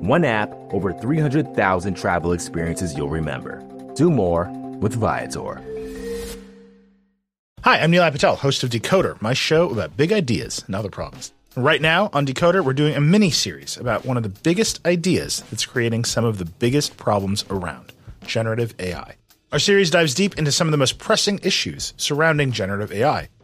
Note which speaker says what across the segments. Speaker 1: One app, over 300,000 travel experiences you'll remember. Do more with Viator.
Speaker 2: Hi, I'm Neil Patel, host of Decoder, my show about big ideas and other problems. Right now on Decoder, we're doing a mini series about one of the biggest ideas that's creating some of the biggest problems around generative AI. Our series dives deep into some of the most pressing issues surrounding generative AI,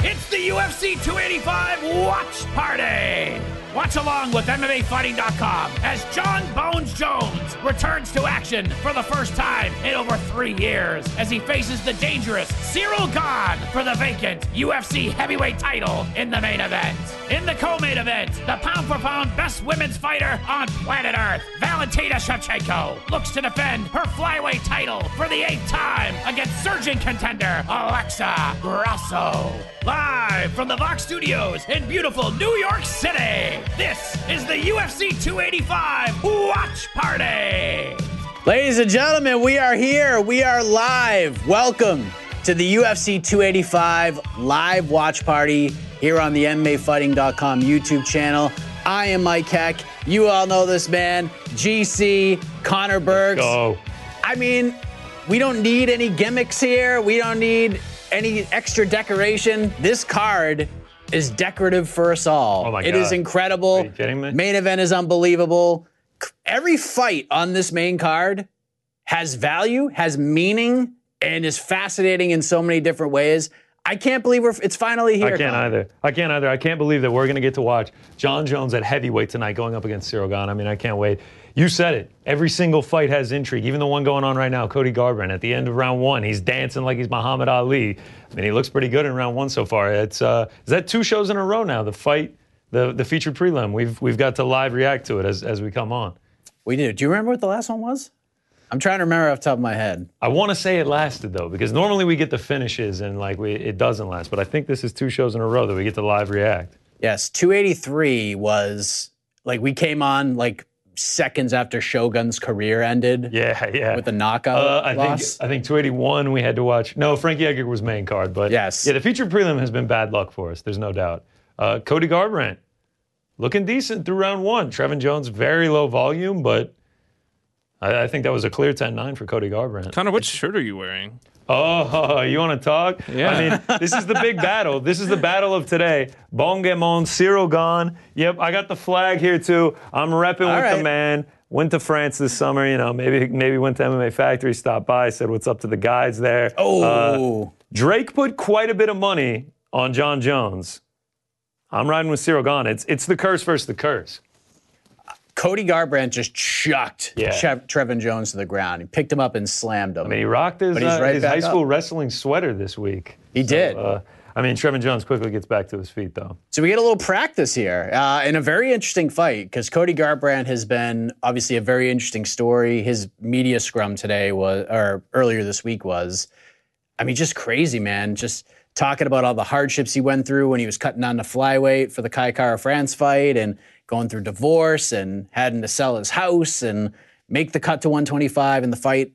Speaker 3: It's the UFC 285 Watch Party! Watch along with MMAfighting.com as John Bones Jones returns to action for the first time in over three years as he faces the dangerous Cyril Gahn for the vacant UFC heavyweight title in the main event. In the co-main event, the pound-for-pound best women's fighter on planet Earth, Valentina Shevchenko, looks to defend her flyweight title for the eighth time against surgeon contender Alexa Grasso. Live from the Vox Studios in beautiful New York City, this is the UFC 285 Watch Party.
Speaker 4: Ladies and gentlemen, we are here. We are live. Welcome to the UFC 285 live watch party here on the MMAfighting.com YouTube channel. I am Mike Heck. You all know this man, GC, Connor Burks.
Speaker 5: Oh,
Speaker 4: I mean, we don't need any gimmicks here. We don't need any extra decoration. This card is decorative for us all.
Speaker 5: Oh my
Speaker 4: It is
Speaker 5: God.
Speaker 4: incredible.
Speaker 5: Are you kidding me?
Speaker 4: Main event is unbelievable. C- Every fight on this main card has value, has meaning, and is fascinating in so many different ways. I can't believe we're, it's finally here.
Speaker 5: I can't
Speaker 4: Colin.
Speaker 5: either. I can't either. I can't believe that we're going to get to watch John Jones at heavyweight tonight going up against Cyril Gahn. I mean, I can't wait. You said it. Every single fight has intrigue. Even the one going on right now, Cody Garbrandt. At the end of round one, he's dancing like he's Muhammad Ali. I mean, he looks pretty good in round one so far. It's uh, is that two shows in a row now? The fight, the the featured prelim. We've we've got to live react to it as as we come on.
Speaker 4: We do. Do you remember what the last one was? I'm trying to remember off the top of my head.
Speaker 5: I want to say it lasted though, because normally we get the finishes and like we it doesn't last. But I think this is two shows in a row that we get to live react.
Speaker 4: Yes, 283 was like we came on like seconds after Shogun's career ended
Speaker 5: Yeah, yeah.
Speaker 4: with a knockout
Speaker 5: Uh, I
Speaker 4: loss.
Speaker 5: think I think 281 we had to watch. No, Frankie Edgar was main card, but
Speaker 4: Yes.
Speaker 5: yeah, the feature prelim has been bad luck for us. There's no doubt. Uh, Cody Garbrandt looking decent through round one. Trevin Jones very low volume, but I, I think that was a clear 10-9 for Cody Garbrandt.
Speaker 6: Connor, what shirt are you wearing?
Speaker 5: Oh, you want to talk?
Speaker 6: Yeah.
Speaker 5: I mean, this is the big battle. This is the battle of today. Bongemon, Cyril gone. Yep, I got the flag here too. I'm repping with
Speaker 4: right.
Speaker 5: the man. Went to France this summer, you know, maybe maybe went to MMA Factory, stopped by, said what's up to the guys there. Uh,
Speaker 4: oh,
Speaker 5: Drake put quite a bit of money on John Jones. I'm riding with Cyril Gone. It's it's the curse versus the curse.
Speaker 4: Cody Garbrandt just chucked
Speaker 5: Yeah.
Speaker 4: Chev- Trevin Jones to the ground. He picked him up and slammed him.
Speaker 5: I mean, he rocked his,
Speaker 4: But he's
Speaker 5: uh,
Speaker 4: right
Speaker 5: his
Speaker 4: back
Speaker 5: high school
Speaker 4: up.
Speaker 5: wrestling sweater this week.
Speaker 4: He did.
Speaker 5: Uh, I mean, Trevin Jones quickly gets back to his feet though.
Speaker 4: So we get a little practice here uh, in a very interesting fight because Cody Garbrandt has been obviously a very interesting story. His media scrum today was, or earlier this week was, I mean, just crazy, man. Just talking about all the hardships he went through when he was cutting on the flyweight for the Kai Kara France fight and going through divorce and having to sell his house and make the cut to 125, and the fight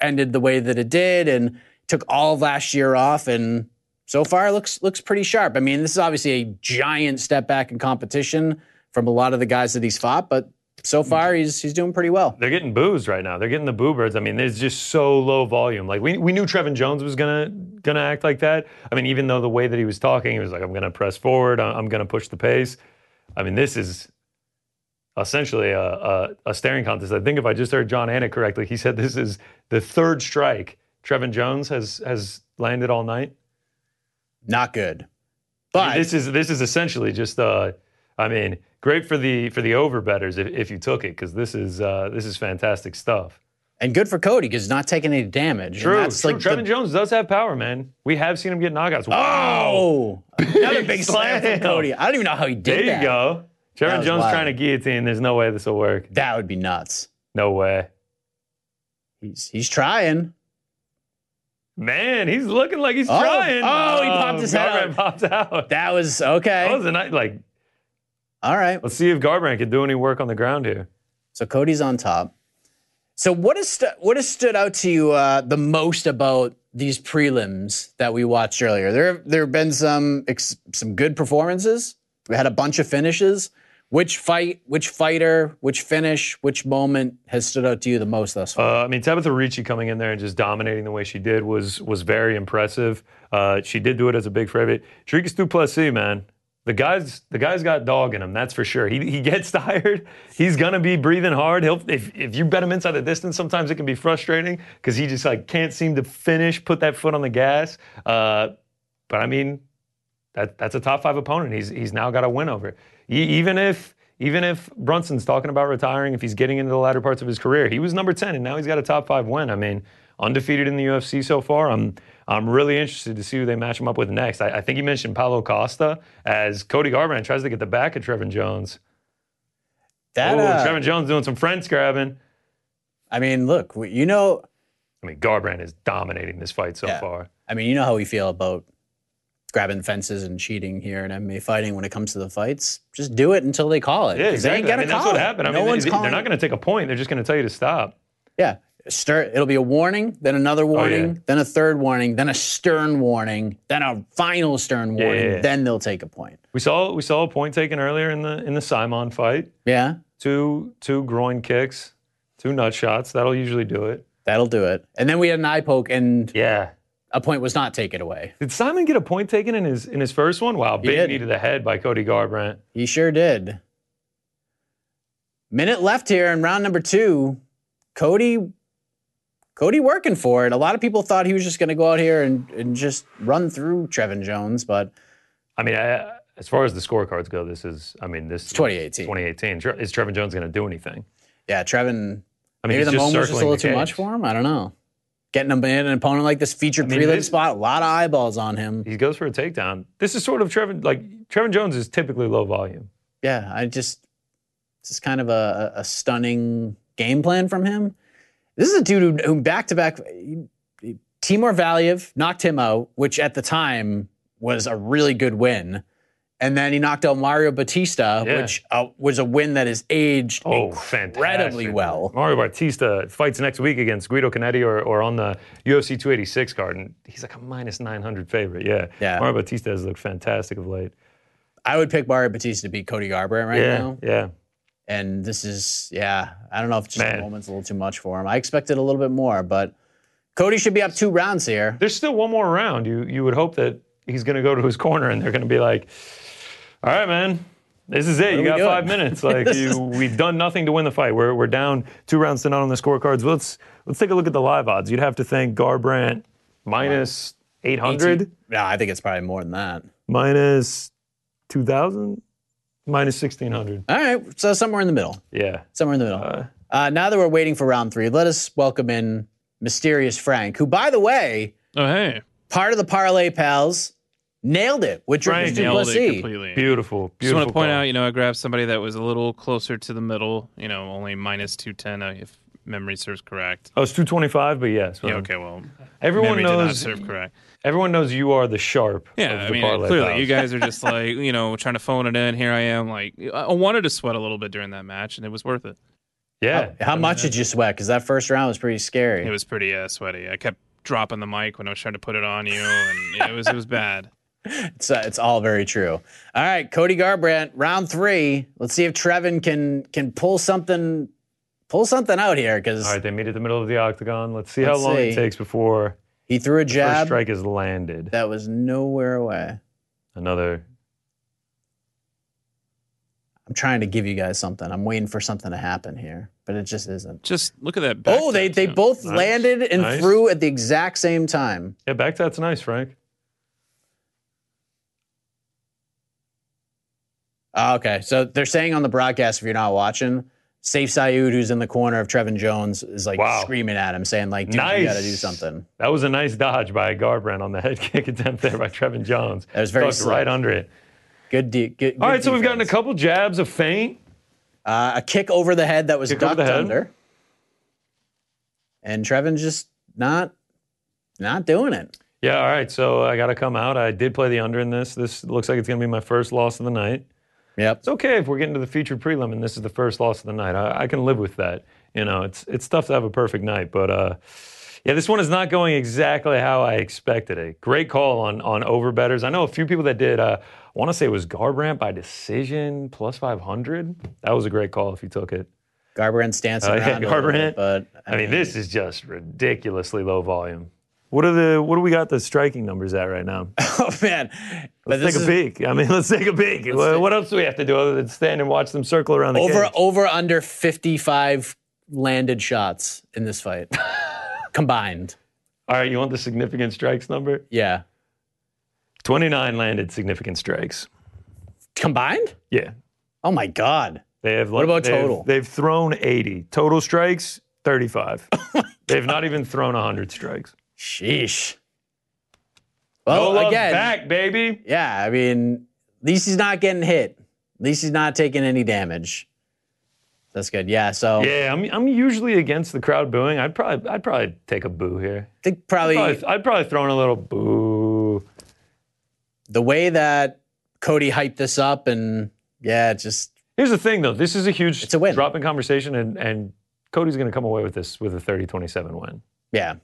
Speaker 4: ended the way that it did, and took all of last year off, and so far looks looks pretty sharp. I mean, this is obviously a giant step back in competition from a lot of the guys that he's fought, but so far he's he's doing pretty well.
Speaker 5: Mm-hmm. They're getting boos right now. They're getting the boo birds. I mean, there's just so low volume. Like we, we knew Trevin Jones was gonna gonna act like that. I mean, even though the way that he was talking, he was like, "I'm gonna press forward. I- I'm gonna push the pace." I mean, this is essentially a, a, a staring contest. I think if I just heard John Anik correctly, he said this is the third strike Trevin Jones has has landed all night.
Speaker 4: Not good,
Speaker 5: I mean,
Speaker 4: but
Speaker 5: this is this is essentially just uh I mean, great for the for the over betters if, if you took it because this is uh, this is fantastic stuff.
Speaker 4: and good for Cody because he's not taking any damage. and
Speaker 5: True,
Speaker 4: that's
Speaker 5: true.
Speaker 4: like
Speaker 5: Trevin
Speaker 4: the-
Speaker 5: Jones does have power, man. We have seen him get knockouts. Wow.
Speaker 4: Oh, another big slam
Speaker 5: slam.
Speaker 4: from Cody. I don't even know how he did
Speaker 5: there you
Speaker 4: that.
Speaker 5: go.
Speaker 4: That
Speaker 5: Trevin
Speaker 4: was
Speaker 5: Jones
Speaker 4: wild.
Speaker 5: trying to guillotine. There's no way this will work.
Speaker 4: That would be nuts.
Speaker 5: No way.
Speaker 4: He's he's trying.
Speaker 5: Man, he's looking like he's
Speaker 4: Oh.
Speaker 5: trying.
Speaker 4: Oh, he popped his head
Speaker 5: Garbrandt
Speaker 4: out.
Speaker 5: popped out. That,
Speaker 4: That was okay.
Speaker 5: was a night. Like,
Speaker 4: All right.
Speaker 5: let's see if Garbrandt can do any work on the ground here.
Speaker 4: So Cody's on top. So what has stu- what has stood out to you uh, the most about these prelims that we watched earlier? There there have been some ex- some good performances. We had a bunch of finishes. Which fight, which fighter, which finish, which moment has stood out to you the most thus far?
Speaker 5: Uh, I mean, Tabitha Ricci coming in there and just dominating the way she did was was very impressive. Uh, she did do it as a big favorite. Shrikus Duplessis, man, the guy's the guy's got dog in him. That's for sure. He, he gets tired. He's gonna be breathing hard. He'll if, if you bet him inside the distance, sometimes it can be frustrating because he just like can't seem to finish, put that foot on the gas. Uh, but I mean, that that's a top five opponent. He's he's now got a win over. E- even if even if Brunson's talking about retiring, if he's getting into the latter parts of his career, he was number ten, and now he's got a top five win. I mean, undefeated in the UFC so far. I'm I'm really interested to see who they match him up with next. I, I think you mentioned Paulo Costa as Cody Garbrandt tries to get the back of Trevin Jones.
Speaker 4: that,
Speaker 5: Ooh,
Speaker 4: uh,
Speaker 5: Trevin Jones doing some French grabbing.
Speaker 4: I mean, look, we- you know,
Speaker 5: I mean, Garbrandt is dominating this fight so
Speaker 4: Yeah.
Speaker 5: far.
Speaker 4: I mean, you know how we feel about grabbing fences and cheating here in MMA fighting when it comes to the fights. Just do it until they call it.
Speaker 5: Yeah,
Speaker 4: 'cause they ain't
Speaker 5: exactly. I
Speaker 4: gonna
Speaker 5: mean, that's
Speaker 4: call
Speaker 5: what
Speaker 4: it.
Speaker 5: happened. I
Speaker 4: No
Speaker 5: mean,
Speaker 4: one's
Speaker 5: they-
Speaker 4: calling.
Speaker 5: they're not going to take a point. They're just going to tell you to stop.
Speaker 4: Yeah. Stern, it'll be a warning, then another warning,
Speaker 5: Oh, yeah.
Speaker 4: then a third warning, then a stern warning, then a final stern warning.
Speaker 5: yeah, yeah.
Speaker 4: Then they'll take a point.
Speaker 5: We saw we saw a point taken earlier in the in the Simon fight.
Speaker 4: Yeah,
Speaker 5: Two two groin kicks, two nut shots. That'll usually do it.
Speaker 4: that'll do it. And then we had an eye poke, and
Speaker 5: Yeah.
Speaker 4: a point was not taken away.
Speaker 5: Did Simon get a point taken in his in his first one? Wow, big
Speaker 4: did.
Speaker 5: knee to the head by Cody Garbrandt.
Speaker 4: He sure did. Minute left here in round number two. Cody, Cody working for it. A lot of people thought he was just going to go out here and, and just run through Trevin Jones, but
Speaker 5: I mean, I, as far as the scorecards go, this is I mean this
Speaker 4: 2018.
Speaker 5: 2018. Tre- Is Trevin Jones going to do anything?
Speaker 4: yeah,
Speaker 5: I
Speaker 4: Trevin.
Speaker 5: mean,
Speaker 4: Maybe
Speaker 5: he's
Speaker 4: the
Speaker 5: just
Speaker 4: moment was just a
Speaker 5: circling
Speaker 4: little
Speaker 5: the
Speaker 4: too much
Speaker 5: cage.
Speaker 4: for him. I don't know. Getting him in an opponent like this featured
Speaker 5: mean,
Speaker 4: prelim
Speaker 5: this-
Speaker 4: spot, a lot of eyeballs on him.
Speaker 5: He goes for a takedown. This is sort of Trevin like Trevin Jones is typically low volume.
Speaker 4: yeah, I just this is kind of a, a a stunning game plan from him. This is a dude who back to back Timur Valiev knocked him out, which at the time was a really good win. And then he knocked out Mario Batista,
Speaker 5: Yeah.
Speaker 4: which uh, was a win that is aged
Speaker 5: Oh,
Speaker 4: incredibly
Speaker 5: fantastic.
Speaker 4: well.
Speaker 5: Mario Bautista fights next week against Guido Canetti or, or on the UFC 286 card, and he's like a minus 900 favorite. Yeah.
Speaker 4: Yeah.
Speaker 5: Mario Bautista has looked fantastic of late.
Speaker 4: I would pick Mario Batista to beat Cody Garbrandt right
Speaker 5: yeah.
Speaker 4: now.
Speaker 5: Yeah.
Speaker 4: And this is, yeah, I don't know if just
Speaker 5: Man.
Speaker 4: the moment's a little too much for him. I expected a little bit more, but Cody should be up two rounds here.
Speaker 5: There's still one more round. You you would hope that he's going to go to his corner and they're going to be like, all right, man. This is it. You
Speaker 4: we
Speaker 5: got
Speaker 4: doing?"
Speaker 5: five minutes. Like you, we've done nothing to win the fight. We're, we're down two rounds to none on the scorecards. Let's let's take a look at the live odds. You'd have to think Garbrandt minus 800.
Speaker 4: No, I think it's probably more than that.
Speaker 5: minus 2000 minus 1600
Speaker 4: All right, so somewhere in the middle.
Speaker 5: yeah
Speaker 4: Somewhere in the middle. Uh, now that we're waiting for round three, let us welcome in Mysterious Frank, who, by the way,
Speaker 6: Oh hey,
Speaker 4: part of the Parlay Pals, nailed it with Drake
Speaker 5: Frank nailed
Speaker 6: nailed it
Speaker 4: Duplessis.
Speaker 6: completely.
Speaker 5: beautiful beautiful
Speaker 6: Just want to point
Speaker 5: call.
Speaker 6: out, you know, I grabbed somebody that was a little closer to the middle. You know, only minus two ten uh, if memory serves correct.
Speaker 5: oh it's 225 but yes
Speaker 6: Yeah,
Speaker 5: well,
Speaker 6: okay, well,
Speaker 5: everyone
Speaker 6: memory did not
Speaker 5: knows
Speaker 6: serve correct.
Speaker 5: everyone knows you are the sharp
Speaker 6: Yeah,
Speaker 5: of
Speaker 6: I
Speaker 5: the
Speaker 6: mean,
Speaker 5: parlay
Speaker 6: clearly
Speaker 5: pals.
Speaker 6: you guys are just like, you know, trying to phone it in. Here I am, like, I I wanted to sweat a little bit during that match, and it was worth it.
Speaker 5: Yeah.
Speaker 4: How much did you sweat? Because that first round was pretty scary.
Speaker 6: It was pretty uh, sweaty. I kept dropping the mic when I was trying to put it on you, and it was it was bad.
Speaker 4: It's, uh, it's all very true. All right, Cody Garbrandt, round three. Let's see if Trevin can can pull something pull something out here because
Speaker 5: All right, they meet at the middle of the octagon. Let's see how
Speaker 4: Let's
Speaker 5: long
Speaker 4: see.
Speaker 5: it takes before
Speaker 4: he threw a
Speaker 5: first
Speaker 4: jab
Speaker 5: strike is landed.
Speaker 4: that was nowhere away.
Speaker 5: Another.
Speaker 4: I'm trying to give you guys something. I'm waiting for something to happen here, but it just isn't.
Speaker 6: Just look at that.
Speaker 4: oh, they
Speaker 6: back uh,
Speaker 4: they
Speaker 6: tattoo.
Speaker 4: both
Speaker 5: Nice.
Speaker 4: landed and
Speaker 5: Nice.
Speaker 4: threw at the exact same time.
Speaker 5: Yeah, back that's nice, Frank.
Speaker 4: Ah, okay, so they're saying on the broadcast if you're not watching. Safe Sayud, who's in the corner of Trevin Jones, is like
Speaker 5: Wow.
Speaker 4: screaming at him, saying like, "Dude, you got to do
Speaker 5: Nice.
Speaker 4: something."
Speaker 5: That was a nice dodge by Garbrandt on the head kick attempt there by Trevin Jones.
Speaker 4: That was very
Speaker 5: Tucked
Speaker 4: slick.
Speaker 5: right under it.
Speaker 4: Good, de- good.
Speaker 5: All
Speaker 4: good
Speaker 5: right, so we've gotten a
Speaker 4: defense.
Speaker 5: couple jabs, a feint.
Speaker 4: Uh, a kick over the head that was
Speaker 5: Kick over
Speaker 4: ducked
Speaker 5: the head.
Speaker 4: under. And Trevin's just not not doing it.
Speaker 5: Yeah, all right. So I got to come out. I did play the under in this. This looks like it's going to be my first loss of the night.
Speaker 4: Yep.
Speaker 5: It's okay if we're getting to the featured prelim and this is the first loss of the night. I, I can live with that. You know, it's it's tough to have a perfect night, but uh, yeah, this one is not going exactly how I expected it. Great call on on over betters. I know a few people that did. Uh, I want to say it was Garbrandt by decision plus five hundred. That was a great call if you took it.
Speaker 4: Garbrandt's dancing
Speaker 5: Oh, yeah,
Speaker 4: around. a little
Speaker 5: Garbrandt.
Speaker 4: bit, but
Speaker 5: I mean, this is just ridiculously low volume. What are the what do we got the striking numbers at right now?
Speaker 4: Oh man. But
Speaker 5: Let's
Speaker 4: this
Speaker 5: take a
Speaker 4: is
Speaker 5: peek. I mean, let's take a peek. What, what else do we have to do other than stand and watch them circle around the
Speaker 4: over
Speaker 5: cage?
Speaker 4: over under 55 landed shots in this fight. Combined.
Speaker 5: All right, you want the significant strikes number?
Speaker 4: Yeah.
Speaker 5: 29 landed significant strikes.
Speaker 4: Combined?
Speaker 5: Yeah.
Speaker 4: Oh my god.
Speaker 5: They have
Speaker 4: What about
Speaker 5: they've-
Speaker 4: total?
Speaker 5: They've thrown 80. Total strikes, 35.
Speaker 4: Oh
Speaker 5: they've not even thrown 100 strikes.
Speaker 4: Sheesh. Well,
Speaker 5: no love
Speaker 4: again,
Speaker 5: back, baby.
Speaker 4: yeah, I mean, at least he's not getting hit. At least he's not taking any damage. That's good. Yeah, so
Speaker 5: Yeah, I'm, I'm usually against the crowd booing. I'd probably I'd probably take a boo here.
Speaker 4: I think probably,
Speaker 5: Probably- I'd probably throw in a little boo.
Speaker 4: the way that Cody hyped this up and yeah, it just
Speaker 5: Here's the thing, though. This is a huge
Speaker 4: It's a win.
Speaker 5: drop in conversation, and, and Cody's going to come away with this with a 30 27 win.
Speaker 4: yeah.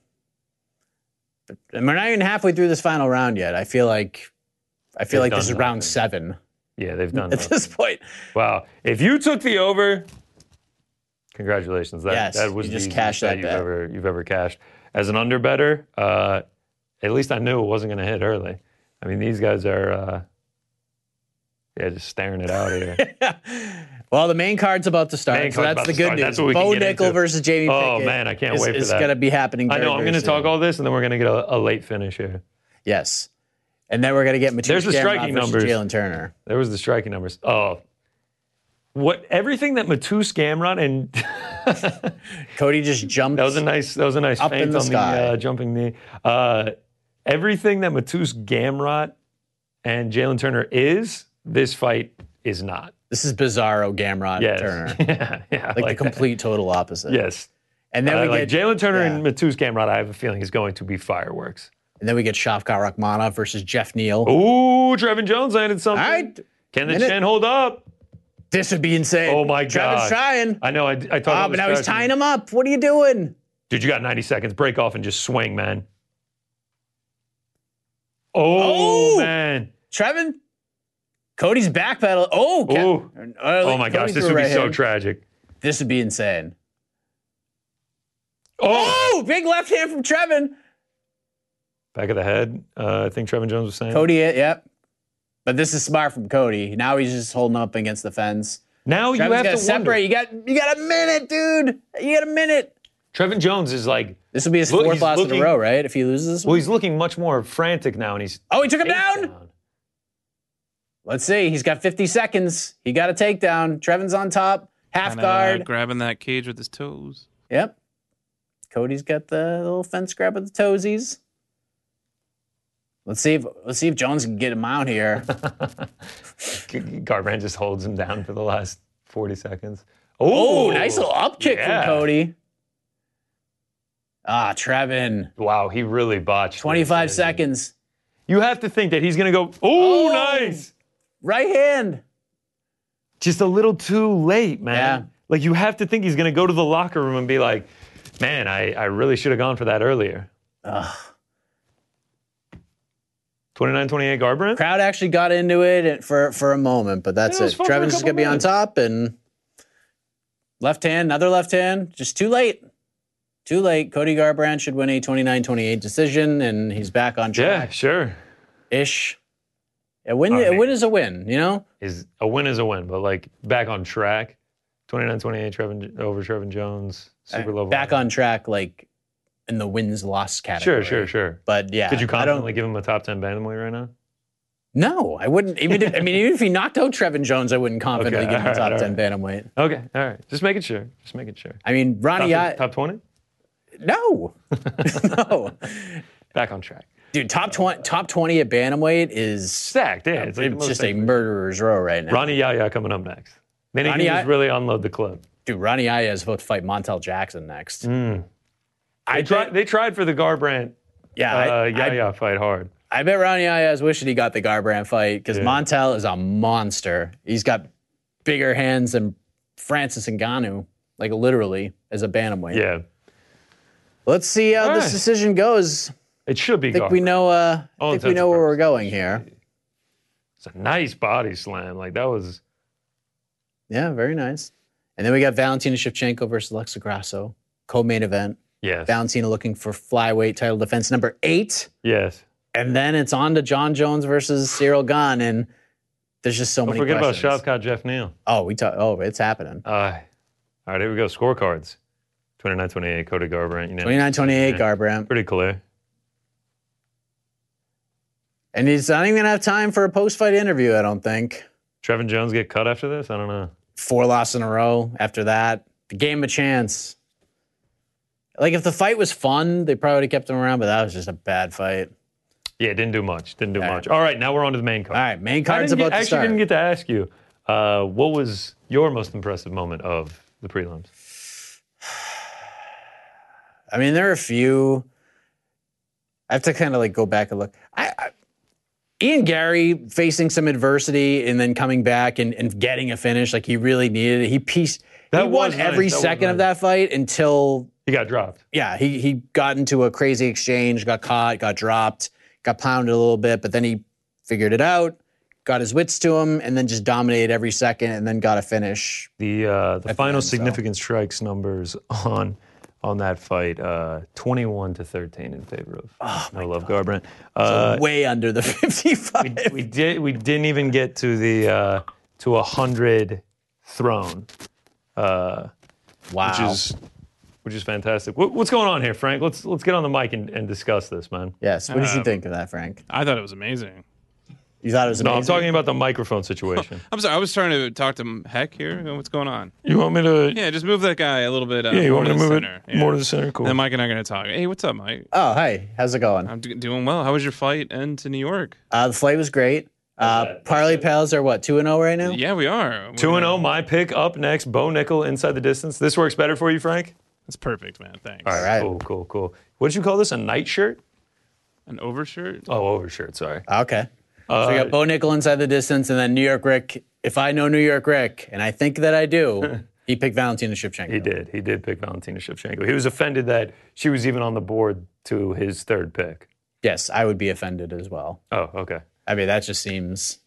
Speaker 4: But, and we're not even halfway through this final round yet. I feel like I feel
Speaker 5: They've
Speaker 4: like this is
Speaker 5: done
Speaker 4: round
Speaker 5: nothing.
Speaker 4: seven
Speaker 5: Yeah, they've done
Speaker 4: at
Speaker 5: that.
Speaker 4: this point.
Speaker 5: Wow. If you took the over, congratulations. That,
Speaker 4: Yes,
Speaker 5: that was
Speaker 4: you
Speaker 5: the
Speaker 4: just
Speaker 5: easiest
Speaker 4: cashed that
Speaker 5: you've
Speaker 4: bet.
Speaker 5: ever you've ever cashed. As an under better, uh, at least I knew it wasn't going to hit early. I mean, these guys are uh, yeah, just staring it out here.
Speaker 4: Well, the main card's about to start,
Speaker 5: Main
Speaker 4: so
Speaker 5: card's about
Speaker 4: that's the
Speaker 5: to
Speaker 4: good
Speaker 5: start.
Speaker 4: news.
Speaker 5: That's what we
Speaker 4: Bo
Speaker 5: can get
Speaker 4: Nickel
Speaker 5: into.
Speaker 4: versus Jamie Pickett.
Speaker 5: Oh, man, I can't
Speaker 4: is,
Speaker 5: wait for
Speaker 4: is
Speaker 5: that.
Speaker 4: going to be happening.
Speaker 5: I
Speaker 4: very,
Speaker 5: know I'm
Speaker 4: very
Speaker 5: going to
Speaker 4: soon.
Speaker 5: talk all this, and then we're going to get a, a late finish here.
Speaker 4: Yes, and then we're going to get Matisse
Speaker 5: There's the
Speaker 4: Shamrock
Speaker 5: striking
Speaker 4: versus
Speaker 5: numbers.
Speaker 4: Jalen Turner.
Speaker 5: There was the striking numbers. Oh, what everything that Matus Gamron and
Speaker 4: Cody just jumped.
Speaker 5: that was a nice that was a nice
Speaker 4: Up in
Speaker 5: feint
Speaker 4: the
Speaker 5: on
Speaker 4: sky.
Speaker 5: the uh, jumping knee. Uh, everything that Matus Gamrot and Jalen Turner is this fight is not.
Speaker 4: this is Bizarro Gamrot
Speaker 5: Yes,
Speaker 4: Turner, like,
Speaker 5: yeah, yeah, like,
Speaker 4: the
Speaker 5: that.
Speaker 4: complete total opposite.
Speaker 5: Yes,
Speaker 4: and then
Speaker 5: Uh,
Speaker 4: we
Speaker 5: like
Speaker 4: get
Speaker 5: Jalen Turner
Speaker 4: yeah.
Speaker 5: and Matus Gamrot. I have a feeling is going to be fireworks.
Speaker 4: And then we get Shafkat Rachmanov versus Jeff Neal. All
Speaker 5: Ooh, Trevin Jones landed something.
Speaker 4: right.
Speaker 5: Can the
Speaker 4: Minute.
Speaker 5: chin hold up?
Speaker 4: This would be insane.
Speaker 5: Oh my
Speaker 4: Trevin's
Speaker 5: God.
Speaker 4: trying.
Speaker 5: I know. I, I talked
Speaker 4: Oh,
Speaker 5: about
Speaker 4: but
Speaker 5: this
Speaker 4: now he's
Speaker 5: fashion.
Speaker 4: tying him up. What are you doing?
Speaker 5: Dude, you got 90 seconds. Break off and just swing, man.
Speaker 4: Oh!
Speaker 5: Oh, man.
Speaker 4: Trevin? Cody's backpedal. Oh, Ke-
Speaker 5: Ooh.
Speaker 4: Uh,
Speaker 5: Oh my
Speaker 4: Cody
Speaker 5: gosh, this
Speaker 4: threw
Speaker 5: would
Speaker 4: a
Speaker 5: be
Speaker 4: right
Speaker 5: so
Speaker 4: hand.
Speaker 5: tragic.
Speaker 4: This would be insane.
Speaker 5: Oh!
Speaker 4: Oh, big left hand from Trevin.
Speaker 5: Back of the head. Uh, I think Trevin Jones was saying.
Speaker 4: Cody, it, yep. But this is smart from Cody. Now he's just holding up against the fence.
Speaker 5: Now Oh, you
Speaker 4: Trevin's
Speaker 5: have
Speaker 4: gotta
Speaker 5: to
Speaker 4: separate.
Speaker 5: separate.
Speaker 4: You got you got a minute, dude. You got a minute.
Speaker 5: Trevin Jones is like,
Speaker 4: This will be his
Speaker 5: Look,
Speaker 4: fourth
Speaker 5: he's
Speaker 4: loss in
Speaker 5: looking-
Speaker 4: a row, right? If he loses this
Speaker 5: well,
Speaker 4: one.
Speaker 5: he's looking much more frantic now, and he's
Speaker 4: Oh, he took him down.
Speaker 5: down.
Speaker 4: Let's see. He's got 50 seconds. He got a takedown. Trevin's on top. Half
Speaker 6: Kinda, uh,
Speaker 4: guard.
Speaker 6: grabbing that cage with his toes.
Speaker 4: Yep. Cody's got the little fence grab with the toesies. Let's see if let's see if Jones can get him out here.
Speaker 5: Garbrandt just holds him down for the last 40 seconds.
Speaker 4: Oh, nice little up kick
Speaker 5: Yeah.
Speaker 4: from Cody. Ah, Trevin.
Speaker 5: Wow, he really botched. this,
Speaker 4: 25
Speaker 5: didn't he?
Speaker 4: seconds.
Speaker 5: You have to think that he's going to go, oh,
Speaker 4: Oh!
Speaker 5: nice.
Speaker 4: Right hand.
Speaker 5: just a little too late, man.
Speaker 4: Yeah.
Speaker 5: Like you have to think he's going to go to the locker room and be like, "Man, I, I really should have gone for that earlier."
Speaker 4: Ugh.
Speaker 5: 29-28 Garbrandt.
Speaker 4: Crowd actually got into it for for a moment, but that's
Speaker 5: Yeah, it was
Speaker 4: it.
Speaker 5: fun for a
Speaker 4: Trevin's is
Speaker 5: couple
Speaker 4: gonna be on
Speaker 5: minutes.
Speaker 4: top and left hand, another left hand. Just too late. Too late. Cody Garbrandt should win a 29-28 decision, and he's back on
Speaker 5: Yeah,
Speaker 4: track
Speaker 5: sure.
Speaker 4: ish. A win,
Speaker 5: Oh,
Speaker 4: a
Speaker 5: man.
Speaker 4: win is a win, you know.
Speaker 5: Is a win is a win, but like back on track. 29-28 Trevin over Trevin Jones. Super low.
Speaker 4: Uh, Back
Speaker 5: volume.
Speaker 4: on track, like in the wins loss
Speaker 5: Sure,
Speaker 4: category.
Speaker 5: sure, sure.
Speaker 4: But yeah,
Speaker 5: Could you
Speaker 4: I don't
Speaker 5: confidently give him a top 10 bantamweight right now?
Speaker 4: No, I wouldn't. Even if, I mean, even if he knocked out Trevin Jones, I wouldn't confidently
Speaker 5: Okay,
Speaker 4: give him a
Speaker 5: all right,
Speaker 4: top
Speaker 5: all
Speaker 4: ten bantamweight.
Speaker 5: Okay, all right. Just making sure. Just making sure.
Speaker 4: I mean, Ronnie, I,
Speaker 5: Top- Top 20?
Speaker 4: no, no,
Speaker 5: Back on track.
Speaker 4: dude, top twenty, top twenty at bantamweight is
Speaker 5: Stacked, yeah. It's, like the
Speaker 4: it's
Speaker 5: most
Speaker 4: just a
Speaker 5: stacked.
Speaker 4: murderer's row right now.
Speaker 5: Ronnie Yaya coming up next. Then he
Speaker 4: Ronnie
Speaker 5: can just
Speaker 4: Ya-
Speaker 5: really unload the clip.
Speaker 4: Dude, Ronnie Aya's about to fight Montel Jackson next.
Speaker 5: Mm. Hmm. They
Speaker 4: I
Speaker 5: tried,
Speaker 4: bet-
Speaker 5: they tried for the Garbrandt
Speaker 4: Yeah,
Speaker 5: uh,
Speaker 4: I, I,
Speaker 5: Yaya fight hard.
Speaker 4: I bet Ronnie Aya's wishing he got the Garbrandt fight because Montel is a monster. He's got bigger hands than Francis Ngannou, like literally as a bantamweight.
Speaker 5: Yeah.
Speaker 4: Let's see how
Speaker 5: All
Speaker 4: this
Speaker 5: right.
Speaker 4: decision goes.
Speaker 5: It should be
Speaker 4: I think we
Speaker 5: Garbrandt.
Speaker 4: know. Uh,
Speaker 5: All
Speaker 4: I think we
Speaker 5: intents and
Speaker 4: know where we're
Speaker 5: purposes.
Speaker 4: going here.
Speaker 5: It's a nice body slam. Like, that was.
Speaker 4: Yeah, very nice. And then we got Valentina Shevchenko versus Alexa Grasso, co-main event.
Speaker 5: Yes.
Speaker 4: Valentina looking for flyweight title defense number eight,
Speaker 5: Yes.
Speaker 4: and then it's on to John Jones versus Cyril Gunn, and there's just so
Speaker 5: Don't
Speaker 4: many.
Speaker 5: forget
Speaker 4: questions.
Speaker 5: about Shavkat Jeff Neal.
Speaker 4: Oh, we talk. Oh, it's happening.
Speaker 5: Uh, all right, here we go. Scorecards 29 28, Cody Garbrandt. unanimous
Speaker 4: 29-28
Speaker 5: decision.
Speaker 4: Garbrandt,
Speaker 5: Pretty clear.
Speaker 4: and he's not even gonna have time for a post-fight interview. I don't think.
Speaker 5: Trevin Jones get cut after this? I don't know.
Speaker 4: Four losses in a row. After that, the game of chance. Like if the fight was fun, they probably would have kept him around, but that was just a bad fight.
Speaker 5: Yeah, didn't do much. Didn't do
Speaker 4: All right.
Speaker 5: much. All right, now we're on to the main card.
Speaker 4: All right,
Speaker 5: I
Speaker 4: main card's
Speaker 5: didn't
Speaker 4: about
Speaker 5: get,
Speaker 4: to
Speaker 5: actually
Speaker 4: start.
Speaker 5: didn't get to ask you uh, what was your most impressive moment of the prelims.
Speaker 4: I mean, there are a few. I have to kind of like go back and look. I, I Ian Gary facing some adversity and then coming back and, and getting a finish, like he really needed it. He pieced.
Speaker 5: That
Speaker 4: he won
Speaker 5: was nice.
Speaker 4: every
Speaker 5: That was
Speaker 4: second of
Speaker 5: nice.
Speaker 4: that fight until
Speaker 5: He got dropped.
Speaker 4: yeah, he he got into a crazy exchange, got caught, got dropped, got pounded a little bit, but then he figured it out, got his wits to him, and then just dominated every second, and then got a finish.
Speaker 5: The uh, the final
Speaker 4: end, so.
Speaker 5: significant strikes numbers on on that fight uh, 21 to 13 in favor of
Speaker 4: Oh
Speaker 5: No Love Garbrandt. Uh,
Speaker 4: way under the fifty-five.
Speaker 5: we did we didn't even get to the uh, to a hundred thrown, uh,
Speaker 4: wow.
Speaker 5: which is which is fantastic. What, what's going on here, Frank? Let's let's get on the mic and, and discuss this, man.
Speaker 4: yes. What did
Speaker 6: Uh,
Speaker 4: you think of that, Frank?
Speaker 6: I thought it was amazing.
Speaker 4: You thought it was
Speaker 5: No,
Speaker 4: amazing.
Speaker 5: I'm talking about the microphone situation.
Speaker 6: I'm sorry. I was trying to talk to Heck here. What's going on?
Speaker 5: you want me to?
Speaker 6: Yeah, just move that guy a little bit. Uh,
Speaker 5: Yeah, you
Speaker 6: more
Speaker 5: want me to
Speaker 6: the
Speaker 5: move
Speaker 6: center.
Speaker 5: it more to the center? Cool.
Speaker 6: Then Mike and I are going to talk. Hey, what's up, Mike?
Speaker 4: Oh, hey, how's it going?
Speaker 6: I'm d- doing well. How was your flight into New York?
Speaker 4: Uh, the flight was great. Uh, Parley Pals are what two and zero right now.
Speaker 6: Yeah, we are. We're
Speaker 5: Two and
Speaker 6: gonna-
Speaker 5: zero. My pick up next. Bo Nickel inside the distance. This works better for you, Frank.
Speaker 6: That's perfect, man. Thanks.
Speaker 5: All
Speaker 4: right.
Speaker 5: Cool. Cool. Cool. What did you call this? A night shirt?
Speaker 6: An overshirt?
Speaker 5: Oh, overshirt. Sorry.
Speaker 4: Okay. so
Speaker 5: Uh,
Speaker 4: we got Bo Nickel inside the distance, and then New York Rick. If I know New York Rick, and I think that I do, he picked Valentina Shevchenko.
Speaker 5: He did. He did pick Valentina Shevchenko. He was offended that she was even on the board to his third pick.
Speaker 4: Yes, I would be offended as well.
Speaker 5: Oh, okay.
Speaker 4: I mean, that just seems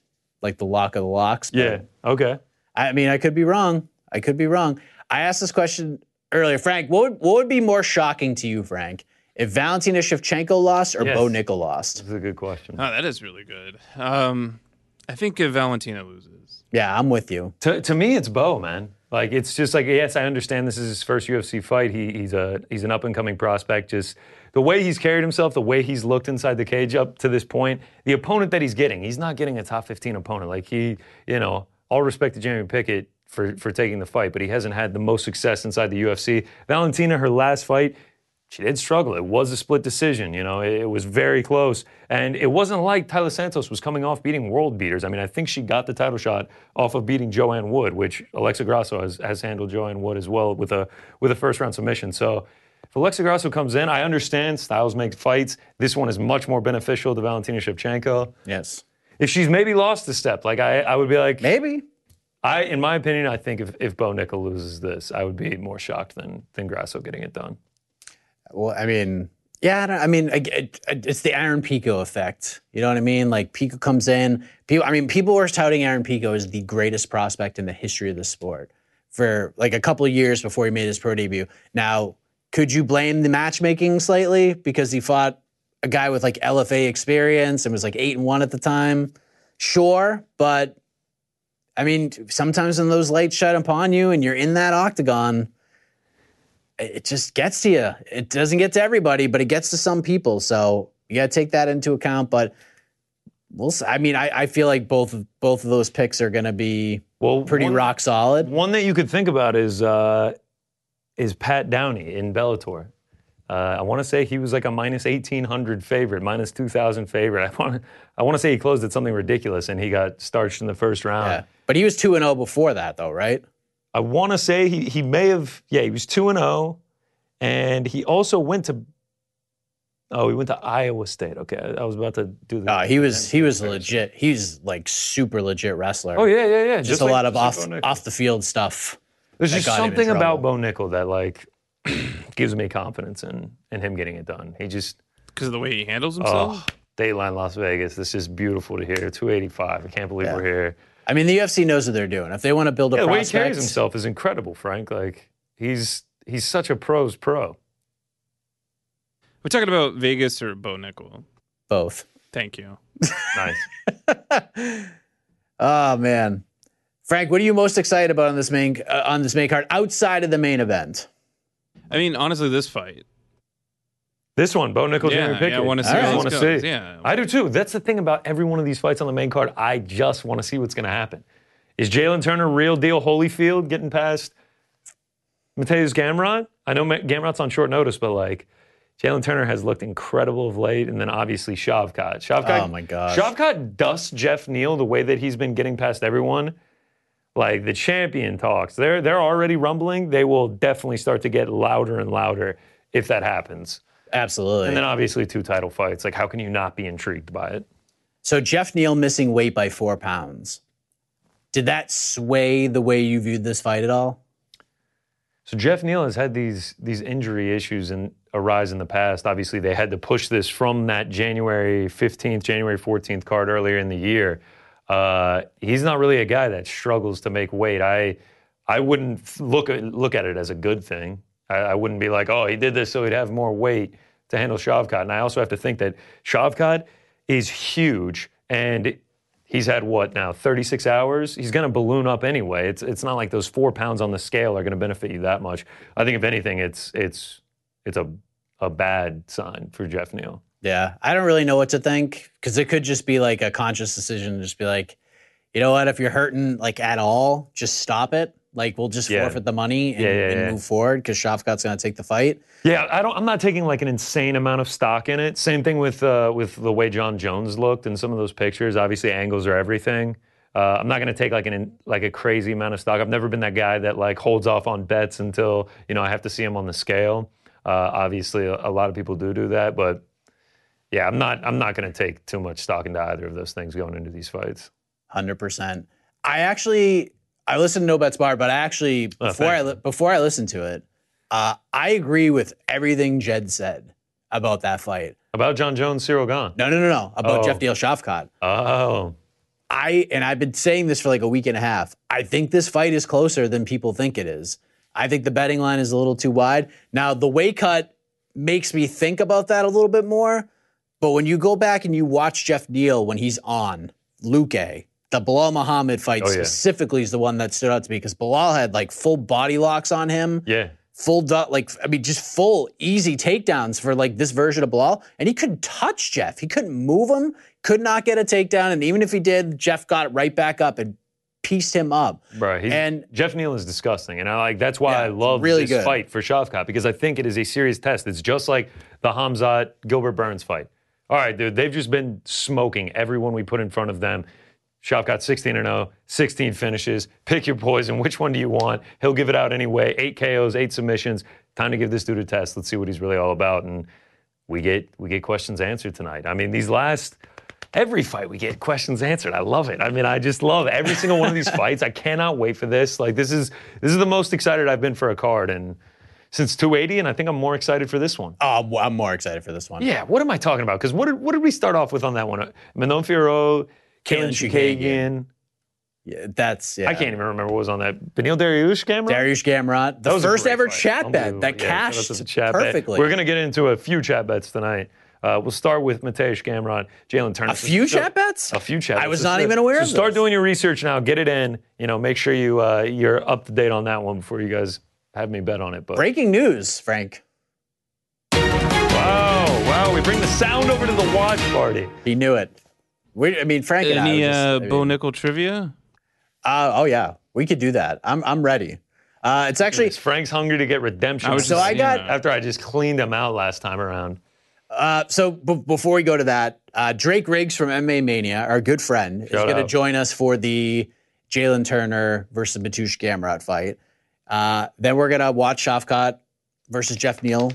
Speaker 4: like the lock of the locks. but-
Speaker 5: Yeah. Okay.
Speaker 4: I mean, I could be wrong. I could be wrong. I asked this question earlier, Frank. What would, what would be more shocking to you, Frank, if Valentina Shevchenko lost or Bo
Speaker 5: Yes.
Speaker 4: Nickel lost?
Speaker 5: This is a good question.
Speaker 6: Oh, that is really good. Um, I think if Valentina loses,
Speaker 4: Yeah, I'm with you.
Speaker 5: To, to me, it's Bo, man. Like it's just like yes, I understand this is his first UFC fight. He, he's a he's an up and coming prospect. Just the way he's carried himself, the way he's looked inside the cage up to this point, the opponent that he's getting, he's not getting a top fifteen opponent. Like he, you know, all respect to Jeremy Pickett for for taking the fight, but he hasn't had the most success inside the UFC. Valentina, her last fight, she did struggle. It was a split decision. You know, it, it was very close. And it wasn't like Tyler Santos was coming off beating world beaters. I mean, I think she got the title shot off of beating Joanne Wood, which Alexa Grasso has, has handled Joanne Wood as well with a with a first round submission. So if Alexa Grasso comes in, I understand styles make fights. This one is much more beneficial to Valentina Shevchenko.
Speaker 4: Yes.
Speaker 5: If she's maybe lost a step, like I, I would be like,
Speaker 4: Maybe.
Speaker 5: I, in my opinion, I think if, if Bo Nickel loses this, I would be more shocked than than Grasso getting it done.
Speaker 4: Well, I mean, yeah, I, don't, I mean, I, it- it's the Aaron Pico effect. You know what I mean? Like Pico comes in. People, I mean, people were touting Aaron Pico as the greatest prospect in the history of the sport for like a couple of years before he made his pro debut. Now, could you blame the matchmaking slightly because he fought a guy with like LFA experience and was like eight and one at the time? Sure, but I mean, sometimes when those lights shine upon you and you're in that octagon, it just gets to you. It doesn't get to everybody, but it gets to some people. So you got to take that into account. But we'll. s- I mean, I, I feel like both of- both of those picks are going to be
Speaker 5: Well,
Speaker 4: pretty
Speaker 5: one-
Speaker 4: rock solid.
Speaker 5: One that you could think about is uh, is Pat Downey in Bellator. Uh, I want to say he was like a minus eighteen hundred favorite, minus two thousand favorite. I want I want to say he closed at something ridiculous, and he got starched in the first round.
Speaker 4: Yeah. But he was two and zero before that, though, right?
Speaker 5: I want to say he he may have yeah he was two and zero, and he also went to oh he went to Iowa State. Okay, I, I was about to do the
Speaker 4: Uh, he was he was legit. He's like super legit wrestler.
Speaker 5: oh yeah yeah yeah
Speaker 4: Just, a lot of
Speaker 5: just like
Speaker 4: off
Speaker 5: Bo Nickel.
Speaker 4: off the field stuff.
Speaker 5: There's
Speaker 4: that
Speaker 5: just
Speaker 4: got him in
Speaker 5: something about
Speaker 4: trouble.
Speaker 5: Bo Nickel that like gives me confidence in in him getting it done. He just
Speaker 6: because of the way he handles himself.
Speaker 5: Oh, Dateline Las Vegas. This is beautiful to hear. 285. I can't believe we're here.
Speaker 4: I mean, the UFC knows what they're doing. If they want to build a
Speaker 5: Yeah, the way he
Speaker 4: prospect,
Speaker 5: carries himself is incredible, Frank. Like he's he's such a pro's pro.
Speaker 6: We're talking about Vegas or Bo Nickel.
Speaker 4: both.
Speaker 6: Thank you.
Speaker 5: Nice.
Speaker 4: Oh man, Frank, what are you most excited about on this main uh, on this main card outside of the main event?
Speaker 6: I mean, honestly, this fight.
Speaker 5: this one, Bo Nickel,
Speaker 6: Yeah,
Speaker 5: Jimmy Pickett.
Speaker 6: yeah, I want to see.
Speaker 4: All
Speaker 6: how
Speaker 4: right.
Speaker 5: I
Speaker 6: this
Speaker 5: want to
Speaker 6: goes.
Speaker 5: see.
Speaker 6: Yeah,
Speaker 5: I do too. That's the thing about every one of these fights on the main card. I just want to see what's going to happen. Is Jalen Turner real deal Holyfield getting past Mateus Gamrot? I know Ma- Gamrot's on short notice, but like Jalen Turner has looked incredible of late, and then obviously Shavkat. Shavkat,
Speaker 4: Oh, my gosh.
Speaker 5: Shavkat dusts Jeff Neal the way that he's been getting past everyone. Like the champion talks, they're they're already rumbling. They will definitely start to get louder and louder if that happens.
Speaker 4: Absolutely.
Speaker 5: And then obviously two title fights. Like, how can you not be intrigued by it?
Speaker 4: So Jeff Neal missing weight by four pounds. Did that sway the way you viewed this fight at all?
Speaker 5: So Jeff Neal has had these these injury issues and arise in the past. Obviously, they had to push this from that January 15th, January 14th card earlier in the year. Uh, he's not really a guy that struggles to make weight. I I wouldn't f- look at, look at it as a good thing. I, I wouldn't be like, oh, he did this so he'd have more weight to handle Shavkat. And I also have to think that Shavkat is huge and He's had what now? 36 hours. He's going to balloon up anyway. It's it's not like those four pounds on the scale are going to benefit you that much. I think if anything, it's it's it's a a bad sign for Jeff Neal.
Speaker 4: Yeah, I don't really know what to think because it could just be like a conscious decision to just be like, you know what, if you're hurting like at all, just stop it. Like we'll just
Speaker 5: Yeah.
Speaker 4: forfeit the money and,
Speaker 5: Yeah, yeah,
Speaker 4: and
Speaker 5: yeah.
Speaker 4: move forward because Shafkat's going to take the fight.
Speaker 5: Yeah, I don't. I'm not taking like an insane amount of stock in it. Same thing with uh, with the way John Jones looked in some of those pictures. Obviously, angles are everything. Uh, I'm not going to take like an in, like a crazy amount of stock. I've never been that guy that like holds off on bets until you know I have to see him on the scale. Uh, obviously, a, a lot of people do do that, but yeah, I'm not I'm not going to take too much stock into either of those things going into these fights.
Speaker 4: Hundred percent. I actually I listened to No Bets Bar, but I actually before I
Speaker 5: thanks.
Speaker 4: li- before I listened to it, uh, I agree with everything Jed said about that fight.
Speaker 5: About John Jones, Cyril Gahn.
Speaker 4: No, no, no, no. About
Speaker 5: Oh.
Speaker 4: Jeff Neal Shafkat.
Speaker 5: Oh,
Speaker 4: I and I've been saying this for like a week and a half. I think this fight is closer than people think it is. I think the betting line is a little too wide. Now the way cut makes me think about that a little bit more. But when you go back and you watch Jeff Neal when he's on Luque, the Bilal Muhammad fight
Speaker 5: Oh, yeah.
Speaker 4: specifically is the one that stood out to me because Bilal had like full body locks on him
Speaker 5: yeah.
Speaker 4: full du- like I mean just full easy takedowns for like this version of Bilal and he couldn't touch Jeff. He couldn't move him, could not get a takedown and even if he did, Jeff got right back up and pieced him up.
Speaker 5: Bro, he's,
Speaker 4: And-
Speaker 5: Jeff Neal is disgusting, and I like that's why
Speaker 4: Yeah,
Speaker 5: I
Speaker 4: it's
Speaker 5: love
Speaker 4: really
Speaker 5: this
Speaker 4: good.
Speaker 5: fight for Shavkat because I think it is a serious test. It's just like the Hamzat Gilbert Burns fight. All right, dude, they've just been smoking everyone we put in front of them. Shavkat 16 and 0, 16 finishes. Pick your poison. Which one do you want? He'll give it out anyway. Eight KOs, eight submissions. Time to give this dude a test. Let's see what he's really all about. And we get we get questions answered tonight. I mean, these last every fight we get questions answered. I love it. I mean, I just love every single one of these fights. I cannot wait for this. Like this is this is the most excited I've been for a card and since 280, and I think I'm more excited for this one.
Speaker 4: Oh, I'm- I'm more excited for this one.
Speaker 5: Yeah, what am I talking about? Because what did, what did we start off with on that one? Uh, Manon Firo, Kaylin
Speaker 4: Kaelin
Speaker 5: Chukagian.
Speaker 4: Yeah, that's yeah.
Speaker 5: I can't even remember what was on that. Benil Dariush camera?
Speaker 4: Darius Gamrot,
Speaker 5: That
Speaker 4: the
Speaker 5: was a
Speaker 4: first
Speaker 5: great
Speaker 4: ever
Speaker 5: fight.
Speaker 4: chat bet that
Speaker 5: Unbelievable. Yeah, shout out
Speaker 4: cashed
Speaker 5: to the chat bet.
Speaker 4: perfectly.
Speaker 5: We're going to get into a few chat bets tonight. Uh, we'll start with Mateusz Gamrot, Jalen Turner.
Speaker 4: a few chat bets.
Speaker 5: A few chat.
Speaker 4: I was
Speaker 5: bets.
Speaker 4: not
Speaker 5: So
Speaker 4: even aware
Speaker 5: so
Speaker 4: of
Speaker 5: Start
Speaker 4: those.
Speaker 5: doing your research now. Get it in. You know, make sure you uh, you're up to date on that one before you guys have me bet on it. But
Speaker 4: Breaking news, Frank.
Speaker 5: wow, Oh, wow, we bring the sound over to the watch party.
Speaker 4: He knew it. We, I mean, Frank and I.
Speaker 6: Any
Speaker 4: were just-
Speaker 6: uh,
Speaker 4: I mean,
Speaker 6: Bo Nickel trivia?
Speaker 4: uh, oh yeah, we could do that. I'm I'm ready. Uh, it's actually
Speaker 5: Frank's hungry to get redemption.
Speaker 6: I was
Speaker 4: So
Speaker 6: just-
Speaker 4: I got-
Speaker 6: yeah.
Speaker 5: after I just cleaned him out last time around.
Speaker 4: Uh, so b- before we go to that, uh, Drake Riggs from MMA Mania, our good friend, is
Speaker 5: Shout
Speaker 4: going to
Speaker 5: out.
Speaker 4: join us for the Jalen Turner versus Matush Gamrot fight. Uh, then we're going to watch Shafkat versus Jeff Neal,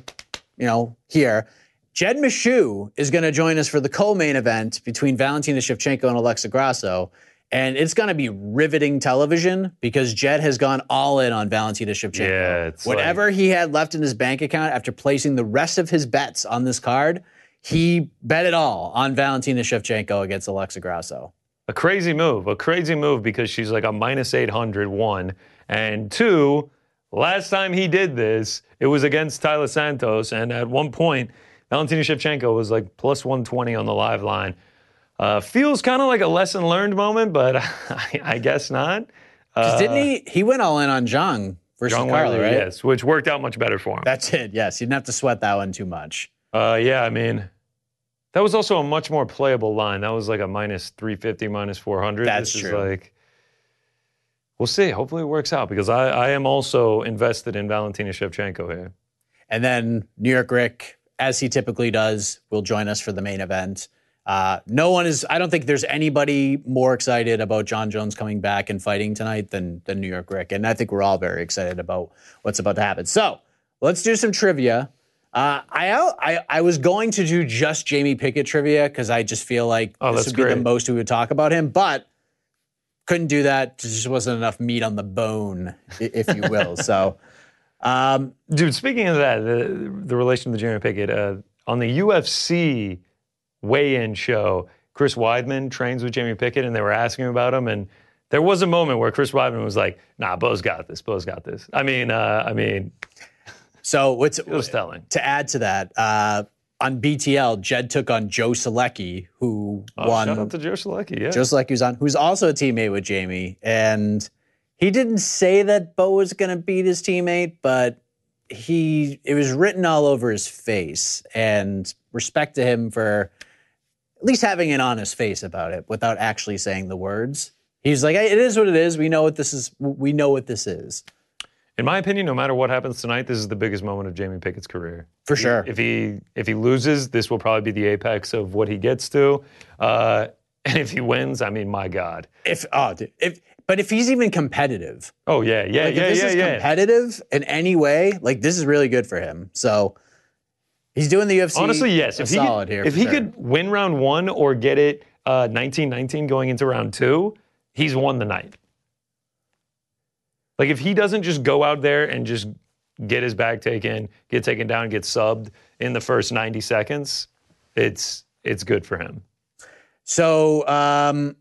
Speaker 4: you know, here. Jed Mishu is going to join us for the co-main event between Valentina Shevchenko and Alexa Grasso. And it's going to be riveting television because Jed has gone all in on Valentina Shevchenko.
Speaker 5: Yeah, it's like-
Speaker 4: Whatever he had left in his bank account after placing the rest of his bets on this card, he bet it all on Valentina Shevchenko against Alexa Grasso.
Speaker 5: A crazy move, a crazy move because she's like a minus 800, one. And two, last time he did this, it was against Tyler Santos. And at one point, Valentina Shevchenko was like plus 120 on the live line. Uh, feels kind of like a lesson learned moment, but I, I guess not.
Speaker 4: 'Cause
Speaker 5: Uh.
Speaker 4: didn't he? He went all in on Zhang versus
Speaker 5: John
Speaker 4: Carly,
Speaker 5: Wilder,
Speaker 4: right?
Speaker 5: yes, which worked out much better for him.
Speaker 4: That's it. Yes, you didn't have to sweat that one too much.
Speaker 5: Uh, yeah, I mean, that was also a much more playable line. That was like a minus 350, minus 400.
Speaker 4: That's
Speaker 5: this
Speaker 4: true.
Speaker 5: Is like, we'll see. Hopefully it works out because I, I am also invested in Valentina Shevchenko here.
Speaker 4: And then New York Rick, as he typically does, will join us for the main event. Uh, no one is. I don't think there's anybody more excited about John Jones coming back and fighting tonight than than New York Rick, and I think we're all very excited about what's about to happen. So let's do some trivia. Uh, I, I I was going to do just Jamie Pickett trivia because I just feel like
Speaker 5: Oh,
Speaker 4: this
Speaker 5: that's
Speaker 4: would be the
Speaker 5: great.
Speaker 4: most we would talk about him, but couldn't do that. There just wasn't enough meat on the bone, i- if you will. so. Um,
Speaker 5: Dude, speaking of that, the, the relation to Jeremy Pickett, uh, on the UFC weigh in show, Chris Weidman trains with Jamie Pickett and they were asking about him. And there was a moment where Chris Weidman was like, nah, Bo's got this. Bo's got this. I mean, uh, I mean,
Speaker 4: So what's
Speaker 5: it was telling.
Speaker 4: to add to that, uh, on BTL, Jed took on Joe Selecki, who
Speaker 5: Oh,
Speaker 4: won.
Speaker 5: Shout out to Joe Shalecki, yeah.
Speaker 4: Joe Selecki was on, who's also a teammate with Jamie, and he didn't say that Bo was going to beat his teammate, but he it was written all over his face. And respect to him for at least having an honest face about it without actually saying the words. He's like, "Hey, it is what it is. We know what this is. We know what this is
Speaker 5: In my opinion, no matter what happens tonight, this is the biggest moment of Jamie Pickett's career.
Speaker 4: for sure.
Speaker 5: If he if he loses, this will probably be the apex of what he gets to. Uh, and if he wins, I mean, my God.
Speaker 4: if oh, dude, if but if he's even competitive,
Speaker 5: Oh yeah, yeah,
Speaker 4: Like
Speaker 5: yeah,
Speaker 4: if this
Speaker 5: yeah,
Speaker 4: is
Speaker 5: yeah.
Speaker 4: competitive in any way, like this is really good for him. So he's doing the UFC.
Speaker 5: Honestly, yes.
Speaker 4: a
Speaker 5: If he
Speaker 4: solid
Speaker 5: could,
Speaker 4: here.
Speaker 5: if
Speaker 4: for
Speaker 5: he
Speaker 4: sure.
Speaker 5: could win round one or get it uh, 19-19 going into round two, he's won the night. Like if he doesn't just go out there and just get his back taken, get taken down, get subbed in the first 90 seconds, it's it's good for him.
Speaker 4: So um,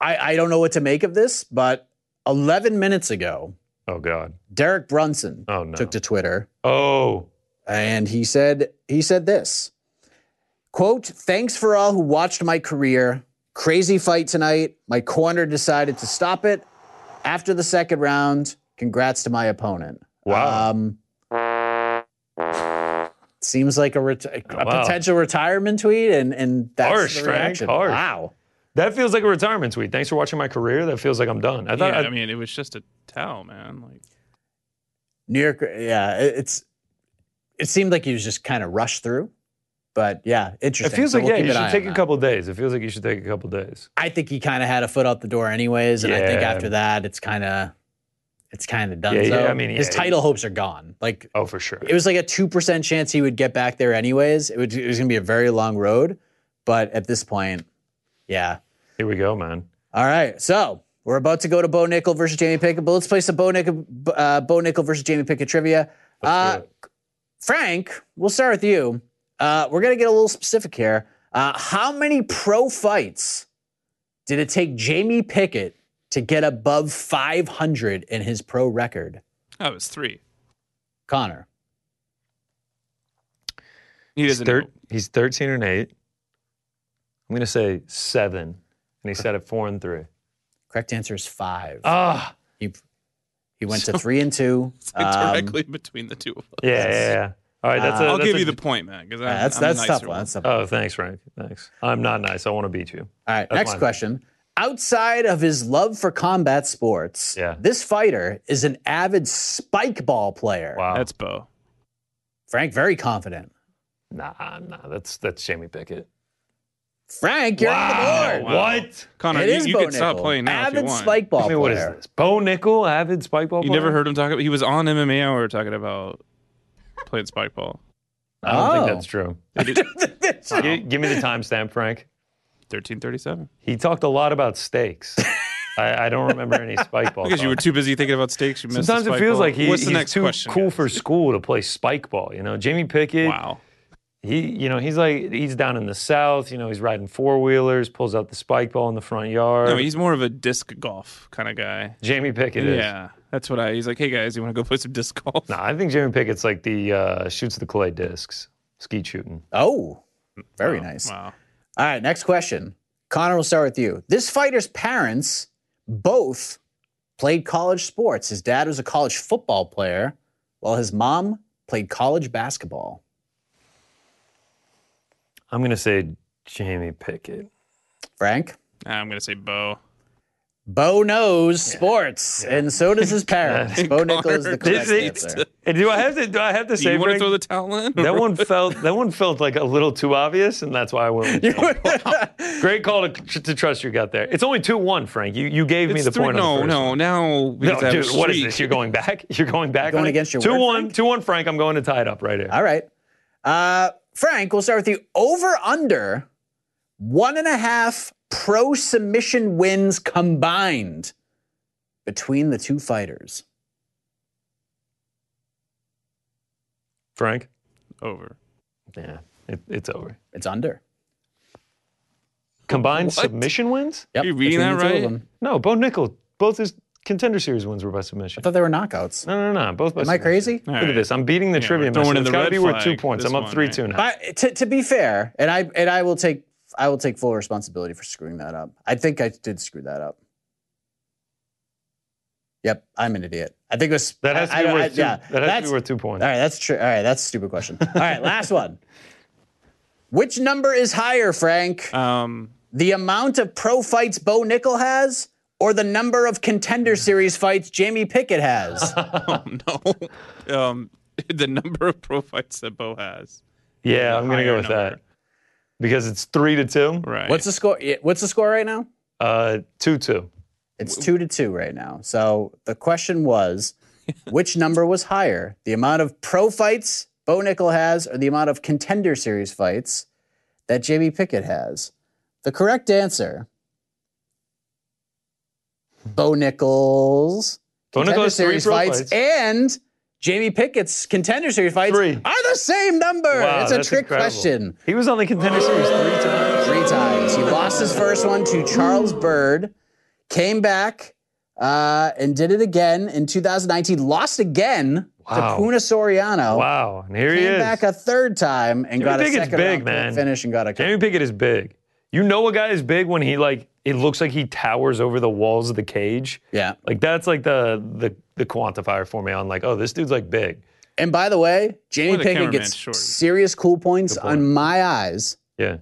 Speaker 4: I I don't know what to make of this, but 11 minutes ago,
Speaker 5: Oh God.
Speaker 4: Derek Brunson
Speaker 5: Oh no.
Speaker 4: took to Twitter
Speaker 5: oh,
Speaker 4: and he said he said this quote thanks for all who watched my career crazy fight tonight my corner decided to stop it after the second round congrats to my opponent
Speaker 5: Wow.
Speaker 4: um, seems like a, reti- a
Speaker 5: Oh, Wow.
Speaker 4: potential retirement tweet and and that's
Speaker 5: Harsh,
Speaker 4: the
Speaker 5: Frank,
Speaker 4: reaction
Speaker 5: harsh.
Speaker 4: wow
Speaker 5: that feels like a retirement tweet. Thanks for watching my career. That feels like I'm done. I
Speaker 6: Yeah,
Speaker 5: thought
Speaker 6: I,
Speaker 5: I-
Speaker 6: mean, it was just a towel, man. Like,
Speaker 4: new york yeah it- it's it seemed like he was just kind of rushed through but yeah
Speaker 5: it
Speaker 4: interesting
Speaker 5: feels
Speaker 4: So
Speaker 5: like
Speaker 4: we'll
Speaker 5: yeah,
Speaker 4: keep
Speaker 5: you
Speaker 4: an eye
Speaker 5: should
Speaker 4: on
Speaker 5: take a
Speaker 4: that.
Speaker 5: couple days. It feels like you should take a couple days.
Speaker 4: I think he kind of had a foot out the door anyways, and I think
Speaker 5: Yeah.
Speaker 4: after that, it's kind of it's kind of done.
Speaker 5: Yeah, yeah,
Speaker 4: so.
Speaker 5: I mean,
Speaker 4: his
Speaker 5: yeah,
Speaker 4: title hopes are gone. Like
Speaker 5: Oh, for sure.
Speaker 4: it was like a two percent chance he would get back there anyways. It, would, it was going to be a very long road, But at this point, yeah.
Speaker 5: Here we go, man.
Speaker 4: All right. So we're about to go to Bo Nickel versus Jamie Pickett, but let's play some Bo Nickel, uh, Bo Nickel versus Jamie Pickett trivia. Uh, Frank, we'll start with you. Uh, we're going to get a little specific here. Uh, how many pro fights did it take Jamie Pickett to get above 500 in his pro record?
Speaker 6: Oh, it was three.
Speaker 4: Connor.
Speaker 6: He
Speaker 5: He's,
Speaker 6: doesn't.
Speaker 5: thir-
Speaker 6: know.
Speaker 5: he's 13 and 8. I'm going to say 7. And he said it 4 and 3.
Speaker 4: Correct answer is five.
Speaker 5: Ah,
Speaker 4: He, he went to three and two.
Speaker 6: Like,
Speaker 4: Um,
Speaker 6: directly between the two of us.
Speaker 5: yeah, yeah, yeah. All right, that's
Speaker 4: Uh,
Speaker 5: a,
Speaker 6: I'll
Speaker 5: that's
Speaker 6: give
Speaker 5: a-
Speaker 6: you the point, man. Because
Speaker 4: yeah, that's
Speaker 6: I'm
Speaker 4: that's
Speaker 6: a
Speaker 4: tough
Speaker 6: nicer
Speaker 4: one. That's tough.
Speaker 5: Oh, thanks, Frank. Thanks. I'm not nice. I want to beat you.
Speaker 4: All right,
Speaker 5: That's
Speaker 4: next
Speaker 5: mine.
Speaker 4: question. um, Outside of his love for combat sports,
Speaker 5: Yeah.
Speaker 4: this fighter is an avid spike ball player.
Speaker 5: Wow.
Speaker 6: That's Bo.
Speaker 4: Frank, very confident.
Speaker 5: nah, nah. That's that's Jamie Pickett.
Speaker 4: Frank, you're on the board.
Speaker 6: Wow.
Speaker 5: What?
Speaker 6: Connor,
Speaker 4: It
Speaker 6: you,
Speaker 4: is
Speaker 6: you
Speaker 4: Bo
Speaker 6: could stop
Speaker 4: Nickel.
Speaker 6: playing now
Speaker 4: Avid
Speaker 6: if you want.
Speaker 4: spike ball
Speaker 5: I mean,
Speaker 4: player.
Speaker 5: what is this? Bo Nickel, avid spike ball.
Speaker 6: You
Speaker 5: player?
Speaker 6: never heard him talk about. He was on MMA Hour talking about playing spike ball.
Speaker 5: I don't
Speaker 4: Oh.
Speaker 5: think that's true. Gi- give me the timestamp, Frank.
Speaker 6: Thirteen thirty-seven.
Speaker 5: He talked a lot about steaks. I, I don't remember any spike ball.
Speaker 6: Because you were
Speaker 5: talk.
Speaker 6: too busy thinking about steaks, you missed. the
Speaker 5: Sometimes it
Speaker 6: spike
Speaker 5: feels
Speaker 6: ball.
Speaker 5: like he,
Speaker 6: What's
Speaker 5: he's
Speaker 6: the next
Speaker 5: too
Speaker 6: question?
Speaker 5: cool
Speaker 6: guys?
Speaker 5: for school to play spike ball. You know, Jamie Pickett.
Speaker 6: Wow.
Speaker 5: He, you know, he's like he's down in the south. You know, he's riding four wheelers, pulls out the spike ball in the front yard.
Speaker 6: No, he's more of a disc golf kind of guy.
Speaker 5: Jamie Pickett is.
Speaker 6: yeah, that's what I. He's like, hey guys, you want to go play some disc golf?
Speaker 5: Nah, I think Jamie Pickett's like the uh, shoots the clay discs, skeet shooting.
Speaker 4: Oh, very nice.
Speaker 6: Wow.
Speaker 4: All right, next question. Connor, we'll start with you. This fighter's parents both played college sports. His dad was a college football player, while his mom played college basketball.
Speaker 5: I'm gonna say Jamie Pickett.
Speaker 4: Frank?
Speaker 6: Ah, I'm gonna say Bo.
Speaker 4: Bo knows sports, and so does his parents. Bo
Speaker 6: Connor
Speaker 4: Nickel is the correct
Speaker 5: doesn't-
Speaker 4: answer.
Speaker 5: And do I have to? Do I have to
Speaker 6: Do
Speaker 5: say
Speaker 6: you want to
Speaker 5: Frank?
Speaker 6: throw the towel in?
Speaker 5: that one felt that one felt like a little too obvious, and that's why I went. With Jamie. Great call to, to trust your gut there. It's only two one, Frank. You you gave me
Speaker 6: It's
Speaker 5: the
Speaker 6: three-
Speaker 5: point.
Speaker 6: No,
Speaker 5: on the first
Speaker 6: no,
Speaker 5: one.
Speaker 6: now we
Speaker 5: no,
Speaker 6: just have a
Speaker 5: dude, what is
Speaker 6: streak.
Speaker 5: this? You're going back. You're going back.
Speaker 4: Going
Speaker 5: on it?
Speaker 4: against your
Speaker 5: two
Speaker 4: word,
Speaker 5: one,
Speaker 4: Frank?
Speaker 5: two one, Frank. I'm going to tie it up right here.
Speaker 4: All right. Uh, Frank, we'll start with you. Over under one and a half pro submission wins combined between the two fighters.
Speaker 5: Frank.
Speaker 6: Over.
Speaker 5: Yeah, it, it's over.
Speaker 4: It's under.
Speaker 5: Combined submission wins?
Speaker 4: Yep.
Speaker 6: You reading
Speaker 4: between
Speaker 6: that
Speaker 4: the two of
Speaker 6: right?
Speaker 4: them.
Speaker 5: No, Bo Nickel. Both his contender series wins were by submission.
Speaker 4: I thought they were knockouts.
Speaker 5: No, no, no. Both by
Speaker 4: Am I
Speaker 5: submission.
Speaker 4: crazy?
Speaker 6: All
Speaker 5: Look
Speaker 6: right.
Speaker 5: at this. I'm beating the
Speaker 6: Yeah,
Speaker 5: trivia.
Speaker 6: we're throwing
Speaker 5: Throwing
Speaker 6: in
Speaker 5: it's
Speaker 6: the
Speaker 5: got to
Speaker 6: red
Speaker 5: be worth two
Speaker 6: flag
Speaker 5: points.
Speaker 6: this
Speaker 5: I'm up
Speaker 6: one,
Speaker 5: three
Speaker 6: right?
Speaker 5: two now.
Speaker 4: But to, to be fair, and I and I will take I will take full responsibility for screwing that up. I think I did screw that up. Yep, I'm an idiot. I think it was
Speaker 5: That has to
Speaker 4: I-
Speaker 5: be
Speaker 4: I- I-
Speaker 5: worth two.
Speaker 4: yeah,
Speaker 5: That has to
Speaker 4: that's-
Speaker 5: be worth two points.
Speaker 4: All right, that's true. All right, that's a stupid question. All right, last one. Which number is higher, Frank?
Speaker 6: Um,
Speaker 4: The amount of pro fights Bo Nickel has, or the number of contender series fights Jamie Pickett has?
Speaker 6: Oh, no. Um, the number of pro fights that Bo has.
Speaker 5: Yeah, I'm gonna
Speaker 6: higher
Speaker 5: go with that
Speaker 6: number.
Speaker 5: because it's three to two.
Speaker 6: Right.
Speaker 4: What's the score? yeah, What's the score right now?
Speaker 5: Uh, two two.
Speaker 4: It's two to two right now. So the question was, which number was higher? The amount of pro fights Bo Nickel has, or the amount of contender series fights that Jamie Pickett has? The correct answer. Bo Nickel's
Speaker 5: Bo Nickel
Speaker 4: contender
Speaker 5: has three
Speaker 4: series
Speaker 5: pro
Speaker 4: fights,
Speaker 5: fights.
Speaker 4: and Jamie Pickett's contender series fights
Speaker 5: Three.
Speaker 4: are the same number.
Speaker 5: Wow,
Speaker 4: it's a
Speaker 5: that's
Speaker 4: trick
Speaker 5: incredible.
Speaker 4: question.
Speaker 5: He was on the contender series three times.
Speaker 4: Three times. He lost his first one to Charles Bird, came back uh, and did it again in 2019, lost again
Speaker 5: Wow.
Speaker 4: to Puna Soriano.
Speaker 5: Wow, and here
Speaker 4: Came
Speaker 5: he is.
Speaker 4: back a third time and got a
Speaker 5: Pickett's
Speaker 4: second
Speaker 5: big,
Speaker 4: round
Speaker 5: man.
Speaker 4: finish and got a
Speaker 5: Jamie Pickett is big. You know a guy is big when he like it looks like he towers over the walls of the cage.
Speaker 4: yeah.
Speaker 5: Like that's like the the the quantifier for me on like oh this dude's like big.
Speaker 4: And by the way, Jamie
Speaker 6: Well, the
Speaker 4: Pickett
Speaker 6: cameraman's
Speaker 4: gets
Speaker 6: short.
Speaker 4: serious cool points on my eyes
Speaker 5: Yeah.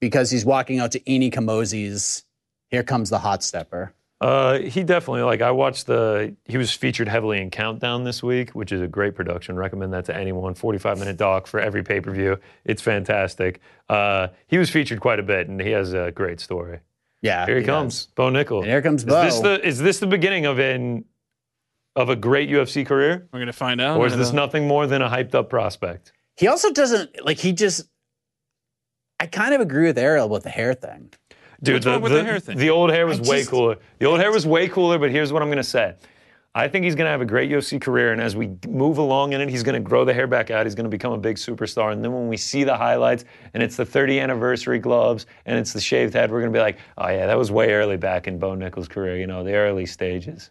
Speaker 4: because he's walking out to Eni Kamosi's "Here Comes the Hot Stepper."
Speaker 5: Uh, he definitely like I watched the he was featured heavily in Countdown this week, which is a great production. Recommend that to anyone. 45 minute doc for every pay-per-view. It's fantastic. Uh, he was featured quite a bit and he has a great story.
Speaker 4: Yeah,
Speaker 5: Here he,
Speaker 4: does.
Speaker 5: comes. Bo Nickel.
Speaker 4: And here comes
Speaker 5: is
Speaker 4: Bo.
Speaker 5: this the is this the beginning of an of a great UFC career?
Speaker 6: We're gonna find out.
Speaker 5: Or is this
Speaker 6: Uh,
Speaker 5: nothing more than a hyped up prospect?
Speaker 4: He also doesn't like he just I kind of agree with Ariel with the hair thing.
Speaker 5: Dude,
Speaker 6: What's wrong with the hair thing?
Speaker 5: the old hair was way
Speaker 4: just-
Speaker 5: cooler. The old hair was way cooler, but here's what I'm going to say. I think he's going to have a great UFC career, and as we move along in it, he's going to grow the hair back out. He's going to become a big superstar. And then when we see the highlights, and it's the 30 anniversary gloves, and it's the shaved head, we're going to be like, oh, yeah, that was way early back in Bo Nichols' career, you know, the early stages.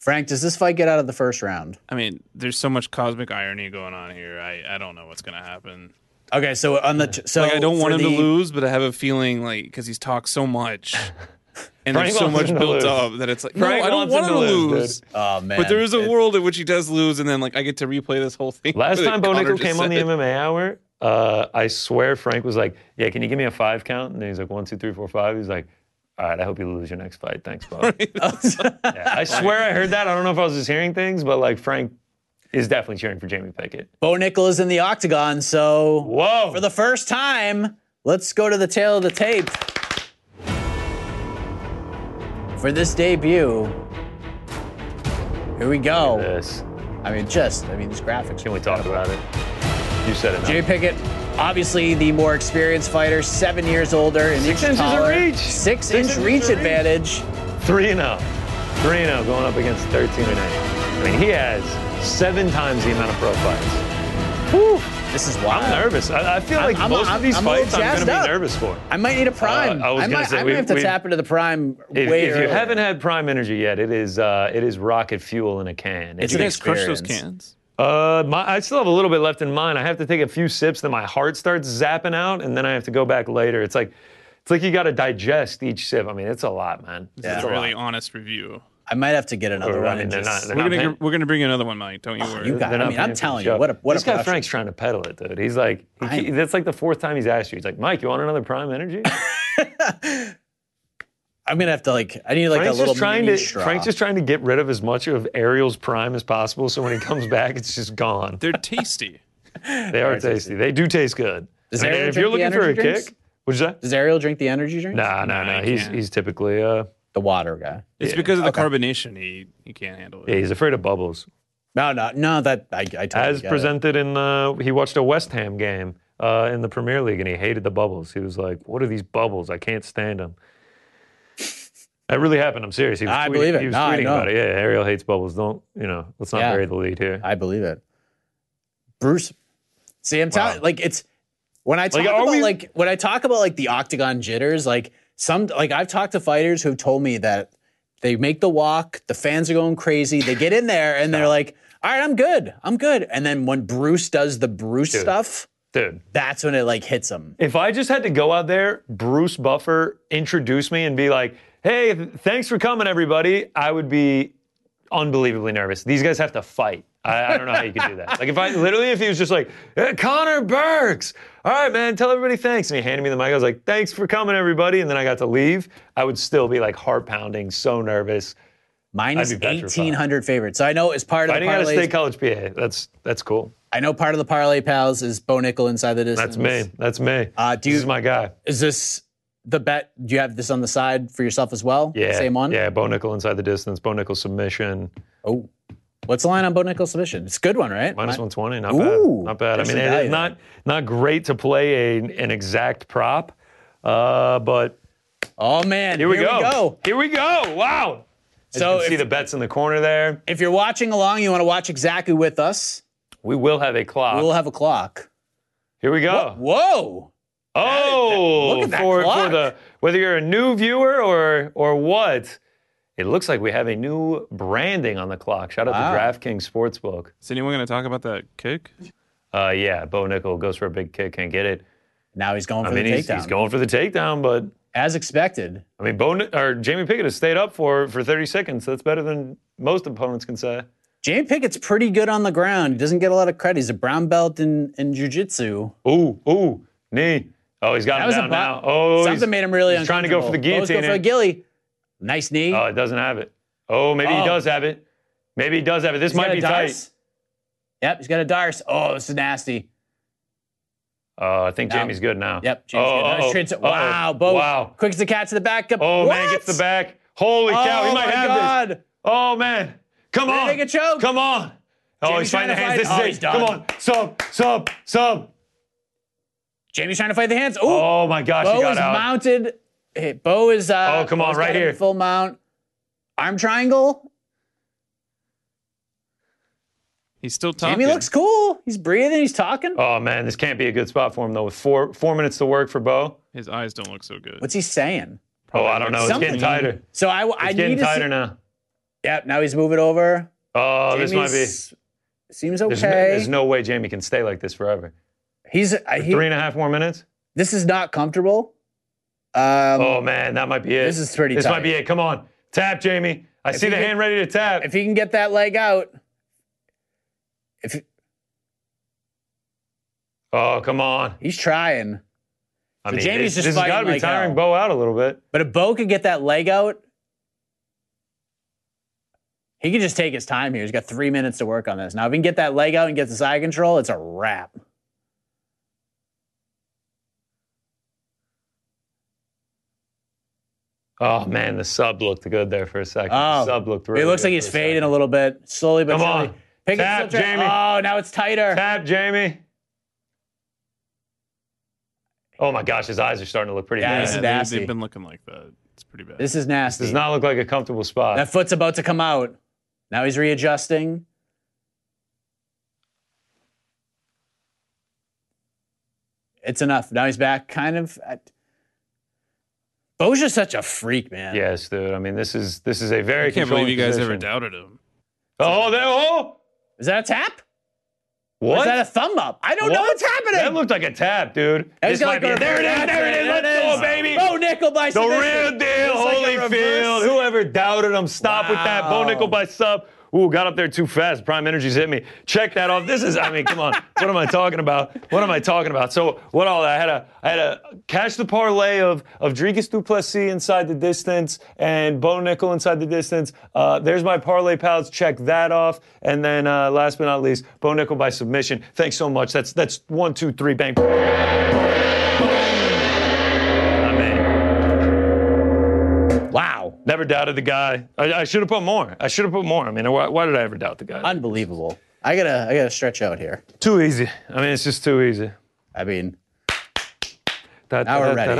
Speaker 4: Frank, does this fight get out of the first round?
Speaker 6: I mean, there's so much cosmic irony going on here. I, I don't know what's gonna happen.
Speaker 4: Okay, so on the t- so
Speaker 6: Like I don't want
Speaker 4: for
Speaker 6: him to
Speaker 4: the-
Speaker 6: lose, but I have a feeling like because he's talked so much, and
Speaker 5: Frank
Speaker 6: there's so
Speaker 5: wants
Speaker 6: much
Speaker 5: him to
Speaker 6: built
Speaker 5: lose.
Speaker 6: up that it's like no,
Speaker 5: Frank
Speaker 6: I don't
Speaker 5: wants him
Speaker 6: want him
Speaker 5: to
Speaker 6: to
Speaker 5: lose,
Speaker 6: lose.
Speaker 5: dude.
Speaker 4: Oh man!
Speaker 6: But there is a
Speaker 4: It-
Speaker 6: world in which he does lose, and then like I get to replay this whole thing.
Speaker 5: Last
Speaker 6: that
Speaker 5: time Bo
Speaker 6: Connor
Speaker 5: Nickel
Speaker 6: just
Speaker 5: came on the
Speaker 6: said.
Speaker 5: MMA Hour, uh, I swear Frank was like, "Yeah, can you give me a five count?" And he's like, "One, two, three, four, five. He's like, "All right, I hope you lose your next fight. Thanks, Bob." Yeah, I swear I heard that. I don't know if I was just hearing things, but like Frank is definitely cheering for Jamie Pickett.
Speaker 4: Bo Nickel is in the octagon, so
Speaker 5: Whoa!
Speaker 4: for the first time, let's go to the tail of the tape. For this debut, here we go.
Speaker 5: this.
Speaker 4: I mean, just, I mean, these graphics.
Speaker 5: Can we talk about it? You said it.
Speaker 4: Jay
Speaker 5: now.
Speaker 4: Pickett, obviously the more experienced fighter, seven years older and
Speaker 5: Six inches of
Speaker 4: taller.
Speaker 5: reach.
Speaker 4: Six,
Speaker 5: Six
Speaker 4: inch
Speaker 5: inches
Speaker 4: reach
Speaker 5: of reach.
Speaker 4: advantage.
Speaker 5: Three and zero. Three and zero going up against thirteen and eight. I mean, he has seven times the amount of pro fights. Whew,
Speaker 4: This is
Speaker 5: I'm
Speaker 4: wild.
Speaker 5: nervous. I, I feel
Speaker 4: I'm-
Speaker 5: like
Speaker 4: I'm-
Speaker 5: most
Speaker 4: I'm-
Speaker 5: of these
Speaker 4: I'm a little
Speaker 5: fights I'm going to
Speaker 4: jazzed
Speaker 5: be
Speaker 4: up.
Speaker 5: nervous for.
Speaker 4: I might need a prime.
Speaker 5: Uh, I was gonna
Speaker 4: might,
Speaker 5: say,
Speaker 4: I
Speaker 5: we-
Speaker 4: might have to
Speaker 5: we-
Speaker 4: tap into the prime
Speaker 5: If,
Speaker 4: way
Speaker 5: if you
Speaker 4: earlier.
Speaker 5: haven't had Prime Energy yet, it is uh, it is rocket fuel in a can. If
Speaker 4: It's
Speaker 6: You
Speaker 5: you-
Speaker 6: guys crush those cans.
Speaker 4: experience.
Speaker 5: uh, my, I still have a little bit left in mine. I have to take a few sips, then my heart starts zapping out, and then I have to go back later. It's like it's like you got to digest each sip. I mean, it's a lot, man.
Speaker 6: It's
Speaker 5: It's
Speaker 6: a
Speaker 5: a lot.
Speaker 6: really honest review.
Speaker 4: I might have to get another
Speaker 5: Or,
Speaker 4: one.
Speaker 5: I mean,
Speaker 4: and
Speaker 5: they're
Speaker 4: just- Oh,
Speaker 5: not. They're
Speaker 6: We're
Speaker 5: not
Speaker 6: gonna
Speaker 5: paying-
Speaker 6: gr- we're gonna bring another one, Mike. Don't you worry.
Speaker 4: you got-
Speaker 5: they're
Speaker 4: I
Speaker 5: not
Speaker 4: mean,
Speaker 5: paying
Speaker 4: I'm
Speaker 5: for the
Speaker 4: telling you,
Speaker 5: show.
Speaker 4: what a- what a
Speaker 5: this guy
Speaker 4: production.
Speaker 5: Frank's trying to peddle it, dude. He's like, he,
Speaker 4: I-
Speaker 5: keep- that's like the fourth time he's asked you. He's like, Mike, you want another Prime Energy?
Speaker 4: I'm gonna have to like. I need like
Speaker 5: Frank's
Speaker 4: a little
Speaker 5: just trying
Speaker 4: mini
Speaker 5: to
Speaker 4: straw.
Speaker 5: Frank's just trying to get rid of as much of Ariel's prime as possible. So when he comes back, it's just gone.
Speaker 6: They're tasty.
Speaker 5: They are tasty. They do taste good.
Speaker 4: Does
Speaker 5: I mean,
Speaker 4: Ariel
Speaker 5: if you're
Speaker 4: drink the
Speaker 5: looking for a
Speaker 4: energy drinks?
Speaker 5: kick, what'd you say?
Speaker 4: Does Ariel drink the energy drink?
Speaker 5: Nah, nah,
Speaker 6: Nah,
Speaker 5: nah.
Speaker 6: he
Speaker 5: He's
Speaker 6: can't.
Speaker 5: he's typically uh
Speaker 4: The water guy.
Speaker 6: It's because of the carbonation. He he can't handle
Speaker 5: yeah,
Speaker 6: it.
Speaker 5: he's afraid of bubbles.
Speaker 4: No, no, no. That I, I totally
Speaker 5: As
Speaker 4: get it.
Speaker 5: presented in the he watched a West Ham game uh, in the Premier League and he hated the bubbles. He was like, "What are these bubbles? I can't stand them." That really happened. I'm serious. He was
Speaker 4: I
Speaker 5: tweeting,
Speaker 4: believe it.
Speaker 5: He was
Speaker 4: No, I
Speaker 5: tweeting
Speaker 4: know.
Speaker 5: about it. Yeah, Ariel hates bubbles. Don't you know? Let's not
Speaker 4: Yeah.
Speaker 5: bury the lead here.
Speaker 4: I believe it. Bruce, see, I'm telling like it's when I talk
Speaker 5: are
Speaker 4: about
Speaker 5: we-
Speaker 4: like when I talk about like the octagon jitters, like some like I've talked to fighters who've told me that they make the walk, the fans are going crazy, they get in there and they're like, "All right, I'm good, I'm good," and then when Bruce does the Bruce stuff,
Speaker 5: Dude,
Speaker 4: that's when it like hits him.
Speaker 5: if I just had to go out there, Bruce Buffer introduce me and be like, "Hey, th- thanks for coming, everybody," I would be unbelievably nervous. These guys have to fight. I, I don't know how you could do that. Like if I literally, if he was just like, "Eh, "Connor Burks, all right, man, tell everybody thanks," and he handed me the mic, I was like, "Thanks for coming, everybody," and then I got to leave. I would still be like heart pounding, so nervous.
Speaker 4: Minus
Speaker 5: I'd be petrified.
Speaker 4: 1800 favorites. So I know as part of
Speaker 5: Fighting
Speaker 4: the
Speaker 5: out of
Speaker 4: parlays,
Speaker 5: state college, PA. That's that's cool.
Speaker 4: I know part of the parlay pals is Bo Nickel inside the distance.
Speaker 5: That's me. That's me.
Speaker 4: Uh, do
Speaker 5: this
Speaker 4: you-
Speaker 5: is my guy.
Speaker 4: Is this the bet? Do you have this on the side for yourself as well?
Speaker 5: Yeah.
Speaker 4: Same one?
Speaker 5: Yeah. Bo Nickel inside the distance. Bo Nickel submission.
Speaker 4: Oh. What's the line on Bo Nickel's submission? It's a good one, right?
Speaker 5: Minus
Speaker 4: Mi-
Speaker 5: 120, not
Speaker 4: Ooh,
Speaker 5: bad. Not bad. I
Speaker 4: there's
Speaker 5: mean,
Speaker 4: some value
Speaker 5: it's
Speaker 4: there.
Speaker 5: not not great to play a, an exact prop, uh, but
Speaker 4: Oh, man.
Speaker 5: here, we, go. Here we go. Wow. So
Speaker 4: So
Speaker 5: you can see
Speaker 4: if,
Speaker 5: the bets in the corner there.
Speaker 4: if you're watching along, you want to watch exactly with us,
Speaker 5: We will have a clock.
Speaker 4: we'll have a clock.
Speaker 5: here we go.
Speaker 4: Whoa.
Speaker 5: Oh,
Speaker 4: Look at that
Speaker 5: for,
Speaker 4: clock.
Speaker 5: for the whether you're a new viewer or or what, it looks like we have a new branding on the clock. Shout out
Speaker 4: Wow.
Speaker 5: to DraftKings Sportsbook.
Speaker 6: Is anyone gonna talk about that kick?
Speaker 5: Uh, yeah, Bo Nickel goes for a big kick, can't get it.
Speaker 4: Now he's going for
Speaker 5: I mean,
Speaker 4: the
Speaker 5: he's,
Speaker 4: takedown.
Speaker 5: he's going for the takedown, but
Speaker 4: As expected.
Speaker 5: I mean, Bo, or Jamie Pickett has stayed up for for 30 seconds. That's better than most opponents can say.
Speaker 4: Jamie Pickett's pretty good on the ground. He doesn't get a lot of credit. He's a brown belt in, in jiu-jitsu.
Speaker 5: Ooh, ooh, knee. Oh, he's got
Speaker 4: That
Speaker 5: him
Speaker 4: was a
Speaker 5: down
Speaker 4: bu-
Speaker 5: now. Oh, he's-
Speaker 4: Something made him really
Speaker 5: he's trying to go for the
Speaker 4: uncomfortable. Bo's going
Speaker 5: guillotine
Speaker 4: for a
Speaker 5: here.
Speaker 4: gilly. Nice knee.
Speaker 5: oh, it doesn't have it. Oh, maybe
Speaker 4: Oh.
Speaker 5: he does have it. Maybe he does have it. This
Speaker 4: He's got
Speaker 5: might
Speaker 4: a
Speaker 5: be
Speaker 4: darce. Yep, he's got a darce. Oh, this is nasty.
Speaker 5: tight. Oh, I think
Speaker 4: No.
Speaker 5: Jamie's good now.
Speaker 4: Yep, James
Speaker 5: oh,
Speaker 4: good. Nice
Speaker 5: oh,
Speaker 4: trans-
Speaker 5: oh,
Speaker 4: wow, Bo.
Speaker 5: Wow.
Speaker 4: Quick as the cat's in the back up.
Speaker 5: Oh
Speaker 4: what?
Speaker 5: man, gets the back. Holy cow,
Speaker 4: oh
Speaker 5: he might
Speaker 4: my
Speaker 5: have this.
Speaker 4: God.
Speaker 5: Oh man, come on.
Speaker 4: take a choke?
Speaker 5: Come on. Oh,
Speaker 4: Jamie's
Speaker 5: he's fighting the
Speaker 4: trying Oh,
Speaker 5: hands. This
Speaker 4: to fight. Oh,
Speaker 5: is
Speaker 4: he's
Speaker 5: it.
Speaker 4: done.
Speaker 5: Come on, sub, sub, sub.
Speaker 4: Jamie's trying to fight the hands. Ooh,
Speaker 5: Oh my gosh, he
Speaker 4: Bo
Speaker 5: got
Speaker 4: is
Speaker 5: out.
Speaker 4: mounted. Hey, Bo is. Uh,
Speaker 5: Oh, come on,
Speaker 4: Bo's
Speaker 5: right
Speaker 4: got him in
Speaker 5: here.
Speaker 4: Full mount. Arm triangle.
Speaker 6: He's still talking.
Speaker 4: Jamie looks cool. He's breathing. He's talking.
Speaker 5: Oh man, this can't be a good spot for him though. With four four minutes to work for Bo.
Speaker 6: His eyes don't look so good.
Speaker 4: What's he saying?
Speaker 5: Oh, I don't know. It's
Speaker 4: Something.
Speaker 5: getting tighter.
Speaker 4: So I, I
Speaker 5: It's
Speaker 4: need
Speaker 5: getting
Speaker 4: to
Speaker 5: tighter
Speaker 4: see.
Speaker 5: now.
Speaker 4: Yep. Now he's moving over.
Speaker 5: Oh, this might be.
Speaker 4: Jamie's- Seems
Speaker 5: There's,
Speaker 4: okay.
Speaker 5: no, there's no way Jamie can stay like this forever.
Speaker 4: he's I, he,
Speaker 5: Three and a half more minutes.
Speaker 4: This is not comfortable. Um,
Speaker 5: Oh man, that might be it.
Speaker 4: This is pretty
Speaker 5: This
Speaker 4: tight.
Speaker 5: might be it. Come on, tap, Jamie. I see
Speaker 4: he
Speaker 5: the
Speaker 4: can-
Speaker 5: hand ready to tap.
Speaker 4: if he can get that leg out, if
Speaker 5: oh come on.
Speaker 4: he's trying,
Speaker 5: I
Speaker 4: So
Speaker 5: mean,
Speaker 4: Jamie's
Speaker 5: this,
Speaker 4: just
Speaker 5: this has got to
Speaker 4: fighting
Speaker 5: be
Speaker 4: like
Speaker 5: tiring
Speaker 4: hell.
Speaker 5: Bo out a little bit.
Speaker 4: but if Bo could get that leg out, he can just take his time here. He's got three minutes to work on this. Now, if he can get that leg out and get the eye control, it's a wrap.
Speaker 5: Oh man, the sub looked good there for a second. the
Speaker 4: Oh,
Speaker 5: sub looked really.
Speaker 4: It looks
Speaker 5: good
Speaker 4: like
Speaker 5: for
Speaker 4: he's
Speaker 5: a
Speaker 4: fading
Speaker 5: second.
Speaker 4: a little bit, slowly but
Speaker 5: Come
Speaker 4: surely.
Speaker 5: on.
Speaker 4: Pick
Speaker 5: Tap,
Speaker 4: up,
Speaker 5: Jamie.
Speaker 4: Oh, now it's tighter.
Speaker 5: Tap, Jamie. Oh my gosh, his eyes are starting to look pretty
Speaker 4: Yeah,
Speaker 5: bad.
Speaker 4: this is
Speaker 6: yeah, they,
Speaker 4: nasty.
Speaker 6: they've been looking like that. It's pretty bad.
Speaker 4: This is nasty.
Speaker 5: Does not look like a comfortable spot.
Speaker 4: that foot's about to come out. Now he's readjusting. It's enough. Now he's back, kind of. At... Bo's just such a freak, man.
Speaker 5: yes, dude. I mean, this is this is a very.
Speaker 6: I can't believe you guys ever
Speaker 5: down.
Speaker 6: doubted him.
Speaker 5: Oh, there. Oh,
Speaker 4: Is that a tap? Or
Speaker 5: what?
Speaker 4: Is that a thumb up? I don't know
Speaker 5: What?
Speaker 4: what's happening.
Speaker 5: That looked like a tap, dude.
Speaker 4: That was
Speaker 5: This might
Speaker 4: like
Speaker 5: be.
Speaker 4: a
Speaker 5: There it is.
Speaker 4: reverse-
Speaker 5: There it Oh, is. Let's
Speaker 4: there
Speaker 5: go,
Speaker 4: it is.
Speaker 5: baby.
Speaker 4: Bo Nickel by
Speaker 5: The
Speaker 4: submission.
Speaker 5: real deal,
Speaker 4: Looks like a
Speaker 5: Holyfield.
Speaker 4: reverse-
Speaker 5: Whoever doubted him, stop with that. Bo
Speaker 4: Wow.
Speaker 5: Nickel by sub. Ooh, got up there too fast. Prime Energy's hit me. Check that off. This is, I mean, come on. What am I talking about? What am I talking about? So what all? I had a, I had a catch the parlay of of Dricus Duplessis inside the distance and Bo Nickel inside the distance. Uh, there's my parlay pals. Check that off. And then uh, last but not least, Bo Nickel by submission. Thanks so much. That's that's one, two, three, bang. I mean.
Speaker 4: Wow.
Speaker 5: Never doubted the guy. I, I should have put more. I should have put more. I mean, why, why did I ever doubt the guy?
Speaker 4: Unbelievable. I gotta, I gotta stretch out here.
Speaker 5: too easy. I mean, it's just too easy.
Speaker 4: I mean,
Speaker 5: Da,
Speaker 4: Now we're ready.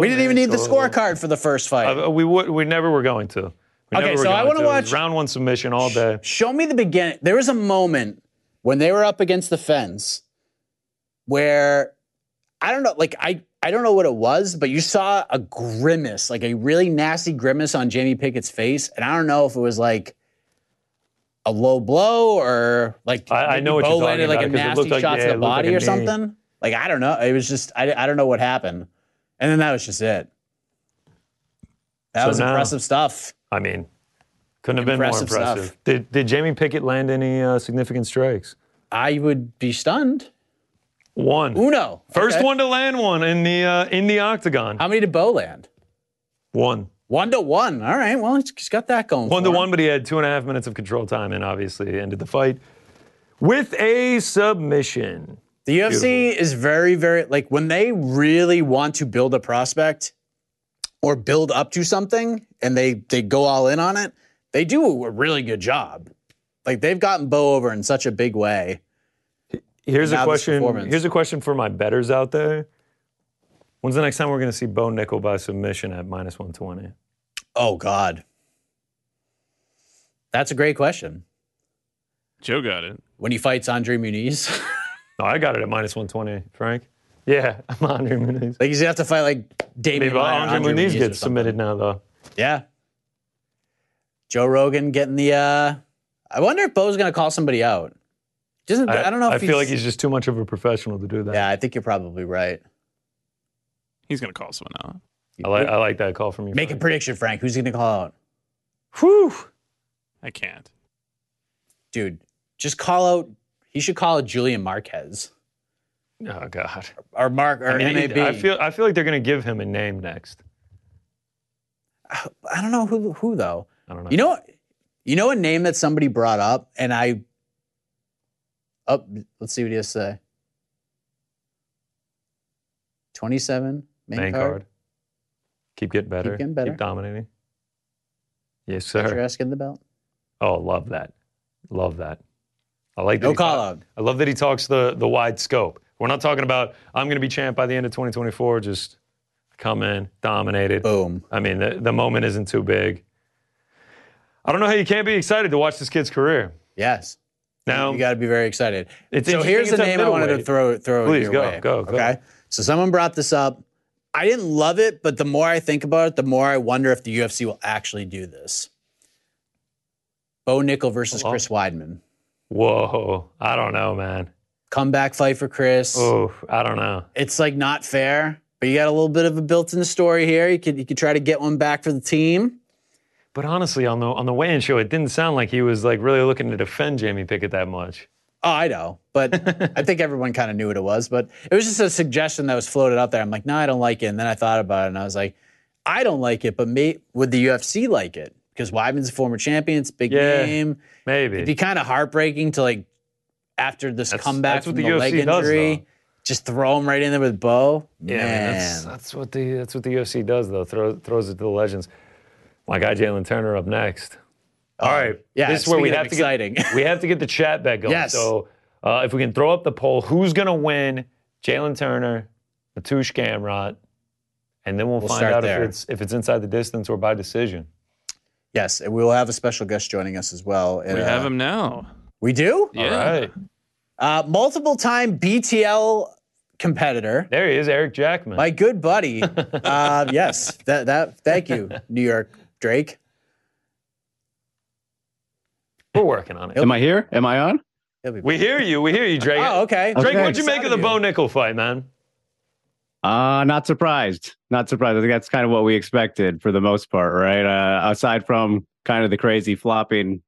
Speaker 4: we didn't even need the scorecard for the first fight.
Speaker 5: Uh, we would. We never were going to. We
Speaker 4: Okay,
Speaker 5: never were
Speaker 4: so I
Speaker 5: going
Speaker 4: wanna
Speaker 5: It was
Speaker 4: watch-
Speaker 5: round one submission all day.
Speaker 4: show me the beginning. There was a moment when they were up against the fence where I don't know, like I I don't know what it was, but you saw a grimace, like a really nasty grimace on Jamie Pickett's face, and I don't know if it was like a low blow or like
Speaker 5: I- I
Speaker 4: maybe
Speaker 5: know what
Speaker 4: Bo
Speaker 5: you're talking
Speaker 4: landed, like
Speaker 5: about,
Speaker 4: a
Speaker 5: 'cause it
Speaker 4: nasty
Speaker 5: looked like-
Speaker 4: shot
Speaker 5: yeah,
Speaker 4: to
Speaker 5: it
Speaker 4: the
Speaker 5: looked like
Speaker 4: body
Speaker 5: a
Speaker 4: or
Speaker 5: knee.
Speaker 4: something. Like I don't know. It was just I, I don't know what happened, and then that was just it. That
Speaker 5: So
Speaker 4: was
Speaker 5: now-
Speaker 4: impressive stuff.
Speaker 5: I mean, couldn't have been more
Speaker 4: Impressive stuff.
Speaker 5: impressive. Did Did Jamie Pickett land any uh, significant strikes?
Speaker 4: I would be stunned.
Speaker 5: One.
Speaker 4: Uno.
Speaker 5: First
Speaker 4: Okay.
Speaker 5: one to land one in the uh, in the octagon.
Speaker 4: How many did Bo land?
Speaker 5: One.
Speaker 4: One to one. All right. Well, he's he's got that going.
Speaker 5: One
Speaker 4: for
Speaker 5: to
Speaker 4: him.
Speaker 5: one, but he had two and a half minutes of control time and obviously ended the fight with a submission.
Speaker 4: The UFC is very, very like when they really want to build a prospect or build up to something, and they they go all in on it. They do a really good job. Like they've gotten Bo over in such a big way.
Speaker 5: Here's a
Speaker 4: now this
Speaker 5: question.
Speaker 4: performance.
Speaker 5: Here's a question for my betters out there. When's the next time we're going to see Bo Nickel by submission at minus 120?
Speaker 4: Oh God, that's a great question.
Speaker 6: Joe got it.
Speaker 4: When he fights Andre Muniz,
Speaker 5: No, I got it at minus 120, Frank. Yeah, I'm Andre Muniz.
Speaker 4: like he's gonna have to fight like Damien.
Speaker 5: Maybe
Speaker 4: Meyer,
Speaker 5: Andre,
Speaker 4: Andre
Speaker 5: Muniz
Speaker 4: or
Speaker 5: gets
Speaker 4: something.
Speaker 5: submitted now, though.
Speaker 4: Yeah. Joe Rogan getting the. uh I wonder if Bo's going to call somebody out. Doesn't I, don't know. If
Speaker 5: I feel like he's just too much of a professional to do that.
Speaker 4: Yeah, I think you're probably right.
Speaker 6: He's gonna call someone out.
Speaker 5: I, like, I like that call from you.
Speaker 4: Make a
Speaker 5: Frank.
Speaker 4: prediction, Frank. Who's going to call out?
Speaker 5: Whew.
Speaker 6: I can't.
Speaker 4: Dude, just call out. He should call out Julian Marquez
Speaker 5: Oh God.
Speaker 4: or Mark or
Speaker 5: I mean,
Speaker 4: MAB.
Speaker 5: I feel I feel like they're going to give him a name next.
Speaker 4: I don't know who who though.
Speaker 5: I don't know.
Speaker 4: You know, you know a name that somebody brought up, and I. Up, let's see what he has to say. Twenty-seven main,
Speaker 5: main
Speaker 4: card.
Speaker 5: card. Keep getting better.
Speaker 4: getting better.
Speaker 5: Keep dominating. Yes,
Speaker 4: Get your
Speaker 5: sir.
Speaker 4: ass in the belt.
Speaker 5: Oh, love that. Love that. I like that.
Speaker 4: No
Speaker 5: he talk-
Speaker 4: call out.
Speaker 5: I love that he talks the the wide scope. We're not talking about I'm going to be champ by the end of 2024. Just come in, dominated.
Speaker 4: Boom.
Speaker 5: I mean, the, the moment isn't too big. I don't know how you can't be excited to watch this kid's career.
Speaker 4: Yes.
Speaker 5: Now,
Speaker 4: You got to be very excited.
Speaker 5: It's
Speaker 4: so
Speaker 5: interesting
Speaker 4: here's
Speaker 5: it's
Speaker 4: the
Speaker 5: a
Speaker 4: name I wanted to
Speaker 5: middleweight.
Speaker 4: throw throw
Speaker 5: Please,
Speaker 4: your
Speaker 5: go,
Speaker 4: way.
Speaker 5: go, go.
Speaker 4: Okay. So someone brought this up. I didn't love it, but the more I think about it, the more I wonder if the UFC will actually do this. Bo Nickel versus Chris Weidman.
Speaker 5: whoa, I don't know, man.
Speaker 4: Comeback fight for Chris.
Speaker 5: Oh, I don't know.
Speaker 4: It's like not fair, but you got a little bit of a built-in story here. You could you could try to get one back for the team.
Speaker 5: But honestly, on the on the weigh-in show, it didn't sound like he was like really looking to defend Jamie Pickett that much.
Speaker 4: Oh, I know, but I think everyone kind of knew what it was. But it was just a suggestion that was floated out there. I'm like, no, I don't like it. And then I thought about it, and I was like, I don't like it, but may- would the UFC like it? Because Weidman's a former champion, it's a big
Speaker 5: Yeah.
Speaker 4: name.
Speaker 5: Maybe.
Speaker 4: It'd be kind of heartbreaking to like after this
Speaker 5: That's-
Speaker 4: comeback
Speaker 5: that's what
Speaker 4: from
Speaker 5: the
Speaker 4: the, leg
Speaker 5: UFC does,
Speaker 4: injury,
Speaker 5: though.
Speaker 4: just throw him right in there with Bo.
Speaker 5: yeah, I mean, that's
Speaker 4: Man.
Speaker 5: that's what the that's what the UFC does though. Throw, throws it to the legends. My guy Jalen Turner up next. All right.
Speaker 4: Oh, yeah,
Speaker 5: This is where we
Speaker 4: speaking of
Speaker 5: have to get-
Speaker 4: exciting.
Speaker 5: we have to get the chat back going.
Speaker 4: Yes.
Speaker 5: So uh, if we can throw up the poll, who's going to win? Jalen Turner, Matush Gamrot, and then we'll,
Speaker 4: We'll
Speaker 5: find
Speaker 4: start
Speaker 5: out
Speaker 4: there.
Speaker 5: if it's if it's inside the distance or by decision.
Speaker 4: yes, and we will have a special guest joining us as well. And,
Speaker 6: We
Speaker 4: uh,
Speaker 6: have him now.
Speaker 4: We do?
Speaker 6: Yeah.
Speaker 5: All right.
Speaker 4: Uh, multiple time BTL competitor.
Speaker 5: There he is, Eric Jackman.
Speaker 4: My good buddy. uh, yes, that that. Thank you, New York Drake.
Speaker 5: We're working on it.
Speaker 7: Am I here? Am I on?
Speaker 4: He'll be.
Speaker 5: We hear you. We hear you, Drake.
Speaker 4: oh, okay.
Speaker 5: Drake,
Speaker 7: Okay.
Speaker 5: what'd you make of the Bo Nickel fight, man?
Speaker 7: Uh, not surprised. Not surprised. I think that's kind of what we expected for the most part, right? Uh, aside from kind of the crazy flopping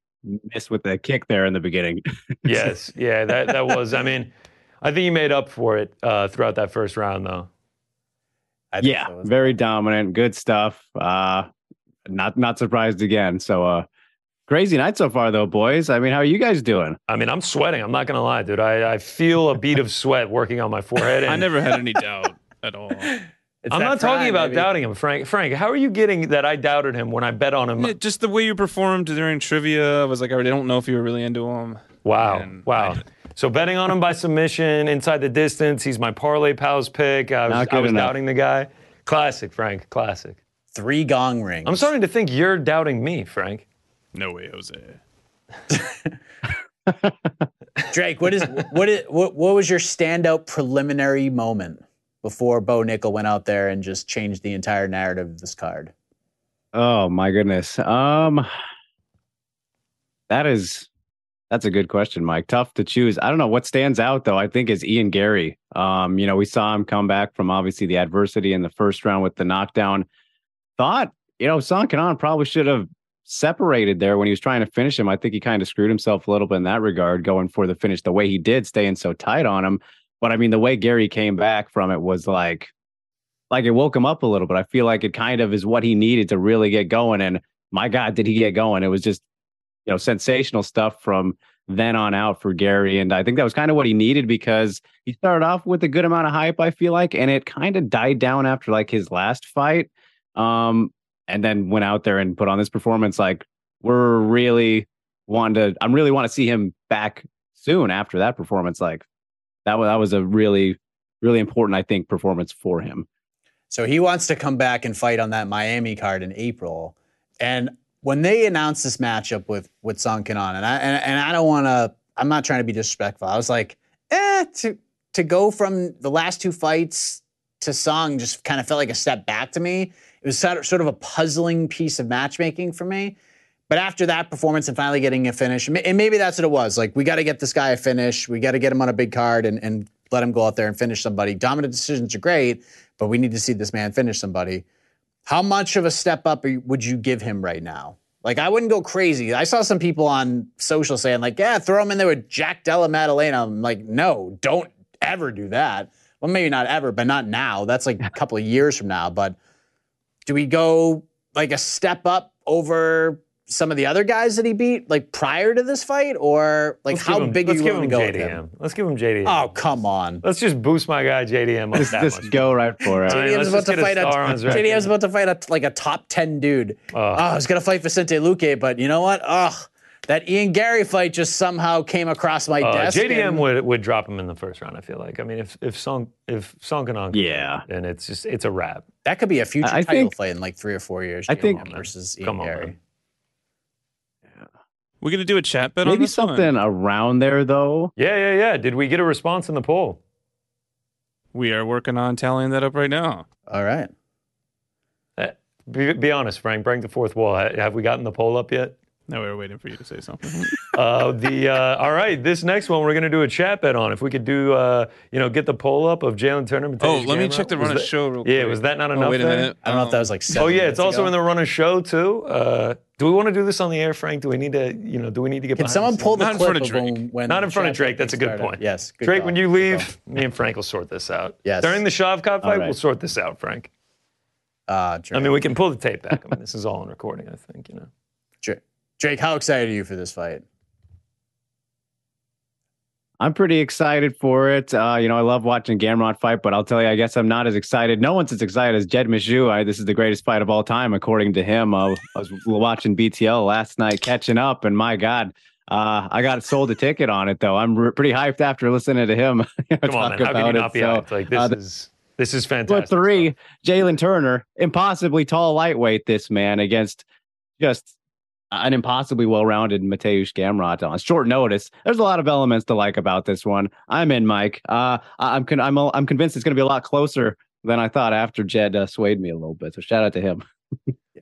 Speaker 7: miss with the kick there in the beginning.
Speaker 5: Yes. Yeah, that, that was. I mean, I think you made up for it uh, throughout that first round, though.
Speaker 4: I think
Speaker 7: yeah,
Speaker 4: so.
Speaker 7: very dominant. Good stuff. Uh, not not surprised again. So, uh, crazy night so far, though, boys. I mean, how are you guys doing?
Speaker 5: I mean, I'm sweating. I'm not going to lie, dude. I, I feel a bead of sweat working on my forehead. And
Speaker 6: I never had any doubt at all.
Speaker 4: It's
Speaker 5: I'm
Speaker 4: that
Speaker 5: not
Speaker 4: prime,
Speaker 5: talking about
Speaker 4: baby.
Speaker 5: doubting him, Frank. Frank, how are you getting that I doubted him when I bet on him?
Speaker 6: Yeah, Just the way you performed during trivia, I was like, I don't know if you were really into him.
Speaker 5: Wow.
Speaker 6: And
Speaker 5: wow. So betting on him by submission, inside the distance, he's my parlay pals pick. I was,
Speaker 7: Not good
Speaker 5: I was
Speaker 7: enough.
Speaker 5: doubting the guy. Classic, Frank. Classic.
Speaker 4: Three gong rings.
Speaker 5: I'm starting to think you're doubting me, Frank.
Speaker 6: No way, Jose.
Speaker 4: Drake. What is what is what, what was your standout preliminary moment before Bo Nickel went out there and just changed the entire narrative of this card?
Speaker 7: Oh my goodness. Um, that is that's a good question, Mike. Tough to choose. I don't know what stands out though. I think is Ian Gary. Um, you know, we saw him come back from obviously the adversity in the first round with the knockdown. Thought you know, Son Kanan probably should have separated there when he was trying to finish him. I think he kind of screwed himself a little bit in that regard, going for the finish the way he did, staying so tight on him. But I mean, the way Gary came back from it was like, like it woke him up a little bit. I feel like it kind of is what he needed to really get going. And my God, did he get going? It was just, you know, sensational stuff from then on out for Gary. And I think that was kind of what he needed because he started off with a good amount of hype, I feel like, and it kind of died down after like his last fight. Um, and then went out there and put on this performance. Like we're really wanting to, I'm really want to see him back soon after that performance. Like that was, that was a really, really important, I think, performance for him.
Speaker 4: So he wants to come back and fight on that Miami card in April. And when they announced this matchup with with Song Kanan, and I and, and I don't want to, I'm not trying to be disrespectful. I was like, eh, to to go from the last two fights to Song just kind of felt like a step back to me. It was sort of, sort of a puzzling piece of matchmaking for me. But after that performance and finally getting a finish, ma- and maybe that's what it was. Like, we got to get this guy a finish. We got to get him on a big card and, and let him go out there and finish somebody. Dominant decisions are great, but we need to see this man finish somebody. How much of a step up are you- would you give him right now? Like, I wouldn't go crazy. I saw some people on social saying, like, yeah, throw him in there with Jack Della Maddalena. I'm like, no, don't ever do that. Well, maybe not ever, but not now. That's like a couple of years from now. But do we go like a step up over some of the other guys that he beat, like prior to this fight, or like
Speaker 5: Let's give
Speaker 4: how
Speaker 5: him-
Speaker 4: big are
Speaker 5: let's
Speaker 4: you
Speaker 5: give
Speaker 4: willing to
Speaker 5: him
Speaker 4: go
Speaker 5: JDM.
Speaker 4: with him?
Speaker 5: Let's give him JDM.
Speaker 4: Oh, come on.
Speaker 5: Let's just boost my guy JDM up
Speaker 7: Just,
Speaker 5: that
Speaker 7: just
Speaker 5: much.
Speaker 7: go right for it.
Speaker 5: All right,
Speaker 4: JDM's
Speaker 5: let's
Speaker 4: about
Speaker 5: just
Speaker 4: to
Speaker 5: get a
Speaker 4: fight a
Speaker 5: star on his record.
Speaker 4: JDM's Ah, about to fight a, like a top ten dude. Oh, he's gonna fight Vicente Luque, but you know what? Ugh, That Ian Gary fight just somehow came across my
Speaker 5: Uh,
Speaker 4: desk.
Speaker 5: JDM
Speaker 4: and-
Speaker 5: would would drop him in the first round. I feel like. I mean, if if Song if Song Kanong,
Speaker 7: Yeah.
Speaker 5: and it's just it's a wrap.
Speaker 4: That could be a future
Speaker 7: I- I
Speaker 4: title
Speaker 7: think-
Speaker 4: fight in like three or four years.
Speaker 7: I
Speaker 4: Jamal
Speaker 7: think-
Speaker 4: versus Ian
Speaker 5: Come on,
Speaker 4: Gary.
Speaker 5: man.
Speaker 6: We're gonna do a chat bet on
Speaker 7: Maybe
Speaker 6: this one?
Speaker 7: something uh, around there though.
Speaker 5: Yeah, yeah, yeah. Did we get a response in the poll?
Speaker 6: We are working on tallying that up right now.
Speaker 4: All right.
Speaker 5: Uh, Be, be honest, Frank. Break the fourth wall. Ha- Have we gotten the poll up yet?
Speaker 6: No, we were waiting for you to say something.
Speaker 5: Uh, the uh, all right. This next one, we're gonna do a chat bet on. If we could do, uh, you know, get the poll up of Jalen Turner. and
Speaker 6: oh,
Speaker 5: Tatis
Speaker 6: let me
Speaker 5: Gamrot.
Speaker 6: check the
Speaker 5: Was
Speaker 6: run of
Speaker 5: that-
Speaker 6: show real quick.
Speaker 5: Yeah, was that not
Speaker 6: Oh,
Speaker 5: enough?
Speaker 6: wait a
Speaker 5: there?
Speaker 6: minute.
Speaker 4: I don't know if that was like seven.
Speaker 5: Oh yeah, it's
Speaker 4: minutes
Speaker 5: also
Speaker 4: ago.
Speaker 5: in the runner show too. Uh, do we want to do this on the air, Frank? Do we need to, you know, do we need to get?
Speaker 4: Can
Speaker 5: behind
Speaker 4: someone
Speaker 5: the scenes?
Speaker 4: pull the
Speaker 6: Not in
Speaker 4: clip
Speaker 6: front of
Speaker 4: of when, when
Speaker 5: Not in front of
Speaker 4: Chad
Speaker 5: Drake. That's a good
Speaker 4: started?
Speaker 5: point.
Speaker 4: Yes. Good
Speaker 5: Drake,
Speaker 4: call.
Speaker 5: when you
Speaker 4: Good call.
Speaker 5: leave, me and Frank will sort this out.
Speaker 4: Yes.
Speaker 5: During the Shavkat fight,
Speaker 7: All right.
Speaker 5: we'll sort this out, Frank.
Speaker 4: Uh, Drake.
Speaker 5: I mean, we can pull the tape back. I mean, this is all in recording, I think, you know.
Speaker 4: Dra- Drake, how excited are you for this fight?
Speaker 7: I'm pretty excited for it. Uh, you know, I love watching Gamrot fight, but I'll tell you, I guess I'm not as excited. No one's as excited as Jed Mizzou. I, this is the greatest fight of all time, according to him. Uh, I was watching BTL last night, catching up, and my God, uh, I got sold a ticket on it though. I'm re- pretty hyped after listening to him
Speaker 5: Come on, man.
Speaker 7: talk
Speaker 5: How can you
Speaker 7: about
Speaker 5: not
Speaker 7: it.
Speaker 5: be
Speaker 7: So,
Speaker 5: hyped? Like, this
Speaker 7: uh,
Speaker 5: is this is
Speaker 7: But
Speaker 5: fantastic.
Speaker 7: three, Jalen Turner, impossibly tall lightweight, this man against just an impossibly well-rounded Mateusz Gamrot on short notice. There's a lot of elements to like about this one. I'm in, Mike. Uh, I- I'm con- I'm a- I'm convinced it's going to be a lot closer than I thought after Jed uh, swayed me a little bit. So shout out to him.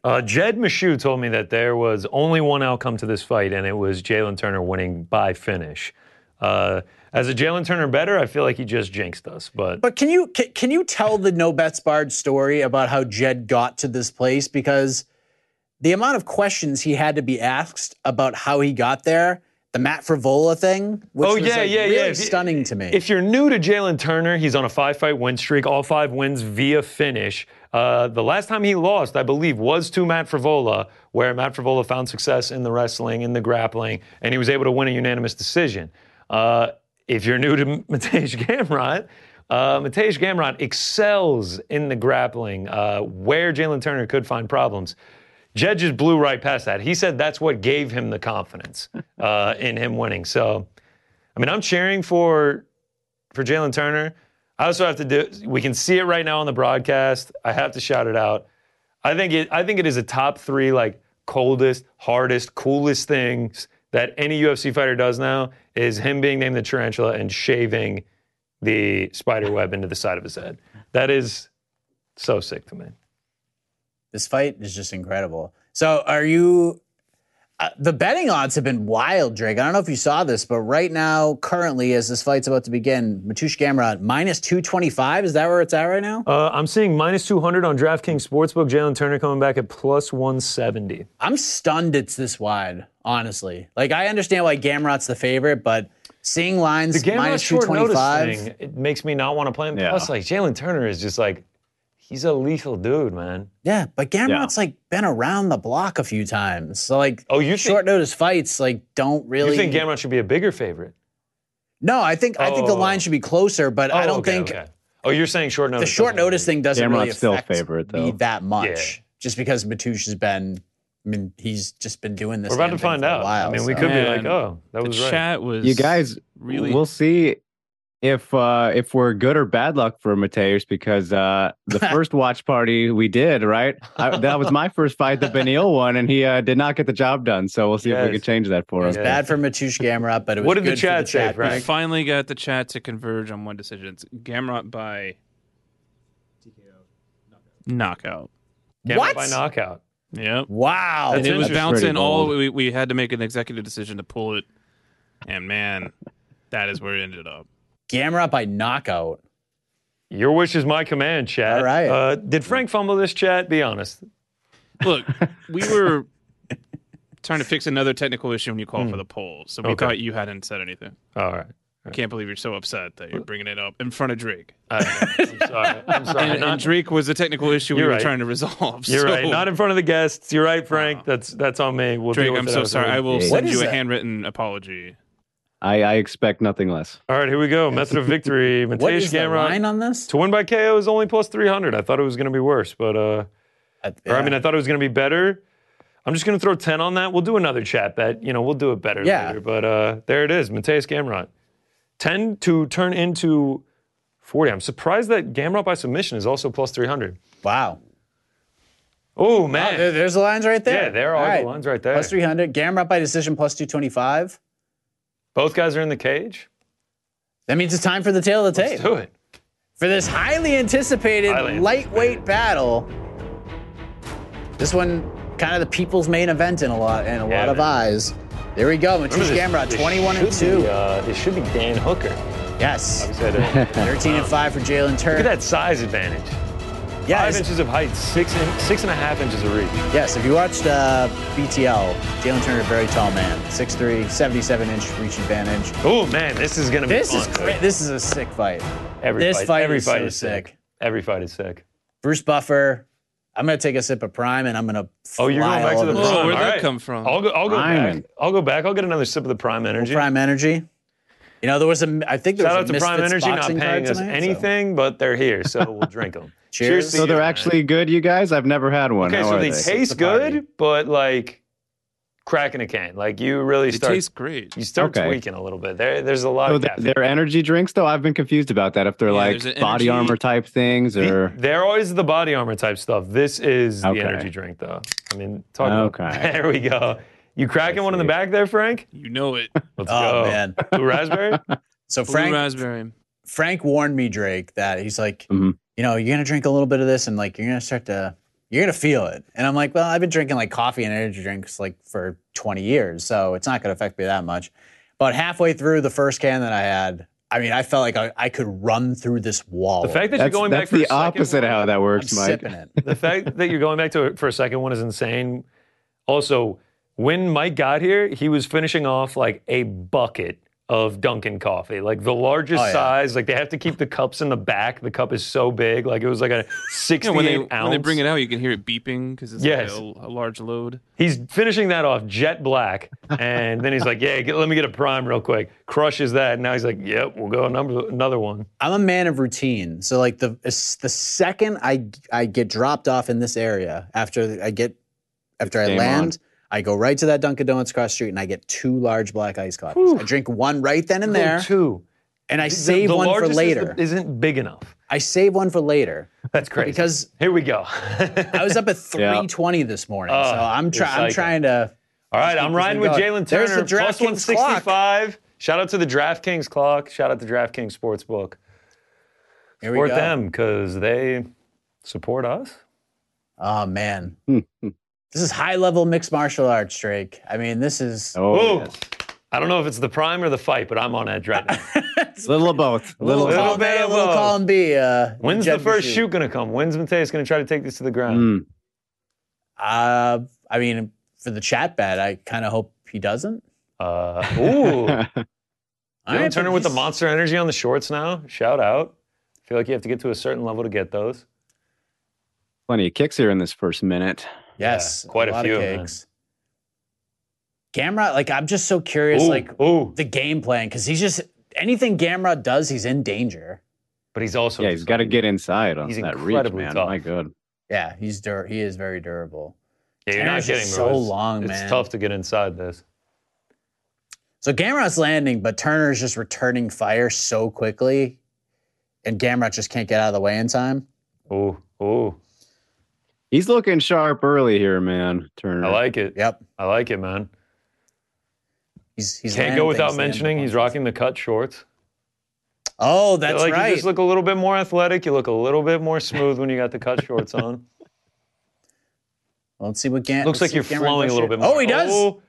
Speaker 5: Uh, Jed Mishu told me that there was only one outcome to this fight, and it was Jalen Turner winning by finish. Uh, as a Jalen Turner better, I feel like he just jinxed us. But
Speaker 4: But can you can, can you tell the no bets barred story about how Jed got to this place? Because the amount of questions he had to be asked about how he got there, the Matt Frivola thing, which
Speaker 5: Oh,
Speaker 4: was
Speaker 5: yeah,
Speaker 4: like,
Speaker 5: yeah,
Speaker 4: really
Speaker 5: yeah. If you-
Speaker 4: stunning to me.
Speaker 5: If you're new to Jalen Turner, he's on a five fight win streak, all five wins via finish. Uh, the last time he lost, I believe, was to Matt Frivola, where Matt Frivola found success in the wrestling, in the grappling, and he was able to win a unanimous decision. Uh, if you're new to Matej Gamrot, uh, Matej Gamrot excels in the grappling, uh, where Jalen Turner could find problems. Jed just blew right past that. He said that's what gave him the confidence uh, in him winning. So, I mean, I'm cheering for for Jalen Turner. I also have to do. We can see it right now on the broadcast. I have to shout it out. I think it. I think it is a top three like coldest, hardest, coolest things that any UFC fighter does now is him being named the tarantula and shaving the spider web into the side of his head. That is so sick to me.
Speaker 4: this fight is just incredible. So, are you? Uh, the betting odds have been wild, Drake. I don't know if you saw this, but right now, currently, as this fight's about to begin, Matush Gamrot minus two twenty five. Is that where it's at right now?
Speaker 5: Uh, I'm seeing minus 200 on DraftKings Sportsbook. Jalen Turner coming back at plus 170.
Speaker 4: I'm stunned it's this wide, honestly. Like, I understand why Gamrot's the favorite, but seeing
Speaker 5: The
Speaker 4: lines
Speaker 5: game on
Speaker 4: minus two
Speaker 5: short
Speaker 4: twenty
Speaker 5: notice
Speaker 4: five.
Speaker 5: thing, it makes me not want to play him.
Speaker 7: Yeah.
Speaker 5: Plus, like Jalen Turner is just like, he's a lethal dude, man.
Speaker 4: Yeah, but Gamrot's like been around the block a few times. So, like,
Speaker 5: Oh, you
Speaker 4: short notice fights like don't really.
Speaker 5: You think Gamrot should be a bigger favorite?
Speaker 4: no, I think I think the
Speaker 5: Oh.
Speaker 4: line should be closer, but I
Speaker 5: Oh,
Speaker 4: don't
Speaker 5: okay,
Speaker 4: think
Speaker 5: okay. Oh, you're saying short notice.
Speaker 4: the short
Speaker 5: doesn't matter.
Speaker 4: notice thing doesn't really
Speaker 7: Gamrot's still
Speaker 4: affect
Speaker 7: favorite,
Speaker 4: me
Speaker 7: though.
Speaker 4: that much. Just because Matush has been, I mean, he's just been doing this.
Speaker 5: We're about
Speaker 4: damn
Speaker 5: to
Speaker 4: thing
Speaker 5: find
Speaker 4: for a
Speaker 5: out.
Speaker 4: while,
Speaker 5: I mean, we
Speaker 4: so.
Speaker 5: could be
Speaker 6: Man,
Speaker 5: like, oh, that
Speaker 6: the
Speaker 5: was right.
Speaker 6: chat was
Speaker 7: You guys,
Speaker 6: really
Speaker 7: we'll see if uh if we're good or bad luck for Mateus because uh the first watch party we did right I, that was my first fight the Benil one and he uh, did not get the job done so we'll see if we
Speaker 5: Yes.
Speaker 7: can change that for him
Speaker 5: Yeah.
Speaker 4: Bad for Matush Gamrot, but it was
Speaker 5: What did the
Speaker 4: good for
Speaker 5: chat say,
Speaker 4: chat.
Speaker 6: I
Speaker 5: Frank?
Speaker 6: finally got the chat to converge on one decision. It's Gamrot by TKO knockout.
Speaker 5: Gamrot
Speaker 4: What?
Speaker 5: By knockout.
Speaker 6: Yep.
Speaker 4: Wow.
Speaker 6: and it was
Speaker 7: interesting.
Speaker 6: bouncing
Speaker 7: Pretty
Speaker 6: all
Speaker 7: bold.
Speaker 6: we we had to make an executive decision to pull it. And man, that is where it ended up.
Speaker 4: Gamrot by knockout.
Speaker 5: Your wish is my command, chat.
Speaker 4: All right.
Speaker 5: Uh, did Frank fumble this chat? Be honest.
Speaker 6: Look, we were trying to fix another technical issue when you called for the poll. So we
Speaker 5: Hmm. Okay.
Speaker 6: thought you hadn't said anything.
Speaker 5: All right.
Speaker 6: I can't believe you're so upset that you're bringing it up in front of Drake.
Speaker 5: I'm sorry. I'm sorry.
Speaker 6: And, and
Speaker 5: Not-
Speaker 6: Drake was a technical issue we
Speaker 5: You're
Speaker 6: were
Speaker 5: right.
Speaker 6: trying to resolve.
Speaker 5: you're
Speaker 6: so-
Speaker 5: right. Not in front of the guests. You're right, Frank. That's that's on me. We'll deal
Speaker 6: Drake,
Speaker 5: with
Speaker 6: I'm
Speaker 5: it
Speaker 6: so
Speaker 5: outside.
Speaker 6: sorry. I will
Speaker 4: What
Speaker 6: send
Speaker 4: is
Speaker 6: you a
Speaker 4: that?
Speaker 6: handwritten apology.
Speaker 7: I, I expect nothing less
Speaker 5: All right, here we go. Method of victory.
Speaker 4: What
Speaker 5: Mateusz
Speaker 4: is the line
Speaker 5: Gamrot.
Speaker 4: on this?
Speaker 5: To win by KO is only plus 300. I thought it was going to be worse, but uh,
Speaker 4: I,
Speaker 5: or I mean, I thought it was going to be better. I'm just going to throw 10 on that. We'll do another chat bet. You know, we'll do it better
Speaker 4: Yeah.
Speaker 5: later. But uh, there it is, Mateus Gamrot. 10 to turn into 40. I'm surprised that Gamrot by submission is also plus 300.
Speaker 4: Wow.
Speaker 5: Oh,
Speaker 4: Oh, there-
Speaker 5: man.
Speaker 4: there's the lines right there.
Speaker 5: yeah, there are all the ones right there.
Speaker 4: Plus 300. Gamrot by decision plus 225.
Speaker 5: Both guys are in the cage.
Speaker 4: That means it's time for the tail of the tape.
Speaker 5: Let's do it.
Speaker 4: For this highly anticipated
Speaker 5: Highly
Speaker 4: lightweight battle. This one, kind of the people's main event in a lot in a
Speaker 5: Yeah,
Speaker 4: lot of
Speaker 5: man.
Speaker 4: eyes. There we go. Matisse
Speaker 5: Remember, this-
Speaker 4: Gamrot,
Speaker 5: this
Speaker 4: 21 and
Speaker 5: should
Speaker 4: 2.
Speaker 5: Be, uh, it should be Dan Hooker.
Speaker 4: yes.
Speaker 5: Obviously, I don't-
Speaker 4: 13 and 5 for Jalen Turk.
Speaker 5: Look at that size advantage.
Speaker 4: Yeah,
Speaker 5: Five
Speaker 4: it's-
Speaker 5: inches of height, six in, six and a half inches of reach.
Speaker 4: Yes, if you watched uh, BTL, Jalen Turner, very tall man, 6'3", 77 inch reach advantage.
Speaker 5: Oh man, this is gonna be
Speaker 4: This is
Speaker 5: fun.
Speaker 4: cra- this is a sick fight.
Speaker 5: Every
Speaker 4: this
Speaker 5: fight,
Speaker 4: fight
Speaker 5: every
Speaker 4: is
Speaker 5: fight
Speaker 4: so
Speaker 5: is sick.
Speaker 4: sick.
Speaker 5: Every fight is sick.
Speaker 4: Bruce Buffer, I'm gonna take a sip of prime and I'm gonna.
Speaker 5: Oh, you're
Speaker 4: fly
Speaker 5: going back
Speaker 4: all
Speaker 5: to the
Speaker 4: over
Speaker 5: prime.
Speaker 4: this
Speaker 6: Whoa, where'd
Speaker 5: All
Speaker 6: that
Speaker 5: right.
Speaker 6: come from?
Speaker 5: I'll go. I'll go
Speaker 7: Prime.
Speaker 5: back. I'll go back. I'll get another sip of the Prime Energy.
Speaker 4: Prime Energy. You know there was a. I think there
Speaker 5: Shout
Speaker 4: was
Speaker 5: out to
Speaker 4: a
Speaker 5: Prime
Speaker 4: Misfits
Speaker 5: Energy, not
Speaker 4: boxing card
Speaker 5: paying us
Speaker 4: tonight, so-
Speaker 5: anything, but they're here, so we'll drink them.
Speaker 4: Cheers.
Speaker 5: to
Speaker 7: So
Speaker 5: you,
Speaker 7: they're
Speaker 5: man.
Speaker 7: actually good, you guys. I've never had one.
Speaker 5: okay.
Speaker 7: How
Speaker 5: So
Speaker 7: are
Speaker 5: they,
Speaker 7: they?
Speaker 5: taste
Speaker 4: the party.
Speaker 5: good, but like cracking a can, like you really
Speaker 6: It
Speaker 5: start
Speaker 6: tastes great.
Speaker 5: you start
Speaker 7: Okay.
Speaker 5: tweaking a little bit. There, there's a lot
Speaker 7: So
Speaker 5: of
Speaker 7: th-
Speaker 5: caffeine.
Speaker 7: they're energy drinks, though. I've been confused about that. If they're
Speaker 6: Yeah,
Speaker 7: like
Speaker 6: there's an
Speaker 7: body
Speaker 6: energy-
Speaker 7: armor type things, or
Speaker 5: They're always the body armor type stuff. This is
Speaker 7: Okay.
Speaker 5: the energy drink, though. I mean, talk about
Speaker 7: Okay.
Speaker 5: There we go. You cracking one in the
Speaker 7: see.
Speaker 5: back there, Frank?
Speaker 6: You know it.
Speaker 5: Let's
Speaker 4: Oh
Speaker 5: go.
Speaker 4: man.
Speaker 5: Blue raspberry?
Speaker 4: So
Speaker 6: Blue
Speaker 4: Frank
Speaker 6: raspberry.
Speaker 4: Frank warned me Drake that he's like,
Speaker 7: Mhm.
Speaker 4: you know, you're gonna drink a little bit of this and like you're gonna start to. You're gonna feel it, and I'm like, well, I've been drinking like coffee and energy drinks like for 20 years, so it's not gonna affect me that much. But halfway through the first can that I had, I mean, I felt like I, I could run through this wall.
Speaker 5: The fact that you're
Speaker 7: that's,
Speaker 5: going
Speaker 7: that's
Speaker 5: back for
Speaker 7: the
Speaker 5: a second
Speaker 7: opposite of how that
Speaker 4: I'm
Speaker 7: works, Mike.
Speaker 4: sipping it.
Speaker 5: the fact that you're going back to it for a second one is insane. Also, when Mike got here, he was finishing off like a bucket of Dunkin' coffee, like the largest
Speaker 4: Oh, yeah.
Speaker 5: size. Like they have to keep the cups in the back. The cup is so big, like it was like a 68
Speaker 6: Yeah, when they
Speaker 5: ounce.
Speaker 6: when they bring it out, you can hear it beeping because it's
Speaker 5: Yes.
Speaker 6: like a, a large load.
Speaker 5: He's finishing that off jet black, and then he's like, "Yeah, get, let me get a prime real quick." Crushes that, and now he's like, "Yep, we'll go number, another one."
Speaker 4: I'm a man of routine. So like the as- the second I I get dropped off in this area after I get after I
Speaker 7: game
Speaker 4: land, I go right to that Dunkin' Donuts cross street and I get two large black iced coffees. I drink one right then and there,
Speaker 5: Oh, two.
Speaker 4: and I
Speaker 5: The-
Speaker 4: save
Speaker 5: the
Speaker 4: one for
Speaker 5: largest is the-
Speaker 4: later.
Speaker 5: isn't big enough.
Speaker 4: I save one for later
Speaker 5: That's crazy.
Speaker 4: because
Speaker 5: here we go.
Speaker 4: I was up at 3:20 this morning.
Speaker 5: Oh,
Speaker 4: so I'm
Speaker 5: you're
Speaker 4: trying. I'm
Speaker 5: psycho.
Speaker 4: trying to.
Speaker 5: All right,
Speaker 4: keep
Speaker 5: I'm
Speaker 4: this
Speaker 5: riding
Speaker 4: thing
Speaker 5: with
Speaker 4: going.
Speaker 5: Jalen Turner.
Speaker 4: There's the
Speaker 5: plus
Speaker 4: DraftKings clock.
Speaker 5: 165. Shout out to the DraftKings clock. Shout out to DraftKings Sportsbook.
Speaker 4: Here we
Speaker 5: Support
Speaker 4: go.
Speaker 5: them because they support us.
Speaker 4: Oh man, this is high level mixed martial arts, Drake. I mean, this is
Speaker 5: Ooh.
Speaker 7: Oh, yes.
Speaker 5: I don't know if it's the prime or the fight, but I'm on edge right now.
Speaker 7: little of both. Little.
Speaker 5: Little-
Speaker 7: of
Speaker 4: column
Speaker 5: bit
Speaker 4: A,
Speaker 5: of
Speaker 4: little
Speaker 5: both.
Speaker 4: column B. Uh,
Speaker 5: When's the
Speaker 4: Jed
Speaker 5: first
Speaker 4: Bashu.
Speaker 5: shoot going to come? When's Mateus going to try to take this to the
Speaker 7: both.
Speaker 5: ground?
Speaker 7: Mm.
Speaker 4: Uh, I mean, for the chat bet, I kind of hope he doesn't.
Speaker 5: Uh, ooh.
Speaker 4: All
Speaker 5: Jalen
Speaker 4: right,
Speaker 5: Turner
Speaker 4: but
Speaker 5: with the
Speaker 4: he's-
Speaker 5: monster energy on the shorts now. Shout out. I feel like you have to get to a certain level to get those.
Speaker 7: Plenty of kicks here in this first minute.
Speaker 4: Yes,
Speaker 5: Yeah, quite a
Speaker 4: lot
Speaker 5: few,
Speaker 4: Of
Speaker 5: man.
Speaker 4: cakes. Gamrot, like I'm just so curious,
Speaker 5: Ooh,
Speaker 4: like
Speaker 5: ooh.
Speaker 4: the game plan, because he's just anything Gamrot does, he's in danger.
Speaker 5: But he's also
Speaker 7: Yeah, he's got to get inside on
Speaker 5: He's
Speaker 7: that reach,
Speaker 5: incredibly
Speaker 7: man.
Speaker 5: tough.
Speaker 7: My God.
Speaker 4: Yeah, he's dur- he is very durable.
Speaker 5: Yeah, you're not
Speaker 4: Turner's
Speaker 5: getting
Speaker 4: just so
Speaker 5: those.
Speaker 4: long,
Speaker 5: it's
Speaker 4: man.
Speaker 5: tough to get inside this.
Speaker 4: So Gamrot's landing, but Turner's just returning fire so quickly, and Gamrot just can't get out of the way in time.
Speaker 5: Ooh, ooh.
Speaker 7: He's looking sharp early here, man. Turner.
Speaker 5: I like it.
Speaker 4: Yep,
Speaker 5: I like it, man.
Speaker 4: he's he's
Speaker 5: Can't
Speaker 4: landing
Speaker 5: go
Speaker 4: things,
Speaker 5: without
Speaker 4: landing
Speaker 5: mentioning he's
Speaker 4: punches.
Speaker 5: rocking the cut shorts.
Speaker 4: Oh, that's
Speaker 5: like
Speaker 4: right.
Speaker 5: you just look a little bit more athletic. You look a little bit more smooth when you got the cut shorts on.
Speaker 4: Well, Let's see what Gam.
Speaker 5: Looks like
Speaker 4: let's see
Speaker 5: you're
Speaker 4: what Gamrot
Speaker 5: flowing a
Speaker 4: does
Speaker 5: little
Speaker 4: here.
Speaker 5: bit more.
Speaker 4: Oh, he does.
Speaker 5: Oh,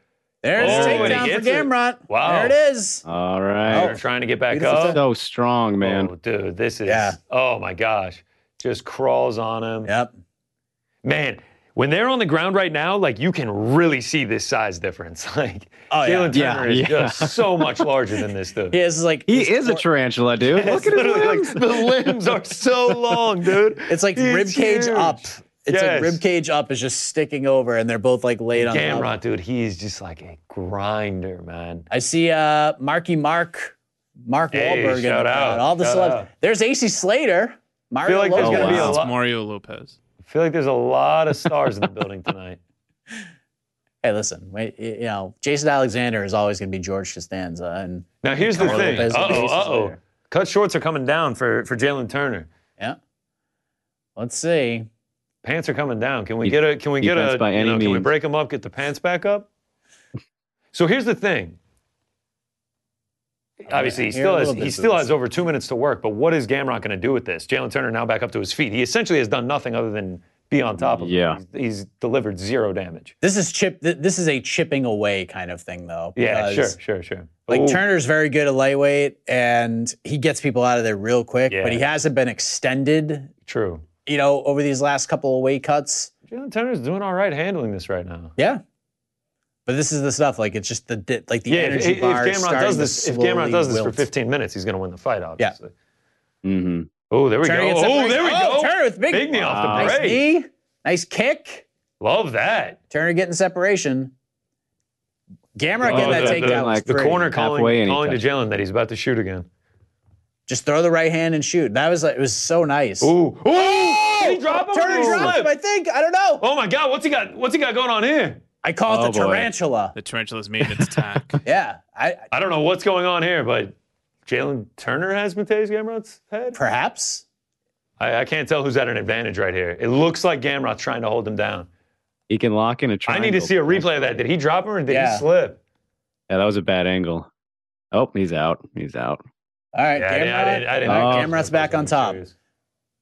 Speaker 4: There's
Speaker 5: Oh,
Speaker 4: a
Speaker 5: and he
Speaker 4: takedown for
Speaker 5: gets it.
Speaker 4: Gamrot.
Speaker 5: Wow.
Speaker 4: There it is.
Speaker 7: All
Speaker 5: they're
Speaker 7: right.
Speaker 5: trying to get back
Speaker 4: Oh. Beautiful
Speaker 5: up.
Speaker 7: So strong, man.
Speaker 5: Oh, dude, this is.
Speaker 4: Yeah.
Speaker 5: Oh my gosh, just crawls on him.
Speaker 4: Yep.
Speaker 5: Man, when they're on the ground right now, like you can really see this size difference. Like
Speaker 4: Oh, yeah.
Speaker 5: Jalen
Speaker 7: Yeah,
Speaker 5: Turner is
Speaker 7: yeah.
Speaker 5: just so much larger than this dude.
Speaker 4: He is like
Speaker 7: He
Speaker 4: his
Speaker 7: is a
Speaker 4: cor-
Speaker 7: tarantula, dude.
Speaker 5: It's
Speaker 7: Look at his
Speaker 5: literally, like,
Speaker 7: limbs.
Speaker 5: the limbs are so long, dude.
Speaker 4: It's like
Speaker 5: He's
Speaker 4: rib cage
Speaker 5: huge.
Speaker 4: up. It's
Speaker 5: Yes.
Speaker 4: like rib cage up is just sticking over, and they're both like laid on. top.
Speaker 5: Gamrot, dude, he is just like a grinder, man.
Speaker 4: I see uh, Marky Mark, Mark
Speaker 5: Hey,
Speaker 4: Wahlberg, in the
Speaker 5: shout
Speaker 4: crowd.
Speaker 5: out,
Speaker 4: All the
Speaker 5: shout
Speaker 4: celebs.
Speaker 5: out.
Speaker 4: There's AC Slater. Mario
Speaker 5: like there's
Speaker 4: Lopez.
Speaker 7: gonna be a
Speaker 6: It's
Speaker 5: lot-
Speaker 6: Mario Lopez.
Speaker 5: I feel like there's a lot of stars in the building tonight.
Speaker 4: hey, listen, wait, y- you know, Jason Alexander is always going to be George Costanza, and
Speaker 5: Now here's the
Speaker 4: Carl
Speaker 5: thing.
Speaker 4: Lopez
Speaker 5: Uh
Speaker 4: and
Speaker 5: oh,
Speaker 4: Jesus
Speaker 5: uh oh.
Speaker 4: later.
Speaker 5: Cut shorts are coming down for for Jalen Turner.
Speaker 4: yeah, let's see.
Speaker 5: Pants are coming down. Can we
Speaker 7: De-
Speaker 5: get a? Can we get
Speaker 7: defense
Speaker 5: a?
Speaker 7: by
Speaker 5: you
Speaker 7: any
Speaker 5: know, can we
Speaker 7: means.
Speaker 5: break them up? Get the pants back up. So here's the thing. Obviously, he
Speaker 4: Here
Speaker 5: still
Speaker 4: a
Speaker 5: has
Speaker 4: little bit
Speaker 5: he
Speaker 4: of
Speaker 5: still
Speaker 4: this.
Speaker 5: has over two minutes to work. But what is Gamron going to do with this? Jalen Turner now back up to his feet. He essentially has done nothing other than be on top of. him.
Speaker 7: Yeah.
Speaker 5: He's, he's delivered zero damage.
Speaker 4: This is chip. th- This is a chipping away kind of thing, though.
Speaker 5: Yeah,
Speaker 4: because,
Speaker 5: sure, sure, sure.
Speaker 4: Like
Speaker 5: Ooh.
Speaker 4: Turner's very good at lightweight, and he gets people out of there real quick.
Speaker 5: Yeah.
Speaker 4: But he hasn't been extended,
Speaker 5: True.
Speaker 4: you know, over these last couple of weight cuts.
Speaker 5: Jalen Turner's doing all right handling this right now.
Speaker 4: Yeah. But this is the stuff like it's just the di- like the
Speaker 5: Yeah, if,
Speaker 4: energy
Speaker 5: if
Speaker 4: bar is
Speaker 5: Gamron
Speaker 4: starting
Speaker 5: does
Speaker 4: to
Speaker 5: this, if
Speaker 4: slowly
Speaker 5: Gamron does this
Speaker 4: wilt.
Speaker 5: for 15 minutes, he's going to win the fight, obviously.
Speaker 7: Mm-hmm.
Speaker 5: Oh, there we
Speaker 4: Turner
Speaker 5: go.
Speaker 4: gets
Speaker 5: Oh,
Speaker 4: separated.
Speaker 5: there we go.
Speaker 4: Oh, Turner with big,
Speaker 5: Big knee off the
Speaker 7: Wow.
Speaker 4: nice
Speaker 5: break.
Speaker 4: knee, nice kick.
Speaker 5: Love that.
Speaker 4: Turner getting separation. Gamron
Speaker 5: Oh,
Speaker 4: getting that
Speaker 5: the- the-
Speaker 4: takedown. was
Speaker 7: like the
Speaker 5: The
Speaker 4: pretty.
Speaker 5: corner
Speaker 7: Halfway
Speaker 5: calling,
Speaker 7: and he
Speaker 5: calling to
Speaker 7: touched
Speaker 5: Jalen that he's about to shoot again.
Speaker 4: Just throw the right hand and shoot. That was like it was so nice.
Speaker 5: Ooh. Ooh! Did he drop him?
Speaker 4: Turner
Speaker 5: Ooh.
Speaker 4: dropped him, I think. I don't know.
Speaker 5: Oh my God! What's he got? What's he got going on here?
Speaker 4: I call it
Speaker 7: Oh,
Speaker 4: the
Speaker 7: boy.
Speaker 4: tarantula.
Speaker 6: The tarantula's made its attack.
Speaker 4: Yeah. I
Speaker 5: I don't know what's going on here, but Jalen Turner has Mateus Gamrot's head.
Speaker 4: perhaps.
Speaker 5: I, I can't tell who's at an advantage right here. It looks like Gamrot's trying to hold him down.
Speaker 7: He can lock in a
Speaker 5: I
Speaker 7: triangle.
Speaker 5: need to see a replay of that. Did he drop him or did
Speaker 4: Yeah.
Speaker 5: he slip?
Speaker 7: Yeah, that was a bad angle. Oh, he's out. He's out.
Speaker 4: All right,
Speaker 5: Yeah, I didn't-
Speaker 4: Gamron.
Speaker 5: I didn't- I didn't-
Speaker 4: All right,
Speaker 7: Oh.
Speaker 4: Gamron's back on top.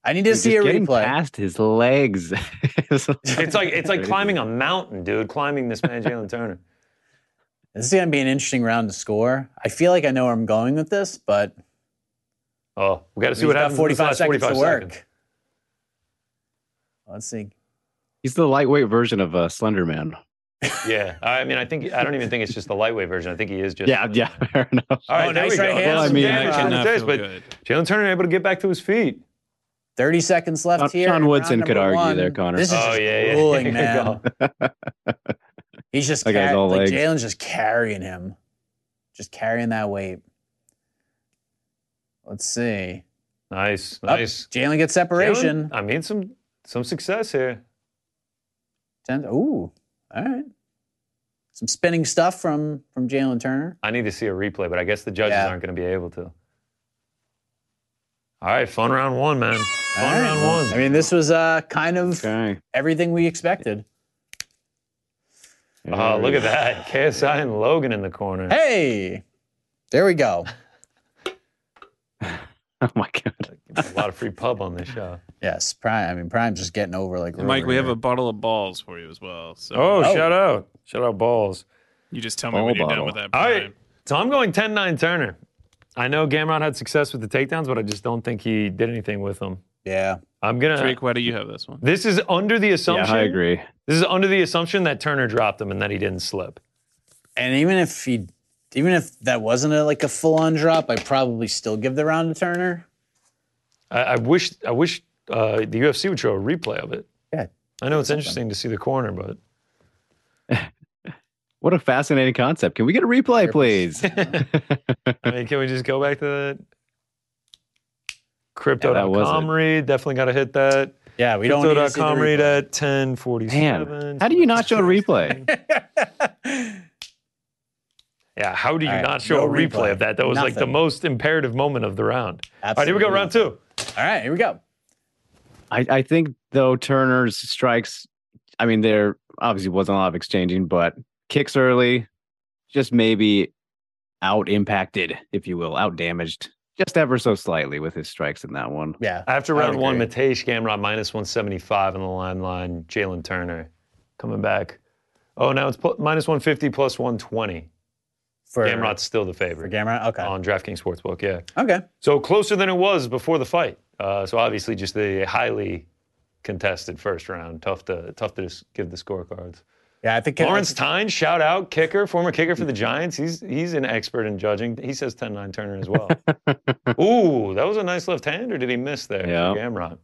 Speaker 4: I need to
Speaker 7: He's
Speaker 4: see a
Speaker 7: just getting
Speaker 4: replay.
Speaker 7: past his legs. It's like-
Speaker 5: It's like it's like climbing a mountain, dude. Climbing this man, Jalen Turner.
Speaker 4: This is gonna be an interesting round to score. I feel like I know where I'm going with this, but
Speaker 5: Oh, we got to see
Speaker 4: He's
Speaker 5: what
Speaker 4: got
Speaker 5: happens. in this
Speaker 4: 45
Speaker 5: last
Speaker 4: seconds
Speaker 5: 45
Speaker 4: to work.
Speaker 5: seconds.
Speaker 4: Let's see.
Speaker 7: he's the lightweight version of uh, Slender Man.
Speaker 5: Yeah, I mean, I think I don't even think it's just the lightweight version. I think he is just.
Speaker 7: Yeah, yeah, fair enough.
Speaker 5: All right,
Speaker 4: Oh,
Speaker 5: there
Speaker 4: nice
Speaker 5: we
Speaker 4: right
Speaker 5: go.
Speaker 4: hand
Speaker 5: Well, I
Speaker 4: from
Speaker 5: mean,
Speaker 4: Gamrot.
Speaker 5: I
Speaker 4: Did
Speaker 5: can't
Speaker 6: not
Speaker 5: say this,
Speaker 6: feel
Speaker 5: but
Speaker 6: good.
Speaker 5: Jalen Turner able to get back to his feet.
Speaker 4: 30 seconds left
Speaker 7: Sean-
Speaker 4: here.
Speaker 7: Sean
Speaker 4: in
Speaker 7: Woodson
Speaker 4: round
Speaker 7: could
Speaker 4: number
Speaker 7: argue
Speaker 4: one.
Speaker 7: there, Connor.
Speaker 4: This is
Speaker 5: Oh,
Speaker 4: just
Speaker 5: yeah, yeah.
Speaker 4: grueling,
Speaker 5: Here we
Speaker 4: man. He's just
Speaker 7: That guy's
Speaker 4: car-
Speaker 7: all
Speaker 4: like
Speaker 7: legs.
Speaker 4: Jalen's just carrying him, just carrying that weight. Let's see.
Speaker 5: Nice,
Speaker 4: Up,
Speaker 5: nice.
Speaker 4: Jalen gets
Speaker 5: Jalen,
Speaker 4: separation.
Speaker 5: I mean, some some success here.
Speaker 4: Ten, ooh, all right. Some spinning stuff from from Jalen Turner.
Speaker 5: I need to see a replay, but I guess the judges
Speaker 4: Yeah.
Speaker 5: aren't going to be able to. All right, fun round one, man. Fun
Speaker 4: All right.
Speaker 5: round one.
Speaker 4: I mean, this was uh, kind of
Speaker 7: Okay.
Speaker 4: everything we expected.
Speaker 5: Oh, look at that. KSI and Logan in the corner.
Speaker 4: Hey, there we go.
Speaker 7: Oh my god.
Speaker 5: A lot of free pub on this show.
Speaker 4: Yes, Prime. I mean, Prime's just getting over like.
Speaker 6: And Mike,
Speaker 4: Rover
Speaker 6: we have
Speaker 4: here.
Speaker 6: a bottle of balls for you as well. So
Speaker 5: Oh,
Speaker 4: Oh.
Speaker 5: shout out. Shout out balls.
Speaker 6: you just tell me
Speaker 7: Ball
Speaker 6: when you're done
Speaker 7: bottle.
Speaker 6: with that.
Speaker 5: All
Speaker 6: Brian.
Speaker 5: right. So I'm going 10 9 Turner. I know Gamron had success with the takedowns, but I just don't think he did anything with them.
Speaker 4: yeah.
Speaker 5: I'm going to.
Speaker 6: Drake, why do you have this one?
Speaker 5: This is under the
Speaker 7: Yeah,
Speaker 5: assumption.
Speaker 7: I agree.
Speaker 5: This is under the assumption that Turner dropped him and that he didn't slip.
Speaker 4: And even if he, even if that wasn't a, like a full on drop, I probably still give the round to Turner.
Speaker 5: I, I wish I wish uh, the UFC would show a replay of it.
Speaker 4: Yeah.
Speaker 5: I know it's interesting to see the corner, but
Speaker 7: What a fascinating concept. Can we get a replay, please?
Speaker 5: I mean, can we just go back to that?
Speaker 7: that was
Speaker 5: Crypto.com
Speaker 7: it.
Speaker 5: read. Definitely got to hit that.
Speaker 4: Yeah, we don't. need to see the
Speaker 5: Crypto.com read uh,
Speaker 4: replay.
Speaker 5: at 1047.
Speaker 7: Man, how do you not show a replay?
Speaker 5: Yeah, how do you
Speaker 4: All right,
Speaker 5: not show
Speaker 4: no
Speaker 5: a replay,
Speaker 4: replay.
Speaker 5: of that? That was like the
Speaker 4: Nothing.
Speaker 5: most imperative moment of the round. All right, here we go,
Speaker 4: Absolutely
Speaker 5: round two.
Speaker 4: All right, here we go.
Speaker 7: I, I think though Turner's strikes, I mean, there obviously wasn't a lot of exchanging, but kicks early, just maybe out impacted, if you will, out damaged, just ever so slightly with his strikes in that one.
Speaker 4: Yeah.
Speaker 5: After
Speaker 4: I would
Speaker 5: round one,
Speaker 4: agree.
Speaker 5: Matej Gamrot minus 175 on the line. Jalen Turner coming back. Oh, now it's pl- minus 150 plus 120.
Speaker 4: For
Speaker 5: Gamrot's still the
Speaker 4: For
Speaker 5: favorite
Speaker 4: Gamrot. Okay.
Speaker 5: on DraftKings Sportsbook, yeah.
Speaker 4: Okay.
Speaker 5: So closer than it was before the fight. Uh, so obviously just the highly contested first round. Tough to tough to s- give the scorecards.
Speaker 4: Yeah, I think
Speaker 5: Lawrence Tyne, shout out, kicker, former kicker for the Giants. He's he's an expert in judging. He says 10-9 Turner as well. Ooh, that was a nice left hand, or did he miss there?
Speaker 7: Yeah.
Speaker 5: Gamrot.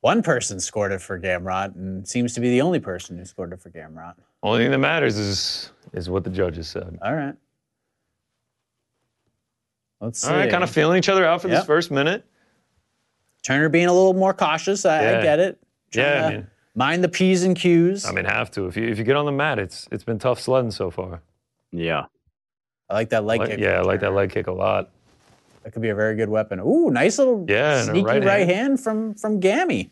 Speaker 4: one person scored it for Gamrot, and seems to be the only person who scored it for Gamrot.
Speaker 5: Only thing that matters is is what the judges said.
Speaker 4: All right. Let's see.
Speaker 5: All right, kind of feeling each other out for this
Speaker 4: Yep.
Speaker 5: first minute.
Speaker 4: Turner being a little more cautious. I,
Speaker 5: Yeah.
Speaker 4: I get it.
Speaker 5: Yeah,
Speaker 4: Tryna-
Speaker 5: I mean,
Speaker 4: Mind the P's and Q's.
Speaker 5: I mean, have to. If you if you get on the mat, it's it's been tough sledding so far.
Speaker 7: Yeah.
Speaker 4: I like that leg
Speaker 5: Like-
Speaker 4: kick.
Speaker 5: yeah, I like that leg kick a lot.
Speaker 4: That could be a very good weapon. Ooh, nice little
Speaker 5: Yeah, and a
Speaker 4: sneaky
Speaker 5: right
Speaker 4: right,
Speaker 5: hand.
Speaker 4: hand. from from Gammy.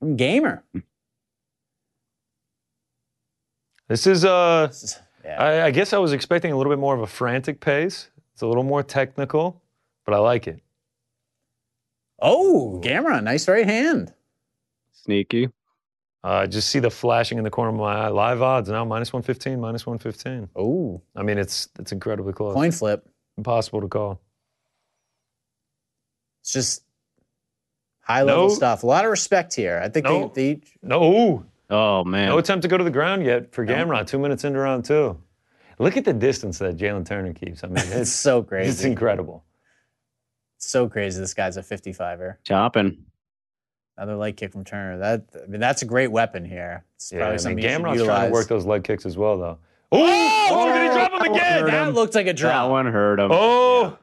Speaker 4: From Gamer.
Speaker 5: This is uh,
Speaker 4: This is- Yeah.
Speaker 5: I, I guess I was expecting a little bit more of a frantic pace. It's a little more technical, but I like it.
Speaker 4: oh, Gamera, nice right hand.
Speaker 7: Sneaky.
Speaker 5: Uh, just see the flashing in the corner of my eye. Live odds now minus one fifteen, minus one fifteen.
Speaker 4: Oh,
Speaker 5: I mean, it's it's incredibly close.
Speaker 4: coin flip.
Speaker 5: Impossible to call.
Speaker 4: It's just high level
Speaker 5: No.
Speaker 4: stuff. A lot of respect here. I think
Speaker 5: No.
Speaker 4: they, they
Speaker 5: No,
Speaker 7: Oh man.
Speaker 5: no attempt to go to the ground yet for Gamrot. Two minutes into round two. Look at the distance that Jalen Turner keeps. I mean,
Speaker 4: it's
Speaker 5: it's
Speaker 4: so
Speaker 5: it's
Speaker 4: crazy.
Speaker 5: incredible.
Speaker 4: It's so crazy. This guy's a 55er.
Speaker 7: Chopping.
Speaker 4: Another leg kick from Turner. That I mean, that's a great weapon here. It's
Speaker 5: Yeah,
Speaker 4: probably
Speaker 5: I mean,
Speaker 4: something you should
Speaker 5: Gamrot's trying
Speaker 4: utilize.
Speaker 5: to work those leg kicks as well, though. Ooh, Oh, look at he drop him again.
Speaker 7: hurt
Speaker 4: that
Speaker 7: him.
Speaker 4: looked like a drop.
Speaker 7: That one hurt him.
Speaker 5: Oh.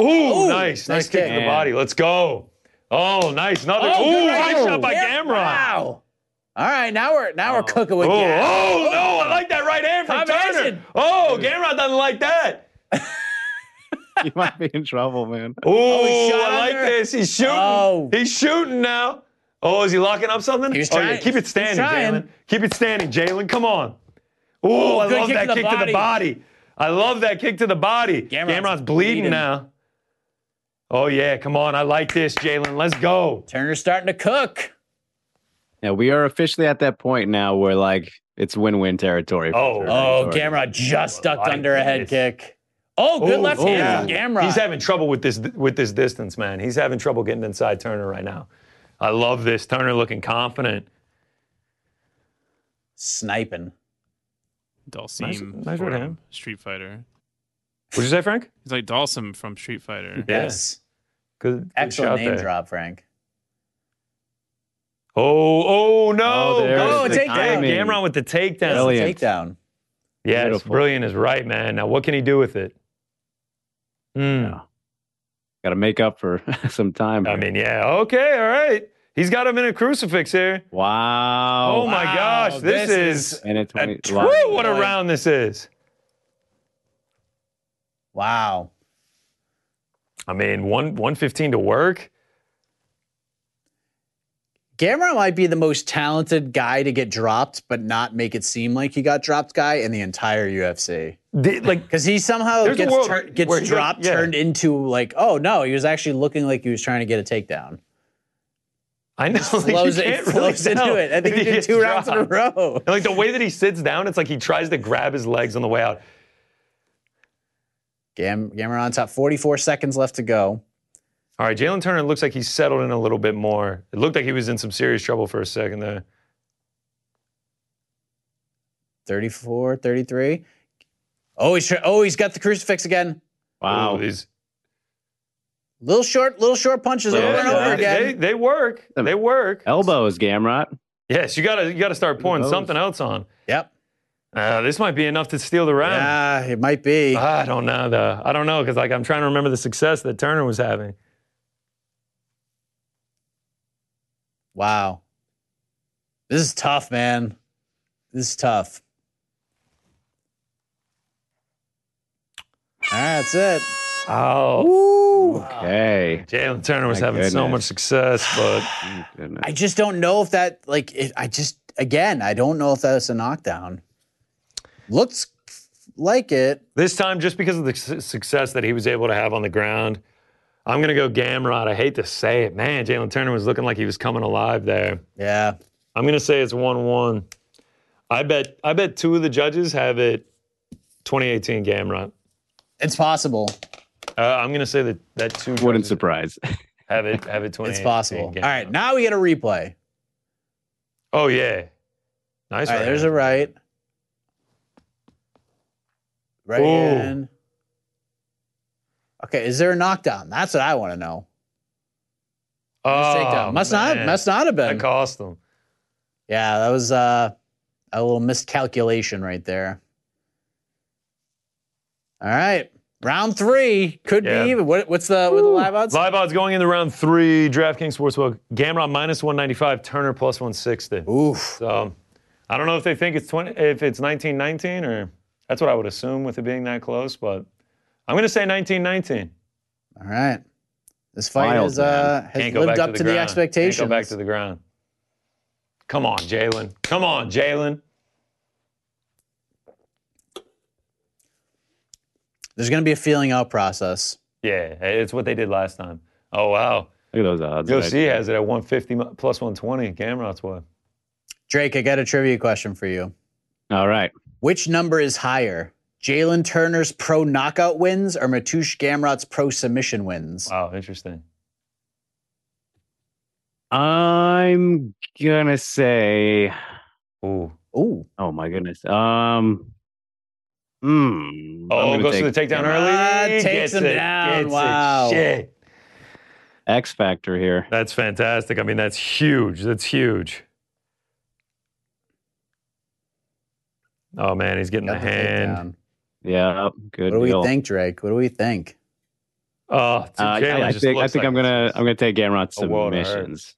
Speaker 5: Ooh,
Speaker 4: Ooh,
Speaker 5: nice.
Speaker 4: nice
Speaker 5: Nice kick to the
Speaker 7: kick.
Speaker 5: body. Let's go. Oh, nice. Another.
Speaker 4: Oh,
Speaker 5: ooh,
Speaker 4: good
Speaker 5: nice
Speaker 4: right.
Speaker 5: shot by
Speaker 4: Yeah,
Speaker 5: Gamron.
Speaker 4: Wow. All right, now we're now we're cooking
Speaker 5: Oh,
Speaker 4: with gas.
Speaker 5: oh, no. I like that right hand from
Speaker 4: Tom
Speaker 5: Turner.
Speaker 4: Hansen.
Speaker 5: Oh, Gamron doesn't like that.
Speaker 7: you might be in trouble, man.
Speaker 5: Ooh,
Speaker 4: Oh, he shot
Speaker 5: I like
Speaker 4: under.
Speaker 5: this. He's shooting.
Speaker 4: Oh.
Speaker 5: He's shooting now. Oh, is he locking up something?
Speaker 4: He was
Speaker 5: oh, yeah.
Speaker 4: trying.
Speaker 5: Keep it
Speaker 4: He's
Speaker 5: standing,
Speaker 4: trying.
Speaker 5: Jalen. Keep it standing, Jalen. Come on. Ooh, I
Speaker 4: good
Speaker 5: love
Speaker 4: kick
Speaker 5: that
Speaker 4: to the
Speaker 5: kick to the
Speaker 4: body.
Speaker 5: body. I love that kick to the body.
Speaker 4: Gamron's
Speaker 5: Gamron's bleeding,
Speaker 4: bleeding.
Speaker 5: now. Oh, yeah. Come on. I like this, Jalen. Let's go.
Speaker 4: Turner's starting to cook.
Speaker 7: Yeah, we are officially at that point now where like it's win-win territory. for
Speaker 5: Oh.
Speaker 7: sure.
Speaker 4: Oh,
Speaker 7: Sorry.
Speaker 4: Gamrod just ducked
Speaker 5: my
Speaker 4: under a head
Speaker 5: goodness.
Speaker 4: kick. Oh, good
Speaker 5: Ooh,
Speaker 4: left
Speaker 5: ooh.
Speaker 4: hand from Gamrod.
Speaker 5: He's having trouble with this with this distance, man. He's having trouble getting inside Turner right now. I love this. Turner looking confident.
Speaker 4: sniping.
Speaker 6: Dalsim
Speaker 5: nice
Speaker 6: from
Speaker 5: right hand.
Speaker 6: Street Fighter.
Speaker 5: Would you say, Frank?
Speaker 6: He's like Dalsim from Street Fighter.
Speaker 5: Yeah.
Speaker 4: Yes.
Speaker 5: Good, good
Speaker 4: Excellent
Speaker 5: shot
Speaker 4: name
Speaker 5: there.
Speaker 4: drop, Frank.
Speaker 5: Oh, oh no!
Speaker 7: Oh, there's
Speaker 4: Oh,
Speaker 7: the
Speaker 4: take down.
Speaker 7: timing.
Speaker 5: Gamron with the takedown.
Speaker 7: Brilliant.
Speaker 4: Takedown.
Speaker 5: Yes,
Speaker 7: Beautiful.
Speaker 5: brilliant is right, man. Now, what can he do with it? Hmm.
Speaker 7: Yeah. Got to make up for some time.
Speaker 5: I
Speaker 7: here.
Speaker 5: mean, yeah. Okay, all right. He's got him in a crucifix here.
Speaker 7: wow.
Speaker 5: Oh, my
Speaker 4: Wow,
Speaker 5: gosh, this,
Speaker 4: this
Speaker 5: is,
Speaker 4: is
Speaker 7: and it's
Speaker 5: a
Speaker 7: twenty.
Speaker 5: woo, what a
Speaker 4: Boy.
Speaker 5: round this is.
Speaker 4: Wow.
Speaker 5: I mean, one one fifteen to work.
Speaker 4: Gamrod might be the most talented guy to get dropped, but not make it seem like he got dropped guy in the entire UFC.
Speaker 5: Di- like
Speaker 4: Because he somehow
Speaker 5: There's a
Speaker 4: Oh, gets,
Speaker 5: world
Speaker 4: tur- gets
Speaker 5: where he-
Speaker 4: dropped,
Speaker 5: yeah.
Speaker 4: turned into like, oh no, he was actually looking like he was trying to get a takedown.
Speaker 5: I know. like, you
Speaker 4: Flows, it
Speaker 5: can't really
Speaker 4: flows
Speaker 5: tell
Speaker 4: into it. I think
Speaker 5: if
Speaker 4: he did
Speaker 5: gets
Speaker 4: two rounds in a
Speaker 5: dropped.
Speaker 4: row.
Speaker 5: And like the way that he sits down, it's like he tries to grab his legs on the way out.
Speaker 4: Gam- Gamera on top. 44 seconds left to go.
Speaker 5: All right, Jalen Turner looks like he's settled in a little bit more. It looked like he was in some serious trouble for a second there.
Speaker 4: 34, 33. Oh, he's, tr- oh, he's got the crucifix again.
Speaker 7: Wow.
Speaker 5: Ooh, these-
Speaker 4: Little short, little short punches
Speaker 7: Yeah,
Speaker 4: over and
Speaker 7: yeah.
Speaker 4: over
Speaker 5: they,
Speaker 4: again.
Speaker 5: they work. They work.
Speaker 7: Elbows, Gamrot.
Speaker 5: Yes, you gotta you gotta start pouring
Speaker 7: Those.
Speaker 5: something else on.
Speaker 4: Yep.
Speaker 5: Uh, this might be enough to steal the round.
Speaker 4: Yeah, it might be.
Speaker 5: I don't know though. I don't know because like I'm trying to remember the success that Turner was having.
Speaker 4: Wow. This is tough, man. This is tough. All right, that's it.
Speaker 5: Oh,
Speaker 7: Okay.
Speaker 5: Jalen Turner was
Speaker 7: My
Speaker 5: having so
Speaker 7: goodness.
Speaker 5: much success, but
Speaker 7: Goodness.
Speaker 4: I just don't know if that, like, it, I just, again, I don't know if that's a knockdown. Looks like it.
Speaker 5: This time, just because of the su- success that he was able to have on the ground, I'm going to go Gamrod. I hate to say it. Man, Jalen Turner was looking like he was coming alive there.
Speaker 4: Yeah.
Speaker 5: I'm going to say it's 1 1. I bet, I bet two of the judges have it 2018 Gamrod.
Speaker 4: It's possible.
Speaker 5: Uh, I'm going to say that, that 2
Speaker 7: Wouldn't
Speaker 5: judges
Speaker 7: surprise.
Speaker 5: have it, have it 2018.
Speaker 4: It's possible. All
Speaker 5: Gamrot.
Speaker 4: right, now we get a replay.
Speaker 5: Oh, yeah. Nice.
Speaker 4: All right,
Speaker 5: right
Speaker 4: there's a
Speaker 5: hand.
Speaker 4: right. Right
Speaker 5: Ooh.
Speaker 4: in. Okay, is there a knockdown? That's what I want to know. Must take down. Must not.
Speaker 5: Oh, man.
Speaker 4: Must not have
Speaker 5: That
Speaker 4: been.
Speaker 5: cost him.
Speaker 4: Yeah, that was uh, a little miscalculation right there. All right, Round three could
Speaker 5: Yeah.
Speaker 4: be even. What, what's the, what are the live odds?
Speaker 5: Live odds going into round three. DraftKings Sportsbook. Gamron minus 195. Turner plus 160.
Speaker 4: Oof.
Speaker 5: So I don't know if they think it's 20, if it's 1919 or that's what I would assume with it being that close, but I'm going to say 1919.
Speaker 4: All right. This fight
Speaker 7: Wild,
Speaker 4: has, uh, has
Speaker 5: Can't go
Speaker 4: lived
Speaker 5: back
Speaker 4: up to the,
Speaker 5: ground.
Speaker 4: expectations.
Speaker 5: Can't go back to the ground. Come on, Jalen. Come on, Jalen.
Speaker 4: There's going to be a feeling out process.
Speaker 5: Yeah, it's what they did last time. Oh wow,
Speaker 7: Look at those odds.
Speaker 5: Joe
Speaker 7: right?
Speaker 5: C has it at 150 mu- plus 120. Gamrot's what?
Speaker 4: Drake, I got a trivia question for you.
Speaker 7: All right.
Speaker 4: Which number is higher? Jalen Turner's pro knockout wins or Matush Gamrot's pro submission wins?
Speaker 5: Wow, interesting.
Speaker 7: I'm gonna say
Speaker 5: Ooh.
Speaker 4: Ooh.
Speaker 7: oh my goodness. Um mm,
Speaker 5: Oh, goes to the takedown early.
Speaker 4: Ah, takes
Speaker 5: Gets
Speaker 4: him
Speaker 5: it,
Speaker 4: down.
Speaker 5: gets it.
Speaker 4: Wow.
Speaker 5: Shit.
Speaker 7: X factor here.
Speaker 5: That's fantastic. I mean, that's huge. That's huge. Oh man, he's getting
Speaker 4: Got
Speaker 5: a
Speaker 4: the
Speaker 5: hand.
Speaker 4: takedown.
Speaker 7: Yeah, good
Speaker 4: What do
Speaker 7: deal.
Speaker 4: we think, Drake? What do we think?
Speaker 5: Oh,
Speaker 7: Uh, I,
Speaker 5: Jalen
Speaker 7: I
Speaker 5: just
Speaker 7: think I
Speaker 5: looks
Speaker 7: think
Speaker 5: like
Speaker 7: I'm gonna I'm gonna take Gamrot's
Speaker 5: a world of hurt.
Speaker 7: submissions.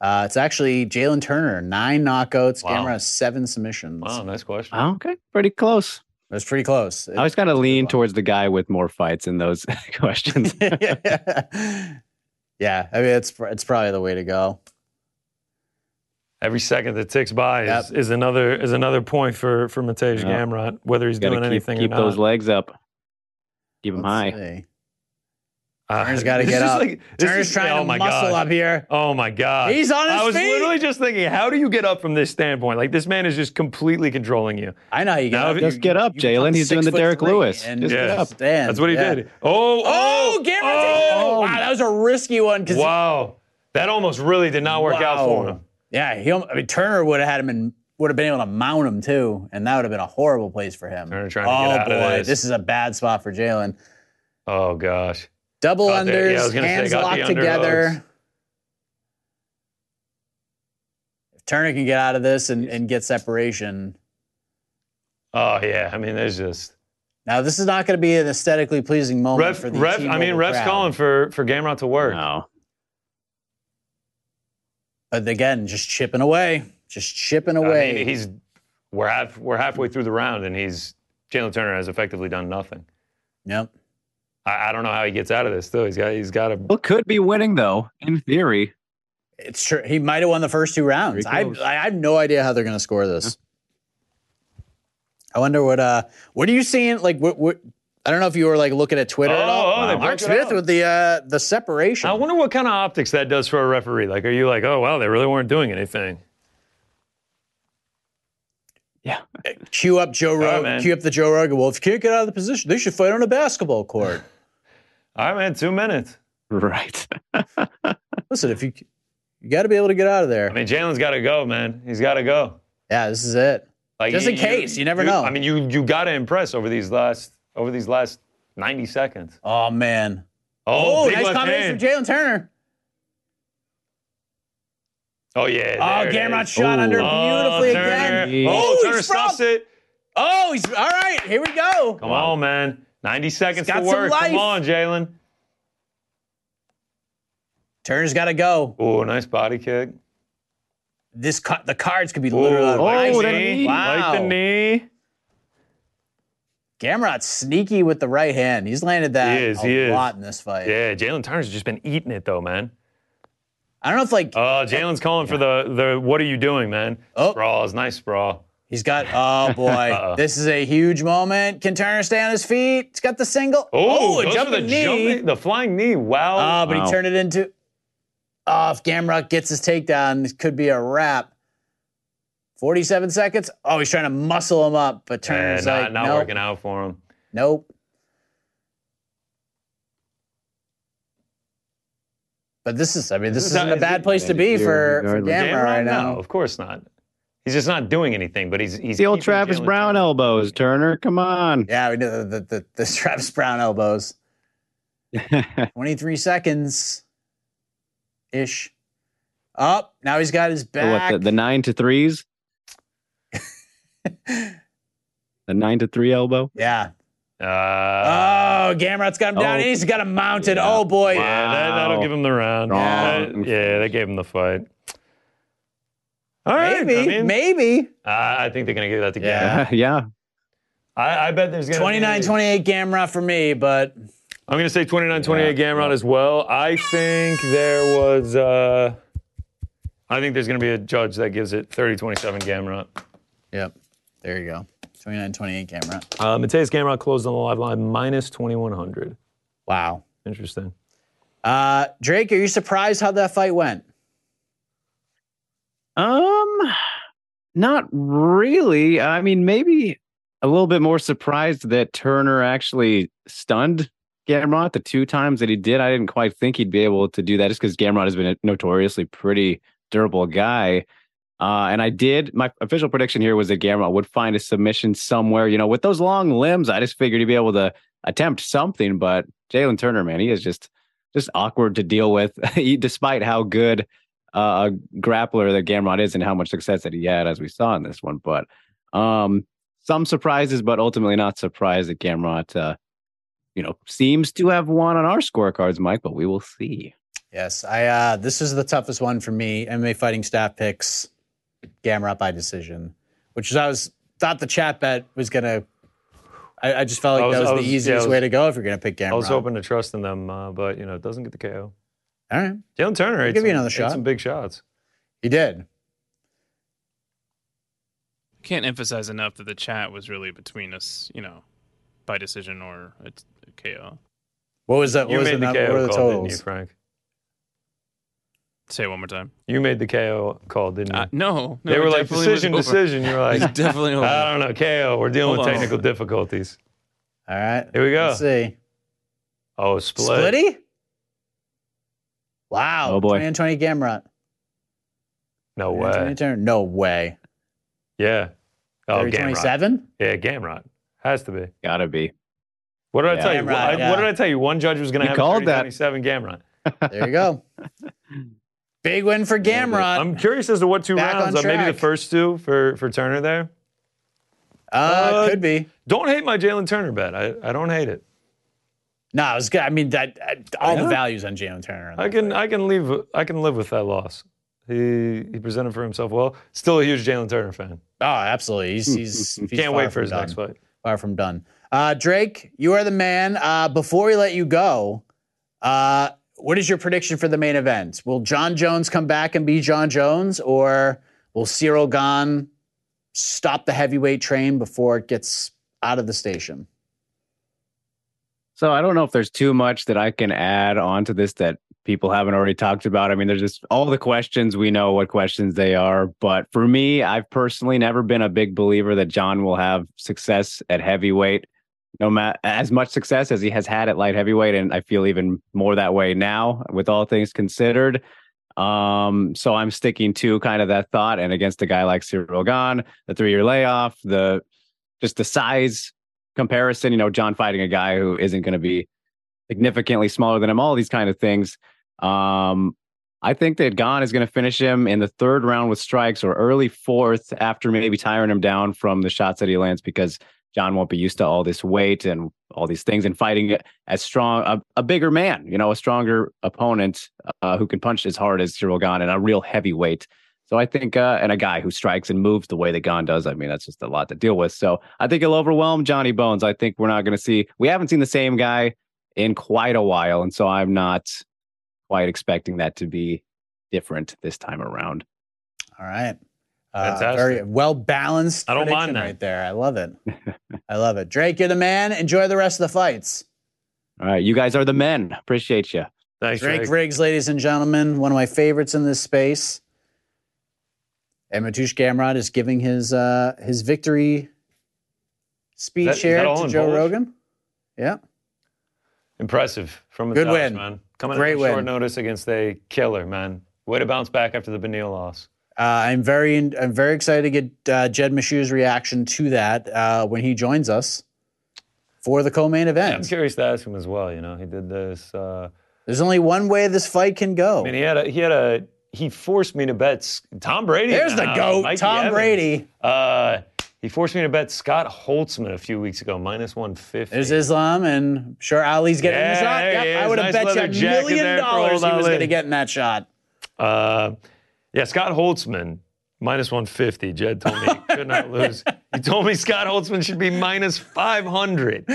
Speaker 4: Uh, it's actually Jalen Turner, nine knockouts,
Speaker 5: Wow.
Speaker 4: Gamrot, seven submissions.
Speaker 5: Wow, nice question.
Speaker 7: Oh, okay, pretty close.
Speaker 4: That's pretty close.
Speaker 7: I was kind of lean towards the guy with more fights in those questions.
Speaker 4: yeah, I mean, it's, it's probably the way to go.
Speaker 5: Every second that ticks by is,
Speaker 4: Yep.
Speaker 5: is another is another point for for Matej
Speaker 7: Yeah.
Speaker 5: Gamrot, whether he's doing
Speaker 7: Got to keep,
Speaker 5: anything
Speaker 7: keep
Speaker 5: or not.
Speaker 7: those legs up. Keep them
Speaker 4: Let's
Speaker 7: high.
Speaker 4: see.
Speaker 5: Ah,
Speaker 4: Turner's gotta
Speaker 5: this
Speaker 4: get
Speaker 5: is
Speaker 4: up.
Speaker 5: like- this
Speaker 4: Turner's
Speaker 5: is-
Speaker 4: trying
Speaker 5: oh
Speaker 4: to
Speaker 5: my
Speaker 4: muscle
Speaker 5: God.
Speaker 4: up here.
Speaker 5: Oh my God.
Speaker 4: He's on his
Speaker 5: I was
Speaker 4: feet.
Speaker 5: literally just thinking, how do you get up from this standpoint? Like this man is just completely controlling you.
Speaker 4: I know how you get
Speaker 5: Now
Speaker 4: up.
Speaker 5: if-
Speaker 4: You-
Speaker 7: Just get up,
Speaker 4: you become
Speaker 7: Jalen. He's doing
Speaker 4: six
Speaker 7: the
Speaker 4: foot
Speaker 7: Derek
Speaker 4: three
Speaker 7: Lewis.
Speaker 4: and
Speaker 7: Just
Speaker 5: get
Speaker 4: just
Speaker 5: up.
Speaker 4: stand.
Speaker 5: That's what he
Speaker 4: Yeah.
Speaker 5: did. Oh,
Speaker 4: Oh,
Speaker 5: oh,
Speaker 4: guaranteed.
Speaker 5: oh.
Speaker 4: Wow, that was a risky one. 'cause-
Speaker 5: Wow. That almost really did not work out for
Speaker 4: Wow.
Speaker 5: him.
Speaker 4: Yeah, he. al- I mean, Turner would have had him in. Would have been able to mount him too, and that would have been a horrible place for him.
Speaker 5: Turner trying to
Speaker 4: oh
Speaker 5: get out
Speaker 4: boy,
Speaker 5: of this.
Speaker 4: is a bad spot for Jalen.
Speaker 5: Oh gosh.
Speaker 4: Double
Speaker 5: Got the-
Speaker 4: unders,
Speaker 5: yeah, I was gonna say,
Speaker 4: hands
Speaker 5: got the
Speaker 4: locked
Speaker 5: underhooks.
Speaker 4: together. If Turner can get out of this and, and get separation,
Speaker 5: Oh yeah. I mean, there's just
Speaker 4: now this is not going to be an aesthetically pleasing moment
Speaker 5: ref,
Speaker 4: for the
Speaker 5: ref
Speaker 4: Team
Speaker 5: I mean,
Speaker 4: Mobile
Speaker 5: ref's
Speaker 4: crowd.
Speaker 5: calling for for Gamrot to work.
Speaker 7: No.
Speaker 4: But again, just chipping away, just chipping
Speaker 5: I
Speaker 4: away.
Speaker 5: mean, he's we're half we're halfway through the round and he's Jalen Turner has effectively done nothing.
Speaker 4: yep.
Speaker 5: I, I don't know how he gets out of this though. He's got he's got a
Speaker 7: Well, could be winning though, in theory.
Speaker 4: It's true. He might have won the first two rounds. I,
Speaker 7: close.
Speaker 4: I have no idea how they're going to score this. I wonder what. Uh, what are you seeing? Like, what, what? I don't know if you were like looking at Twitter at
Speaker 5: Oh,
Speaker 4: all.
Speaker 5: oh, they
Speaker 4: Mark
Speaker 5: broke it
Speaker 4: Smith
Speaker 5: out.
Speaker 4: with the uh, the separation.
Speaker 5: I wonder what kind of optics that does for a referee. Like, are you like, oh wow, they really weren't doing anything?
Speaker 4: Cue up Joe Rogan.
Speaker 5: man.
Speaker 4: Cue up the Joe Rogan. Well, if you can't get out of the position, they should fight on a basketball court.
Speaker 5: All right, man, two minutes.
Speaker 7: Right.
Speaker 4: Listen, if you you got to be able to get out of there.
Speaker 5: I mean, Jalen's got to go, man. He's got to go.
Speaker 4: yeah, this is it.
Speaker 5: Like,
Speaker 4: Just in case, you never know.
Speaker 5: I mean, you you got to impress over these last over these last ninety seconds.
Speaker 4: Oh man. Oh, nice combination
Speaker 5: hand.
Speaker 4: from Jalen Turner.
Speaker 5: Oh yeah.
Speaker 4: Oh,
Speaker 5: there it
Speaker 4: Gamrot
Speaker 5: is.
Speaker 4: shot under
Speaker 7: Ooh.
Speaker 4: beautifully
Speaker 5: oh, Turner.
Speaker 4: again.
Speaker 5: Oh,
Speaker 4: Ooh,
Speaker 5: Turner
Speaker 4: he's from-
Speaker 5: stops it.
Speaker 4: Oh, he's all right. Here we go.
Speaker 5: Come on, man. Ninety seconds
Speaker 4: got
Speaker 5: to
Speaker 4: some
Speaker 5: work.
Speaker 4: life.
Speaker 5: Come on, Jalen.
Speaker 4: Turner's got to go.
Speaker 5: Oh, nice body kick.
Speaker 4: This ca- the cards could be literally. out of
Speaker 7: Oh,
Speaker 4: my
Speaker 7: that
Speaker 4: hand.
Speaker 7: knee.
Speaker 5: Like the
Speaker 4: Wow.
Speaker 5: knee.
Speaker 4: Gamrot's sneaky with the right hand. He's landed that
Speaker 5: He is,
Speaker 4: a
Speaker 5: he is.
Speaker 4: lot in this fight.
Speaker 5: Yeah, Jalen Turner's just been eating it though, man.
Speaker 4: I don't know if like
Speaker 5: Oh, Jalen's calling for the the. What are you doing, man?
Speaker 4: Oh.
Speaker 5: Sprawls, nice sprawl.
Speaker 4: he's got. Oh boy,
Speaker 5: Uh-oh.
Speaker 4: this is a huge moment. Can Turner stay on his feet? He's got the single.
Speaker 5: Oh,
Speaker 4: a
Speaker 5: goes for
Speaker 4: jumping
Speaker 5: the
Speaker 4: knee.
Speaker 5: jumping- the flying knee. Wow.
Speaker 4: Uh, but
Speaker 7: Wow.
Speaker 4: he turned it into. Oh, if Gamrot gets his takedown, this could be a wrap. 47 seconds. Oh, he's trying to muscle him up, but
Speaker 5: Yeah,
Speaker 4: Turner's
Speaker 5: Eh, not,
Speaker 4: like,
Speaker 5: not
Speaker 4: nope,
Speaker 5: working out for him.
Speaker 4: nope. But this is, I mean, this
Speaker 5: This is
Speaker 4: isn't
Speaker 5: not-
Speaker 4: a bad place to be
Speaker 7: Here,
Speaker 4: for, for
Speaker 7: regardless.
Speaker 4: Gamrot right
Speaker 5: No,
Speaker 4: now.
Speaker 5: of course not. He's just not doing anything, but he's he's
Speaker 7: The old
Speaker 5: keeping
Speaker 7: Travis
Speaker 5: Jalen
Speaker 7: Brown
Speaker 5: Turner.
Speaker 7: elbows, Turner. Come on.
Speaker 4: Yeah, we know the, the, the, the Travis Brown elbows. 23 seconds ish. Up. now he's got his
Speaker 7: So
Speaker 4: back.
Speaker 7: what the, the nine to threes? the nine to three elbow.
Speaker 4: yeah.
Speaker 5: Uh,
Speaker 4: Oh, Gamrot's got him down.
Speaker 7: Oh.
Speaker 4: and He's got him mounted. Oh boy.
Speaker 5: yeah, that, that'll give him the round.
Speaker 7: Strong.
Speaker 5: That- yeah, that gave him the fight. All right,
Speaker 4: Maybe,
Speaker 5: I, mean,
Speaker 4: maybe.
Speaker 5: I, I think they're gonna give that to
Speaker 4: Yeah.
Speaker 5: Gamera.
Speaker 7: yeah.
Speaker 5: I, I bet there's gonna
Speaker 4: 29
Speaker 5: be,
Speaker 4: 28 Gamrot for me, but
Speaker 5: I'm going to say 29 28 Gamron as well. I think there was. Uh, I think there's going to be a judge that gives it 30 27 Gamron.
Speaker 4: yep. There you go. 29 28 Gamrot.
Speaker 5: Uh, Mateus Gamron closed on the live line minus 2100.
Speaker 4: Wow.
Speaker 5: Interesting.
Speaker 4: Uh, Drake, are you surprised how that fight went?
Speaker 7: Um, not really. I mean, maybe a little bit more surprised that Turner actually stunned Gamrot the two times that he did. I didn't quite think he'd be able to do that just because Gamrot has been a notoriously pretty durable guy. Uh, and I did. My official prediction here was that Gamrot would find a submission somewhere. You know, with those long limbs, I just figured he'd be able to attempt something. But Jalen Turner, man, he is just just awkward to deal with, he, despite how good uh, a grappler that Gamrot is and how much success that he had, as we saw in this one. But um, some surprises, but ultimately not surprised that Gamrot, uh, you know, seems to have won on our scorecards, Mike. But we will see.
Speaker 4: Yes, I. Uh, this is the toughest one for me. MMA fighting staff picks Gamrot by decision, which is I was thought the chat bet was gonna. I, I just felt like
Speaker 5: I was-
Speaker 4: oh, that was
Speaker 5: I
Speaker 4: the
Speaker 5: was- yeah, I
Speaker 4: easiest
Speaker 5: was-
Speaker 4: way to go if you're gonna pick Gamrot.
Speaker 5: I was hoping to trust in them, uh, but, you know, it doesn't get the KO.
Speaker 4: All right,
Speaker 5: Jalen Turner ate
Speaker 4: give
Speaker 5: some,
Speaker 4: you another
Speaker 5: ate
Speaker 4: shot.
Speaker 5: some big shots.
Speaker 4: you did.
Speaker 6: Can't emphasize enough that the chat was really between us, you know, by decision or a, t- a KO.
Speaker 4: What was that? What
Speaker 5: you
Speaker 4: was
Speaker 5: made
Speaker 4: the,
Speaker 5: the
Speaker 4: number?
Speaker 5: KO
Speaker 4: what were the
Speaker 5: call, didn't you,
Speaker 4: totals?
Speaker 5: Frank?
Speaker 6: Say it one more time.
Speaker 5: You made the KO call, didn't you?
Speaker 6: Uh, no, no,
Speaker 5: they
Speaker 6: it
Speaker 5: were like,
Speaker 6: definitely was
Speaker 5: decision,
Speaker 6: over.
Speaker 5: decision. You were
Speaker 6: It was
Speaker 5: like,
Speaker 6: definitely over.
Speaker 5: I don't know, KO. We're dealing with
Speaker 6: Hold on.
Speaker 5: technical difficulties.
Speaker 4: All right,
Speaker 5: Here we go.
Speaker 4: Let's see,
Speaker 5: Oh, split.
Speaker 4: Splitty. Wow.
Speaker 7: Oh, boy.
Speaker 4: 20 and 20 Gamrot.
Speaker 5: No
Speaker 4: 20 and 20
Speaker 5: way.
Speaker 4: Turner. No way.
Speaker 5: Yeah. Oh,
Speaker 4: 30,
Speaker 5: Gamrot.
Speaker 4: 27.
Speaker 5: Yeah, Gamrot. Has to be.
Speaker 7: Gotta be.
Speaker 5: What did I
Speaker 7: Yeah.
Speaker 5: tell you?
Speaker 4: Gamrot,
Speaker 5: I-
Speaker 4: yeah.
Speaker 5: What did I tell you? One judge was going to
Speaker 7: You
Speaker 5: have
Speaker 7: called that.
Speaker 5: 27 Gamrot.
Speaker 4: There you go. Big win for Gamrot.
Speaker 5: I'm curious as to what two
Speaker 4: Back
Speaker 5: rounds.
Speaker 4: on
Speaker 5: Uh, maybe the
Speaker 4: track.
Speaker 5: first two for for Turner there.
Speaker 4: uh,
Speaker 5: uh,
Speaker 4: could be.
Speaker 5: Don't hate my Jalen Turner bet. I, I don't hate it.
Speaker 4: No, it was good. I mean, that I, all
Speaker 5: Yeah.
Speaker 4: the values on Jalen Turner. on
Speaker 5: I
Speaker 4: that
Speaker 5: can
Speaker 4: play.
Speaker 5: I can leave I can live with that loss. He he presented for himself well. Still a huge Jalen Turner fan.
Speaker 4: Oh, absolutely. He's, he's, he's
Speaker 5: Can't
Speaker 4: far
Speaker 5: wait for
Speaker 4: from
Speaker 5: his
Speaker 4: done.
Speaker 5: next fight.
Speaker 4: Far from done. Uh, Drake, you are the man. Uh, before we let you go, uh, what is your prediction for the main event? Will John Jones come back and be John Jones, or will Cyril Gahn stop the heavyweight train before it gets out of the station?
Speaker 7: So I don't know if there's too much that I can add onto this that people haven't already talked about. I mean, there's just all the questions. We know what questions they are. But for me, I've personally never been a big believer that John will have success at heavyweight, no matter as much success as he has had at light heavyweight. And I feel even more that way now with all things considered. Um, so I'm sticking to kind of that thought. And against a guy like Cyril Gahn, the three year layoff, the just the size comparison, you know, John fighting a guy who isn't going to be significantly smaller than him, all these kind of things. Um, I think that Gon is going to finish him in the third round with strikes or early fourth after maybe tiring him down from the shots that he lands because John won't be used to all this weight and all these things and fighting as strong, a, a bigger man, you know, a stronger opponent uh, who can punch as hard as Cyril Gon and a real heavyweight. So I think, uh, and a guy who strikes and moves the way that Gon does. I mean, that's just a lot to deal with. So I think he'll overwhelm Johnny Bones. I think we're not going to see, we haven't seen the same guy in quite a while. And so I'm not quite expecting that to be different this time around.
Speaker 4: All right. Uh,
Speaker 5: Fantastic.
Speaker 4: very well balanced.
Speaker 5: I don't mind
Speaker 4: prediction
Speaker 5: that.
Speaker 4: right there. I love it. I love it. Drake, you're the man. Enjoy the rest of the fights.
Speaker 7: All right. You guys are the men. Appreciate you.
Speaker 5: Thanks, Drake.
Speaker 4: Drake Riggs, ladies and gentlemen, one of my favorites in this space. And Matush Gamrod is giving his uh, his victory speech
Speaker 5: That- is
Speaker 4: here
Speaker 5: that all
Speaker 4: to
Speaker 5: in
Speaker 4: Joe
Speaker 5: Polish?
Speaker 4: Rogan. Yeah.
Speaker 5: Impressive from a
Speaker 4: Good
Speaker 5: Dodge,
Speaker 4: win.
Speaker 5: man. Coming
Speaker 4: Great
Speaker 5: Great on short
Speaker 4: win.
Speaker 5: notice against a killer, man. Way to bounce back after the Benil loss.
Speaker 4: Uh, I'm very I'm very excited to get uh, Jed Meshu's reaction to that uh, when he joins us for the co-main
Speaker 5: Yeah, I'm
Speaker 4: event.
Speaker 5: curious to ask him as well. You know, he did this. Uh,
Speaker 4: There's only one way this fight can go.
Speaker 5: I mean, he had a he had a he forced me to bet s- Tom Brady.
Speaker 4: There's the
Speaker 5: now,
Speaker 4: goat,
Speaker 5: Mikey
Speaker 4: Tom
Speaker 5: Evans.
Speaker 4: Brady.
Speaker 5: Uh, He forced me to bet Scott Holtzman a few weeks ago, minus 150.
Speaker 4: There's Islam, and I'm sure Ali's getting
Speaker 5: Yeah,
Speaker 4: the shot.
Speaker 5: there he
Speaker 4: Yep, I
Speaker 5: is.
Speaker 4: would
Speaker 5: Nice
Speaker 4: have
Speaker 5: leather
Speaker 4: bet you a
Speaker 5: jacket
Speaker 4: million
Speaker 5: there for old
Speaker 4: dollars he was
Speaker 5: Ali.
Speaker 4: going to get in that shot.
Speaker 5: Uh, yeah, Scott Holtzman, minus 150. Jed told me he could not lose. He told me Scott Holtzman should be minus 500.
Speaker 4: Oh,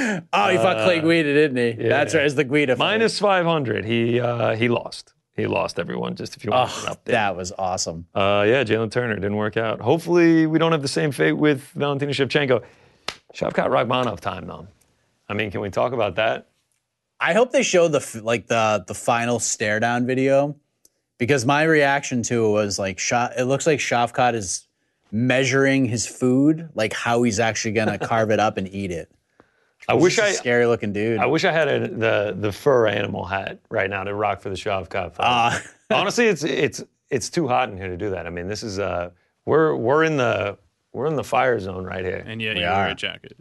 Speaker 4: he fought Clay Guida, didn't he? That's right. It's the Guida. fight.
Speaker 5: Minus 500. He uh, he lost. He lost everyone, just if you want an
Speaker 4: Oh,
Speaker 5: update.
Speaker 4: that was awesome.
Speaker 5: Uh, yeah, Jalen Turner didn't work out. Hopefully, we don't have the same fate with Valentina Shevchenko. Shavkat Rachmanov time, though. I mean, can we talk about that?
Speaker 4: I hope they show the f- like the the final stare down video because my reaction to it was like Sha- it looks like Shafkat is measuring his food, like how he's actually gonna carve it up and eat it.
Speaker 5: I wish
Speaker 4: He's a
Speaker 5: I,
Speaker 4: scary looking dude.
Speaker 5: I wish I had a, the the fur animal hat right now to rock for the Shavkat fight.
Speaker 4: Uh,
Speaker 5: Honestly, it's it's it's too hot in here to do that. I mean, this is uh, we're we're in the we're in the fire zone right here.
Speaker 6: And yet you wear
Speaker 4: are.
Speaker 6: a jacket,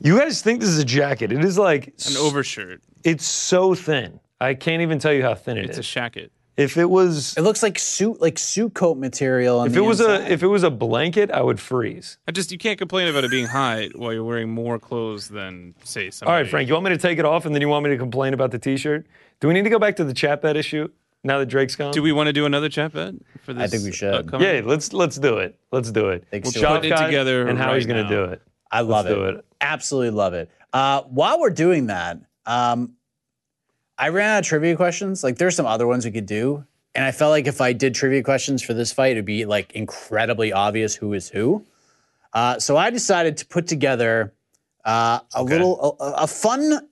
Speaker 5: You guys think this is a jacket? It is like
Speaker 6: an
Speaker 5: s-
Speaker 6: overshirt.
Speaker 5: It's so thin. I can't even tell you how thin it
Speaker 6: It's a
Speaker 5: is.
Speaker 6: shacket.
Speaker 5: if it was
Speaker 4: it looks like suit like suit coat material. On
Speaker 5: if
Speaker 4: the
Speaker 5: it was
Speaker 4: inside.
Speaker 5: a if it was a blanket, I would freeze.
Speaker 6: I just you can't complain about it being hot while you're wearing more clothes than say something.
Speaker 5: All right, Frank, you want me to take it off and then you want me to complain about the T-shirt? Do we need to go back to the chat bet issue now that Drake's gone?
Speaker 6: Do we want to do another chat bet for this?
Speaker 4: I think we should.
Speaker 6: upcoming-
Speaker 5: Yeah, let's let's do it. Let's do it.
Speaker 4: Thanks,
Speaker 5: We'll
Speaker 4: Stuart.
Speaker 5: put it
Speaker 6: Shotgun
Speaker 5: together and how he's
Speaker 6: right
Speaker 5: going to
Speaker 6: now.
Speaker 5: do it.
Speaker 4: I love
Speaker 5: Let's
Speaker 4: it.
Speaker 5: do it.
Speaker 4: Absolutely love it. Uh, while we're doing that, um, I ran out of trivia questions. Like there's some other ones we could do, and I felt like if I did trivia questions for this fight, it'd be like incredibly obvious who is who. Uh, so I decided to put together uh, a little a, a fun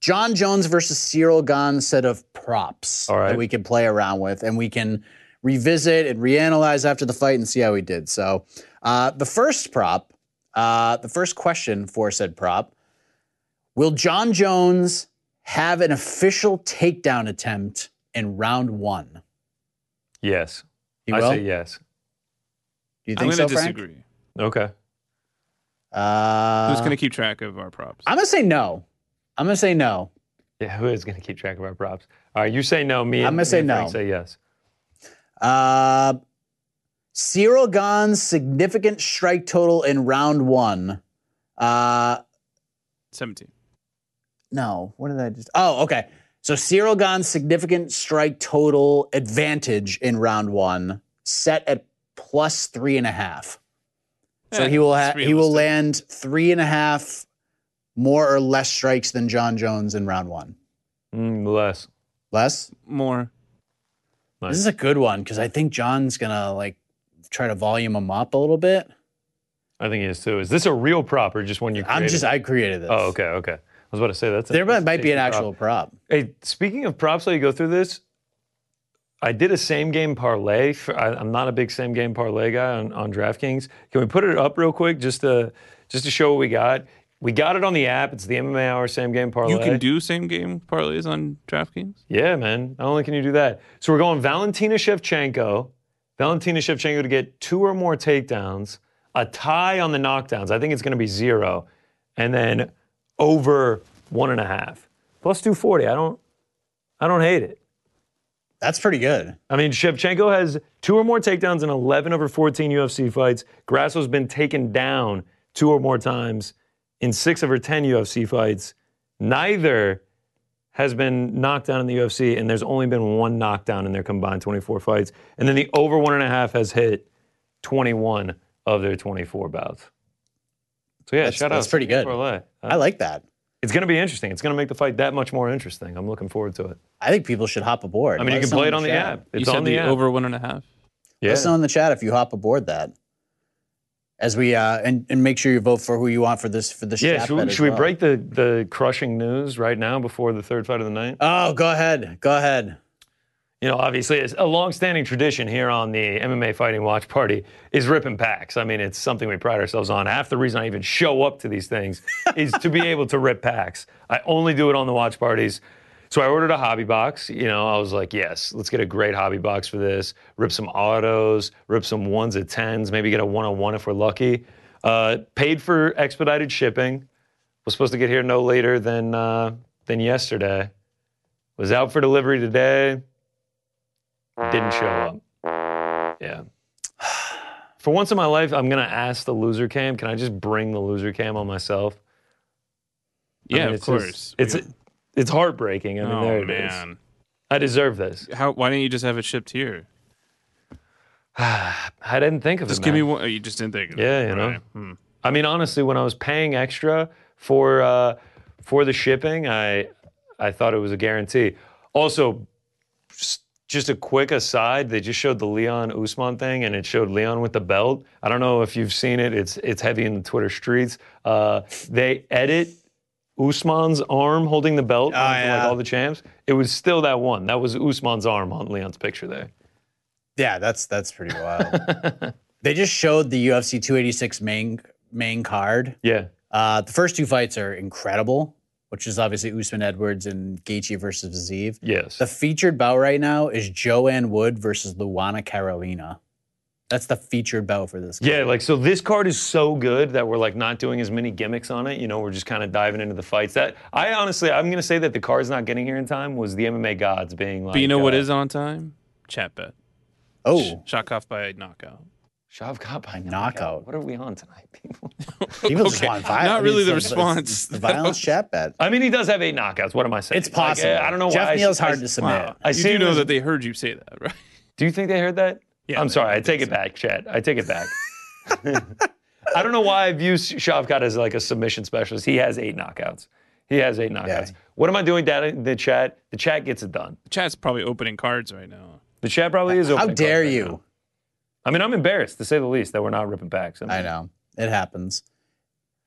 Speaker 4: John Jones versus Cyril Gahn set of props
Speaker 5: All right.
Speaker 4: that we can play around with, and we can revisit and reanalyze after the fight and see how we did. So uh, the first prop, uh, the first question for said prop, will John Jones have an official takedown attempt in round one?
Speaker 5: Yes,
Speaker 4: He
Speaker 5: I
Speaker 4: will.
Speaker 5: say yes.
Speaker 4: Do you
Speaker 6: I'm
Speaker 4: think
Speaker 6: going to
Speaker 4: so, Frank?
Speaker 6: disagree.
Speaker 5: Okay.
Speaker 4: Uh,
Speaker 6: Who's going to keep track of our props?
Speaker 4: I'm gonna say no. I'm gonna say no.
Speaker 5: Yeah, who is going to keep track of our props? All right, you say no. Me, and,
Speaker 4: I'm gonna
Speaker 5: me
Speaker 4: say
Speaker 5: and Frank
Speaker 4: no.
Speaker 5: Say yes.
Speaker 4: Uh, Cyril Gahn's significant strike total in round one. Uh,
Speaker 6: 17.
Speaker 4: no, what did I just? Oh, okay. So Cyril Gahn's significant strike total advantage in round one set at plus three and a half. So
Speaker 6: Eh,
Speaker 4: he will ha-
Speaker 6: it's
Speaker 4: he will
Speaker 6: realistic.
Speaker 4: land three and a half more or less strikes than John Jones in round one.
Speaker 5: Mm, less.
Speaker 4: Less.
Speaker 6: more.
Speaker 5: Nice.
Speaker 4: This is a good one because I think John's gonna like try to volume him up a little bit.
Speaker 5: I think he is too. Is this a real prop or just one you created?
Speaker 4: I'm just I created this.
Speaker 5: Oh, okay, okay. I was about to say that's. a-
Speaker 4: There
Speaker 5: that's
Speaker 4: might,
Speaker 5: a
Speaker 4: might be an
Speaker 5: tasty prop.
Speaker 4: actual prop.
Speaker 5: Hey, speaking of props, while you go through this, I did a same game parlay. For, I, I'm not a big same game parlay guy on, on DraftKings. Can we put it up real quick just to just to show what we got? We got it on the app. It's the MMA Hour same game parlay.
Speaker 6: You can do same game parlays on DraftKings?
Speaker 5: Yeah, man. Not only can you do that. So we're going Valentina Shevchenko, Valentina Shevchenko to get two or more takedowns, a tie on the knockdowns. I think it's going to be zero, and then over one and a half plus 240. I don't, I don't hate it.
Speaker 4: That's pretty good.
Speaker 5: I mean, Shevchenko has two or more takedowns in 11 over 14 UFC fights. Grasso's been taken down two or more times in six of her 10 UFC fights. Neither has been knocked down in the UFC, and there's only been one knockdown in their combined 24 fights. And then the over one and a half has hit 21 of their 24 bouts. So yeah,
Speaker 4: That's-
Speaker 5: shout out.
Speaker 4: that's pretty good.
Speaker 5: Parlay.
Speaker 4: I like that.
Speaker 5: Uh, It's going to be interesting. It's going to make the fight that much more interesting. I'm looking forward to it.
Speaker 4: I think people should hop aboard.
Speaker 5: I mean,
Speaker 4: Let
Speaker 5: you
Speaker 4: us
Speaker 5: can
Speaker 4: know
Speaker 5: play
Speaker 4: in
Speaker 5: it on the
Speaker 4: chat.
Speaker 5: app. It's
Speaker 6: you said
Speaker 5: on the,
Speaker 6: the
Speaker 5: app.
Speaker 6: over one and a half?
Speaker 5: yeah.
Speaker 4: Let us know in the chat if you hop aboard that. As we uh, and, and make sure you vote for who you want for this for this.
Speaker 5: Yeah,
Speaker 4: chat
Speaker 5: should,
Speaker 4: bet
Speaker 5: we,
Speaker 4: as
Speaker 5: should we
Speaker 4: well.
Speaker 5: break the, the crushing news right now before the third fight of the night?
Speaker 4: Oh, go ahead, go ahead.
Speaker 5: You know, obviously, it's a longstanding tradition here on the MMA Fighting Watch Party is ripping packs. I mean, it's something we pride ourselves on. Half the reason I even show up to these things is to be able to rip packs. I only do it on the watch parties. So I ordered a hobby box. You know, I was like, yes, let's get a great hobby box for this. Rip some autos, rip some ones at tens, maybe get a one on one if we're lucky. Uh, paid for expedited shipping. was supposed to get here no later than uh, than yesterday. Was out for delivery today. Didn't show up. Yeah. For once in my life, I'm gonna ask the loser cam. Can I just bring the loser cam on myself? I
Speaker 6: Yeah,
Speaker 5: mean,
Speaker 6: of
Speaker 5: it's just-
Speaker 6: course.
Speaker 5: it's
Speaker 6: We-
Speaker 5: it's heartbreaking. I mean, there
Speaker 6: oh
Speaker 5: it is.
Speaker 6: man,
Speaker 5: I deserve this.
Speaker 6: how? Why didn't you just have it shipped here?
Speaker 5: I didn't think of
Speaker 6: Just
Speaker 5: it.
Speaker 6: give me
Speaker 5: man.
Speaker 6: one. oh, You just didn't think. Of
Speaker 5: Yeah,
Speaker 6: it.
Speaker 5: you know.
Speaker 6: Right. Hmm.
Speaker 5: I mean, honestly, when I was paying extra for uh, for the shipping, I I thought it was a guarantee. Also, s- just a quick aside, they just showed the Leon Usman thing, and it showed Leon with the belt. I don't know if you've seen it; it's it's heavy in the Twitter streets. Uh, they edit Usman's arm holding the belt
Speaker 4: Oh,
Speaker 5: on,
Speaker 4: yeah.
Speaker 5: like all the champs. It was still that one. That was Usman's arm on Leon's picture there.
Speaker 4: Yeah, that's that's pretty wild. they just showed the UFC 286 main main card.
Speaker 5: Yeah,
Speaker 4: Uh, the first two fights are incredible, which is obviously Usman Edwards and Gaethje versus Zazeev.
Speaker 5: yes.
Speaker 4: The featured bout right now is Joanne Wood versus Luana Carolina. That's the featured bout for this. card.
Speaker 5: Yeah, like so this card is so good that we're like not doing as many gimmicks on it. You know, we're just kind of diving into the fights. That I honestly, I'm gonna say that the card's not getting here in time was the MMA gods being like.
Speaker 6: But you know what
Speaker 5: uh,
Speaker 6: is on time? Chat bet.
Speaker 4: Oh,
Speaker 6: Shotkoff by knockout.
Speaker 5: Shavkat by
Speaker 4: Knockout.
Speaker 5: What are we on tonight, people?
Speaker 4: people just
Speaker 6: Okay, not
Speaker 4: want violence.
Speaker 6: really the
Speaker 4: It's,
Speaker 6: response.
Speaker 4: the violence chat bet.
Speaker 5: I mean, he does have eight knockouts. What am I saying?
Speaker 4: It's possible.
Speaker 5: Like, I don't know
Speaker 4: Jeff
Speaker 5: why. I-
Speaker 4: Neal's
Speaker 5: I-
Speaker 4: hard to submit.
Speaker 6: Wow.
Speaker 5: I
Speaker 6: you
Speaker 5: see
Speaker 6: do know
Speaker 5: this-
Speaker 6: that they heard you say that, right?
Speaker 5: Do you think they heard that?
Speaker 6: Yeah,
Speaker 5: I'm
Speaker 6: they-
Speaker 5: sorry. I
Speaker 6: they
Speaker 5: take
Speaker 6: said-
Speaker 5: it back, Chad. I take it back. I don't know why I view Shavkat as like a submission specialist. He has eight knockouts. He has eight knockouts. What am I doing down in the chat? The chat gets it done.
Speaker 6: Chat's probably opening cards right now.
Speaker 5: The chat probably is open.
Speaker 4: How
Speaker 5: to
Speaker 4: dare
Speaker 5: cards right
Speaker 4: you?
Speaker 5: now. I mean, I'm embarrassed to say the least that we're not ripping backs. mean,
Speaker 4: I know. It happens.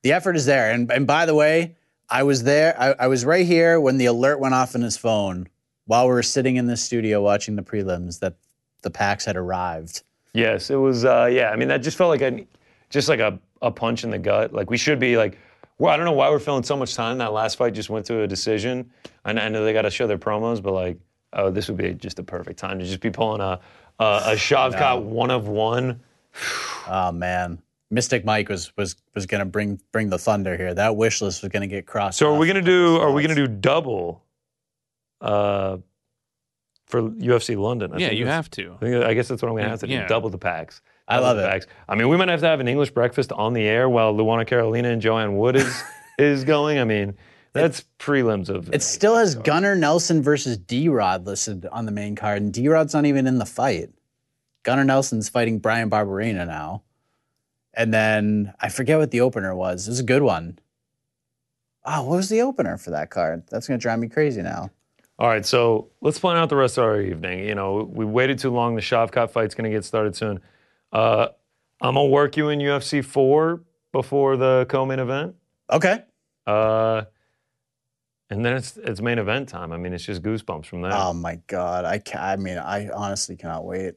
Speaker 4: The effort is there. And and by the way, I was there. I, I was right here when the alert went off on his phone while we were sitting in the studio watching the prelims that the packs had arrived.
Speaker 5: Yes, it was. Uh, yeah, I mean, that just felt like a, just like a, a punch in the gut. Like we should be like, well, I don't know why we're filling so much time. That last fight just went to a decision. I, kn- I know they got to show their promos, but like, oh, this would be just the perfect time to just be pulling a a, a Shavkat one of one.
Speaker 4: Oh man. Mystic Mike was was was gonna bring bring the thunder here. That wish list was gonna get crossed.
Speaker 5: So are
Speaker 4: off
Speaker 5: we
Speaker 4: a
Speaker 5: gonna
Speaker 4: couple
Speaker 5: do? Are we gonna
Speaker 4: spots.
Speaker 5: do double? Uh, for UFC London. I
Speaker 6: yeah,
Speaker 5: think
Speaker 6: you
Speaker 5: that's-
Speaker 6: have to.
Speaker 5: I, think, I guess that's what I'm gonna have to do.
Speaker 6: Yeah.
Speaker 5: Double the packs.
Speaker 4: I love
Speaker 5: the
Speaker 4: it.
Speaker 5: packs. I mean, we might have to have an English breakfast on the air while Luana Carolina and Joanne Wood is is going. I mean, that's prelims of.
Speaker 4: It still has Gunnar Nelson versus D Rod listed on the main card, and D Rod's not even in the fight. Gunnar Nelson's fighting Brian Barberina now. And then I forget what the opener was. It was a good one. Oh, what was the opener for that card? That's going to drive me crazy now.
Speaker 5: All right, so let's plan out the rest of our evening. You know, we waited too long. The Shavkat fight's gonna get started soon. Uh, I'm gonna work you in UFC four before the co-main event.
Speaker 4: Okay.
Speaker 5: Uh, and then it's it's main event time. I mean, it's just goosebumps from there.
Speaker 4: Oh, my God. I, ca- I mean, I honestly cannot wait.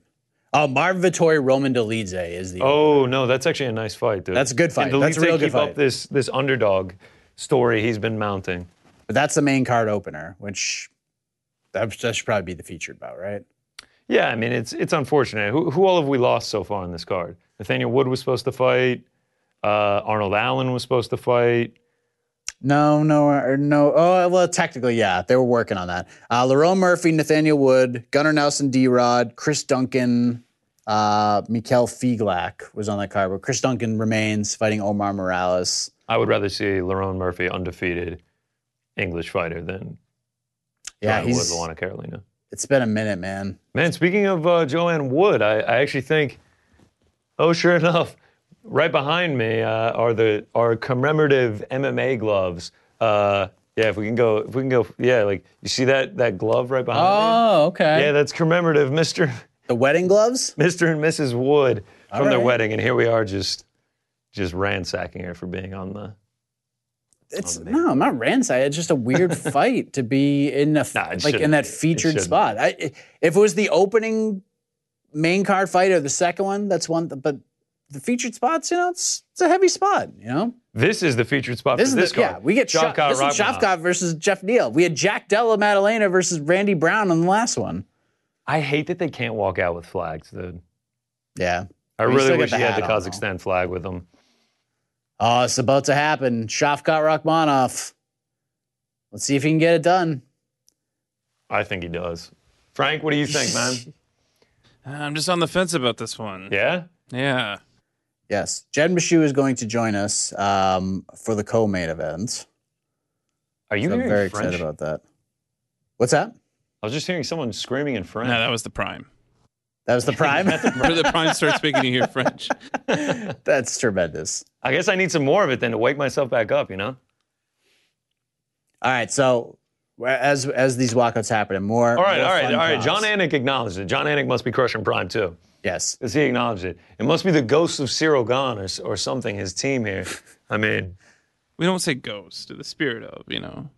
Speaker 4: Oh, Marv Vittori Roman Delize is the.
Speaker 5: Oh no, that's actually a nice fight, dude.
Speaker 4: That's a good fight.
Speaker 5: And
Speaker 4: That's a
Speaker 5: Dolittle
Speaker 4: real good
Speaker 5: keep
Speaker 4: fight.
Speaker 5: up this this underdog story he's been mounting.
Speaker 4: But that's the main card opener, which that, that should probably be the featured bout, right?
Speaker 5: Yeah, I mean it's it's unfortunate. Who, who all have we lost so far on this card? Nathaniel Wood was supposed to fight. Uh, Arnold Allen was supposed to fight.
Speaker 4: No, no, or no. Oh, well, technically, yeah, they were working on that. Uh, Lerone Murphy, Nathaniel Wood, Gunnar Nelson, D Rod, Chris Duncan, uh, Mikel Figlak was on that card, but Chris Duncan remains fighting Omar Morales.
Speaker 5: I would rather see Lerone Murphy undefeated English fighter than
Speaker 4: Yeah,
Speaker 5: Joanne
Speaker 4: he's.
Speaker 5: Wood, Luana Carolina.
Speaker 4: It's been a minute, man.
Speaker 5: Man, speaking of uh, Joanne Wood, I, I actually think, oh, sure enough, right behind me uh, are the are commemorative MMA gloves. Uh, yeah, if we can go, if we can go, yeah, like you see that that glove right behind me.
Speaker 4: okay.
Speaker 5: Yeah, that's commemorative, Mister
Speaker 4: The wedding gloves.
Speaker 5: Mister and Mrs. Wood from their
Speaker 4: right.
Speaker 5: wedding, and here we are just just ransacking her for being on the. Oh,
Speaker 4: It's no, I'm not ransacking. It's just a weird fight to be in a f-
Speaker 5: Nah, it
Speaker 4: like in
Speaker 5: shouldn't
Speaker 4: that
Speaker 5: be. It
Speaker 4: featured
Speaker 5: shouldn't
Speaker 4: spot. I, i- if it was the opening main card fight or the second one, that's one. th- But the featured spots, you know, it's it's a heavy spot. You know,
Speaker 5: This is the featured spot
Speaker 4: this
Speaker 5: for
Speaker 4: is
Speaker 5: this
Speaker 4: the,
Speaker 5: card.
Speaker 4: yeah. We get Sha-
Speaker 5: Shavkat
Speaker 4: this is
Speaker 5: Rakhmonov.
Speaker 4: Shavkat versus Jeff Neal. We had Jack Della Maddalena versus Randy Brown on the last one.
Speaker 5: I hate that they can't walk out with flags, dude.
Speaker 4: Yeah.
Speaker 5: I
Speaker 4: Well, you
Speaker 5: really
Speaker 4: still get
Speaker 5: wish
Speaker 4: the
Speaker 5: he had
Speaker 4: hat
Speaker 5: the
Speaker 4: on, though.
Speaker 5: Kazakhstan flag with him.
Speaker 4: Oh, it's about to happen. Shavkat Rachmanov. Let's see if he can get it done.
Speaker 5: I think he does. Frank, what do you think, man?
Speaker 6: I'm just on the fence about this one.
Speaker 5: Yeah?
Speaker 6: Yeah.
Speaker 4: Yes, Jed Mishu is going to join us um, for the co-main event.
Speaker 5: Are you
Speaker 4: So I'm
Speaker 5: hearing
Speaker 4: very
Speaker 5: French?
Speaker 4: excited about that. What's that?
Speaker 5: I was just hearing someone screaming in French.
Speaker 6: No, that was the prime.
Speaker 4: That was the prime.
Speaker 6: Where the prime starts speaking, you hear French.
Speaker 4: That's tremendous.
Speaker 5: I guess I need some more of it then to wake myself back up. You know.
Speaker 4: All right, so as as these walkouts happen, and more.
Speaker 5: All right,
Speaker 4: more
Speaker 5: all right,
Speaker 4: fun
Speaker 5: all right.
Speaker 4: prompts.
Speaker 5: John Anik acknowledged it. John Anik must be crushing Prime too,
Speaker 4: Yes,
Speaker 5: because he acknowledged it. It must be the ghosts of Cyril Gahn or, or something. His team here. I mean,
Speaker 6: We don't say ghost, the spirit of, you know.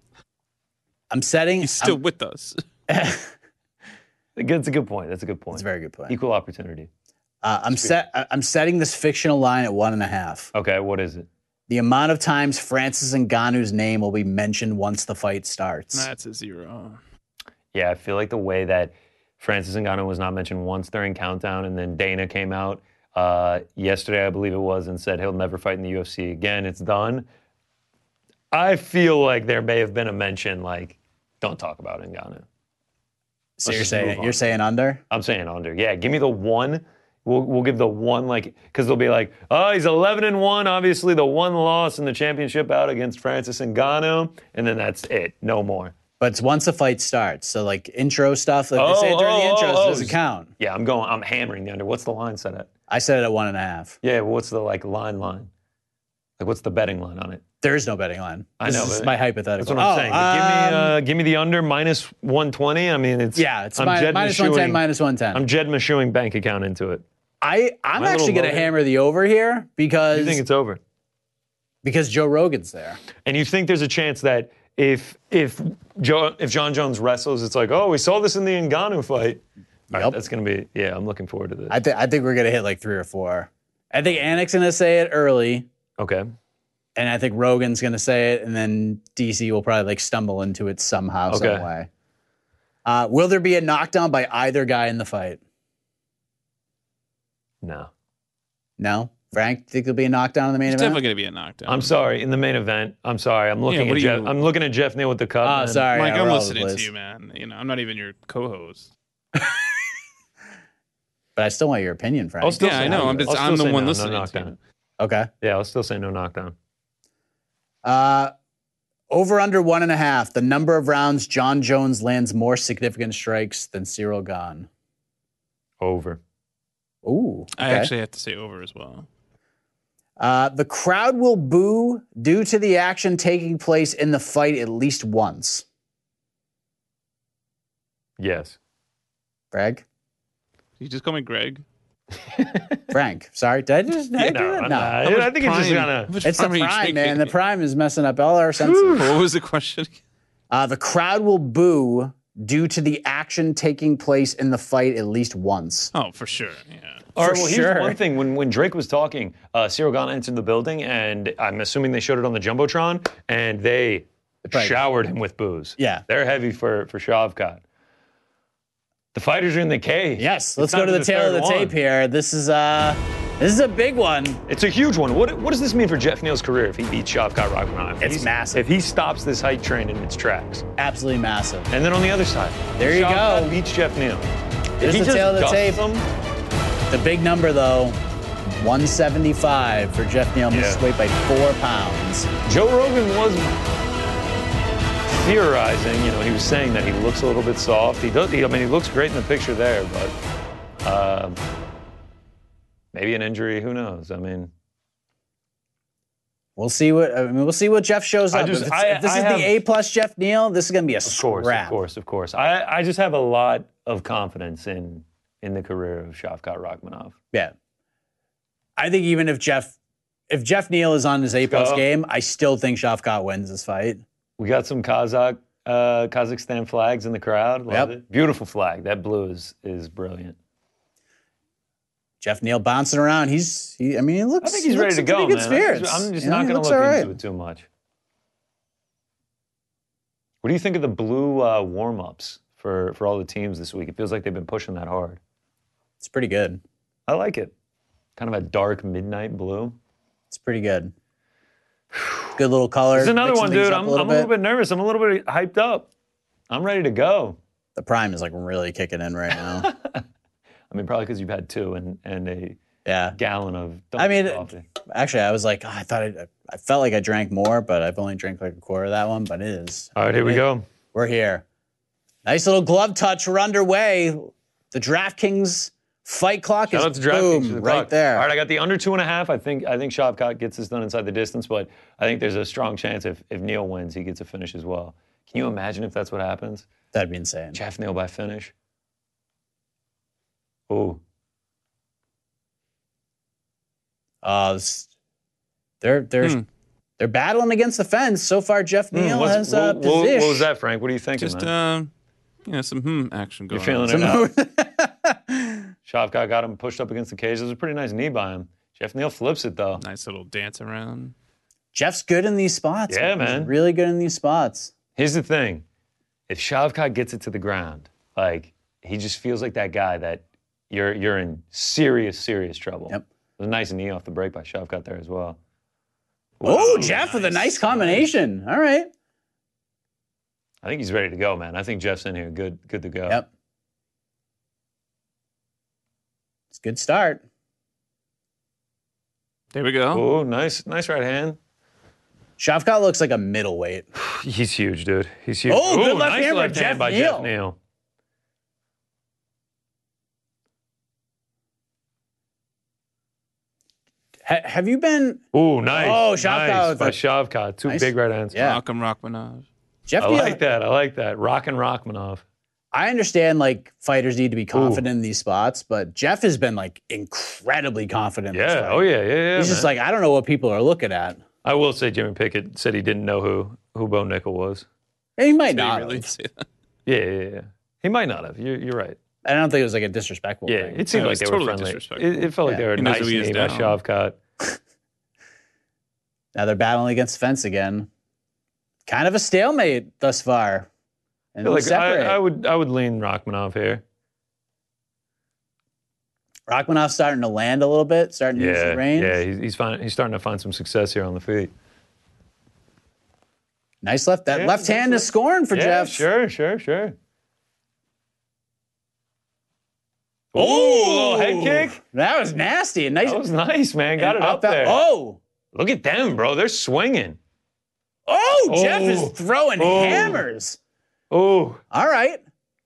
Speaker 4: I'm setting.
Speaker 6: He's still with us.
Speaker 5: that's a good point. That's a good point.
Speaker 4: That's a very good point.
Speaker 5: Equal opportunity.
Speaker 4: Uh, I'm set. I- I'm setting this fictional line at one and a half.
Speaker 5: Okay, what is it?
Speaker 4: The amount of times Francis and Ganu's name will be mentioned once the fight starts.
Speaker 6: That's a zero.
Speaker 5: Yeah, I feel like the way that Francis Ngannou was not mentioned once during Countdown, and then Dana came out uh, yesterday, I believe it was, and said he'll never fight in the UFC again. It's done. I feel like there may have been a mention like, don't talk about Ngannou. let's
Speaker 4: so you're
Speaker 5: just move
Speaker 4: saying
Speaker 5: on.
Speaker 4: you're saying under?
Speaker 5: I'm saying under. Yeah, give me the one. We'll, we'll give the one like because they'll be like, oh, he's 11 and one. Obviously, the one loss in the championship out against Francis Ngannou, and then that's it. No more.
Speaker 4: But it's once the fight starts. So like intro stuff, like
Speaker 5: Oh,
Speaker 4: they say during the
Speaker 5: oh, oh,
Speaker 4: intros,
Speaker 5: oh.
Speaker 4: it doesn't count.
Speaker 5: Yeah, I'm going. I'm hammering the under. What's the line set at?
Speaker 4: I said it at one and a half.
Speaker 5: Yeah, but what's the like line line? Like what's the betting line on it?
Speaker 4: There is no betting line.
Speaker 5: I
Speaker 4: This
Speaker 5: know,
Speaker 4: is
Speaker 5: but
Speaker 4: my
Speaker 5: That's
Speaker 4: hypothetical. Oh,
Speaker 5: what I'm saying. But give me
Speaker 4: um,
Speaker 5: uh, give me the under minus 120. I mean, it's
Speaker 4: yeah, it's
Speaker 5: I'm
Speaker 4: mi-
Speaker 5: Jed
Speaker 4: minus one ten,
Speaker 5: Mishuing-
Speaker 4: minus one ten.
Speaker 5: I'm Jed Mashewing bank account into it.
Speaker 4: I I'm
Speaker 5: My little
Speaker 4: actually gonna
Speaker 5: logo.
Speaker 4: hammer the over here
Speaker 5: You think
Speaker 4: because
Speaker 5: it's over?
Speaker 4: because Joe Rogan's there.
Speaker 5: And you think there's a chance that if if Joe if John Jones wrestles, it's like, oh, we saw this in the Ngannou fight. All right,
Speaker 4: Yep.
Speaker 5: that's gonna be yeah. I'm looking forward to this.
Speaker 4: I think I think we're gonna hit like three or four. I think Anik's gonna say it early,
Speaker 5: okay.
Speaker 4: and I think Rogan's gonna say it, and then DC will probably like stumble into it somehow, some
Speaker 5: Okay.
Speaker 4: way. Uh, will there be a knockdown by either guy in the fight?
Speaker 5: No,
Speaker 4: No, Frank. Think there'll be a knockdown in the main
Speaker 6: It's
Speaker 4: event?
Speaker 6: definitely going to be a knockdown.
Speaker 5: I'm sorry. In the main event, I'm sorry. I'm looking
Speaker 6: what do
Speaker 5: at Jeff.
Speaker 6: you-
Speaker 5: I'm looking at Jeff Neal with the cup.
Speaker 4: Oh,
Speaker 5: man.
Speaker 4: sorry.
Speaker 6: Mike,
Speaker 4: yeah,
Speaker 6: I'm
Speaker 4: we're all over
Speaker 6: listening
Speaker 4: the
Speaker 6: to
Speaker 4: place.
Speaker 6: you, man. You know, I'm not even your co-host.
Speaker 4: But I still want your opinion, Frank.
Speaker 5: I'll still
Speaker 6: Yeah,
Speaker 5: say
Speaker 6: I know.
Speaker 5: no.
Speaker 6: I'm just-
Speaker 5: I'll still
Speaker 6: I'm the
Speaker 5: say
Speaker 6: one
Speaker 5: no, no
Speaker 6: listening to you.
Speaker 5: knockdown.
Speaker 4: okay.
Speaker 5: Yeah, I'll still say no knockdown.
Speaker 4: Uh, over under one and a half. The number of rounds John Jones lands more significant strikes than Cyril Gahn.
Speaker 5: Over.
Speaker 4: Ooh.
Speaker 6: I
Speaker 4: okay.
Speaker 6: actually have to say over as well.
Speaker 4: Uh, the crowd will boo due to the action taking place in the fight at least once.
Speaker 5: Yes.
Speaker 4: Frank.
Speaker 6: Did you just call me Greg?
Speaker 4: Frank. Sorry. Did I just? Did I
Speaker 5: Yeah,
Speaker 4: do that?
Speaker 5: I'm
Speaker 4: no.
Speaker 5: not.
Speaker 6: How much
Speaker 5: I think it's just
Speaker 6: prime-
Speaker 5: kind
Speaker 6: how
Speaker 5: of.
Speaker 6: much
Speaker 4: It's the
Speaker 6: prime are you
Speaker 4: prime,
Speaker 6: drinking?
Speaker 4: man. The prime is messing up all our senses.
Speaker 6: What was the question?
Speaker 4: Uh, the crowd will boo due to the action taking place in the fight at least once.
Speaker 6: Oh, for sure. Yeah.
Speaker 5: All right,
Speaker 4: For
Speaker 5: well,
Speaker 4: sure.
Speaker 5: here's one thing. When, when Drake was talking, uh, Cyril Gahn entered the building, and I'm assuming they showed it on the Jumbotron, and they
Speaker 4: Right.
Speaker 5: showered him with booze.
Speaker 4: Yeah.
Speaker 5: They're heavy for, for Shavkat. The fighters are in the cage.
Speaker 4: Yes,
Speaker 5: It's
Speaker 4: let's go
Speaker 5: time
Speaker 4: to
Speaker 5: for
Speaker 4: the tail of the
Speaker 5: third
Speaker 4: tape
Speaker 5: one.
Speaker 4: here. This is uh this is a big one.
Speaker 5: It's a huge one. What, what does this mean for Jeff Neal's career if he beats Shavkat Rachmaninoff? If
Speaker 4: It's
Speaker 5: he's-
Speaker 4: massive.
Speaker 5: If he stops this height train in its tracks.
Speaker 4: Absolutely massive.
Speaker 5: And then on the other side,
Speaker 4: There you
Speaker 5: Shavkat
Speaker 4: go.
Speaker 5: beats Jeff Neal.
Speaker 4: Here's
Speaker 5: he
Speaker 4: the
Speaker 5: just
Speaker 4: tail of the
Speaker 5: dusts
Speaker 4: tape.
Speaker 5: him,
Speaker 4: The big number though, 175 for Jeff Neal missed
Speaker 5: Yeah.
Speaker 4: weight by four pounds.
Speaker 5: Joe Rogan was theorizing, you know, he was saying that he looks a little bit soft. He does, he, I mean, he looks great in the picture there, but um, maybe an injury, who knows? I mean,
Speaker 4: We'll see what I mean, we'll see what Jeff shows
Speaker 5: I
Speaker 4: up.
Speaker 5: just-
Speaker 4: if,
Speaker 5: I-
Speaker 4: it's- if this
Speaker 5: I
Speaker 4: is
Speaker 5: have-
Speaker 4: the A plus Jeff Neal, this is gonna be a
Speaker 5: of course,
Speaker 4: scrap.
Speaker 5: of course, of course. I, I just have a lot of confidence in in the career of Shavkat Rachmanov.
Speaker 4: Yeah. I think even if Jeff if Jeff Neal is on his A plus
Speaker 5: go.
Speaker 4: game, I still think Shafkat wins this fight.
Speaker 5: We got some Kazakh, uh, Kazakhstan flags in the crowd. Love
Speaker 4: Yep.
Speaker 5: it. Beautiful flag. That blue is, is brilliant.
Speaker 4: Jeff Neal bouncing around. He's he, I mean he looks
Speaker 5: I think he's
Speaker 4: he
Speaker 5: ready
Speaker 4: looks
Speaker 5: to
Speaker 4: in
Speaker 5: go, man.
Speaker 4: pretty good
Speaker 5: I'm
Speaker 4: spirits.
Speaker 5: just- I'm just
Speaker 4: You know,
Speaker 5: not
Speaker 4: he
Speaker 5: going to
Speaker 4: looks
Speaker 5: look
Speaker 4: all right.
Speaker 5: into it too much. What do you think of the blue uh, warm-ups for, for all the teams this week? It feels like they've been pushing that hard.
Speaker 4: It's pretty good.
Speaker 5: I like it. Kind of a dark midnight blue.
Speaker 4: It's pretty good. Good little color.
Speaker 5: There's another
Speaker 4: mixing
Speaker 5: one,
Speaker 4: things
Speaker 5: dude.
Speaker 4: up
Speaker 5: I'm, I'm a little bit nervous. I'm a little bit hyped up. I'm ready to go.
Speaker 4: The prime is like really kicking in right now.
Speaker 5: I mean, probably because you've had two and, and a
Speaker 4: Yeah.
Speaker 5: gallon of.
Speaker 4: I mean,
Speaker 5: coffee.
Speaker 4: Actually, I was like, "Ah, I thought I, I felt like I drank more, but I've only drank like a quarter of that one. But it is.
Speaker 5: all right, here we go.
Speaker 4: We're here. Nice little glove touch. We're underway. The DraftKings fight clock
Speaker 5: Shout out
Speaker 4: is
Speaker 5: to DraftKings
Speaker 4: boom
Speaker 5: for the
Speaker 4: right
Speaker 5: clock.
Speaker 4: there.
Speaker 5: All right, I got the under two and a half. I think I think Shabcock gets this done inside the distance, but I think there's a strong chance if if Neil wins, he gets a finish as well. Can you imagine if that's what happens?
Speaker 4: That'd be insane.
Speaker 5: Jeff Neal by finish. Ooh,
Speaker 4: Uh, s- they're they're
Speaker 6: Hmm.
Speaker 4: they're battling against the fence so far. Jeff Neal
Speaker 5: Hmm, What's-
Speaker 4: has uh,
Speaker 5: what, what- what
Speaker 4: position.
Speaker 5: was that, Frank? What are you thinking?
Speaker 6: Just
Speaker 5: man?
Speaker 6: um, you know, some hmm action going.
Speaker 5: You're feeling
Speaker 6: on.
Speaker 5: it out. Shavkat got him pushed up against the cage. It was a pretty nice knee by him. Jeff Neal flips it though.
Speaker 6: Nice little dance around.
Speaker 4: Jeff's good in these spots.
Speaker 5: Yeah,
Speaker 4: He's
Speaker 5: man.
Speaker 4: really good in these spots.
Speaker 5: Here's the thing: if Shavkat gets it to the ground, like he just feels like that guy that you're you're in serious serious trouble.
Speaker 4: Yep.
Speaker 5: It was a nice knee off the break by Shavkat there as well.
Speaker 4: Oh, Jeff with a nice combination. All right.
Speaker 5: I think he's ready to go, man. I think Jeff's in here, good good to go.
Speaker 4: Yep. It's a good start.
Speaker 6: There we go.
Speaker 5: Oh, nice nice right hand.
Speaker 4: Shavkat looks like a middleweight.
Speaker 5: He's huge, dude. He's huge.
Speaker 4: Oh, good
Speaker 5: Ooh,
Speaker 4: left
Speaker 5: nice
Speaker 4: hand by
Speaker 5: left
Speaker 4: Jeff
Speaker 5: hand by
Speaker 4: Neal.
Speaker 5: Jeff Neal.
Speaker 4: Ha- have you been
Speaker 5: Ooh, nice.
Speaker 4: Oh, Shavkat
Speaker 5: Nice
Speaker 4: with
Speaker 5: by
Speaker 4: a-
Speaker 5: Shavkat. Two
Speaker 4: Nice.
Speaker 5: big right hands.
Speaker 4: Yeah.
Speaker 6: Malcolm Rachmaninoff.
Speaker 4: Jeff?
Speaker 5: I
Speaker 4: Neal-
Speaker 5: like that. I like that. Rock and Rachmanov.
Speaker 4: I understand like fighters need to be confident in these spots, but Jeff has been like incredibly confident. in this
Speaker 5: Yeah.
Speaker 4: fight.
Speaker 5: Oh yeah. Yeah. Yeah.
Speaker 4: He's just
Speaker 5: man.
Speaker 4: like I don't know what people are looking at.
Speaker 5: I will say Jimmy Pickett said he didn't know who who Bo Nickel was.
Speaker 4: And He might
Speaker 6: Did he
Speaker 4: not.
Speaker 6: really
Speaker 4: have.
Speaker 6: say that?
Speaker 5: Yeah. Yeah. Yeah. He might not have. You're, you're right.
Speaker 4: I don't think it was like a disrespectful
Speaker 5: Yeah.
Speaker 4: thing.
Speaker 5: It seemed
Speaker 6: No,
Speaker 5: like
Speaker 6: it's
Speaker 5: they
Speaker 6: totally
Speaker 5: were friendly.
Speaker 6: disrespectful.
Speaker 5: It, it felt like
Speaker 4: Yeah.
Speaker 5: they were
Speaker 6: He knows
Speaker 5: nice
Speaker 6: who he is
Speaker 5: knee by
Speaker 6: now.
Speaker 5: Shavkat.
Speaker 4: Now they're battling against the fence again. Kind of a stalemate thus far.
Speaker 5: I
Speaker 4: And
Speaker 5: feel
Speaker 4: we
Speaker 5: like I,
Speaker 4: separate.
Speaker 5: I would I would lean Rachmanov here.
Speaker 4: Rachmaninoff's starting to land a little bit, starting to use
Speaker 5: Yeah.
Speaker 4: the range.
Speaker 5: Yeah. He's he's, find, he's starting to find some success here on the feet.
Speaker 4: Nice left. That
Speaker 5: Yeah,
Speaker 4: left
Speaker 5: nice
Speaker 4: hand is scoring for
Speaker 5: yeah,
Speaker 4: Jeff.
Speaker 5: Sure, sure, sure. Ooh,
Speaker 4: Oh,
Speaker 5: little head kick.
Speaker 4: That was nasty. Nice.
Speaker 5: That was nice, man. Got it
Speaker 4: and
Speaker 5: up
Speaker 4: that-
Speaker 5: there.
Speaker 4: Oh,
Speaker 5: Look at them, bro. They're swinging.
Speaker 4: oh, Jeff
Speaker 5: Oh.
Speaker 4: is throwing
Speaker 5: Oh.
Speaker 4: hammers.
Speaker 5: Ooh.
Speaker 4: All right.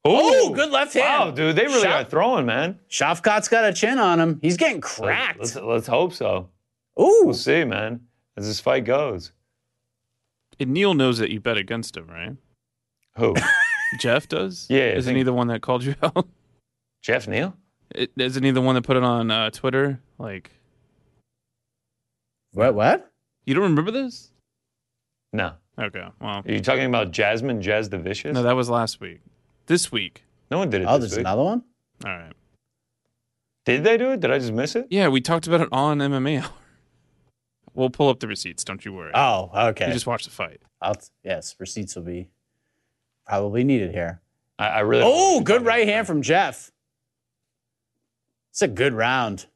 Speaker 4: Oh, good left hand.
Speaker 5: Wow, dude. They really are
Speaker 4: Shot.
Speaker 5: throwing, man.
Speaker 4: Shavkat's got a chin on him. He's getting
Speaker 5: Like,
Speaker 4: cracked.
Speaker 5: Let's, let's hope so.
Speaker 4: Ooh,
Speaker 5: We'll see, man, as this fight goes.
Speaker 6: And Neil knows that you bet against him, right?
Speaker 5: Who?
Speaker 6: Jeff does.
Speaker 5: Yeah, I
Speaker 6: Isn't
Speaker 5: think-
Speaker 6: he the one that called you out?
Speaker 5: Jeff Neal?
Speaker 6: is isn't he the one that put it on uh, Twitter? Like,
Speaker 4: what? What?
Speaker 6: you don't remember this?
Speaker 5: No.
Speaker 6: Okay. Well,
Speaker 5: Are you talking about Jasmine Jazz the Vicious?
Speaker 6: no,
Speaker 5: No,
Speaker 6: that was last week. This week.
Speaker 5: one did it
Speaker 4: Oh,
Speaker 5: this
Speaker 4: there's
Speaker 5: week.
Speaker 4: another one.
Speaker 6: All right.
Speaker 5: Did they do it? Did I just miss it?
Speaker 6: Yeah, we talked about it on MMA. Hour. We'll pull up the receipts. Don't you worry.
Speaker 4: Oh,
Speaker 6: You
Speaker 4: okay.
Speaker 6: just watch the fight.
Speaker 4: I'll, yes, receipts will be probably needed here.
Speaker 5: I, I really.
Speaker 4: Oh, good right hand from Jeff. It's a good round.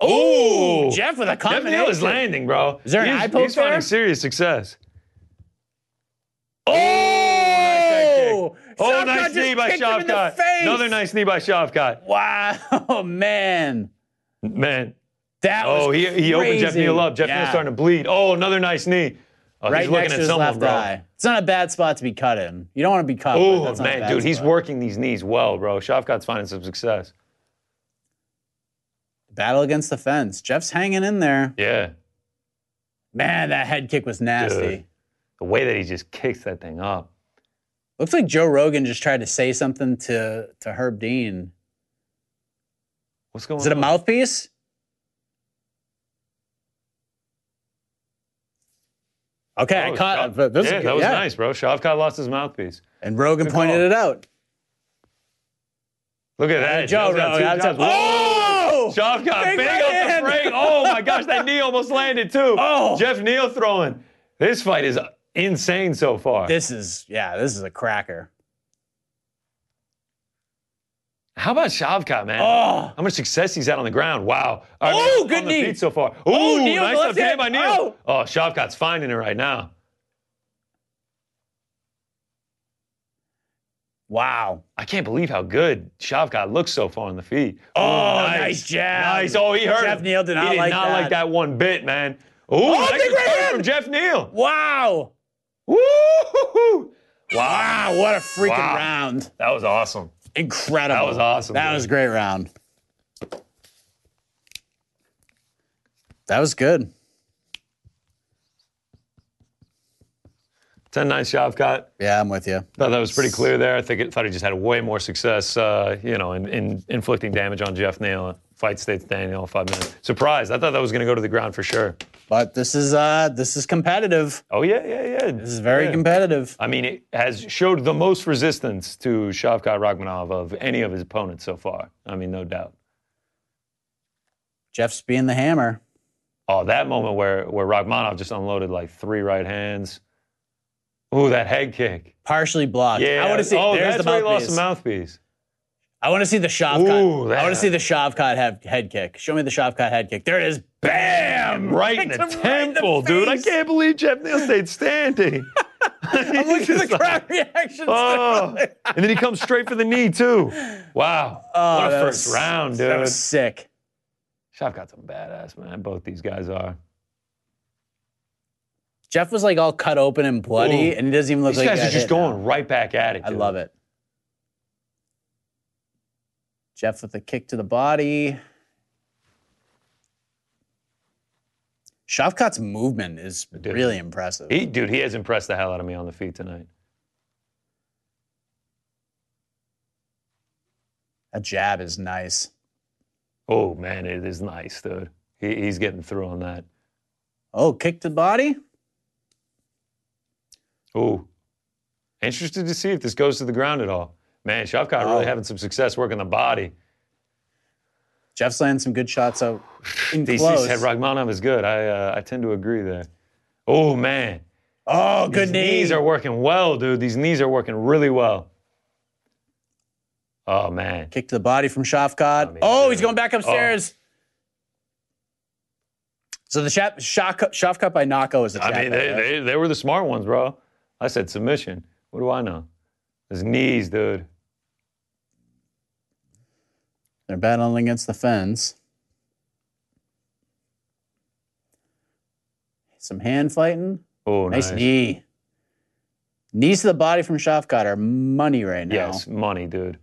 Speaker 4: Oh,
Speaker 5: Ooh.
Speaker 4: Jeff with a
Speaker 5: Jeff Neal is
Speaker 4: combination.
Speaker 5: landing, bro.
Speaker 4: Is there an
Speaker 5: he's,
Speaker 4: eye poke
Speaker 5: He's finding
Speaker 4: there?
Speaker 5: serious success.
Speaker 4: Oh,
Speaker 5: Oh,
Speaker 4: Shavkat
Speaker 5: nice
Speaker 4: just
Speaker 5: knee by
Speaker 4: kicked him in the
Speaker 5: Shavkat.
Speaker 4: face.
Speaker 5: Another nice knee by Shavkat.
Speaker 4: Wow, man,
Speaker 5: Man.
Speaker 4: that was
Speaker 5: oh, he, he opened Jeff
Speaker 4: crazy.
Speaker 5: Neal up. Jeff
Speaker 4: Yeah.
Speaker 5: Neal's starting to bleed. Oh, another nice knee. Oh,
Speaker 4: right
Speaker 5: he's
Speaker 4: next
Speaker 5: looking
Speaker 4: to
Speaker 5: at
Speaker 4: his
Speaker 5: someone,
Speaker 4: left
Speaker 5: bro.
Speaker 4: eye. It's not a bad spot to be cut in. You don't want to be cut. but
Speaker 5: Oh,
Speaker 4: that's not a
Speaker 5: man,
Speaker 4: bad
Speaker 5: dude, he's
Speaker 4: spot.
Speaker 5: working these knees well, bro. Shavkat's finding some success.
Speaker 4: Battle against the fence. Jeff's hanging in there.
Speaker 5: Yeah.
Speaker 4: Man, that head kick was nasty.
Speaker 5: Dude. The way that he just kicks that thing up.
Speaker 4: Looks like Joe Rogan just tried to say something to to Herb Dean.
Speaker 5: What's going on?
Speaker 4: Is it a mouthpiece? Okay,
Speaker 5: Oh,
Speaker 4: I caught
Speaker 5: Shav-
Speaker 4: it. But this
Speaker 5: yeah,
Speaker 4: is,
Speaker 5: that was
Speaker 4: yeah.
Speaker 5: nice, bro. Shavkat lost his mouthpiece.
Speaker 4: And Rogan
Speaker 5: Good
Speaker 4: pointed
Speaker 5: call.
Speaker 4: it out.
Speaker 5: Look at that.
Speaker 4: Joe
Speaker 5: Joe's got two
Speaker 4: Rogan.
Speaker 5: times.
Speaker 4: Oh!
Speaker 5: Shavkat,
Speaker 4: Big
Speaker 5: big,
Speaker 4: right
Speaker 5: up
Speaker 4: hand.
Speaker 5: the frame. Oh my gosh, that knee almost landed too.
Speaker 4: Oh.
Speaker 5: Jeff Neal throwing. This fight is insane so far.
Speaker 4: This is, yeah, this is a cracker.
Speaker 5: How about Shavkat, man?
Speaker 4: Oh!
Speaker 5: How much success he's had on the ground. Wow. All
Speaker 4: Oh,
Speaker 5: on
Speaker 4: good
Speaker 5: the
Speaker 4: knee.
Speaker 5: feet so far. Ooh,
Speaker 4: Oh, Neal,
Speaker 5: nice
Speaker 4: the
Speaker 5: left
Speaker 4: left
Speaker 5: hand by
Speaker 4: hand.
Speaker 5: Neal. Oh. Shavkat's finding it right now.
Speaker 4: Wow.
Speaker 5: I can't believe how good Shavkat looks so far on the feet. Oh,
Speaker 4: nice jab.
Speaker 5: Nice. Oh, he hurt.
Speaker 4: Jeff
Speaker 5: him.
Speaker 4: Neal did not
Speaker 5: he did
Speaker 4: like
Speaker 5: not
Speaker 4: that.
Speaker 5: like that one bit, man. Ooh, nice
Speaker 4: big Oh, right
Speaker 5: return
Speaker 4: hand.
Speaker 5: from Jeff Neal.
Speaker 4: Wow.
Speaker 5: Woo!
Speaker 4: Wow. What a freaking
Speaker 5: Wow.
Speaker 4: round.
Speaker 5: That was awesome.
Speaker 4: Incredible.
Speaker 5: That was awesome,
Speaker 4: That
Speaker 5: dude.
Speaker 4: was a great round. That was good.
Speaker 5: 10-9 Shavkat.
Speaker 4: Yeah, I'm with you.
Speaker 5: Thought that was pretty clear there. I think it, thought he just had way more success, uh, you know, in, in inflicting damage on Jeff Neal. Fight states Daniel five minutes. Surprised. I thought that was going to go to the ground for sure.
Speaker 4: But this is uh this is competitive.
Speaker 5: Oh yeah, yeah, yeah.
Speaker 4: This is very
Speaker 5: yeah.
Speaker 4: competitive.
Speaker 5: I mean, it has showed the most resistance to Shavkat Rachmanov of any of his opponents so far. I mean, no doubt.
Speaker 4: Jeff's being the hammer.
Speaker 5: Oh, that moment where where Rachmanov just unloaded like three right hands. Ooh, that head kick.
Speaker 4: Partially blocked.
Speaker 5: Yeah.
Speaker 4: Uh, I want to see.
Speaker 5: Oh,
Speaker 4: there's
Speaker 5: that's
Speaker 4: the
Speaker 5: where he
Speaker 4: mouthpiece.
Speaker 5: lost the mouthpiece.
Speaker 4: I want to see the
Speaker 5: Ooh,
Speaker 4: Shavkat.
Speaker 5: that-
Speaker 4: I want to see the Shavkat have head kick. Show me the Shavkat head kick. There it is.
Speaker 5: Bam! Right in the
Speaker 4: Kicked him right in the
Speaker 5: temple, dude. I
Speaker 4: face.
Speaker 5: can't believe Jeff Neal stayed standing.
Speaker 4: I'm looking at the crowd reactions.
Speaker 5: Oh, and then he comes straight for the knee too. Wow,
Speaker 4: Oh,
Speaker 5: what a
Speaker 4: that
Speaker 5: first
Speaker 4: was-
Speaker 5: round, dude.
Speaker 4: That was sick.
Speaker 5: Shavkat's a badass man. Both these guys are.
Speaker 4: Jeff was like all cut open and bloody,
Speaker 5: Ooh.
Speaker 4: and he doesn't even look
Speaker 5: These
Speaker 4: like
Speaker 5: guys
Speaker 4: he
Speaker 5: are
Speaker 4: got
Speaker 5: just
Speaker 4: hit
Speaker 5: going
Speaker 4: now.
Speaker 5: right back at it.
Speaker 4: I
Speaker 5: dude.
Speaker 4: love it. Jeff with a kick to the body. Shavkat's movement is
Speaker 5: Dude.
Speaker 4: really impressive.
Speaker 5: He, dude, he has impressed the hell out of me on the feet tonight.
Speaker 4: a jab is nice.
Speaker 5: Oh man, it is nice, dude. He, he's getting through on that.
Speaker 4: Oh, kick to the body?
Speaker 5: Ooh, interested to see if this goes to the ground at all. Man, Shavkat really
Speaker 4: Oh.
Speaker 5: having some success working the body.
Speaker 4: Jeff's landing some good shots out in
Speaker 5: DC
Speaker 4: close.
Speaker 5: said Rachmanov is good. I uh, I tend to agree there. Oh man,
Speaker 4: Oh, good
Speaker 5: These
Speaker 4: knee.
Speaker 5: knees are working well, dude. These knees are working really well. Oh man.
Speaker 4: Kick to the body from Shafkat.
Speaker 5: I mean,
Speaker 4: oh, he's
Speaker 5: dude.
Speaker 4: going back upstairs. So the Shaf- Shaf- Shafkat by Nako is the
Speaker 5: I mean, they, they, they were the smart ones, bro. I said submission. What do I know? His knees, dude.
Speaker 4: are battling against the fence. Some hand fighting.
Speaker 5: Oh,
Speaker 4: nice,
Speaker 5: nice.
Speaker 4: knee. Knees to the body from Shafkat are money right now.
Speaker 5: Yes, money, dude.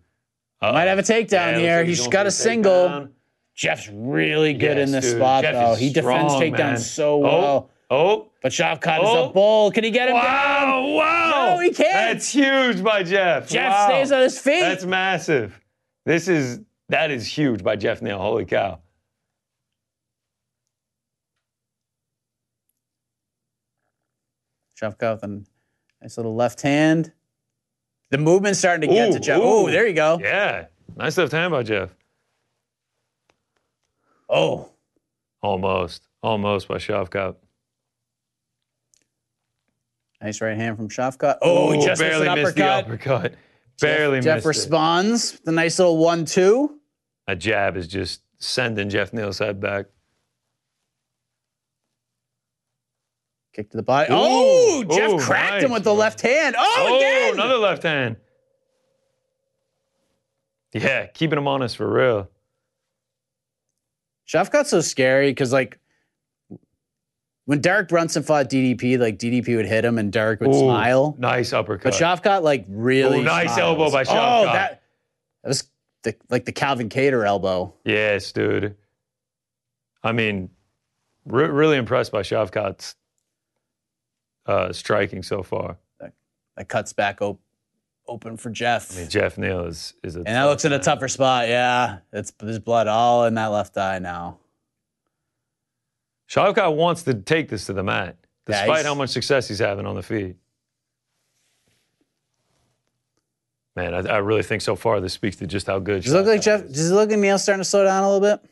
Speaker 5: Uh,
Speaker 4: Might have a takedown here. He's
Speaker 5: going
Speaker 4: got
Speaker 5: for
Speaker 4: a
Speaker 5: the
Speaker 4: single.
Speaker 5: takedown.
Speaker 4: Jeff's really good
Speaker 5: Yes,
Speaker 4: in this
Speaker 5: dude.
Speaker 4: spot,
Speaker 5: Jeff
Speaker 4: though.
Speaker 5: is
Speaker 4: He defends
Speaker 5: strong,
Speaker 4: takedowns
Speaker 5: man.
Speaker 4: so
Speaker 5: Oh,
Speaker 4: well.
Speaker 5: Oh,
Speaker 4: But Shafkat is
Speaker 5: Oh.
Speaker 4: a bull. Can he get him down?
Speaker 5: wow, wow.
Speaker 4: No, he can't.
Speaker 5: That's huge by Jeff.
Speaker 4: Jeff
Speaker 5: Wow.
Speaker 4: stays on his feet.
Speaker 5: That's massive. This is, that is huge by Jeff Neal. Holy cow.
Speaker 4: Shafkat with a nice little left hand. The movement's starting to get
Speaker 5: Ooh,
Speaker 4: to Jeff. Oh,
Speaker 5: ooh.
Speaker 4: there you go.
Speaker 5: Yeah. Nice left hand by Jeff.
Speaker 4: Oh,
Speaker 5: Almost. Almost by Shavkat.
Speaker 4: nice right hand from Shafkat. Oh, he
Speaker 5: Ooh,
Speaker 4: just missed
Speaker 5: barely
Speaker 4: an
Speaker 5: missed the
Speaker 4: uppercut.
Speaker 5: uppercut. Barely
Speaker 4: Jeff
Speaker 5: missed it.
Speaker 4: responds with a nice little one-two.
Speaker 5: A jab is just sending Jeff Neal's head back.
Speaker 4: Kick to the
Speaker 5: Ooh,
Speaker 4: body. oh, Jeff
Speaker 5: ooh,
Speaker 4: cracked
Speaker 5: nice,
Speaker 4: him with the
Speaker 5: man.
Speaker 4: left hand. Oh,
Speaker 5: Oh,
Speaker 4: again.
Speaker 5: another left hand. Yeah, keeping him honest for real.
Speaker 4: Shafkat's so scary because like when Derek Brunson fought DDP, like DDP would hit him and Derek would
Speaker 5: Ooh,
Speaker 4: smile.
Speaker 5: Nice uppercut.
Speaker 4: But Shafkat like really
Speaker 5: Ooh, nice
Speaker 4: smiles.
Speaker 5: elbow by
Speaker 4: Oh,
Speaker 5: Shavkat.
Speaker 4: that, that was the, like the Calvin Cater elbow.
Speaker 5: yes, dude. I mean, re- really impressed by Shavkat's uh, striking so far.
Speaker 4: that cuts back op- open for Jeff.
Speaker 5: I mean, Jeff Neal is is a
Speaker 4: and that looks in a tougher spot. Yeah, it's there's blood all in that left eye now.
Speaker 5: Shavkat wants to take this to the mat,
Speaker 4: Yeah,
Speaker 5: despite
Speaker 4: he's-
Speaker 5: how much success he's having on the feet. Man, I, I really think so far this speaks to just how good.
Speaker 4: Does it look like
Speaker 5: Shavkat
Speaker 4: Jeff?
Speaker 5: is.
Speaker 4: Does it look like Neil starting to slow down a little bit?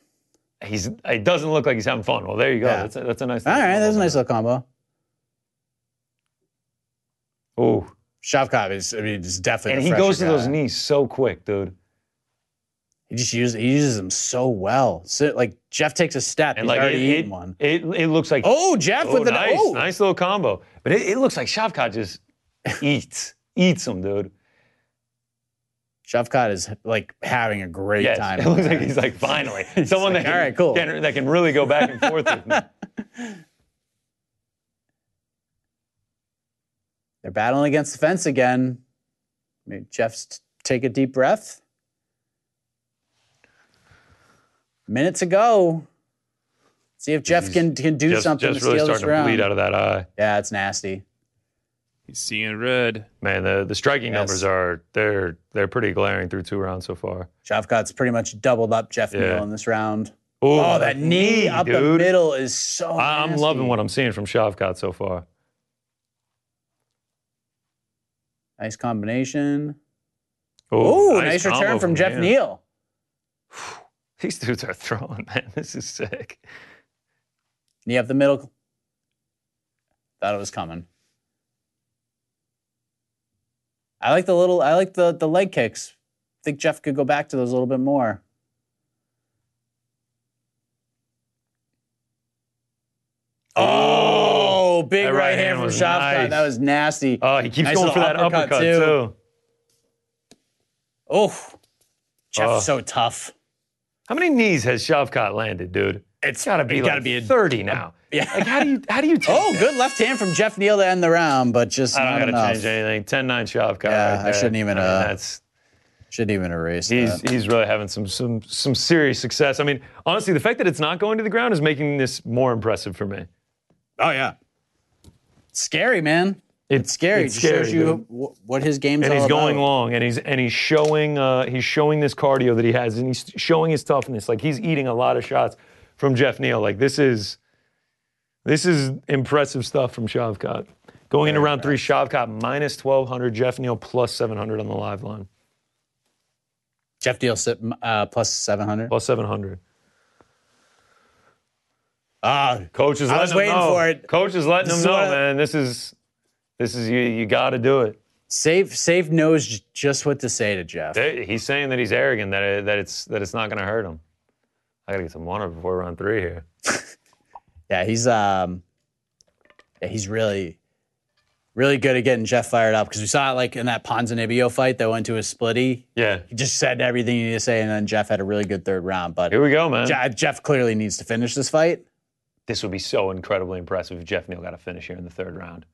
Speaker 5: He's. It doesn't look like he's having fun. Well, there you go.
Speaker 4: Yeah.
Speaker 5: That's a, that's a nice.
Speaker 4: All right, that's a nice little combo.
Speaker 5: Oh,
Speaker 4: Shavkat is, I mean, is definitely.
Speaker 5: and
Speaker 4: the
Speaker 5: he
Speaker 4: fresher
Speaker 5: goes to those
Speaker 4: guy.
Speaker 5: knees so quick, dude.
Speaker 4: He just uses he uses them so well. So, like Jeff takes a step,
Speaker 5: And
Speaker 4: he's
Speaker 5: like
Speaker 4: already
Speaker 5: it,
Speaker 4: eaten
Speaker 5: it,
Speaker 4: one.
Speaker 5: It, it looks like.
Speaker 4: Oh, Jeff
Speaker 5: Oh,
Speaker 4: with the
Speaker 5: nice,
Speaker 4: oh,
Speaker 5: nice little combo. But it, it looks like Shavkat just eats eats him, dude.
Speaker 4: Shavkat is like having a great
Speaker 5: Yes,
Speaker 4: time.
Speaker 5: it looks like he's like finally
Speaker 4: He's
Speaker 5: someone
Speaker 4: like,
Speaker 5: that
Speaker 4: "All
Speaker 5: can,
Speaker 4: right, cool."
Speaker 5: can- that can really go back and forth with me.
Speaker 4: They're battling against the fence again. Maybe Jeff's t- take a deep breath. Minute to go. See if Jeff can, can do
Speaker 5: Just,
Speaker 4: something
Speaker 5: just
Speaker 4: to
Speaker 5: really
Speaker 4: steal
Speaker 5: starting
Speaker 4: this
Speaker 5: to
Speaker 4: round.
Speaker 5: bleed out of that eye.
Speaker 4: Yeah, it's nasty.
Speaker 6: He's seeing red.
Speaker 5: Man, the, the striking
Speaker 4: Yes.
Speaker 5: numbers are they're they're pretty glaring through two rounds so far.
Speaker 4: Shavkat's pretty much doubled up Jeff
Speaker 5: Yeah.
Speaker 4: Neal in this round.
Speaker 5: Ooh,
Speaker 4: Oh, that knee up the
Speaker 5: dude.
Speaker 4: middle is so.
Speaker 5: I- I'm
Speaker 4: nasty.
Speaker 5: loving what I'm seeing from Shavkat so far.
Speaker 4: Nice combination.
Speaker 5: Ooh,
Speaker 4: Ooh, nice,
Speaker 5: combo
Speaker 4: return from Jeff
Speaker 5: him.
Speaker 4: Neal.
Speaker 5: These dudes are throwing, man. This is sick.
Speaker 4: Knee up the middle. Thought it was coming. I like the little. I like the the leg kicks. Think Jeff could go back to those a little bit more. Oh, big
Speaker 5: that
Speaker 4: right,
Speaker 5: right hand
Speaker 4: hand from
Speaker 5: was
Speaker 4: Shavkat.
Speaker 5: nice.
Speaker 4: That was nasty.
Speaker 5: Oh, he keeps
Speaker 4: Nice
Speaker 5: going
Speaker 4: little
Speaker 5: for that uppercut,
Speaker 4: uppercut,
Speaker 5: too.
Speaker 4: oh, Jeff's
Speaker 5: Oh.
Speaker 4: so tough.
Speaker 5: How many knees has Shavkat landed, dude? It's gotta be
Speaker 4: it
Speaker 5: like
Speaker 4: gotta be a-
Speaker 5: 30 now.
Speaker 4: yeah.
Speaker 5: Like how do you how do you take
Speaker 4: Oh,
Speaker 5: that?
Speaker 4: good left hand from Jeff Neal to end the round, but just
Speaker 5: I don't
Speaker 4: not
Speaker 5: gotta
Speaker 4: enough.
Speaker 5: change anything. 10 9 Shavkat.
Speaker 4: Yeah,
Speaker 5: right
Speaker 4: I
Speaker 5: there.
Speaker 4: shouldn't even,
Speaker 5: I mean,
Speaker 4: uh,
Speaker 5: that's
Speaker 4: Shouldn't even erase
Speaker 5: He's,
Speaker 4: that.
Speaker 5: he's really having some, some some serious success. I mean, honestly, the fact that it's not going to the ground is making this more impressive for me.
Speaker 4: Oh yeah, scary man. It's scary.
Speaker 5: It's
Speaker 4: it just shows
Speaker 5: scary,
Speaker 4: you
Speaker 5: dude.
Speaker 4: wh- what his game's
Speaker 5: and
Speaker 4: all
Speaker 5: he's going
Speaker 4: about.
Speaker 5: long, and he's and he's showing uh, he's showing this cardio that he has, and he's showing his toughness. Like he's eating a lot of shots from Jeff Neal. Like this is this is impressive stuff from Shavkat. Going into round three, Shavkat minus twelve hundred, Jeff Neal plus seven hundred on the live line,
Speaker 4: Jeff Deal sit, uh, plus seven hundred.
Speaker 5: plus seven hundred.
Speaker 4: Ah,
Speaker 5: Coach is
Speaker 4: I
Speaker 5: letting
Speaker 4: was
Speaker 5: him
Speaker 4: waiting
Speaker 5: know.
Speaker 4: for it.
Speaker 5: Coach is letting
Speaker 4: This
Speaker 5: him
Speaker 4: is
Speaker 5: know,
Speaker 4: what I-
Speaker 5: man. This is this is you. You got to do it.
Speaker 4: Save Save knows j- just what to say to Jeff.
Speaker 5: They- He's saying that he's arrogant, that it, that it's that it's not going to hurt him. I got to get some water before round three here.
Speaker 4: Yeah, he's um, yeah, he's really, really good at getting Jeff fired up because we saw it like in that Ponzinibbio fight that went to a splitty.
Speaker 5: Yeah.
Speaker 4: He just said everything he needed to say, and then Jeff had a really good third round. But
Speaker 5: Here we go, man.
Speaker 4: Je- Jeff clearly needs to finish this fight.
Speaker 5: This would be so incredibly impressive if Jeff Neal got a finish here in the third round.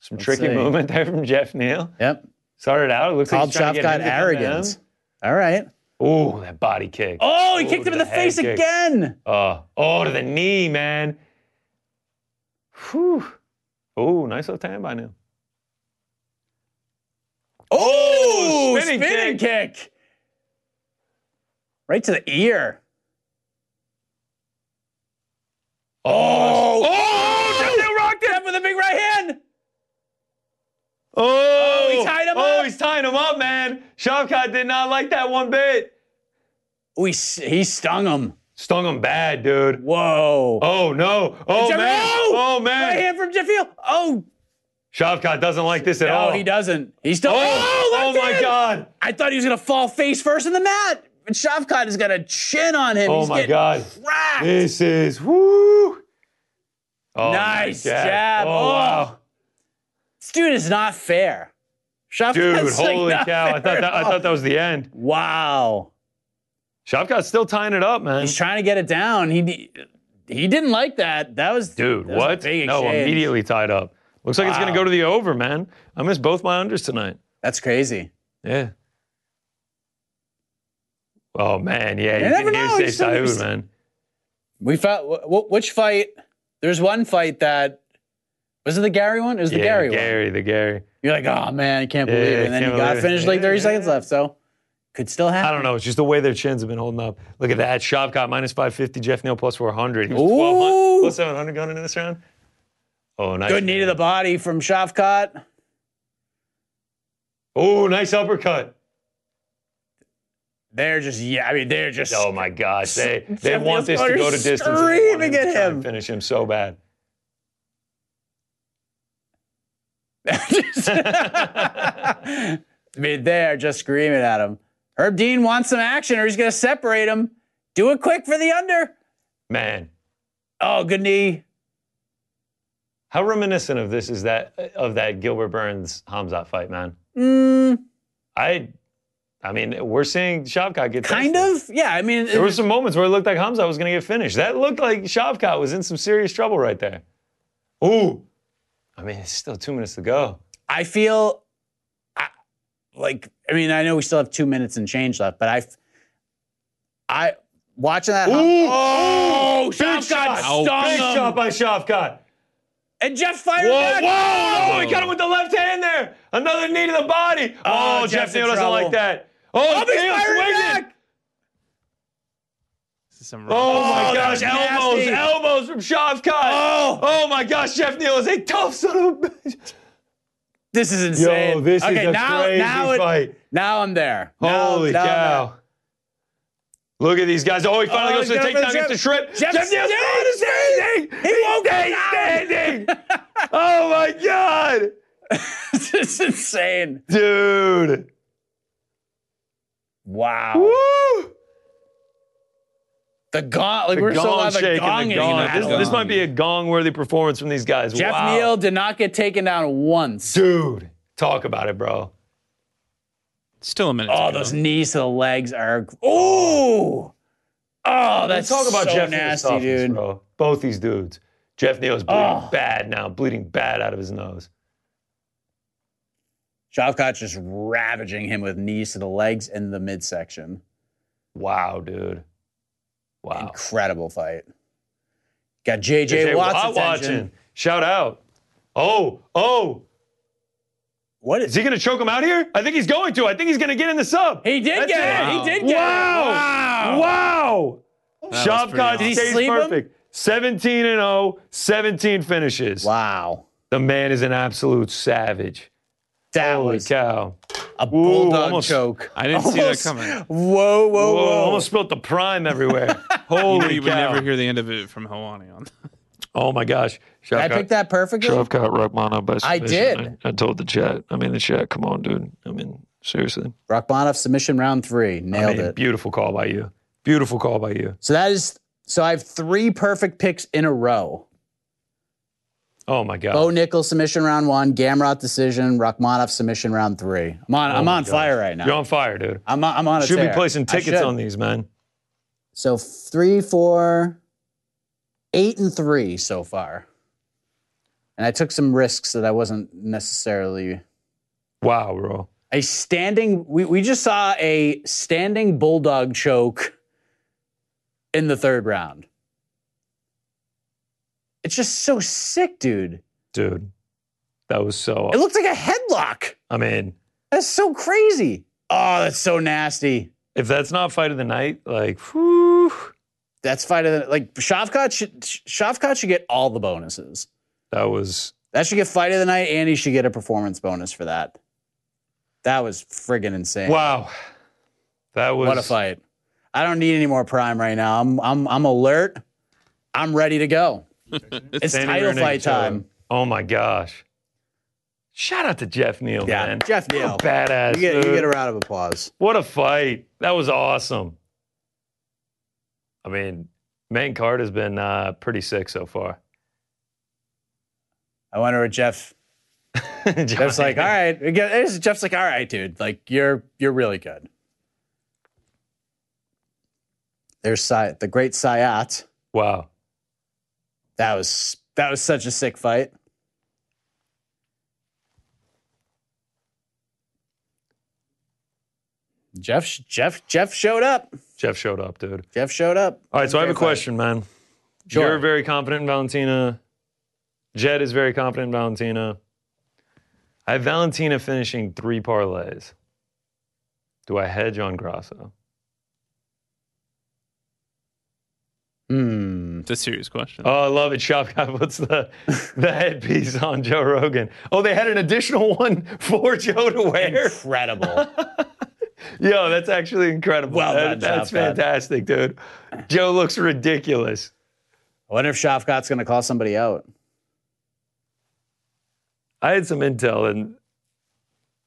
Speaker 5: Some
Speaker 4: Let's
Speaker 5: tricky
Speaker 4: see.
Speaker 5: movement there from Jeff Neal.
Speaker 4: Yep,
Speaker 5: Started out, it looks
Speaker 4: called
Speaker 5: like he's trying to get
Speaker 4: Jeff got
Speaker 5: him to come
Speaker 4: arrogance. All right.
Speaker 5: down. Ooh, that body kick.
Speaker 4: Oh, he
Speaker 5: Ooh,
Speaker 4: kicked him in
Speaker 5: the
Speaker 4: the face
Speaker 5: head kick.
Speaker 4: again.
Speaker 5: Uh, oh, to the knee, man. Whew. Oh, nice left hand by Neal.
Speaker 4: Oh,
Speaker 5: spinning
Speaker 4: spinning, kick. Right to the ear.
Speaker 5: Oh, oh,
Speaker 4: Jeff Neal rocked him with a big right hand.
Speaker 5: Oh,
Speaker 4: he tied him
Speaker 5: Oh,
Speaker 4: up.
Speaker 5: he's tying him up, man. Shavkat did not like that one bit.
Speaker 4: We s- he stung him.
Speaker 5: Stung him bad, dude.
Speaker 4: Whoa.
Speaker 5: Oh no. Oh
Speaker 4: Jeff-
Speaker 5: man. Oh,
Speaker 4: Right
Speaker 5: man.
Speaker 4: hand from Jeff Neal. Oh,
Speaker 5: Shavkat doesn't like this at
Speaker 4: no,
Speaker 5: all.
Speaker 4: he doesn't. He's still.
Speaker 5: Oh,
Speaker 4: Oh,
Speaker 5: oh
Speaker 4: left
Speaker 5: my
Speaker 4: hand.
Speaker 5: God.
Speaker 4: I thought he was gonna fall face first in the mat. But Shavkat is gonna chin on him.
Speaker 5: Oh
Speaker 4: He's
Speaker 5: my
Speaker 4: getting
Speaker 5: God.
Speaker 4: Cracked.
Speaker 5: This is woo. Oh,
Speaker 4: Nice
Speaker 5: my God.
Speaker 4: jab.
Speaker 5: Oh,
Speaker 4: Oh.
Speaker 5: wow.
Speaker 4: This dude is not fair. Shavkat's
Speaker 5: Dude,
Speaker 4: like,
Speaker 5: holy
Speaker 4: not
Speaker 5: cow. I thought
Speaker 4: fair
Speaker 5: that
Speaker 4: at
Speaker 5: I
Speaker 4: all.
Speaker 5: thought that was the end.
Speaker 4: Wow.
Speaker 5: Shavkat's still tying it up, man.
Speaker 4: He's trying to get it down. He he didn't like that. That was
Speaker 5: Dude,
Speaker 4: that was a
Speaker 5: what?
Speaker 4: big
Speaker 5: No,
Speaker 4: exchange.
Speaker 5: immediately tied up. Looks like it's gonna
Speaker 4: Wow.
Speaker 5: go to the over, man. I missed both my unders tonight.
Speaker 4: That's crazy.
Speaker 5: Yeah. Oh man, yeah,
Speaker 4: You
Speaker 5: you
Speaker 4: never
Speaker 5: can
Speaker 4: know,
Speaker 5: hear
Speaker 4: he's so-
Speaker 5: Saeed, man.
Speaker 4: We found wh- wh- which fight? There's one fight that was it the Gary one? It was the
Speaker 5: yeah,
Speaker 4: Gary, one.
Speaker 5: Gary, the Gary.
Speaker 4: You're like, oh man, I can't believe
Speaker 5: Yeah,
Speaker 4: it. And then
Speaker 5: can't
Speaker 4: you got
Speaker 5: believe it.
Speaker 4: finished like 30
Speaker 5: Yeah.
Speaker 4: seconds left, so could still happen.
Speaker 5: I don't know. It's just the way their chins have been holding up. Look at that. Shavkat minus 550, Jeff Neal plus 400. He was 1200,
Speaker 4: Ooh.
Speaker 5: plus 700 going into this round. Oh, nice.
Speaker 4: Good knee to the body from Shavkat.
Speaker 5: Oh, nice uppercut.
Speaker 4: They're just yeah. I mean, they're just
Speaker 5: Oh my gosh. They,
Speaker 4: Jeff
Speaker 5: they want
Speaker 4: Neal's
Speaker 5: this to go to distance. and they want
Speaker 4: screaming
Speaker 5: to
Speaker 4: at
Speaker 5: try and
Speaker 4: him.
Speaker 5: Finish him so bad.
Speaker 4: Just- I mean, they're just screaming at him. Herb Dean wants some action, or he's gonna separate him. Do it quick for the under.
Speaker 5: Man.
Speaker 4: Oh, good knee.
Speaker 5: How reminiscent of this is that of that Gilbert Burns Hamzat fight, man?
Speaker 4: Mm,
Speaker 5: I, I mean, we're seeing Shavkat get
Speaker 4: kind
Speaker 5: tested.
Speaker 4: of. Yeah. I mean, uh,
Speaker 5: There were some moments where it looked like Hamzat was going to get finished. That looked like Shavkat was in some serious trouble right there. Ooh, I mean, it's still two minutes to go.
Speaker 4: I feel I, like I mean I know we still have two minutes and change left, but I f- I watching that
Speaker 5: Oh,
Speaker 4: Shavkat stung
Speaker 5: Big
Speaker 4: him.
Speaker 5: shot by Shavkat.
Speaker 4: and Jeff fired
Speaker 5: Whoa,
Speaker 4: back.
Speaker 5: whoa, oh, he got him with the left hand there. Another knee to the body. Oh,
Speaker 4: Oh,
Speaker 5: Jeff
Speaker 4: Jeff's in
Speaker 5: Neal doesn't
Speaker 4: trouble.
Speaker 5: like that. Oh,
Speaker 4: Oh, he's
Speaker 5: Neal
Speaker 4: firing
Speaker 5: swinging.
Speaker 4: back.
Speaker 6: This is some
Speaker 5: Oh, my
Speaker 4: Oh,
Speaker 5: gosh,
Speaker 4: that's
Speaker 5: elbows,
Speaker 4: nasty.
Speaker 5: elbows from Shavkat.
Speaker 4: Oh.
Speaker 5: my gosh, Jeff Neal is a tough son of a bitch.
Speaker 4: This is insane. okay, now now it-
Speaker 5: fight.
Speaker 4: now I'm there. Now-
Speaker 5: Holy
Speaker 4: now I'm
Speaker 5: cow. Look at these guys. Oh, he finally
Speaker 4: Oh,
Speaker 5: goes to the
Speaker 4: he's going for the
Speaker 5: takedown, gets the trip.
Speaker 4: Jeff
Speaker 5: Jeff Neal's
Speaker 4: Neal
Speaker 5: standing. standing.
Speaker 4: He won't go
Speaker 5: He's
Speaker 4: down.
Speaker 5: standing. oh, my God.
Speaker 4: there. this is insane.
Speaker 5: Dude.
Speaker 4: Wow.
Speaker 5: Woo.
Speaker 4: The gaunt like
Speaker 5: The
Speaker 4: we're
Speaker 5: gong
Speaker 4: still on
Speaker 5: shake
Speaker 4: the
Speaker 5: and
Speaker 4: gong,
Speaker 5: the
Speaker 4: in
Speaker 5: gong.
Speaker 4: battle.
Speaker 5: This, this might be a gong worthy performance from these guys.
Speaker 4: Jeff
Speaker 5: wow.
Speaker 4: Neal did not get taken down once.
Speaker 5: Dude, talk about it, bro.
Speaker 6: Still a minute.
Speaker 4: Oh,
Speaker 6: to go.
Speaker 4: those knees to the legs are oh. Oh,
Speaker 5: Let's
Speaker 4: that's
Speaker 5: talk about
Speaker 4: so
Speaker 5: Jeff Neal's
Speaker 4: nasty,
Speaker 5: softness,
Speaker 4: dude.
Speaker 5: Bro. Both these dudes. Jeff Neal's bleeding
Speaker 4: Oh.
Speaker 5: bad now, bleeding bad out of his nose.
Speaker 4: Shavkat just ravaging him with knees to the legs and the midsection.
Speaker 5: Wow, dude. Wow.
Speaker 4: Incredible fight. Got JJ, Watts
Speaker 5: Watt
Speaker 4: attention.
Speaker 5: Shout out. Oh, oh.
Speaker 4: What
Speaker 5: Is
Speaker 4: is
Speaker 5: he going to choke him out here? I think he's going to. I think he's going to get in the sub.
Speaker 4: He did
Speaker 5: That's
Speaker 4: get it.
Speaker 5: it.
Speaker 4: He did get it.
Speaker 5: Wow. Wow.
Speaker 6: That was pretty
Speaker 5: Shavkat
Speaker 6: awesome.
Speaker 4: Did he
Speaker 5: stays
Speaker 4: sleep him?
Speaker 5: perfect. 17 and 0, 17 finishes.
Speaker 4: Wow.
Speaker 5: The man is an absolute savage.
Speaker 4: That
Speaker 5: Holy
Speaker 4: was
Speaker 5: cow.
Speaker 4: a bulldog
Speaker 5: almost-
Speaker 4: choke.
Speaker 6: I didn't see that
Speaker 4: Almost-
Speaker 6: coming.
Speaker 4: Whoa, whoa, whoa.
Speaker 5: Whoa, almost spilt the prime everywhere. Holy
Speaker 6: You know you would
Speaker 5: cow.
Speaker 6: never hear the end of it from Helwani on.
Speaker 5: Oh my gosh.
Speaker 4: Did I pick that perfectly?
Speaker 5: Shavkat Rachmanov by
Speaker 4: I did.
Speaker 5: I, I told the chat. I mean, the chat, come on, dude. I mean, seriously.
Speaker 4: Rachmanov submission round three.
Speaker 5: I
Speaker 4: Nailed
Speaker 5: mean,
Speaker 4: it.
Speaker 5: Beautiful call by you. Beautiful call by you.
Speaker 4: So that is so I have three perfect picks in a row.
Speaker 5: Oh my God.
Speaker 4: Bo Nickel submission round one, Gamrot decision, Rachmanov submission round three. I'm on, I'm
Speaker 5: Oh my
Speaker 4: on
Speaker 5: gosh.
Speaker 4: fire right now.
Speaker 5: You're on fire, dude.
Speaker 4: I'm on, I'm on a
Speaker 5: Should
Speaker 4: tear.
Speaker 5: be placing
Speaker 4: I
Speaker 5: tickets
Speaker 4: should.
Speaker 5: on these, man.
Speaker 4: So three, four, eight, and three so far. And I took some risks that I wasn't necessarily.
Speaker 5: Wow, bro.
Speaker 4: A standing, we, we just saw a standing bulldog choke in the third round. It's just so sick, dude.
Speaker 5: Dude, that was so.
Speaker 4: It looked like a headlock.
Speaker 5: I mean,
Speaker 4: That's so crazy. Oh, that's so nasty.
Speaker 5: if that's not fight of the night, like, whew,
Speaker 4: That's fight of the like Shavkat should Shavkat should get all the bonuses.
Speaker 5: that was
Speaker 4: That should get fight of the night, and he should get a performance bonus for that. That was friggin' insane.
Speaker 5: wow. That was
Speaker 4: what a fight! I don't need any more prime right now. I'm I'm I'm alert. I'm ready to go. it's
Speaker 5: Danny
Speaker 4: title
Speaker 5: Renegade
Speaker 4: fight
Speaker 5: show.
Speaker 4: time.
Speaker 5: Oh my gosh! Shout out to Jeff Neal,
Speaker 4: Yeah,
Speaker 5: man.
Speaker 4: Jeff
Speaker 5: What a
Speaker 4: Neal.
Speaker 5: badass.
Speaker 4: You get, you
Speaker 5: dude.
Speaker 4: get a round of applause.
Speaker 5: What a fight! That was awesome. I mean, main card has been uh, pretty sick so far.
Speaker 4: I wonder what Jeff. Jeff's like, all right. Again, it's- Jeff's like, all right, dude. Like you're you're really good. There's Sy- the great Sayat.
Speaker 5: wow.
Speaker 4: That was that was such a sick fight. Jeff Jeff Jeff showed up.
Speaker 5: Jeff showed up, dude.
Speaker 4: Jeff showed up.
Speaker 5: All right, so I have a
Speaker 4: Great fight.
Speaker 5: question, man.
Speaker 4: Sure.
Speaker 5: You're very confident in Valentina. Jed is very confident in Valentina. I have Valentina finishing three parlays. Do I hedge on Grasso?
Speaker 4: Hmm.
Speaker 6: It's a serious question.
Speaker 5: Oh, I love it. Shopkop puts the, the headpiece on Joe Rogan. Oh, they had an additional one for Joe to wear.
Speaker 4: Incredible.
Speaker 5: Yo, that's actually incredible.
Speaker 4: Well
Speaker 5: That-
Speaker 4: done,
Speaker 5: that's
Speaker 4: Shopkop.
Speaker 5: fantastic, dude. Joe looks ridiculous.
Speaker 4: I wonder if Shafkat's going to call somebody out.
Speaker 5: I had some intel, and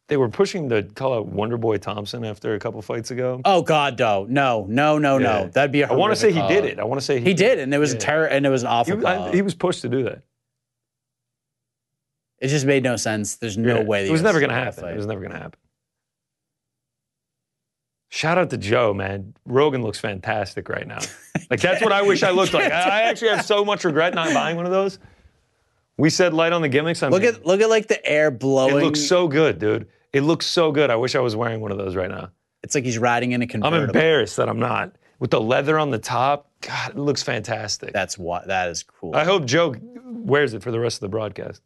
Speaker 5: they were pushing to call out Wonder Boy Thompson after a couple fights ago.
Speaker 4: Oh God, no, no, no, no,
Speaker 5: Yeah.
Speaker 4: no. That'd be. I
Speaker 5: I want to say he did it. I want to say
Speaker 4: He did, and it was a terror, and it was an
Speaker 5: He,
Speaker 4: awful.
Speaker 5: was- I-
Speaker 4: call.
Speaker 5: he was pushed to do that.
Speaker 4: It just made no sense. There's no
Speaker 5: Yeah.
Speaker 4: way. that
Speaker 5: It was
Speaker 4: you
Speaker 5: never
Speaker 4: can
Speaker 5: going to
Speaker 4: stop
Speaker 5: happen.
Speaker 4: that fight.
Speaker 5: It was never going to happen. Shout out to Joe, man. Rogan looks fantastic right now. Like that's what I wish I looked like. I I actually have so much regret not buying one of those. We said light on the gimmicks. I
Speaker 4: Look
Speaker 5: mean,
Speaker 4: at look at like the air
Speaker 5: it
Speaker 4: blowing.
Speaker 5: looks so good, dude. It looks so good. I wish I was wearing one of those right now.
Speaker 4: it's like he's riding in a
Speaker 5: I'm
Speaker 4: convertible.
Speaker 5: embarrassed that I'm not. With the leather on the top, God, it looks fantastic.
Speaker 4: That's what that is cool.
Speaker 5: I hope Joe wears it for the rest of the broadcast.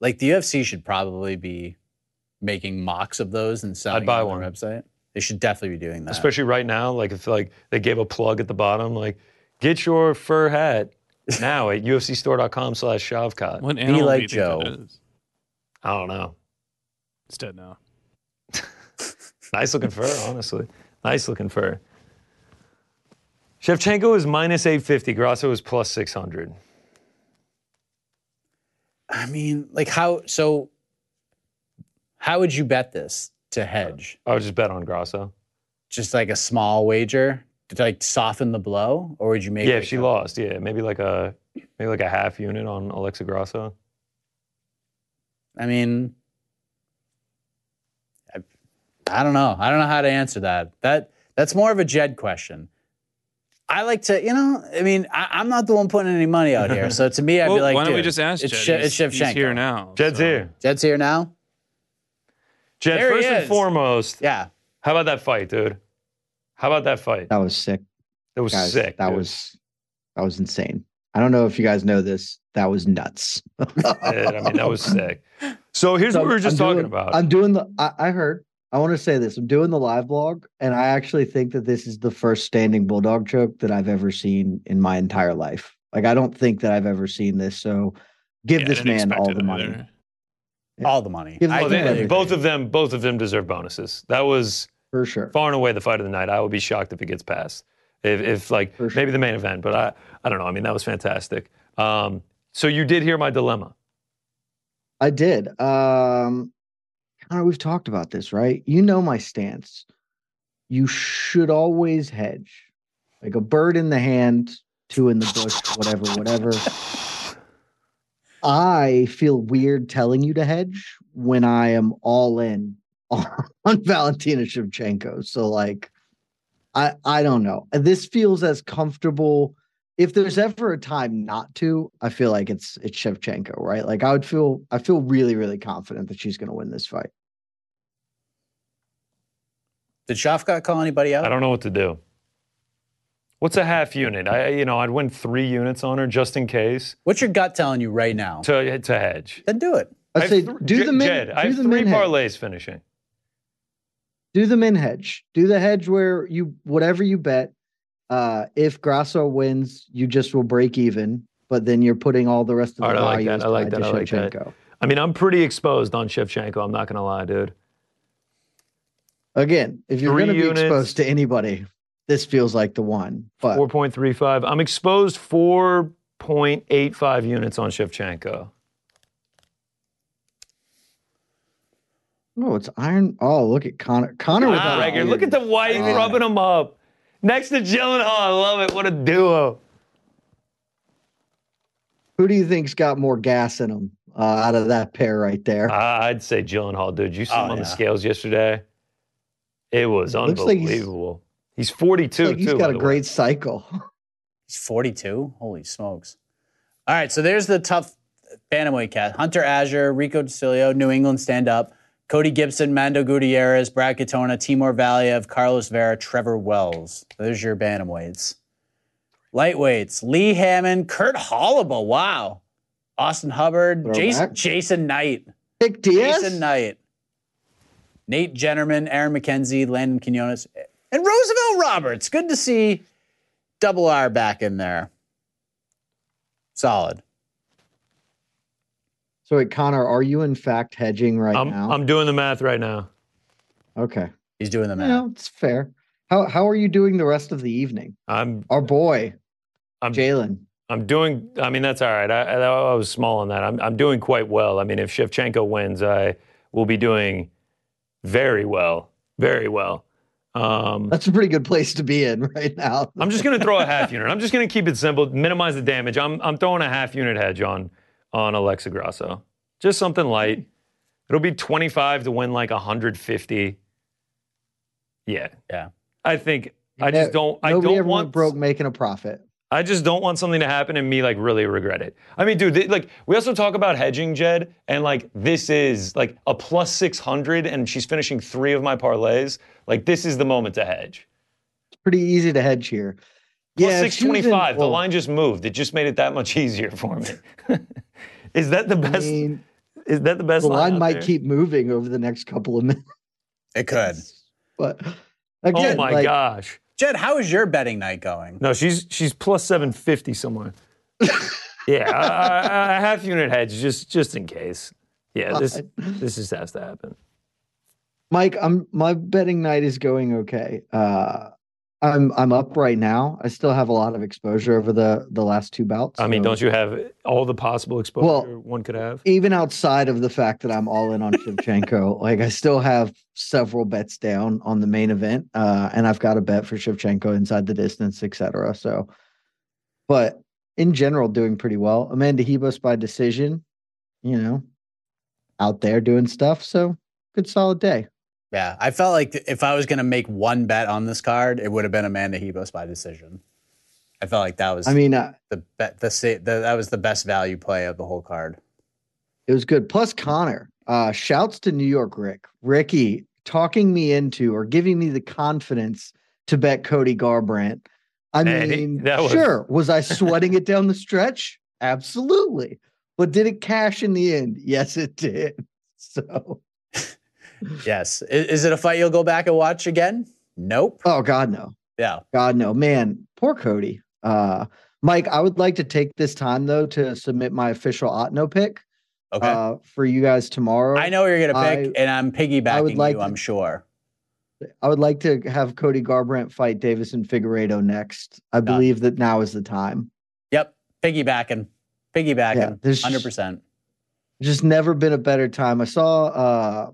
Speaker 4: like the UFC should probably be making mocks of those and selling
Speaker 5: buy
Speaker 4: them on their
Speaker 5: one.
Speaker 4: website. They should definitely be doing that.
Speaker 5: especially right now. Like if like they gave a plug at the bottom, like get your fur hat now at ufcstore.com slash shavkat.
Speaker 6: What animal
Speaker 4: like
Speaker 6: do you think that
Speaker 4: Joe.
Speaker 6: is?
Speaker 5: I don't know.
Speaker 6: It's dead now.
Speaker 5: Nice looking fur, honestly. Nice looking fur. Shevchenko is minus 850. Grasso is plus 600.
Speaker 4: I mean, like how so how would you bet this to hedge?
Speaker 5: I would just bet on Grasso.
Speaker 4: Just like a small wager to like soften the blow? Or would you make
Speaker 5: yeah,
Speaker 4: like,
Speaker 5: if she
Speaker 4: a-
Speaker 5: lost, yeah, maybe like a maybe like a half unit on Alexa Grasso.
Speaker 4: I mean I, I don't know. I don't know how to answer that. That that's more of a Jed question. I like to, you know, I mean, I, I'm not the one putting any money out here. So to me, I'd
Speaker 6: Well,
Speaker 4: be like,
Speaker 6: why don't we
Speaker 4: dude,
Speaker 6: just ask
Speaker 4: it's,
Speaker 6: Jed?
Speaker 4: She-
Speaker 6: he's,
Speaker 4: it's Shevchenko.
Speaker 6: he's here now.
Speaker 5: Jed's
Speaker 6: so-
Speaker 5: here.
Speaker 4: Jed's here now?
Speaker 5: Jed,
Speaker 4: There he
Speaker 5: first and
Speaker 4: is.
Speaker 5: foremost,
Speaker 4: Yeah.
Speaker 5: how about that fight, dude? How about that fight?
Speaker 8: That was sick.
Speaker 5: That was
Speaker 8: guys.
Speaker 5: sick.
Speaker 8: That
Speaker 5: dude.
Speaker 8: was that was insane. I don't know if you guys know this. That was nuts.
Speaker 5: it. I mean, that was sick. So here's
Speaker 8: So
Speaker 5: what we were
Speaker 8: I'm
Speaker 5: just talking
Speaker 8: doing-
Speaker 5: about.
Speaker 8: I'm doing the. I, I heard. I want to say this. I'm doing the live blog, and I actually think that this is the first standing bulldog choke that I've ever seen in my entire life. Like, I don't think that I've ever seen this. So, give
Speaker 6: Yeah, I
Speaker 8: this
Speaker 6: didn't
Speaker 8: man
Speaker 6: expect
Speaker 8: all
Speaker 6: it
Speaker 8: the money.
Speaker 6: either.
Speaker 4: All the money.
Speaker 8: Give him
Speaker 4: I
Speaker 8: all
Speaker 5: Oh,
Speaker 8: the
Speaker 5: they-
Speaker 4: completely
Speaker 8: money.
Speaker 4: agree.
Speaker 5: both of them, both of them deserve bonuses. That was
Speaker 8: for sure.
Speaker 5: far and away the fight of the night. I would be shocked if it gets past. If, if like
Speaker 8: For sure.
Speaker 5: maybe the main event, but I, I don't know. I mean, that was fantastic. Um, so you did hear my dilemma.
Speaker 8: I did. Um, Connor, we've talked about this, right? You know my stance. You should always hedge, like a bird in the hand, two in the bush, whatever, whatever. I feel weird telling you to hedge when I am all in on, on Valentina Shevchenko. So, like, I I don't know. Uh, This feels as comfortable if there's ever a time not to, I feel like it's it's Shevchenko, right? Like I would feel I feel really really confident that she's going to win this fight.
Speaker 4: Did Shafkat call anybody out?
Speaker 5: I don't know what to do. What's a half unit? I, you know, I'd win three units on her just in case
Speaker 4: What's your gut telling you right now?
Speaker 5: to to hedge.
Speaker 4: then do it.
Speaker 8: I
Speaker 5: have
Speaker 8: say
Speaker 5: th-
Speaker 8: do
Speaker 5: Jed-
Speaker 8: the min,
Speaker 5: Jed, I
Speaker 8: do
Speaker 5: have
Speaker 8: the
Speaker 5: three
Speaker 8: min hedge.
Speaker 5: parlays finishing.
Speaker 8: do the min hedge. Do the hedge where you whatever you bet. Uh, if Grasso wins, you just will break even, but then you're putting all the rest of the
Speaker 5: All right, I like
Speaker 8: value
Speaker 5: that,
Speaker 8: is
Speaker 5: I like
Speaker 8: tied
Speaker 5: that, I like
Speaker 8: to
Speaker 5: that.
Speaker 8: Shevchenko.
Speaker 5: I mean, I'm pretty exposed on Shevchenko. I'm not gonna lie, dude.
Speaker 8: Again, if you're
Speaker 5: Three
Speaker 8: going to be
Speaker 5: units.
Speaker 8: exposed to anybody, this feels like the one. But
Speaker 5: Four point three five. I'm exposed four point eight five units on Shevchenko.
Speaker 8: oh, it's iron. Oh, look at Connor. Connor without
Speaker 5: Wow,
Speaker 8: a
Speaker 5: Ah, Rager, look
Speaker 8: beard.
Speaker 5: at the white
Speaker 8: Oh.
Speaker 5: rubbing them up. Next to Gyllenhaal, I love it. What a duo.
Speaker 8: Who do you think's got more gas in them uh, out of that pair right there?
Speaker 5: I- I'd say Gyllenhaal, dude. You see
Speaker 4: Oh,
Speaker 5: him on the
Speaker 4: yeah.
Speaker 5: scales yesterday. It was
Speaker 8: Looks like he's-
Speaker 5: unbelievable. he's, 42
Speaker 8: Looks like he's
Speaker 5: too. by
Speaker 8: got a
Speaker 5: the way.
Speaker 8: great cycle.
Speaker 4: He's 42. Holy smokes. All right, so there's the tough bantamweight cat. Hunter Azure, Rico DeCilio, New England stand up. Cody Gibson, Mando Gutierrez, Brad Katona, Timur Valiev, Carlos Vera, Trevor Wells. There's your bantamweights. Lightweights, Lee Hammond, Kurt Hollable. Wow. Austin Hubbard, Jason,
Speaker 8: Throwback.
Speaker 4: Jason Knight.
Speaker 8: Nick Diaz.
Speaker 4: Jason Knight, Nate Jennerman, Aaron McKenzie, Landon Quinones, and Roosevelt Roberts. Good to see Double R back in there. Solid.
Speaker 8: So wait, Connor, are you in fact hedging right
Speaker 5: I'm,
Speaker 8: now?
Speaker 5: I'm doing the math right now.
Speaker 8: okay.
Speaker 4: He's doing the math.
Speaker 8: No, it's fair. How how are you doing the rest of the evening?
Speaker 5: I'm
Speaker 8: Our boy,
Speaker 5: I'm
Speaker 8: Jalen.
Speaker 5: I'm doing. I mean, that's all right. I, I, I was small on that. I'm, I'm doing quite well. I mean, if Shevchenko wins, I will be doing very well, very well. Um,
Speaker 8: That's a pretty good place to be in right now.
Speaker 5: I'm just going to throw a half unit. I'm just going to keep it simple, minimize the damage. I'm, I'm throwing a half unit hedge on on Alexa Grasso. Just something light. It'll be 25 to win like 150. Yeah.
Speaker 4: Yeah.
Speaker 5: I think I just don't I
Speaker 8: Nobody
Speaker 5: don't
Speaker 8: ever
Speaker 5: want
Speaker 8: went broke making a profit.
Speaker 5: I just don't want something to happen and me like really regret it. I mean, dude, they, like we also talk about hedging, Jed, and like this is like a plus 600 and she's finishing 3 of my parlays. Like this is the moment to hedge.
Speaker 8: Pretty easy to hedge here.
Speaker 5: Plus
Speaker 8: if she was in-
Speaker 5: 625. the
Speaker 8: well,
Speaker 5: line just moved. It just made it that much easier for me. is that the
Speaker 8: I
Speaker 5: best
Speaker 8: mean,
Speaker 5: is that the best
Speaker 8: the line
Speaker 5: out
Speaker 8: might
Speaker 5: there?
Speaker 8: keep moving over the next couple of minutes.
Speaker 4: It could.
Speaker 8: But
Speaker 5: Oh
Speaker 8: again,
Speaker 5: my
Speaker 8: like,
Speaker 5: gosh.
Speaker 4: Jed, how is your betting night going?
Speaker 5: No, she's she's plus 750 somewhere. yeah, a, a- a half unit hedge just just in case. Yeah, this
Speaker 8: God.
Speaker 5: this just has to happen.
Speaker 8: Mike, I'm my betting night is going okay. Uh, I'm I'm up right now. I still have a lot of exposure over the the last two bouts.
Speaker 5: I mean,
Speaker 8: so
Speaker 5: don't you have all the possible exposure
Speaker 8: Well-
Speaker 5: one could have?
Speaker 8: even outside of the fact that I'm all in on Shevchenko, like I still have several bets down on the main event, uh, and I've got a bet for Shevchenko inside the distance, etc. So, but in general, doing pretty well. Amanda Hebus by decision, you know, out there doing stuff. So good, solid day.
Speaker 4: Yeah, I felt like if I was going to make one bet on this card, it would have been Amanda Hebos by decision. I felt like that was
Speaker 8: I mean, uh,
Speaker 4: the bet the, sa- the that was the best value play of the whole card.
Speaker 8: It was good. Plus Connor. Uh, shouts to New York Rick. Ricky talking me into or giving me the confidence to bet Cody Garbrandt. I
Speaker 5: Hey,
Speaker 8: mean,
Speaker 5: that was-
Speaker 8: sure. Was I sweating it down the stretch? Absolutely. But did it cash in the end? Yes, it did. So,
Speaker 4: Yes, I- is, it a fight you'll go back and watch again? Nope.
Speaker 8: oh God, no.
Speaker 4: Yeah,
Speaker 8: God, no, man, poor Cody. Uh, Mike, I would like to take this time though to submit my official Otno pick
Speaker 4: okay.
Speaker 8: uh, for you guys tomorrow.
Speaker 4: I know what you're going to pick,
Speaker 8: I-
Speaker 4: and I'm piggybacking
Speaker 8: I would like
Speaker 4: you.
Speaker 8: to-
Speaker 4: I'm sure.
Speaker 8: I would like to have Cody Garbrandt fight Davis and Figueredo next. I
Speaker 4: Done.
Speaker 8: believe that now is the time.
Speaker 4: Yep, piggybacking, piggybacking,
Speaker 8: there's
Speaker 4: hundred percent.
Speaker 8: just never been a better time. I saw uh,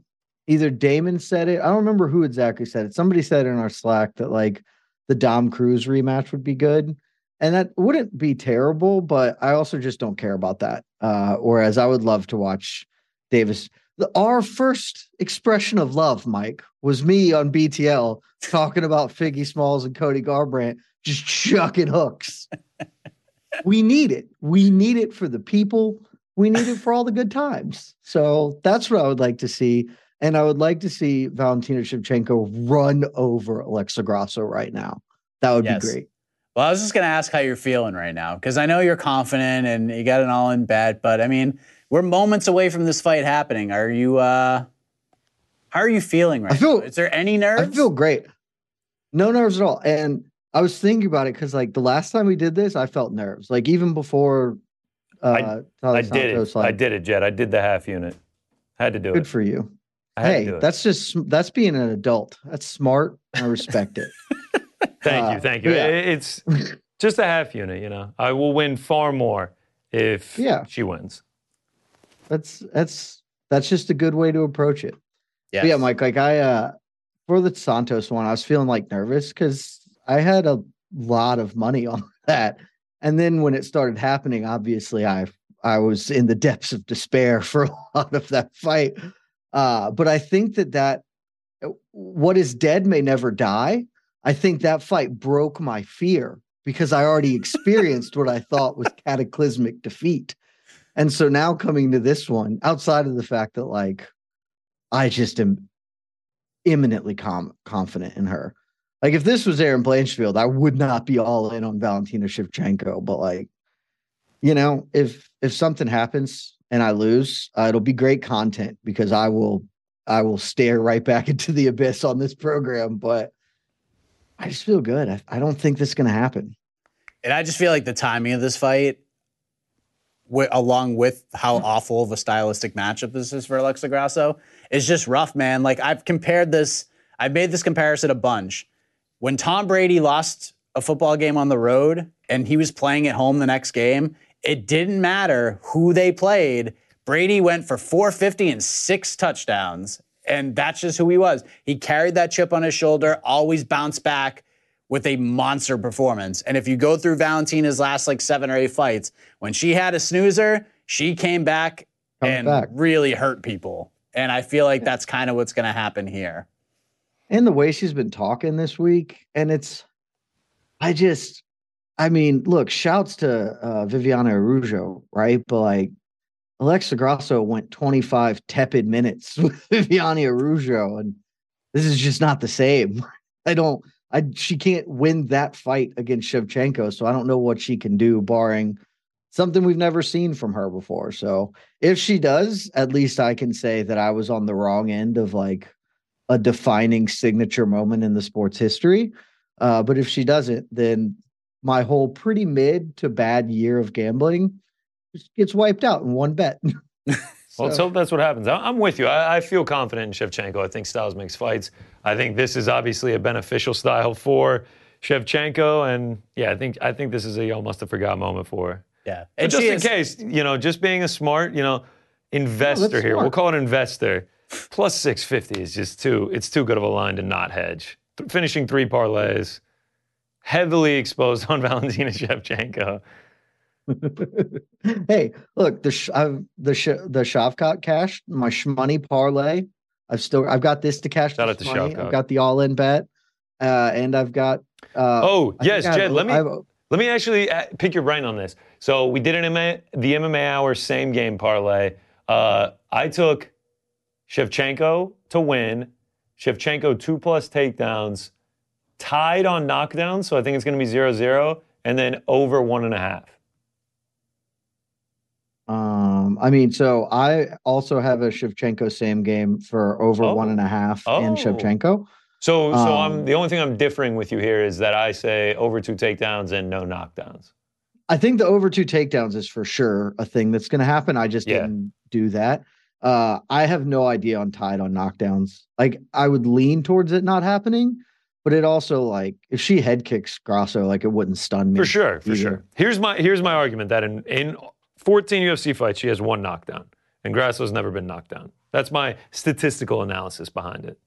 Speaker 8: either Damon said it. I don't remember who exactly said it. Somebody said in our Slack that like the Dom Cruz rematch would be good. And that wouldn't be terrible, but I also just don't care about that. Uh, whereas I would love to watch Davis. The, our first expression of love, Mike, was me on BTL talking about Figgy Smalls and Cody Garbrandt just chucking hooks. we need it. We need it for the people we need it for all the good times. So that's what I would like to see. And I would like to see Valentina Shevchenko run over Alexa Grasso right now. That would
Speaker 4: Yes.
Speaker 8: be great.
Speaker 4: Well, I was just going to ask how you're feeling right now because I know you're confident and you got an all-in bet, but I mean, we're moments away from this fight happening. Are you? uh How are you feeling right
Speaker 8: I feel-
Speaker 4: now? Is there any nerves?
Speaker 8: I feel great. No nerves at all. And I was thinking about it because like the last time we did this, I felt nerves. Like even before uh Tyler
Speaker 5: I did
Speaker 8: Santos,
Speaker 5: it.
Speaker 8: like,
Speaker 5: I did it, Jed. I did the half unit. Had to do
Speaker 8: good
Speaker 5: it.
Speaker 8: for you.
Speaker 5: I had to
Speaker 8: Hey,
Speaker 5: do it.
Speaker 8: that's just that's being an adult. That's smart. I respect it.
Speaker 5: thank
Speaker 8: uh,
Speaker 5: you, thank you.
Speaker 8: yeah.
Speaker 5: It- It's just a half unit, you know. I will win far more if
Speaker 8: Yeah.
Speaker 5: she wins.
Speaker 8: That's that's that's just a good way to approach it.
Speaker 4: Yes.
Speaker 8: But yeah, Mike, like I uh for the Santos one, I was feeling like nervous because I had a lot of money on that. And then when it started happening, obviously I I was in the depths of despair for a lot of that fight. Uh, but I think that that what is dead may never die. I think that fight broke my fear because I already experienced what I thought was cataclysmic defeat. And so now coming to this one, outside of the fact that like I just am imminently com- confident in her. Like if this was Aaron Blanchfield, I would not be all in on Valentina Shevchenko. But like, you know, if if something happens and I lose, uh, it'll be great content because I will I will stare right back into the abyss on this program. But I just feel good. I, I don't think this is gonna happen.
Speaker 4: And I just feel like the timing of this fight, wi- along with how awful of a stylistic matchup this is for Alexa Grasso, is just rough, man. Like I've compared this, I've made this comparison a bunch. When Tom Brady lost a football game on the road and he was playing at home the next game, it didn't matter who they played. Brady went for 450 and six touchdowns. And that's just who he was. He carried that chip on his shoulder, always bounced back with a monster performance. And if you go through Valentina's last like seven or eight fights, when she had a snoozer, She came back
Speaker 8: Comes
Speaker 4: and
Speaker 8: back.
Speaker 4: really hurt people. And I feel like that's kind of what's going to happen here.
Speaker 8: and the way she's been talking this week and it's i just i mean look shouts to uh, viviana arujo right but like alexa grasso went 25 tepid minutes with viviana arujo and this is just not the same i don't i she can't win that fight against shevchenko so i don't know what she can do barring something we've never seen from her before so if she does at least i can say that i was on the wrong end of like a defining signature moment in the sport's history. Uh, but if she doesn't, then my whole pretty mid to bad year of gambling just gets wiped out in one bet.
Speaker 5: Well, let's
Speaker 8: So-
Speaker 5: hope that's what happens. I- I'm with you. I, I feel confident in Shevchenko. I think Styles makes fights. I think this is obviously a beneficial style for Shevchenko, and yeah, I think I think this is a y'all must have forgot moment for her.
Speaker 4: Yeah.
Speaker 5: But
Speaker 4: And
Speaker 5: just
Speaker 4: she
Speaker 5: in
Speaker 4: is-
Speaker 5: case, you know, just being a smart, you know, investor here. We'll
Speaker 8: smart.
Speaker 5: call it investor. Plus 650 is just too. It's too good of a line to not hedge. Th- finishing three parlays, heavily exposed on Valentina Shevchenko.
Speaker 8: hey, look, the sh- I've, the sh- the Shavkat cash, my shmoney parlay. I've still I've got this to cash.
Speaker 5: Shout
Speaker 8: this
Speaker 5: out to
Speaker 8: money.
Speaker 5: Shavkat.
Speaker 8: I've got the all in bet, uh, and I've got. Uh,
Speaker 5: oh
Speaker 8: I think
Speaker 5: yes,
Speaker 8: I have
Speaker 5: Jed.
Speaker 8: a-
Speaker 5: Let me
Speaker 8: I have a-
Speaker 5: Let me actually uh, pick your brain on this. So we did an MMA, the MMA Hour same game parlay. Uh, I took Shevchenko to win. Shevchenko two plus takedowns, tied on knockdowns. So I think it's going to be zero zero, and then over one and a half.
Speaker 8: Um, I mean, so I also have a Shevchenko same game for over
Speaker 5: Oh.
Speaker 8: one and a half
Speaker 5: Oh.
Speaker 8: in Shevchenko.
Speaker 5: So, so I'm
Speaker 8: Um,
Speaker 5: the only thing I'm differing with you here is that I say over two takedowns and no knockdowns.
Speaker 8: I think the over two takedowns is for sure a thing that's going to happen. I just
Speaker 5: Yeah.
Speaker 8: didn't do that. Uh, I have no idea on tied on knockdowns. Like I would lean towards it not happening, but it also like if she head kicks Grasso, like it wouldn't stun me
Speaker 5: For sure, for
Speaker 8: either.
Speaker 5: sure. Here's my here's my argument that in, in 14 UFC fights she has one knockdown, and Grasso's never been knocked down. That's my statistical analysis behind it.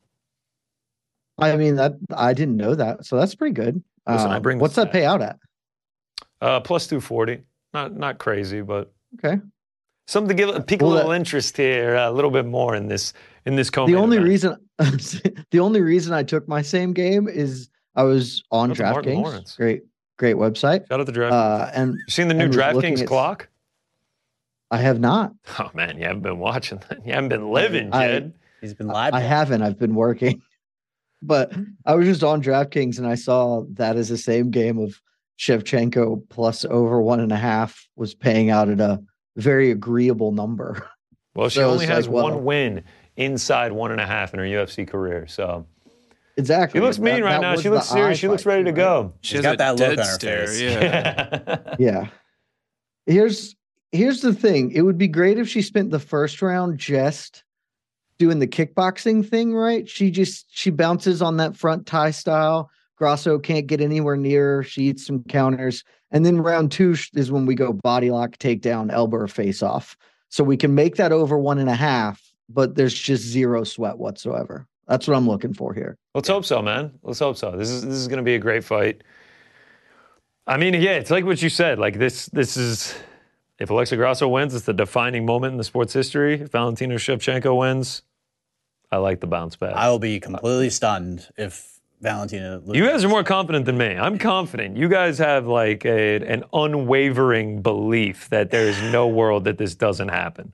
Speaker 8: I mean that I didn't know that, so that's pretty good.
Speaker 5: Listen, I
Speaker 8: Um,
Speaker 5: bring the
Speaker 8: what's that
Speaker 5: facts.
Speaker 8: payout at?
Speaker 5: Uh, plus 240, not not crazy, but
Speaker 8: Okay.
Speaker 5: something to give pique a
Speaker 8: Well,
Speaker 5: little
Speaker 8: that-
Speaker 5: interest here, a little bit more in this in this co
Speaker 8: the only reason the only reason I took my same game is I was on
Speaker 5: That's Martin Lawrence.
Speaker 8: DraftKings. Great, great website.
Speaker 5: shout out to DraftKings.
Speaker 8: Uh, and
Speaker 5: you seen the
Speaker 8: I
Speaker 5: new
Speaker 8: was looking
Speaker 5: DraftKings
Speaker 8: at-
Speaker 5: clock?
Speaker 8: I have not.
Speaker 5: Oh man, you haven't been watching that. You haven't been living,
Speaker 8: I-
Speaker 5: Jed.
Speaker 4: He's been live.
Speaker 8: I haven't. I've been working. But I was just on DraftKings and I saw that is the same game of Shevchenko plus over one and a half was paying out at a very agreeable number.
Speaker 5: well, she
Speaker 8: so
Speaker 5: only
Speaker 8: it's
Speaker 5: has
Speaker 8: like, well-
Speaker 5: one win inside one and a half in her UFC career, so. She
Speaker 8: Exactly.
Speaker 5: looks
Speaker 8: That-
Speaker 5: mean right
Speaker 8: that
Speaker 5: now.
Speaker 8: was
Speaker 5: She looks
Speaker 8: the eye
Speaker 5: serious. She looks
Speaker 8: fight,
Speaker 5: ready to
Speaker 8: right?
Speaker 5: go.
Speaker 6: She
Speaker 4: She's
Speaker 6: has
Speaker 4: got
Speaker 6: a
Speaker 4: that look
Speaker 6: dead
Speaker 4: on her
Speaker 6: stare.
Speaker 4: face.
Speaker 6: Yeah.
Speaker 8: Yeah. Here's here's the thing. It would be great if she spent the first round just doing the kickboxing thing, right? She just she bounces on that front tie style. Grasso can't get anywhere near. her. She eats some counters, and then round two sh- is when we go body lock, takedown, elbow, or face off. So we can make that over one and a half, but there's just zero sweat whatsoever. That's what I'm looking for here.
Speaker 5: Let's hope so, man. Let's hope so. This is this is going to be a great fight. I mean, yeah, it's like what you said. Like this this is if Alexa Grasso wins, it's the defining moment in the sports history. If Valentina Shevchenko wins, I like the bounce back.
Speaker 4: I will be completely stunned if Valentina. loses.
Speaker 5: you guys are more confident than me. I'm confident. You guys have like a, an unwavering belief that there is no world that this doesn't happen.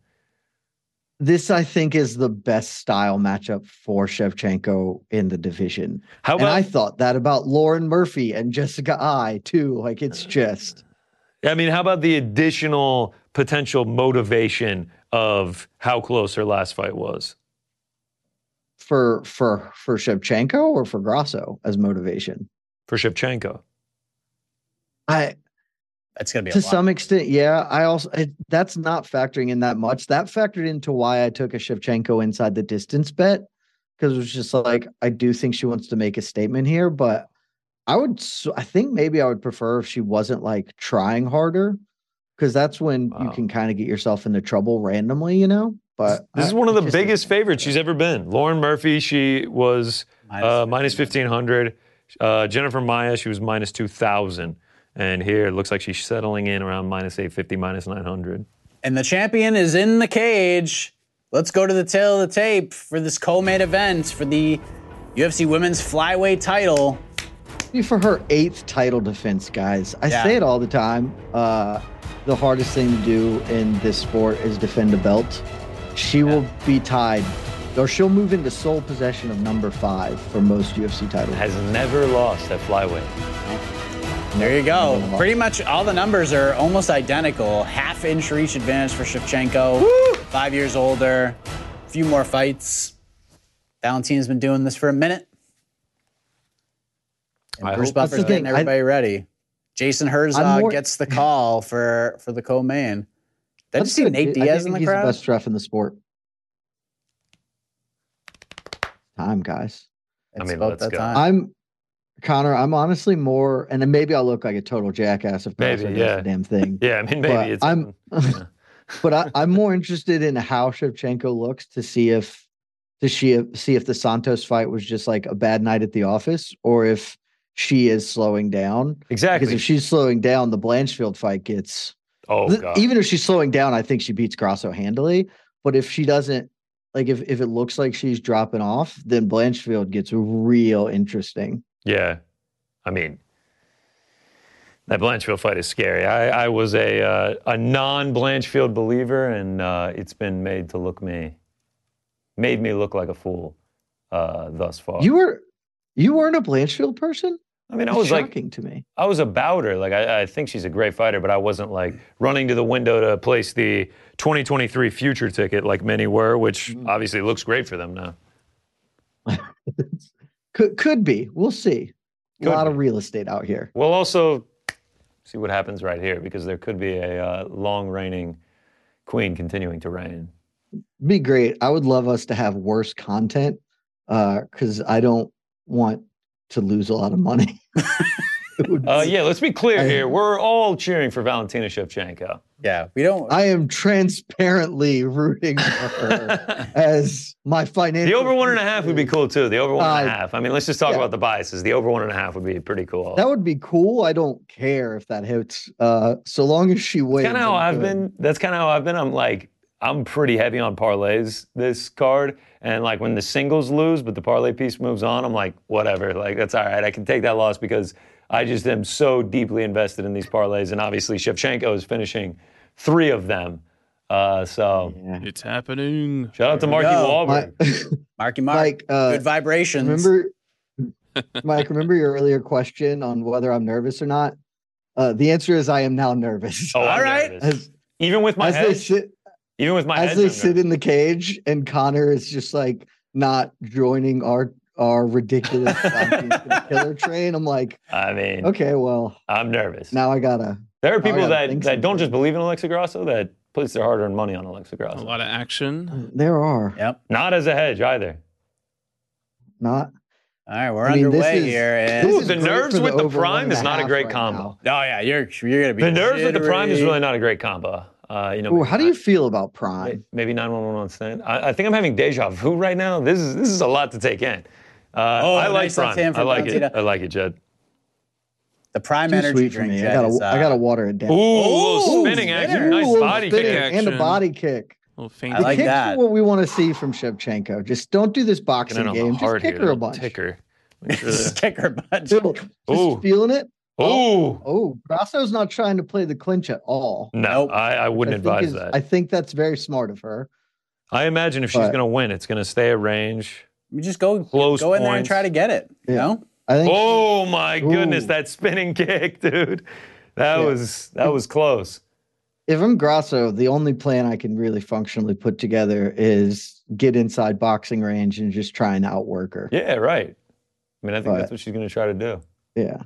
Speaker 8: This, I think, is the best style matchup for Shevchenko in the division.
Speaker 5: How
Speaker 8: and
Speaker 5: about
Speaker 8: I thought that about Lauren Murphy and Jessica I too. Like it's just
Speaker 5: I mean, how about the additional potential motivation of how close her last fight was?
Speaker 8: for for for Shevchenko or for Grasso as motivation.
Speaker 5: for Shevchenko.
Speaker 8: I
Speaker 4: It's gonna be a
Speaker 8: to
Speaker 4: lot.
Speaker 8: some extent, yeah. I also it, that's not factoring in that much. That factored into why I took a Shevchenko inside the distance bet because it was just like I do think she wants to make a statement here, but I would s- I think maybe I would prefer if she wasn't like trying harder because that's when you
Speaker 5: Wow.
Speaker 8: can kind of get yourself into trouble randomly, you know. But
Speaker 5: This is
Speaker 8: I-
Speaker 5: one of
Speaker 8: I
Speaker 5: the
Speaker 8: just think-
Speaker 5: biggest favorites she's ever been. Lauren Murphy, she was uh, minus 1,500. Uh, Jennifer Maya, she was minus 2,000. And here it looks like she's settling in around minus 850, minus 900.
Speaker 4: and the champion is in the cage. Let's go to the tail of the tape for this co-main event for the UFC Women's Flyweight title.
Speaker 8: Be for her eighth title defense, guys. I
Speaker 4: Yeah.
Speaker 8: say it all the time. Uh, the hardest thing to do in this sport is defend a belt. She will be tied, or she'll move into sole possession of number five for most UFC titles.
Speaker 5: Has never lost at flyweight.
Speaker 4: There you go. Pretty much all the numbers are almost identical. Half inch reach advantage for Shevchenko. Five years older. A few more fights. Valentina's been doing this for a minute. And
Speaker 5: I
Speaker 4: Bruce
Speaker 5: hope-
Speaker 8: That's
Speaker 4: Buffer's
Speaker 8: the
Speaker 4: getting
Speaker 8: thing, I-
Speaker 4: everybody ready. Jason Herzog
Speaker 8: more-
Speaker 4: gets the call for for the co-main. Did I just see
Speaker 8: good. I
Speaker 4: Nate Diaz
Speaker 8: think
Speaker 4: in the
Speaker 8: he's
Speaker 4: crowd?
Speaker 8: the best ref in the sport. Time, guys.
Speaker 4: It's
Speaker 5: I mean,
Speaker 4: about
Speaker 5: let's
Speaker 4: that
Speaker 5: go.
Speaker 4: time.
Speaker 8: I'm Connor. I'm honestly more, and then maybe I'll look like a total jackass if
Speaker 5: Maybe,
Speaker 8: Bowser does
Speaker 5: yeah.
Speaker 8: the damn thing.
Speaker 5: Yeah, I mean, maybe
Speaker 8: But
Speaker 5: it's.
Speaker 8: I'm-
Speaker 5: Yeah.
Speaker 8: But I, I'm more interested in how Shevchenko looks to see if to she, see if the Santos fight was just like a bad night at the office, or if she is slowing down. Because
Speaker 5: exactly.
Speaker 8: if she's slowing down, the Blanchfield fight gets
Speaker 5: oh,
Speaker 8: Th-
Speaker 5: God.
Speaker 8: even if she's slowing down, I think she beats Grasso handily. But if she doesn't, like if, if it looks like she's dropping off, then Blanchfield gets real interesting.
Speaker 5: Yeah. I mean, that Blanchfield fight is scary. I, I was a, uh, a non Blanchfield believer, and uh, it's been made to look me, made me look like a fool uh, thus far.
Speaker 8: You were you weren't a Blanchfield person?
Speaker 5: I mean, I
Speaker 8: That's
Speaker 5: was like,
Speaker 8: shocking to me.
Speaker 5: I was about her. Like, I, I think she's a great fighter, but I wasn't like running to the window to place the 2023 future ticket like many were, which
Speaker 8: Mm-hmm.
Speaker 5: obviously looks great for them now.
Speaker 8: could could be. We'll see.
Speaker 5: Could
Speaker 8: a lot
Speaker 5: be.
Speaker 8: of real estate out here.
Speaker 5: We'll also see what happens right here because there could be a uh, long reigning queen continuing to reign.
Speaker 8: Be great. I would love us to have worse content because I don't want to lose a lot of money. It would
Speaker 5: Uh,
Speaker 8: be-
Speaker 5: yeah, let's be clear
Speaker 8: I-
Speaker 5: here. We're all cheering for Valentina Shevchenko.
Speaker 4: yeah, we don't.
Speaker 8: I am transparently rooting for her
Speaker 5: the
Speaker 8: as my financial.
Speaker 5: over one and a half would be cool too. The over one and a
Speaker 8: Uh,
Speaker 5: half. I mean, let's just talk
Speaker 8: yeah.
Speaker 5: about the biases. The over one and a half would be pretty cool.
Speaker 8: That would be cool. I don't care if that hits. Uh, so long as she wins.
Speaker 5: kind of how
Speaker 8: I'm
Speaker 5: I've
Speaker 8: good.
Speaker 5: been. That's kind of how I've been. I'm like, I'm pretty heavy on parlays this card, and like when the singles lose, but the parlay piece moves on, I'm like, whatever. Like that's all right. I can take that loss because I just am so deeply invested in these parlays, and obviously Shevchenko is finishing three of them. Uh, so
Speaker 6: It's happening.
Speaker 5: shout out to Marky
Speaker 4: go.
Speaker 5: Wahlberg.
Speaker 8: My-
Speaker 4: Marky Mark,
Speaker 8: Mike, uh,
Speaker 4: good vibrations.
Speaker 8: remember, Mike, remember your earlier question on whether I'm nervous or not. Uh, the answer is I am now nervous.
Speaker 5: Oh, I'm
Speaker 4: All right.
Speaker 5: nervous.
Speaker 8: As,
Speaker 5: Even with my
Speaker 8: as they
Speaker 5: head,
Speaker 8: sit,
Speaker 5: even with my
Speaker 8: as
Speaker 5: head,
Speaker 8: they
Speaker 5: I'm
Speaker 8: sit
Speaker 5: nervous.
Speaker 8: in the cage, and Connor is just like not joining our our ridiculous Valentine's killer train. I'm like,
Speaker 5: I mean,
Speaker 8: okay, well,
Speaker 5: I'm nervous.
Speaker 8: now I gotta.
Speaker 5: there are
Speaker 8: now Oh, I
Speaker 5: people
Speaker 8: gotta
Speaker 5: that,
Speaker 8: think
Speaker 5: that don't
Speaker 8: something.
Speaker 5: just believe in Alexa Grasso that place their hard-earned money on
Speaker 6: A
Speaker 5: Alexa
Speaker 4: Oh,
Speaker 5: Grasso.
Speaker 6: lot of action.
Speaker 8: There are
Speaker 4: Yep.
Speaker 5: Not as a hedge either.
Speaker 8: not.
Speaker 4: All right, we're
Speaker 8: I mean, this
Speaker 4: underway
Speaker 8: is-
Speaker 4: here. and-
Speaker 8: this
Speaker 5: Ooh,
Speaker 8: is
Speaker 5: the
Speaker 8: great
Speaker 5: nerves
Speaker 8: for
Speaker 5: with the
Speaker 8: over
Speaker 5: prime
Speaker 8: one and
Speaker 5: is
Speaker 8: a
Speaker 5: not a
Speaker 8: half
Speaker 5: great
Speaker 8: right
Speaker 5: combo.
Speaker 8: now.
Speaker 4: Oh yeah, you're you're gonna be
Speaker 5: The nerves with the prime is
Speaker 4: jittery.
Speaker 5: really not a great combo. Uh, you know,
Speaker 8: Ooh,
Speaker 5: maybe
Speaker 8: how do
Speaker 5: not-
Speaker 8: you feel about Prime?
Speaker 5: may- Maybe 911 on stand. I, I think I'm having deja vu right now. This is this is a lot to take in. Uh,
Speaker 4: Oh,
Speaker 5: I like
Speaker 4: nice left
Speaker 5: prime.
Speaker 4: hand
Speaker 5: I
Speaker 4: from
Speaker 5: like it.
Speaker 4: Valentina.
Speaker 5: I like it, Jed.
Speaker 4: the prime
Speaker 8: Too
Speaker 4: energy
Speaker 8: sweet for
Speaker 4: drink.
Speaker 8: me.
Speaker 4: Jed,
Speaker 8: I gotta,
Speaker 4: is,
Speaker 8: I
Speaker 4: uh,
Speaker 8: gotta water it
Speaker 5: Ooh,
Speaker 8: down.
Speaker 5: a little
Speaker 4: Ooh,
Speaker 5: spinning action.
Speaker 8: Ooh,
Speaker 5: Nice
Speaker 8: a little
Speaker 5: body
Speaker 8: spinning
Speaker 5: kick.
Speaker 6: kick
Speaker 8: and a
Speaker 6: action.
Speaker 8: body kick.
Speaker 6: A little
Speaker 4: I
Speaker 6: faint.
Speaker 8: The
Speaker 4: like
Speaker 8: kicks
Speaker 4: that.
Speaker 8: are what we want to see from Shevchenko. Just don't do this
Speaker 5: Kicking
Speaker 8: boxing
Speaker 5: it on
Speaker 8: game.
Speaker 5: the
Speaker 8: Just
Speaker 5: heart
Speaker 8: kick
Speaker 5: here.
Speaker 8: her a
Speaker 5: little
Speaker 8: bunch.
Speaker 5: Ticker. Make sure
Speaker 4: Just
Speaker 5: that-
Speaker 4: kick her butt.
Speaker 8: Still, just
Speaker 5: Ooh.
Speaker 8: feeling it.
Speaker 5: Ooh.
Speaker 8: Oh, Grasso's not trying to play the clinch at all.
Speaker 5: No,
Speaker 4: Nope.
Speaker 5: I, I wouldn't
Speaker 8: I think
Speaker 5: advise
Speaker 8: is-
Speaker 5: that.
Speaker 8: I think that's very smart of her.
Speaker 5: I imagine if she's
Speaker 8: But-
Speaker 5: going to win, it's going to stay at range.
Speaker 4: You just go
Speaker 5: Close
Speaker 4: go in there and
Speaker 5: points.
Speaker 4: try to get it. You
Speaker 8: Yeah.
Speaker 4: know?
Speaker 8: I think.
Speaker 5: Oh my goodness,
Speaker 8: Ooh.
Speaker 5: that spinning kick, dude. That
Speaker 8: Yeah.
Speaker 5: was that was close.
Speaker 8: if I'm Grasso, the only plan I can really functionally put together is get inside boxing range and just try and outwork her.
Speaker 5: Yeah, right. I mean, I think
Speaker 8: But-
Speaker 5: that's what she's going to try to do.
Speaker 8: Yeah.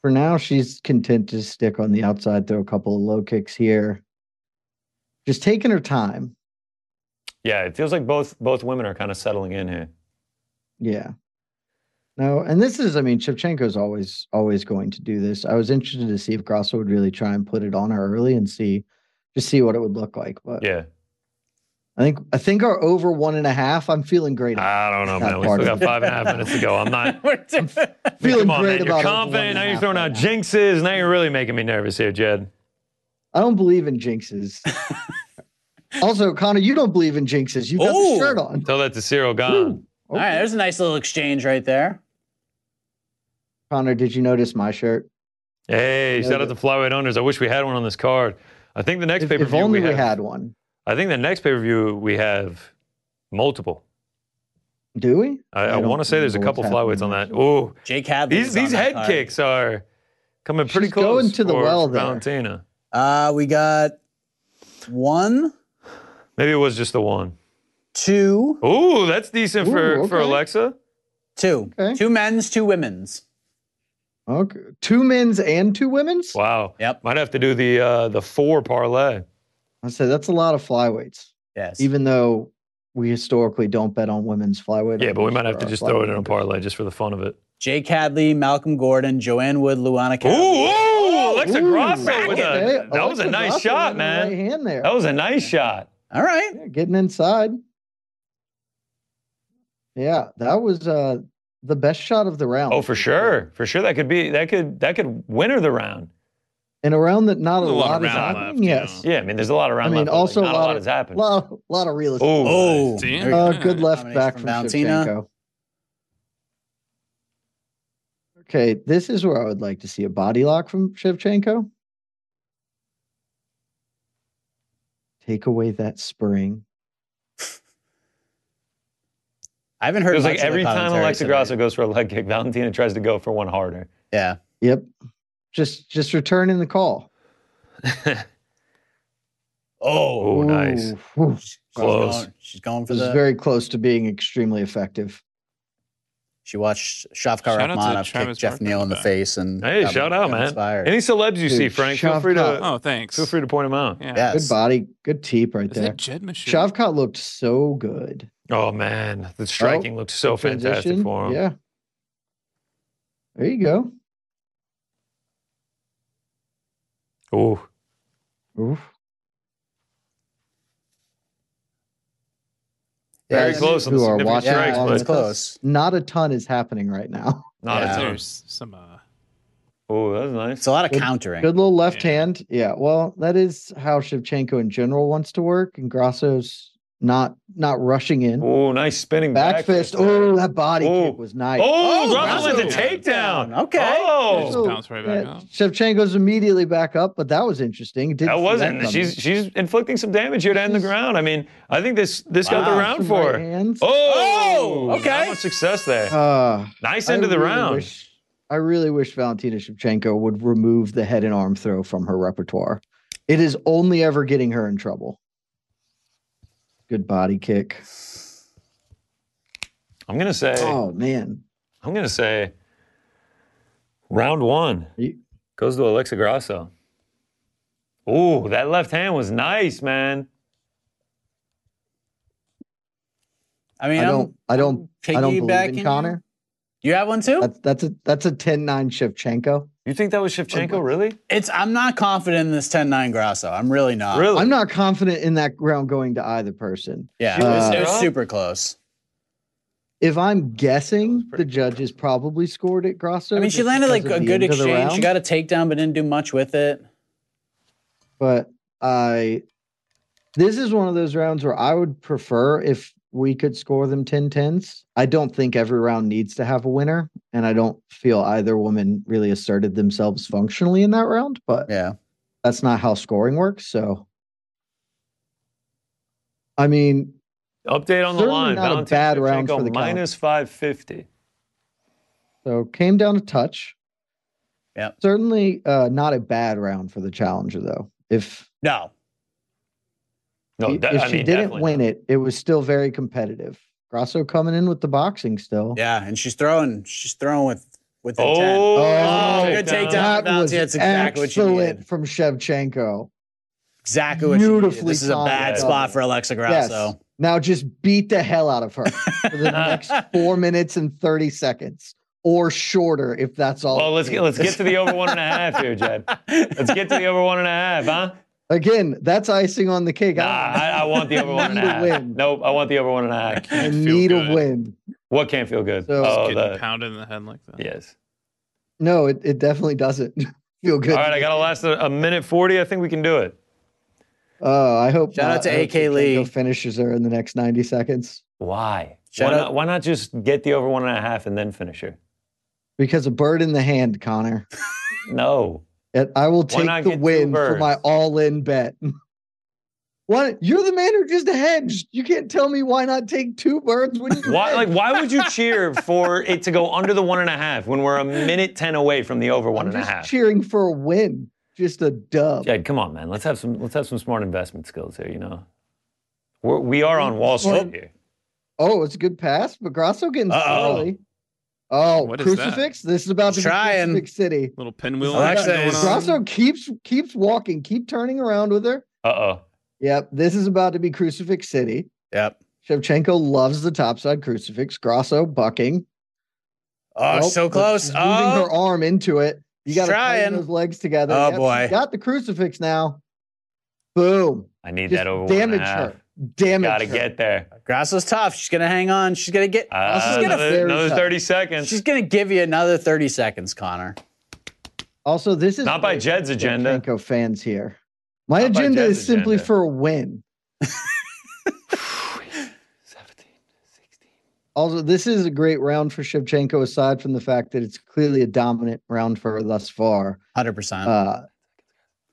Speaker 8: For now, she's content to stick on the outside, throw a couple of low kicks here. Just taking her time.
Speaker 5: Yeah, it feels like both both women are kind of settling in here.
Speaker 8: Yeah. No, and this is, I mean, Shevchenko's always always going to do this. I was interested to see if Grasso would really try and put it on her early and see just see what it would look like. But
Speaker 5: Yeah,
Speaker 8: I think I think our over one and a half, I'm feeling great. about.
Speaker 5: I don't know,
Speaker 8: Not
Speaker 5: man. We
Speaker 8: part
Speaker 5: still got
Speaker 8: of
Speaker 5: five and a half minutes to go. I'm not. I
Speaker 4: We're doing-
Speaker 5: mean,
Speaker 8: Feeling
Speaker 5: come on,
Speaker 8: great
Speaker 5: man.
Speaker 8: about
Speaker 5: You're
Speaker 8: it.
Speaker 5: confident. Now you're throwing out
Speaker 8: Right now.
Speaker 5: jinxes. Now you're really making me nervous here, Jed.
Speaker 8: I don't believe in jinxes. also, Connor, you don't believe in jinxes. You got
Speaker 4: Oh!
Speaker 8: the shirt on.
Speaker 5: Tell that to Cyril Gahn.
Speaker 4: All right, there's a nice little exchange right there.
Speaker 8: Connor, did you notice my shirt?
Speaker 5: Hey,
Speaker 8: Yeah,
Speaker 5: shout out
Speaker 8: the-
Speaker 5: to Flyweight Owners. I wish we had one on this card. I think the next
Speaker 8: If,
Speaker 5: pay per
Speaker 8: if
Speaker 5: view we
Speaker 8: only we
Speaker 5: have.
Speaker 8: had one.
Speaker 5: I think the next pay per view we have multiple.
Speaker 8: Do we?
Speaker 5: I,
Speaker 8: I
Speaker 5: I,
Speaker 8: don't
Speaker 5: want to say there's a
Speaker 8: remember
Speaker 5: couple
Speaker 8: what's
Speaker 5: flyweights on
Speaker 8: happening
Speaker 5: that. Oh,
Speaker 4: Jake Hadley.
Speaker 5: these
Speaker 4: is on
Speaker 5: these
Speaker 4: that
Speaker 5: head
Speaker 4: card.
Speaker 5: kicks are coming pretty
Speaker 8: She's
Speaker 5: close.
Speaker 8: going to the
Speaker 5: for
Speaker 8: well there.
Speaker 5: Valentina.
Speaker 4: Uh, we got one,
Speaker 5: Maybe it was just the one.
Speaker 4: two,
Speaker 5: Ooh, that's decent for,
Speaker 8: Ooh,
Speaker 5: for
Speaker 8: okay.
Speaker 5: Alexa.
Speaker 4: two,
Speaker 8: Okay.
Speaker 4: two men's, two women's.
Speaker 8: Okay. Two men's and two women's?
Speaker 5: Wow.
Speaker 4: Yep.
Speaker 5: Might have to do the uh, the four parlay.
Speaker 8: I say that's a lot of flyweights,
Speaker 4: Yes.
Speaker 8: even though we historically don't bet on women's flyweight.
Speaker 5: Yeah, but we might have
Speaker 8: for
Speaker 5: to
Speaker 8: our
Speaker 5: just throw it in a
Speaker 8: flyweight.
Speaker 5: parlay just for the fun of it.
Speaker 4: Jake Hadley, Malcolm Gordon, Joanne Wood, Luana.
Speaker 5: Ooh,
Speaker 4: Cowley.
Speaker 5: ooh, Alexa
Speaker 8: Oh, Ooh,
Speaker 5: Grasso with
Speaker 8: okay.
Speaker 5: a that was a
Speaker 8: Alexa
Speaker 5: nice
Speaker 8: Grasso
Speaker 5: shot,
Speaker 8: with the
Speaker 5: man.
Speaker 8: Right hand there.
Speaker 5: That was a nice shot.
Speaker 4: All right.
Speaker 8: Yeah, getting inside. Yeah, that was uh the best shot of the round.
Speaker 5: Oh, for sure, for sure. That could be that could that could winner the round.
Speaker 8: And a round that not a
Speaker 6: There's
Speaker 8: lot, is
Speaker 6: round
Speaker 8: happening.
Speaker 6: left, you
Speaker 8: yes.
Speaker 6: know.
Speaker 5: Yeah, I mean, there's a lot around.
Speaker 8: I
Speaker 5: left,
Speaker 8: mean,
Speaker 5: but, like,
Speaker 8: also
Speaker 5: not
Speaker 8: a lot,
Speaker 5: has
Speaker 8: of,
Speaker 5: happened.
Speaker 8: lot, of- lot of real estate.
Speaker 5: Oh,
Speaker 4: Oh,
Speaker 6: See?
Speaker 4: there you
Speaker 8: Uh,
Speaker 4: go.
Speaker 8: good left
Speaker 4: Combination
Speaker 8: back from,
Speaker 4: Valentina.
Speaker 8: Shevchenko. Okay, this is where I would like to see a body lock from Shevchenko. Take away that spring.
Speaker 4: I haven't heard.
Speaker 5: it was like
Speaker 4: much of the
Speaker 5: every time
Speaker 4: commentary
Speaker 5: Alexa
Speaker 4: tonight.
Speaker 5: Grasso goes for a leg kick, Valentina tries to go for one harder.
Speaker 4: Yeah.
Speaker 8: Yep. Just just returning the call.
Speaker 4: Oh,
Speaker 5: Oh, nice.
Speaker 8: Ooh, whew.
Speaker 5: Close.
Speaker 4: She's going, she's going
Speaker 8: It
Speaker 4: for
Speaker 8: was
Speaker 4: the.
Speaker 8: very close to being extremely effective.
Speaker 4: she watched Shavkat
Speaker 6: Shout out to
Speaker 4: Rachmanov kick
Speaker 6: Travis
Speaker 4: Jeff
Speaker 6: Barker
Speaker 4: Neal
Speaker 6: for
Speaker 4: in the
Speaker 6: that.
Speaker 4: face, and
Speaker 5: Hey,
Speaker 4: got-
Speaker 5: shout out,
Speaker 4: got
Speaker 5: man.
Speaker 4: Inspired.
Speaker 5: Any celebs you
Speaker 8: Dude,
Speaker 5: see, Frank? Feel free
Speaker 8: Shavkat.
Speaker 5: to
Speaker 6: Oh, thanks.
Speaker 5: feel free to point them out.
Speaker 6: Yeah.
Speaker 4: yes.
Speaker 8: Good body, good teep right
Speaker 6: Is
Speaker 8: there.
Speaker 6: that Jed Michu?
Speaker 8: Shavkat looked so good. Oh,
Speaker 5: Oh man, the striking looked so fantastic
Speaker 8: Transition,
Speaker 5: for him.
Speaker 8: Yeah. There you go.
Speaker 5: Ooh,
Speaker 8: Oof.
Speaker 5: very
Speaker 8: Guys
Speaker 5: close on the
Speaker 8: who are
Speaker 5: significant
Speaker 8: watching
Speaker 5: strikes,
Speaker 4: Yeah,
Speaker 8: along
Speaker 4: it's
Speaker 5: but
Speaker 8: with
Speaker 4: close.
Speaker 8: Not a ton is happening right now.
Speaker 5: not
Speaker 4: Yeah.
Speaker 5: a ton.
Speaker 6: There's some. Uh,
Speaker 5: Oh, that was nice.
Speaker 4: It's a lot of
Speaker 8: Good-
Speaker 4: countering.
Speaker 8: Good little left
Speaker 6: Yeah.
Speaker 8: hand. Yeah. Well, that is how Shevchenko in general wants to work, and Grasso's not not rushing in.
Speaker 5: Oh, nice spinning back,
Speaker 8: Back fist.
Speaker 5: there.
Speaker 8: Oh, that body
Speaker 5: Ooh.
Speaker 8: kick was nice.
Speaker 5: Oh,
Speaker 4: Oh,
Speaker 5: Grasso went to
Speaker 6: Grasso.
Speaker 5: takedown.
Speaker 4: Okay.
Speaker 5: Oh,
Speaker 6: Just bounce right back up.
Speaker 8: Shevchenko's immediately back up, but that was interesting. Didn't
Speaker 5: That
Speaker 8: see
Speaker 5: wasn't.
Speaker 8: coming.
Speaker 5: she's she's inflicting some damage here to end the
Speaker 8: She's-
Speaker 5: ground. I mean, I think this this got the
Speaker 8: Bounce
Speaker 5: round
Speaker 8: from
Speaker 5: for
Speaker 8: right
Speaker 5: her.
Speaker 8: hands.
Speaker 5: Oh,
Speaker 4: Oh, okay.
Speaker 5: Not much success there.
Speaker 8: Uh,
Speaker 5: nice
Speaker 8: I
Speaker 5: end of the
Speaker 8: really
Speaker 5: round.
Speaker 8: wish- I really wish Valentina Shevchenko would remove the head and arm throw from her repertoire. It is only ever getting her in trouble. Good body kick.
Speaker 5: I'm gonna say.
Speaker 8: Oh man,
Speaker 5: I'm gonna say. Round one
Speaker 8: You-
Speaker 5: goes to Alexa Grasso. Ooh, that left hand was nice, man.
Speaker 4: I mean,
Speaker 8: I don't, I don't,
Speaker 4: I'm
Speaker 8: I don't believe
Speaker 4: piggybacking
Speaker 8: in Connor.
Speaker 4: You have one too?
Speaker 8: That's that's a that's a 10-9 Shevchenko.
Speaker 5: You think that was Shevchenko? Really?
Speaker 4: It's. I'm not confident in this 10-9 Grasso. I'm really not.
Speaker 5: Really?
Speaker 8: I'm not confident in that round going to either person. Uh,
Speaker 4: Yeah.
Speaker 5: She
Speaker 4: It was, it
Speaker 5: was-
Speaker 4: was super close.
Speaker 8: If I'm guessing, the
Speaker 5: pretty-
Speaker 8: judges probably scored at Grasso.
Speaker 4: I mean, she
Speaker 8: just
Speaker 4: landed like
Speaker 8: because of
Speaker 4: a
Speaker 8: the end
Speaker 4: good
Speaker 8: of the
Speaker 4: exchange. She
Speaker 8: round,
Speaker 4: got a takedown, but didn't do much with it.
Speaker 8: but I. This is one of those rounds where I would prefer if we could score them 10-10s. I don't think every round needs to have a winner, and I don't feel either woman really asserted themselves functionally in that round. But
Speaker 4: Yeah.
Speaker 8: that's not how scoring works. So, I mean,
Speaker 5: Update on the
Speaker 8: Certainly
Speaker 5: line.
Speaker 8: not a
Speaker 5: Valentina
Speaker 8: bad round
Speaker 5: Shevchenko,
Speaker 8: for the count.
Speaker 5: minus 550.
Speaker 8: so came down to touch.
Speaker 4: Yep.
Speaker 8: Certainly uh, not a bad round for the challenger, though. If
Speaker 4: No.
Speaker 5: No,
Speaker 8: if
Speaker 5: that, I
Speaker 8: she
Speaker 5: mean,
Speaker 8: didn't
Speaker 5: definitely
Speaker 8: win
Speaker 5: not.
Speaker 8: it, it was still very competitive. Grasso coming in with the boxing still.
Speaker 4: Yeah, and she's throwing. She's throwing with with
Speaker 5: Oh,
Speaker 4: intent.
Speaker 8: Oh,
Speaker 4: good takedown.
Speaker 8: That
Speaker 4: Valentina,
Speaker 8: was
Speaker 4: that's exactly what she
Speaker 8: excellent
Speaker 4: needed.
Speaker 8: from Shevchenko.
Speaker 4: Exactly what she needed.
Speaker 8: Beautifully
Speaker 4: This is a
Speaker 8: timed
Speaker 4: bad
Speaker 5: double.
Speaker 4: spot for Alexa
Speaker 8: Yes.
Speaker 4: Grasso.
Speaker 8: Now just beat the hell out of her for the next four minutes and thirty seconds, or shorter if that's all.
Speaker 5: Well,
Speaker 8: it
Speaker 5: let's
Speaker 8: takes.
Speaker 5: get let's get to the over one and a half here, Jed. Let's get to the over one and a half, huh?
Speaker 8: Again, that's icing on the cake.
Speaker 5: Nah,
Speaker 8: I don't-
Speaker 5: I, I want the over one and a
Speaker 8: Need a
Speaker 5: half.
Speaker 8: win.
Speaker 5: Nope, I want the over one and a half.
Speaker 8: I
Speaker 6: Can't feel
Speaker 8: need a
Speaker 6: good.
Speaker 8: win.
Speaker 5: What can't feel good?
Speaker 8: So-
Speaker 5: oh,
Speaker 6: Getting
Speaker 5: the,
Speaker 6: pounded in the head like that.
Speaker 5: yes.
Speaker 8: No, it, it definitely doesn't. feel good.
Speaker 5: All right, I got to last a, a minute 40. I think we can do it.
Speaker 8: Oh, I hope.
Speaker 4: Shout out to
Speaker 8: I hope
Speaker 4: AK
Speaker 8: Kenko
Speaker 4: Lee.
Speaker 8: Finishes her in the next ninety seconds
Speaker 5: Why?
Speaker 4: Shut
Speaker 5: why,
Speaker 4: up.
Speaker 5: not, why not just get the over one and a half and then finish her?
Speaker 8: because a bird in the hand, Connor.
Speaker 5: No.
Speaker 8: And I will
Speaker 5: Why
Speaker 8: take
Speaker 5: not
Speaker 8: the
Speaker 5: get two
Speaker 8: win for
Speaker 5: birds?
Speaker 8: my all-in bet. What? You're the man who just hedged. You can't tell me why not take two birds when you
Speaker 5: Why,
Speaker 8: hedged.
Speaker 5: like, why would you cheer for it to go under the one and a half when we're a minute 10 away from the over one
Speaker 8: I'm
Speaker 5: and a half?
Speaker 8: just cheering for a win, just a dub.
Speaker 5: Jed, come on, man. Let's have some. Let's have some smart investment skills here. You know, we're, we are on Wall Street
Speaker 8: Well-
Speaker 5: here.
Speaker 8: Oh, it's a good pass. but Grasso getting
Speaker 4: Uh-oh.
Speaker 8: surly. Oh,
Speaker 6: What is that?
Speaker 8: crucifix! This is about to
Speaker 4: Trying.
Speaker 8: be crucifix city.
Speaker 6: Little pinwheel.
Speaker 4: Well,
Speaker 6: action
Speaker 4: actually,
Speaker 6: going
Speaker 4: it's-
Speaker 6: on.
Speaker 8: Grasso keeps keeps walking, keep turning around with her.
Speaker 5: Uh oh.
Speaker 8: Yep, this is about to be crucifix city.
Speaker 4: Yep.
Speaker 8: Shevchenko loves the topside crucifix. Grasso bucking.
Speaker 4: Oh,
Speaker 8: Nope,
Speaker 4: so
Speaker 8: but
Speaker 4: close.
Speaker 8: She's moving her
Speaker 4: Oh,
Speaker 8: arm into it. You got to
Speaker 4: Trying.
Speaker 8: tighten those legs together.
Speaker 4: Oh,
Speaker 8: she's
Speaker 4: boy.
Speaker 8: got the crucifix now. Boom!
Speaker 5: I need
Speaker 8: Just
Speaker 5: that over one
Speaker 8: damage
Speaker 5: and a half.
Speaker 8: her. Damage
Speaker 5: Gotta
Speaker 8: her.
Speaker 5: get there.
Speaker 4: Grasso's tough. She's gonna hang on. She's gonna get.
Speaker 5: Uh,
Speaker 4: she's gonna.
Speaker 5: another,
Speaker 8: very
Speaker 5: another
Speaker 8: tough.
Speaker 5: 30 seconds.
Speaker 4: She's gonna give you another thirty seconds, Connor.
Speaker 8: Also, this is
Speaker 5: Not by
Speaker 8: great
Speaker 5: Jed's
Speaker 8: for
Speaker 5: agenda.
Speaker 8: Shevchenko fans here. My
Speaker 5: Not by
Speaker 8: agenda
Speaker 5: Jed's
Speaker 8: is simply
Speaker 5: agenda.
Speaker 8: for a win.
Speaker 5: 17, 16.
Speaker 8: Also, this is a great round for Shevchenko, aside from the fact that it's clearly a dominant round for her thus far.
Speaker 4: Hundred percent.
Speaker 8: Uh,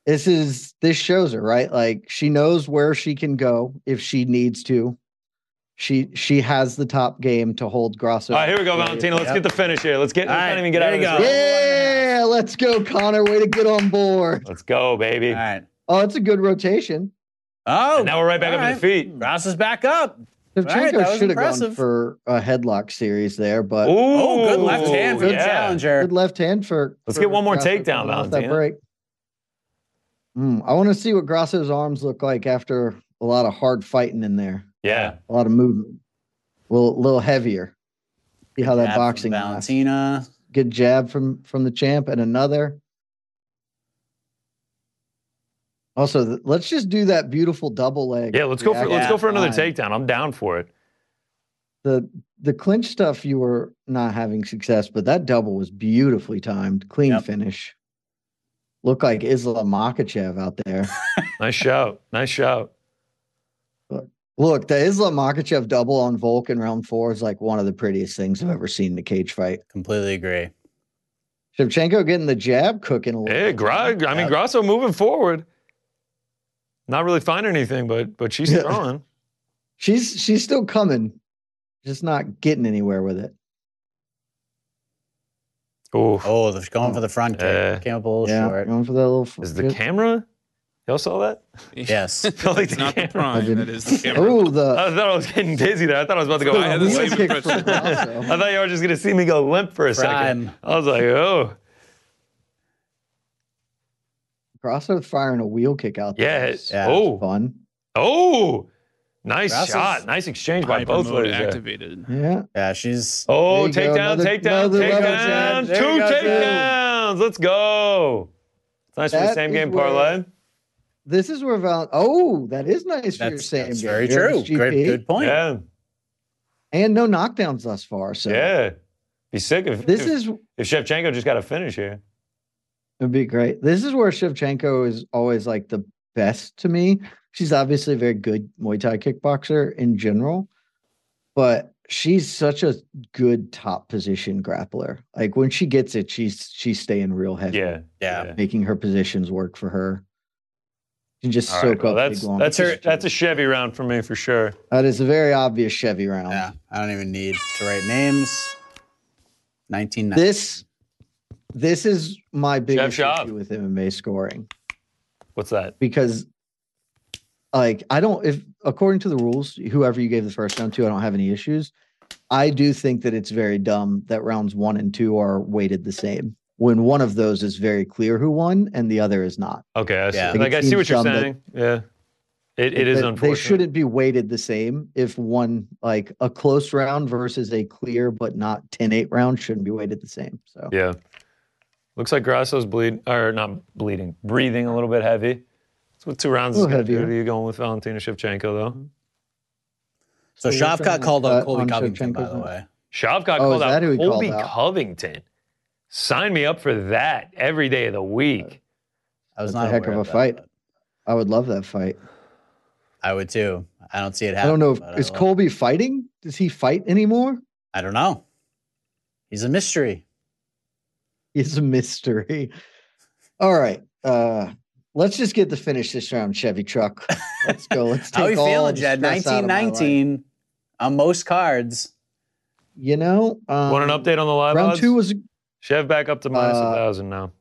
Speaker 8: this is this shows her right. Like she knows where she can go if she needs to. She she has the top game to hold Grosso.
Speaker 5: All right, here we go, Valentina. Let's
Speaker 4: Yep.
Speaker 5: get the finish here. Let's get.
Speaker 4: All
Speaker 5: Let's not
Speaker 4: right,
Speaker 5: even get
Speaker 4: there
Speaker 5: out of
Speaker 4: you
Speaker 5: this.
Speaker 4: go.
Speaker 5: round.
Speaker 8: Yeah, let's go, Connor. Way to get on board.
Speaker 5: Let's go, baby.
Speaker 4: All right.
Speaker 8: Oh, it's a good rotation.
Speaker 4: Oh,
Speaker 5: And now we're right back
Speaker 4: all
Speaker 5: up to the feet.
Speaker 4: Grasso's back up. right,
Speaker 8: Shevchenko
Speaker 4: that was
Speaker 8: should have gone
Speaker 4: impressive.
Speaker 8: for a headlock series there, but
Speaker 4: Oh, good left hand for the
Speaker 5: yeah.
Speaker 4: challenger.
Speaker 8: good left hand for.
Speaker 5: Let's
Speaker 8: for
Speaker 5: get one more
Speaker 8: Grasso
Speaker 5: takedown,
Speaker 8: coming off
Speaker 5: Valentina.
Speaker 8: That break. Mm, I want to see what Grasso's arms look like after a lot of hard fighting in there,
Speaker 5: Yeah.
Speaker 8: a lot of movement, a little, little heavier. See how
Speaker 4: Jab
Speaker 8: that
Speaker 4: from
Speaker 8: boxing lasts.
Speaker 4: Valentina.
Speaker 8: Good jab from from the champ and another. Also, th- let's just do that beautiful double leg.
Speaker 5: Yeah. Let's go for. Let's
Speaker 8: reaction
Speaker 5: go for another
Speaker 8: line.
Speaker 5: takedown. I'm down for it.
Speaker 8: The the clinch stuff you were not having success, but that double was beautifully timed, clean
Speaker 4: Yep.
Speaker 8: finish. Looked like Islam Makachev out there.
Speaker 5: Nice shout. Nice shout.
Speaker 8: Look, the Islam Makachev double on Volk in round four is like one of the prettiest things I've ever seen in a cage fight.
Speaker 4: Completely agree.
Speaker 8: Shevchenko getting the jab cooking a little.
Speaker 5: Hey, Gra- I mean,
Speaker 4: Yeah.
Speaker 5: Grasso moving forward. Not really finding anything, but but she's
Speaker 8: Yeah.
Speaker 5: throwing.
Speaker 8: She's she's still coming, just not getting anywhere with it.
Speaker 5: Oh,
Speaker 4: Oh, they're going for the front kick.
Speaker 5: Uh,
Speaker 4: Came up a little
Speaker 8: yeah,
Speaker 4: short.
Speaker 8: going for that little.
Speaker 5: is the camera? Y'all saw that?
Speaker 4: Yes.
Speaker 6: That's not the prime. That is the camera.
Speaker 8: Oh, the
Speaker 5: I thought I was getting dizzy there. I thought I was about to go.
Speaker 6: I had the
Speaker 8: wheel
Speaker 6: same
Speaker 8: kick
Speaker 6: impression.
Speaker 8: from Grasso.
Speaker 5: I thought you were just gonna see me go limp for a second.
Speaker 4: Prime.
Speaker 5: I was like, oh
Speaker 8: Grasso firing a wheel kick out there.
Speaker 5: yeah,
Speaker 8: is
Speaker 4: Yeah.
Speaker 5: oh
Speaker 8: fun.
Speaker 5: oh, nice
Speaker 4: Grasso's
Speaker 5: shot, nice exchange by
Speaker 6: Hyper
Speaker 5: both
Speaker 6: mode
Speaker 5: ladies. there.
Speaker 6: activated.
Speaker 8: Yeah,
Speaker 4: Yeah, she's.
Speaker 5: Oh,
Speaker 8: There you go,
Speaker 5: takedown,
Speaker 8: another-
Speaker 5: takedown,
Speaker 8: another level
Speaker 5: takedown,
Speaker 8: jab.
Speaker 5: two
Speaker 8: There you go, Jed.
Speaker 5: takedowns. Let's go. It's nice for the
Speaker 8: That
Speaker 5: same
Speaker 8: is
Speaker 5: game
Speaker 8: where-
Speaker 5: parlay.
Speaker 8: this is where Val. Oh, that is nice for your
Speaker 4: That's,
Speaker 8: same
Speaker 4: that's
Speaker 8: game.
Speaker 4: very
Speaker 8: You're
Speaker 4: true.
Speaker 8: SGP.
Speaker 4: Good, good point.
Speaker 5: Yeah,
Speaker 8: And no knockdowns thus far. So
Speaker 5: yeah. Be sick if
Speaker 8: this
Speaker 5: if,
Speaker 8: is
Speaker 5: if Shevchenko just got a finish here.
Speaker 8: It'd be great. This is where Shevchenko is always like the best to me. She's obviously a very good Muay Thai kickboxer in general, but she's such a good top position grappler. Like when she gets it, she's she's staying real heavy,
Speaker 5: Yeah,
Speaker 4: Yeah.
Speaker 8: making her positions work for her. She can just
Speaker 5: All right,
Speaker 8: soak
Speaker 5: well,
Speaker 8: up.
Speaker 5: that's
Speaker 8: big long
Speaker 5: that's a,
Speaker 8: punches.
Speaker 5: that's a Chevy round for me for sure.
Speaker 8: that is a very obvious Chevy round.
Speaker 4: Yeah, I don't even need to write names. 1990.
Speaker 8: This this is my biggest
Speaker 5: Shav.
Speaker 8: issue with MMA scoring.
Speaker 5: What's that?
Speaker 8: because like I don't if according to the rules, whoever you gave the first round to, I don't have any issues. I do think that it's very dumb that rounds one and two are weighted the same when one of those is very clear who won and the other is not.
Speaker 5: Okay, I see.
Speaker 4: Yeah.
Speaker 5: like, I
Speaker 8: It
Speaker 5: see what
Speaker 8: seems
Speaker 5: you're
Speaker 8: dumb that-
Speaker 5: saying. yeah, it, it is
Speaker 8: That
Speaker 5: unfortunate.
Speaker 8: They shouldn't be weighted the same if one like a close round versus a clear but not 10-8 round shouldn't be weighted the same. So
Speaker 5: Yeah, looks like Grasso's bleeding or not bleeding, breathing a little bit heavy. That's what two rounds is
Speaker 8: Little
Speaker 5: going to do
Speaker 8: heavier. Mm-hmm.
Speaker 5: to you going with Valentina Shevchenko though.
Speaker 4: So
Speaker 8: So you're
Speaker 4: Shavkat
Speaker 8: saying
Speaker 4: called
Speaker 8: cut
Speaker 4: up Colby
Speaker 8: Uh, on
Speaker 4: Covington, by
Speaker 8: Shevchenko's
Speaker 4: the
Speaker 8: neck?
Speaker 4: way.
Speaker 5: Shavkat
Speaker 8: Oh, is
Speaker 5: called
Speaker 8: that
Speaker 5: out
Speaker 8: who he
Speaker 5: Colby
Speaker 8: called out?
Speaker 5: Covington. Sign me up for that every day of the week.
Speaker 4: I was
Speaker 8: That's
Speaker 4: not
Speaker 8: a heck
Speaker 4: aware
Speaker 8: of a
Speaker 4: that,
Speaker 8: fight.
Speaker 4: but
Speaker 8: I would love that fight.
Speaker 4: I would too. I don't see it
Speaker 8: I don't
Speaker 4: happening.
Speaker 8: know if
Speaker 4: but
Speaker 8: is
Speaker 4: I would.
Speaker 8: Colby fighting? Does he fight anymore?
Speaker 4: I don't know. He's a mystery.
Speaker 8: It's a mystery. All right. Uh let's just get to finish this round, Chevy truck. Let's go. Let's take
Speaker 4: How you
Speaker 8: all
Speaker 4: feeling,
Speaker 8: the
Speaker 4: Jed?
Speaker 8: stress out of my life.
Speaker 4: 1919 on most cards.
Speaker 8: You know, um,
Speaker 5: Want an update on the live
Speaker 8: round
Speaker 5: odds?
Speaker 8: two was
Speaker 5: Chev back up to minus
Speaker 8: Uh,
Speaker 5: a thousand now.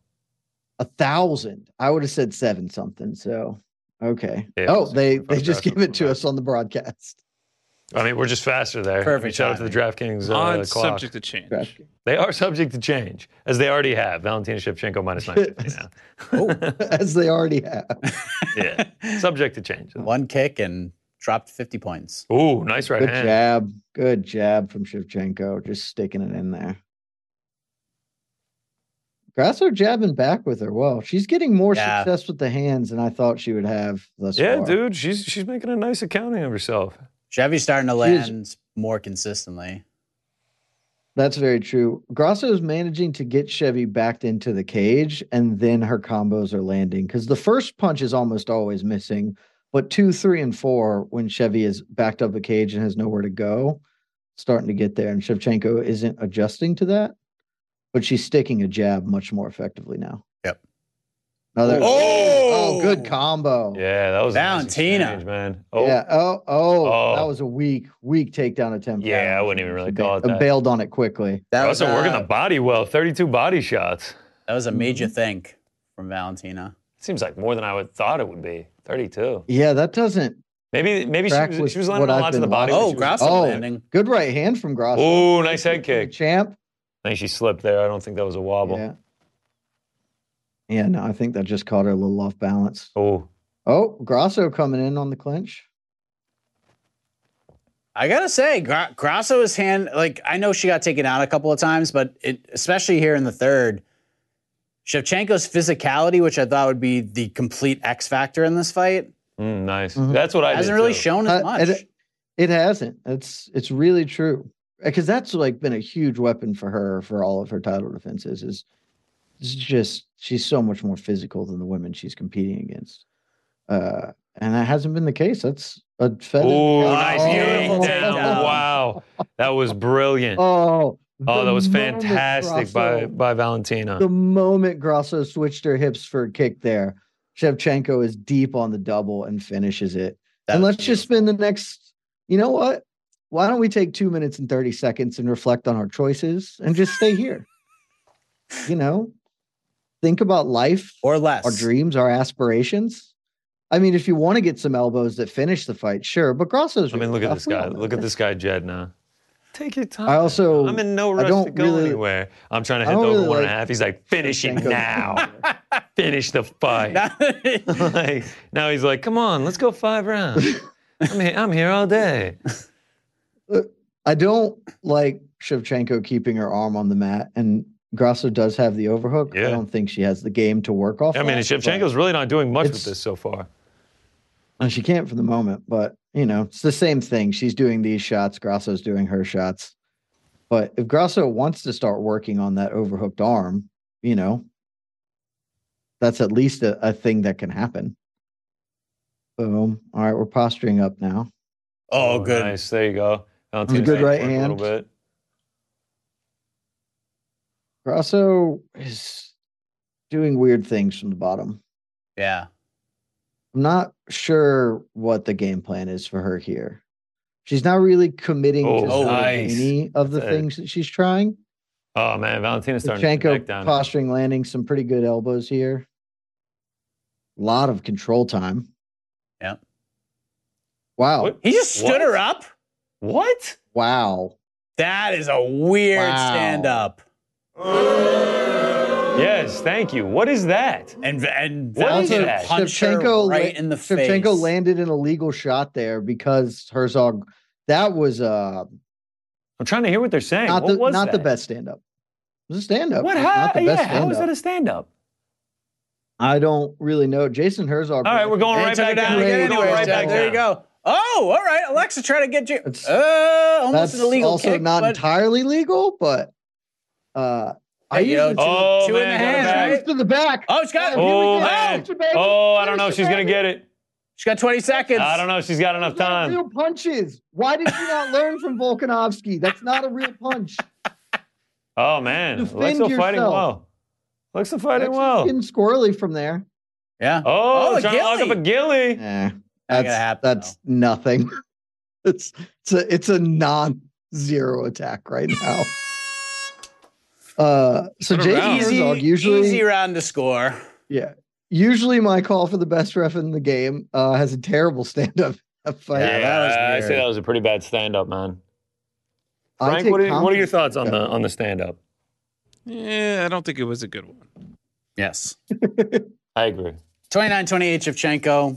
Speaker 8: a thousand. I would have said seven something. So okay.
Speaker 5: Yeah,
Speaker 8: oh,
Speaker 5: it's a
Speaker 8: they
Speaker 5: 25
Speaker 8: they just
Speaker 5: draft
Speaker 8: gave it to
Speaker 5: overnight.
Speaker 8: us on the broadcast.
Speaker 5: I mean, we're just faster there.
Speaker 4: Perfect
Speaker 5: Shout out to the DraftKings uh,
Speaker 6: Odds
Speaker 5: clock.
Speaker 6: subject to change.
Speaker 8: Draft-
Speaker 5: They are subject to change, as they already have. Valentina Shevchenko minus 950 now.
Speaker 8: As they already have.
Speaker 5: Yeah, subject to change.
Speaker 4: One kick and dropped 50 points.
Speaker 5: Ooh, nice right
Speaker 8: Good
Speaker 5: hand.
Speaker 8: jab. Good jab from Shevchenko. Just sticking it in there. Grasso jabbing back with her. Well, she's getting more
Speaker 4: Yeah.
Speaker 8: success with the hands than I thought she would have thus
Speaker 5: Yeah,
Speaker 8: far.
Speaker 5: dude, she's she's making a nice accounting of herself.
Speaker 4: Chevy's starting to
Speaker 8: She is-
Speaker 4: land more consistently.
Speaker 8: That's very true. Grasso's managing to get Chevy backed into the cage, and then her combos are landing because the first punch is almost always missing. But two, three, and four, when Chevy is backed up a cage and has nowhere to go, starting to get there. And Shevchenko isn't adjusting to that, but she's sticking a jab much more effectively now.
Speaker 4: Yep.
Speaker 8: Another
Speaker 4: Oh!
Speaker 8: oh, good combo.
Speaker 5: Yeah, that was a nice
Speaker 4: Valentina.
Speaker 5: exchange, man. Oh,
Speaker 8: Yeah. Oh, oh,
Speaker 5: Oh.
Speaker 8: that was a weak, weak takedown attempt.
Speaker 5: Yeah, I wouldn't even really call it that.
Speaker 8: Bailed on it quickly.
Speaker 4: That was, uh,
Speaker 5: also working
Speaker 8: uh,
Speaker 4: a-
Speaker 5: the body well. Thirty-two body shots.
Speaker 4: that was a major think from Valentina.
Speaker 5: Seems like more than I would thought it would be. Thirty-two.
Speaker 8: Yeah, that doesn't.
Speaker 5: Maybe maybe she
Speaker 8: Track
Speaker 5: was,
Speaker 8: was
Speaker 5: she was
Speaker 8: what
Speaker 5: landing on
Speaker 8: I've
Speaker 5: lots of the
Speaker 8: been
Speaker 5: body. Oh.
Speaker 8: watching.
Speaker 5: but she
Speaker 4: Oh,
Speaker 5: was-
Speaker 4: Grasso
Speaker 8: Oh,
Speaker 4: landing.
Speaker 8: good right hand from Gross.
Speaker 5: Ooh, nice head kick.
Speaker 8: Champ.
Speaker 5: I think she slipped there. I don't think that was a wobble.
Speaker 8: Yeah. Yeah, no, I think that just caught her a little off balance.
Speaker 5: Oh,
Speaker 8: Oh, Grosso coming in on the clinch.
Speaker 4: I gotta say, Gra- Grasso's hand, like I know she got taken out a couple of times, but it, especially here in the third, Shevchenko's physicality, which I thought would be the complete X factor in this fight,
Speaker 5: mm, nice.
Speaker 8: Mhm.
Speaker 5: That's what I
Speaker 4: hasn't
Speaker 5: did,
Speaker 4: really
Speaker 5: too.
Speaker 4: shown as
Speaker 8: Uh,
Speaker 4: much.
Speaker 8: it, it hasn't. It's it's really true because that's like been a huge weapon for her for all of her title defenses. Is it's just she's so much more physical than the women she's competing against, uh, and that hasn't been the case. That's a feather.
Speaker 5: Ooh,
Speaker 4: Oh,
Speaker 5: nice
Speaker 4: oh,
Speaker 5: takedown.
Speaker 4: oh.
Speaker 5: Wow. That was brilliant. Oh,
Speaker 8: Oh, the
Speaker 5: that was
Speaker 8: moment
Speaker 5: fantastic by,
Speaker 8: Grasso-
Speaker 5: by Valentina.
Speaker 8: the moment Grosso switched her hips for a kick there, Shevchenko is deep on the double and finishes it.
Speaker 4: That
Speaker 8: and
Speaker 4: was
Speaker 8: let's just spend the next, you know what? Why don't we take two minutes and 30 seconds and reflect on our choices and just stay here? you know, think about life,
Speaker 4: or less.
Speaker 8: our dreams, our aspirations. I mean, if you want to get some elbows that finish the fight, sure. But Grosso's.
Speaker 5: I mean,
Speaker 8: really
Speaker 5: look at
Speaker 8: tough.
Speaker 5: this
Speaker 8: We
Speaker 5: guy.
Speaker 8: all know
Speaker 5: Look at
Speaker 8: that.
Speaker 5: this guy, Jed, now. Take your time.
Speaker 8: I also-
Speaker 5: I'm in no
Speaker 8: I
Speaker 5: rush to
Speaker 8: don't
Speaker 5: go
Speaker 8: really-
Speaker 5: anywhere. I'm trying to
Speaker 8: I
Speaker 5: hit the
Speaker 8: don't
Speaker 5: over
Speaker 8: really
Speaker 5: one and a
Speaker 8: like
Speaker 5: half. He's like, finish it
Speaker 8: Shevchenko's-
Speaker 5: now. Finish the fight. like, now he's like, come on, let's go five rounds. I'm here, I'm here all day.
Speaker 8: I don't like Shevchenko keeping her arm on the mat, and Grasso does have the overhook.
Speaker 5: Yeah.
Speaker 8: I don't think she has the game to work off.
Speaker 5: I mean,
Speaker 8: of,
Speaker 5: Shevchenko's really not doing much with
Speaker 8: It's-
Speaker 5: this so far.
Speaker 8: but- and she can't for the moment, but you know, it's the same thing. She's doing these shots, Grasso's doing her shots. But if Grasso wants to start working on that overhooked arm, you know, that's at least a, a thing that can happen. Boom. All right, we're posturing up now.
Speaker 4: oh, good.
Speaker 5: Nice. There you go.
Speaker 8: a
Speaker 5: Valentina's
Speaker 8: good
Speaker 5: taking
Speaker 8: right
Speaker 5: it A
Speaker 8: hand.
Speaker 5: little bit.
Speaker 8: Grasso is doing weird things from the bottom.
Speaker 4: Yeah.
Speaker 8: I'm not sure what the game plan is for her here. She's not really committing
Speaker 5: Oh,
Speaker 8: to sort of
Speaker 5: nice.
Speaker 8: any of the
Speaker 5: That's it.
Speaker 8: things that she's trying.
Speaker 5: Oh man, Valentina's starting to
Speaker 8: Shevchenko
Speaker 5: connect down.
Speaker 8: posturing, landing some pretty good elbows here. A lot of control time.
Speaker 4: Yep.
Speaker 8: Wow.
Speaker 5: What?
Speaker 4: He just stood
Speaker 5: What?
Speaker 4: her up.
Speaker 5: What?
Speaker 8: Wow.
Speaker 4: That is a weird
Speaker 8: Wow.
Speaker 4: stand up.
Speaker 5: Yes, thank you. What is that?
Speaker 4: And and
Speaker 5: What is
Speaker 4: Valentina
Speaker 5: that?
Speaker 4: punched her
Speaker 8: Shevchenko la-
Speaker 4: right in the face.
Speaker 8: Shevchenko landed an illegal shot there because Herzog. That was uh
Speaker 5: I'm trying to hear what they're saying.
Speaker 8: not
Speaker 5: what
Speaker 8: the
Speaker 5: was
Speaker 8: not the
Speaker 5: that?
Speaker 8: best stand up. It was a stand up.
Speaker 5: What? How?
Speaker 8: uh, Not the best
Speaker 5: yeah. How is
Speaker 8: stand-up.
Speaker 5: that a stand-up?
Speaker 8: I don't really know. Jason Herzog.
Speaker 5: All right, we're going
Speaker 4: And
Speaker 5: right
Speaker 4: took
Speaker 5: back
Speaker 4: her down
Speaker 5: down.
Speaker 4: again
Speaker 5: We're going
Speaker 4: anyways,
Speaker 5: right
Speaker 4: Jeff.
Speaker 5: back
Speaker 4: There you
Speaker 5: down.
Speaker 4: go. Oh, all right. Alexa, try to get you.
Speaker 8: It's-
Speaker 4: Uh, almost
Speaker 8: That's
Speaker 4: an illegal
Speaker 8: also
Speaker 4: kick,
Speaker 8: not
Speaker 4: but
Speaker 8: entirely legal, but uh, I
Speaker 4: you know,
Speaker 8: usually-
Speaker 4: two,
Speaker 5: Oh,
Speaker 4: two in
Speaker 5: man, what
Speaker 4: the
Speaker 5: a
Speaker 4: hand,
Speaker 5: bag.
Speaker 8: It's
Speaker 4: right?
Speaker 8: to the back.
Speaker 4: Oh, it's got.
Speaker 8: Here we
Speaker 5: Oh,
Speaker 8: go.
Speaker 5: man.
Speaker 8: Finish it, baby.
Speaker 5: Oh, I don't know.
Speaker 8: Finish it,
Speaker 5: She's gonna
Speaker 8: baby.
Speaker 5: get it.
Speaker 4: She's got 20 seconds.
Speaker 5: I don't know. She's got enough
Speaker 8: Those
Speaker 5: time.
Speaker 8: aren't Real punches. Why did you not learn from Volkanovski? That's not a real punch.
Speaker 5: Oh man,
Speaker 8: Defend
Speaker 5: Alexa fighting
Speaker 8: yourself.
Speaker 5: well. Alexa fighting
Speaker 8: That's
Speaker 5: well.
Speaker 8: getting squirrely from there.
Speaker 4: Yeah.
Speaker 5: Oh,
Speaker 4: Oh, a
Speaker 5: trying to lock up a
Speaker 4: gilly. Eh.
Speaker 5: gilly.
Speaker 8: Yeah,
Speaker 4: Not gonna
Speaker 8: that's
Speaker 4: happen,
Speaker 8: that's nothing. It's it's a it's a non-zero attack right now. Uh, so
Speaker 6: What a
Speaker 8: Jake
Speaker 6: round.
Speaker 4: Easy,
Speaker 8: Herzog usually
Speaker 4: easy round to score.
Speaker 8: yeah usually my call for the best ref in the game uh, has a terrible stand-up fight.
Speaker 4: Yeah, that was
Speaker 5: I say
Speaker 4: weird.
Speaker 5: that was a pretty bad stand-up, man.
Speaker 8: I
Speaker 5: Frank,
Speaker 8: take
Speaker 5: what are, what are your
Speaker 8: confidence.
Speaker 5: thoughts on the on the stand-up?
Speaker 6: Yeah, I don't think it was a good one.
Speaker 4: Yes.
Speaker 5: I agree.
Speaker 4: 29 28 Shevchenko.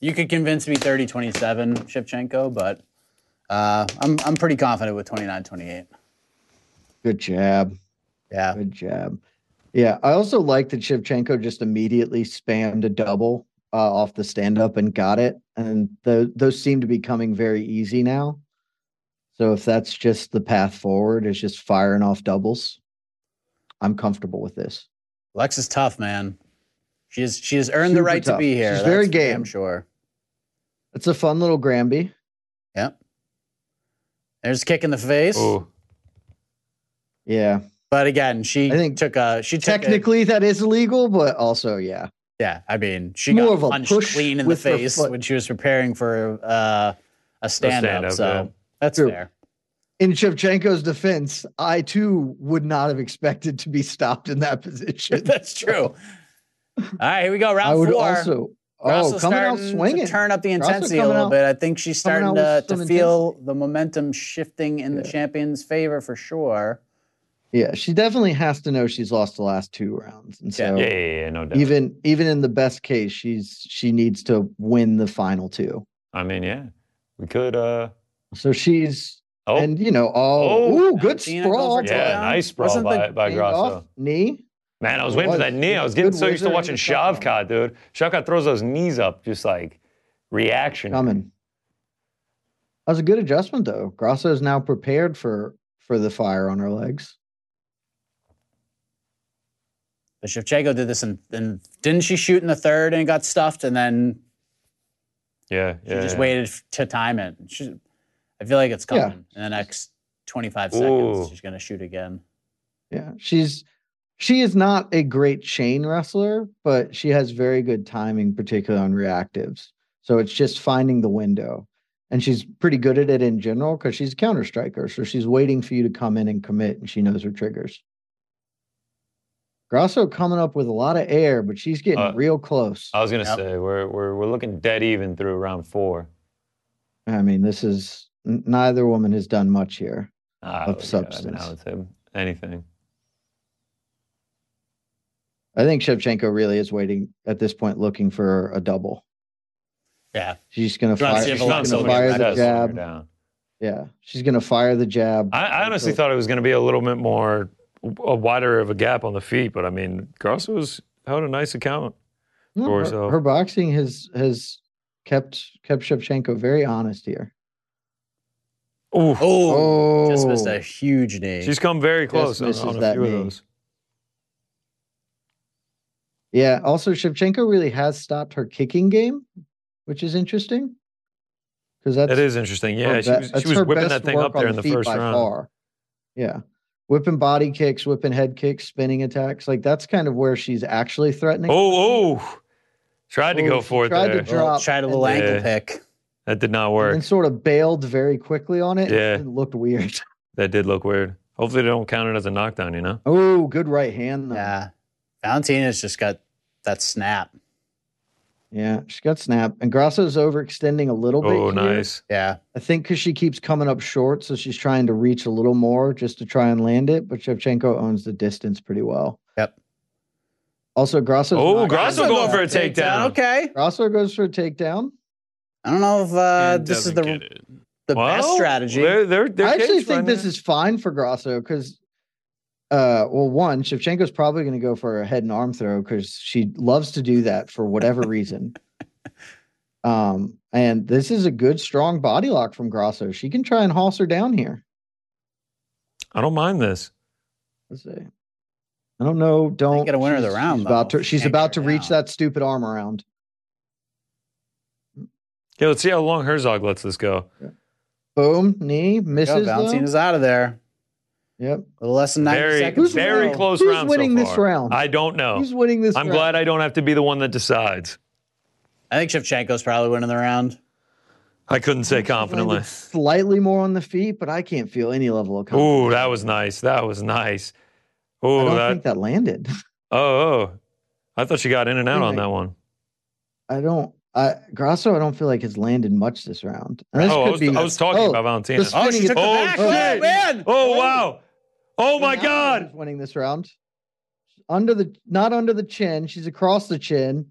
Speaker 4: You could convince me 30 27 Shevchenko, but uh, I'm, I'm pretty confident with 29 28.
Speaker 8: Good jab.
Speaker 4: Yeah.
Speaker 8: Good job. Yeah, I also like that Shevchenko just immediately spammed a double uh, off the stand up and got it, and tho- those seem to be coming very easy now. So if that's just the path forward, is just firing off doubles, I'm comfortable with this.
Speaker 4: Alexa's tough, man. She has she has earned the
Speaker 8: Super
Speaker 4: right
Speaker 8: tough.
Speaker 4: to be here.
Speaker 8: She's very
Speaker 4: That's for
Speaker 8: game.
Speaker 4: damn sure.
Speaker 8: It's a fun little Gramby.
Speaker 4: There's a kick in the face,
Speaker 5: Oh,
Speaker 8: Yeah,
Speaker 4: but again, she
Speaker 8: I think
Speaker 4: took a she took a-
Speaker 8: technically that is illegal, but also yeah,
Speaker 4: yeah, I mean, she
Speaker 8: More of a
Speaker 4: got punched
Speaker 8: push
Speaker 4: clean in the
Speaker 8: with her
Speaker 4: face
Speaker 8: foot.
Speaker 4: when she was preparing for uh, a stand up.
Speaker 5: stand-up,
Speaker 4: So
Speaker 5: yeah.
Speaker 4: that's
Speaker 8: True.
Speaker 4: fair.
Speaker 8: in Shevchenko's defense, I too would not have expected to be stopped in that position.
Speaker 4: That's true. All right, here we go. Round
Speaker 8: I would
Speaker 4: four.
Speaker 8: also.
Speaker 4: Russell's
Speaker 8: Oh, coming out
Speaker 4: starting
Speaker 8: swinging.
Speaker 4: To turn up the
Speaker 8: Russell
Speaker 4: intensity a
Speaker 8: coming
Speaker 4: little
Speaker 8: out-
Speaker 4: bit. I think she's
Speaker 8: coming out
Speaker 4: starting to,
Speaker 8: with
Speaker 4: to
Speaker 8: some
Speaker 4: feel the momentum shifting in the champion's favor for sure.
Speaker 8: Yeah, she definitely has to know she's lost the last two rounds, and
Speaker 4: Yeah.
Speaker 8: so
Speaker 5: yeah, yeah, yeah, no doubt.
Speaker 8: even even in the best case, she's she needs to win the final two.
Speaker 5: I mean, yeah, we could. uh
Speaker 8: So she's
Speaker 5: Oh,
Speaker 8: and you know all
Speaker 5: Oh.
Speaker 8: ooh good
Speaker 4: Valentina goes
Speaker 8: sprawl
Speaker 4: for
Speaker 5: yeah,
Speaker 4: touchdown.
Speaker 5: nice sprawl
Speaker 4: Wasn't the-
Speaker 5: by by
Speaker 8: Hand
Speaker 5: Grasso.
Speaker 8: off, knee.
Speaker 5: Man, I was
Speaker 8: It
Speaker 5: waiting for
Speaker 8: was.
Speaker 5: that knee. I was
Speaker 8: Good
Speaker 5: getting so used to
Speaker 8: wizard
Speaker 5: watching
Speaker 8: and a tough
Speaker 5: Shavkat, dude. Shavkat throws those knees up, just like reaction.
Speaker 8: coming. That was a good adjustment though. Grasso is now prepared for for the fire on her legs.
Speaker 4: But Shevchenko did this, and, and didn't she shoot in the third and got stuffed, and then
Speaker 5: Yeah,
Speaker 4: she
Speaker 5: yeah.
Speaker 4: just
Speaker 5: yeah.
Speaker 4: waited f- to time it. She, I feel like it's
Speaker 8: Yeah.
Speaker 4: coming in the next 25
Speaker 5: Ooh.
Speaker 4: seconds. She's going to shoot again.
Speaker 8: Yeah, she's she is not a great chain wrestler, but she has very good timing, particularly on reactives. So it's just finding the window, and she's pretty good at it in general because she's a counter striker. So she's waiting for you to come in and commit, and she knows her triggers. Grasso coming up with a lot of air, but she's getting
Speaker 5: Uh,
Speaker 8: real close.
Speaker 5: I was gonna
Speaker 4: Yep.
Speaker 5: say we're, we're we're looking dead even through round four.
Speaker 8: I mean, this is n- neither woman has done much here.
Speaker 5: Ah,
Speaker 8: Of
Speaker 5: yeah, I mean,
Speaker 8: substance.
Speaker 5: I would say anything.
Speaker 8: I think Shevchenko really is waiting at this point, looking for a double.
Speaker 4: Yeah.
Speaker 8: She's going to
Speaker 4: Trying to
Speaker 8: fire.
Speaker 4: see if
Speaker 8: She's
Speaker 4: a lot
Speaker 8: going
Speaker 4: of
Speaker 8: to
Speaker 4: somebody
Speaker 8: fire the
Speaker 5: Success when you're
Speaker 8: jab.
Speaker 5: down.
Speaker 8: Yeah, she's gonna fire the jab.
Speaker 5: I, I honestly thought it was gonna be a little bit more a wider of a gap on the feet, but I mean, Grasso was held a nice account.
Speaker 8: No,
Speaker 5: or
Speaker 8: her,
Speaker 5: so.
Speaker 8: her boxing has has kept kept Shevchenko very honest here.
Speaker 5: Ooh,
Speaker 4: Oh,
Speaker 8: Oh,
Speaker 4: just missed a huge knee.
Speaker 5: she's come very close on,
Speaker 8: misses
Speaker 5: on a
Speaker 8: that
Speaker 5: few of
Speaker 8: knee.
Speaker 5: those.
Speaker 8: yeah. Also, Shevchenko really has stopped her kicking game, which is interesting because that's
Speaker 5: That is interesting.
Speaker 8: her
Speaker 5: Yeah, she
Speaker 8: be-
Speaker 5: was,
Speaker 8: that's
Speaker 5: she was
Speaker 8: her
Speaker 5: whipping that
Speaker 8: best
Speaker 5: thing
Speaker 8: work
Speaker 5: up there
Speaker 8: on
Speaker 5: in the
Speaker 8: feet
Speaker 5: first
Speaker 8: by
Speaker 5: round.
Speaker 8: Far. Yeah, whipping body kicks, whipping head kicks, spinning attacks. Like that's kind of where she's actually threatening.
Speaker 5: Oh, oh. Tried to
Speaker 8: Oh,
Speaker 5: go
Speaker 8: she
Speaker 5: for it
Speaker 8: tried to
Speaker 5: there.
Speaker 8: dr-
Speaker 4: Well,
Speaker 8: drop
Speaker 4: tried a
Speaker 8: and
Speaker 4: little
Speaker 5: then-
Speaker 4: ankle
Speaker 5: Yeah.
Speaker 4: pick.
Speaker 5: That did not
Speaker 8: and
Speaker 5: work.
Speaker 8: then sort of bailed very quickly on it.
Speaker 5: Yeah.
Speaker 8: it looked weird.
Speaker 5: That did look weird. Hopefully they don't count it as a knockdown, you know?
Speaker 8: Oh, good right hand though.
Speaker 4: Yeah. Valentina's just got that snap.
Speaker 8: Yeah, she got snap, and Grasso's overextending a little bit.
Speaker 5: Oh,
Speaker 8: here.
Speaker 5: nice.
Speaker 4: Yeah.
Speaker 8: I think because she keeps coming up short, so she's trying to reach a little more just to try and land it. But Shevchenko owns the distance pretty well.
Speaker 4: Yep.
Speaker 8: Also, Grasso's
Speaker 5: Oh,
Speaker 8: not-
Speaker 5: Grasso
Speaker 4: Grasso
Speaker 5: going for a
Speaker 4: goes
Speaker 5: takedown.
Speaker 4: Okay.
Speaker 8: Grasso goes for a takedown.
Speaker 4: I don't know if uh,
Speaker 6: And
Speaker 4: this is
Speaker 6: doesn't
Speaker 4: the,
Speaker 6: get it.
Speaker 4: the best
Speaker 5: Well,
Speaker 4: strategy.
Speaker 5: Oh, They're, they're, they're
Speaker 8: I actually
Speaker 5: caged
Speaker 8: think
Speaker 5: right
Speaker 8: this
Speaker 5: now.
Speaker 8: is fine for Grasso because, uh, well, one, Shevchenko's probably going to go for a head and arm throw because she loves to do that for whatever reason. Um, and this is a good strong body lock from Grasso. She can try and hoss her down here.
Speaker 5: I don't mind this.
Speaker 8: Let's see. I don't know. Don't
Speaker 4: get a winner of the
Speaker 8: she's-
Speaker 4: round,
Speaker 8: She's about
Speaker 4: though.
Speaker 8: to, she's
Speaker 4: Can't
Speaker 8: about
Speaker 4: get
Speaker 8: to
Speaker 4: her
Speaker 8: reach
Speaker 4: down.
Speaker 8: that stupid arm around.
Speaker 5: Okay, let's see how long Herzog lets this go.
Speaker 8: Boom, knee,
Speaker 4: Go,
Speaker 8: misses.
Speaker 4: Valentina's
Speaker 8: though.
Speaker 4: out of there.
Speaker 8: Yep.
Speaker 4: A little less than 90
Speaker 5: Very,
Speaker 4: seconds. to
Speaker 5: very
Speaker 4: go.
Speaker 5: close
Speaker 8: Who's
Speaker 5: round. so
Speaker 8: winning this
Speaker 5: far.
Speaker 8: round?
Speaker 5: I don't know.
Speaker 8: Who's winning this?
Speaker 5: I'm
Speaker 8: round?
Speaker 5: glad I don't have to be the one that decides.
Speaker 4: I think Shevchenko's probably winning the round.
Speaker 5: I couldn't say
Speaker 8: Landed
Speaker 5: confidently.
Speaker 8: Slightly more on the feet, but I can't feel any level of confidence.
Speaker 5: Ooh, that was nice. That was nice.
Speaker 8: I
Speaker 5: Ooh,
Speaker 8: don't
Speaker 5: that.
Speaker 8: think that landed.
Speaker 5: Oh, oh, I thought she got in and out on
Speaker 8: Anything.
Speaker 5: that one.
Speaker 8: I don't. I Grasso, I don't feel like has landed much this round. And this
Speaker 5: oh, I
Speaker 8: could
Speaker 5: was,
Speaker 8: be-
Speaker 5: I was talking
Speaker 8: oh,
Speaker 5: about Valentina.
Speaker 8: this-
Speaker 4: Oh, she took the
Speaker 5: Oh,
Speaker 4: back.
Speaker 5: shit.
Speaker 4: Oh, man.
Speaker 5: Oh wow. Oh my
Speaker 8: Now
Speaker 5: God.
Speaker 8: who's Winning this round, under the not under the chin. She's across the chin.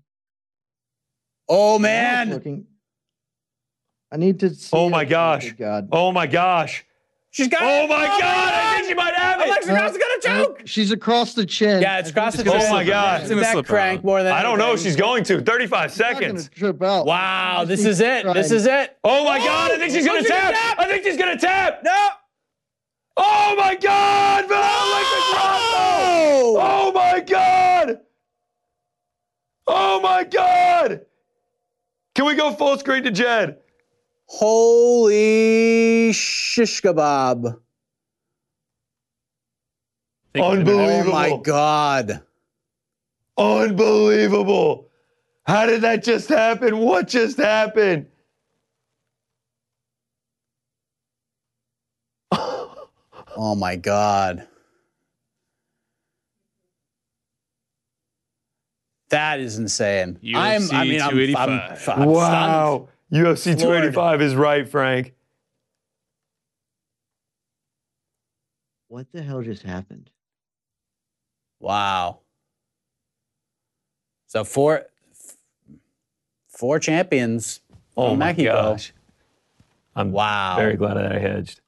Speaker 4: Oh,
Speaker 8: Now it's
Speaker 4: man.
Speaker 8: looking. I need to. See
Speaker 5: Oh
Speaker 8: it.
Speaker 5: my gosh.
Speaker 8: Good God.
Speaker 5: Oh my gosh.
Speaker 4: She's got
Speaker 5: Oh
Speaker 4: it.
Speaker 5: my God. I think she might have it.
Speaker 4: Alexa Grasso got a
Speaker 8: Uh,
Speaker 4: choke.
Speaker 8: She's across the chin.
Speaker 4: Yeah, it's crossed the
Speaker 5: gonna
Speaker 4: finish
Speaker 5: slip
Speaker 4: line.
Speaker 5: out.
Speaker 6: It's
Speaker 4: It's
Speaker 6: gonna
Speaker 4: neck
Speaker 6: slip
Speaker 4: crank
Speaker 6: out.
Speaker 4: more than
Speaker 5: I don't know if
Speaker 4: anything.
Speaker 5: she's going to. 35
Speaker 8: She's not gonna
Speaker 5: seconds.
Speaker 8: Trip out.
Speaker 4: Wow,
Speaker 8: I
Speaker 4: this
Speaker 8: think
Speaker 4: is it.
Speaker 8: she's
Speaker 4: This
Speaker 8: trying.
Speaker 4: is it.
Speaker 5: Oh my God. I think she's going
Speaker 4: Oh,
Speaker 5: to
Speaker 4: she can
Speaker 5: tap.
Speaker 4: tap.
Speaker 5: I think she's going to tap.
Speaker 4: No.
Speaker 5: Oh my God. Alexa Grasso.
Speaker 4: Oh!
Speaker 5: Oh my God. Oh my God. Can we go full screen to Jed?
Speaker 4: Holy shish kebab.
Speaker 6: Think it's in
Speaker 5: Unbelievable.
Speaker 6: there.
Speaker 4: Oh my God.
Speaker 5: Unbelievable. How did that just happen? What just happened?
Speaker 4: Oh my God. That is insane. I'm, I
Speaker 6: UFC
Speaker 4: mean, I'm, I'm,
Speaker 6: 285.
Speaker 4: I'm stunned.
Speaker 5: wow. UFC
Speaker 4: Floored.
Speaker 5: 285 is right, Frank.
Speaker 8: What the hell just happened?
Speaker 4: Wow. So four, four champions.
Speaker 5: Oh
Speaker 4: from
Speaker 5: my
Speaker 4: Mexico.
Speaker 5: gosh. I'm
Speaker 4: Wow.
Speaker 5: very glad that I hedged.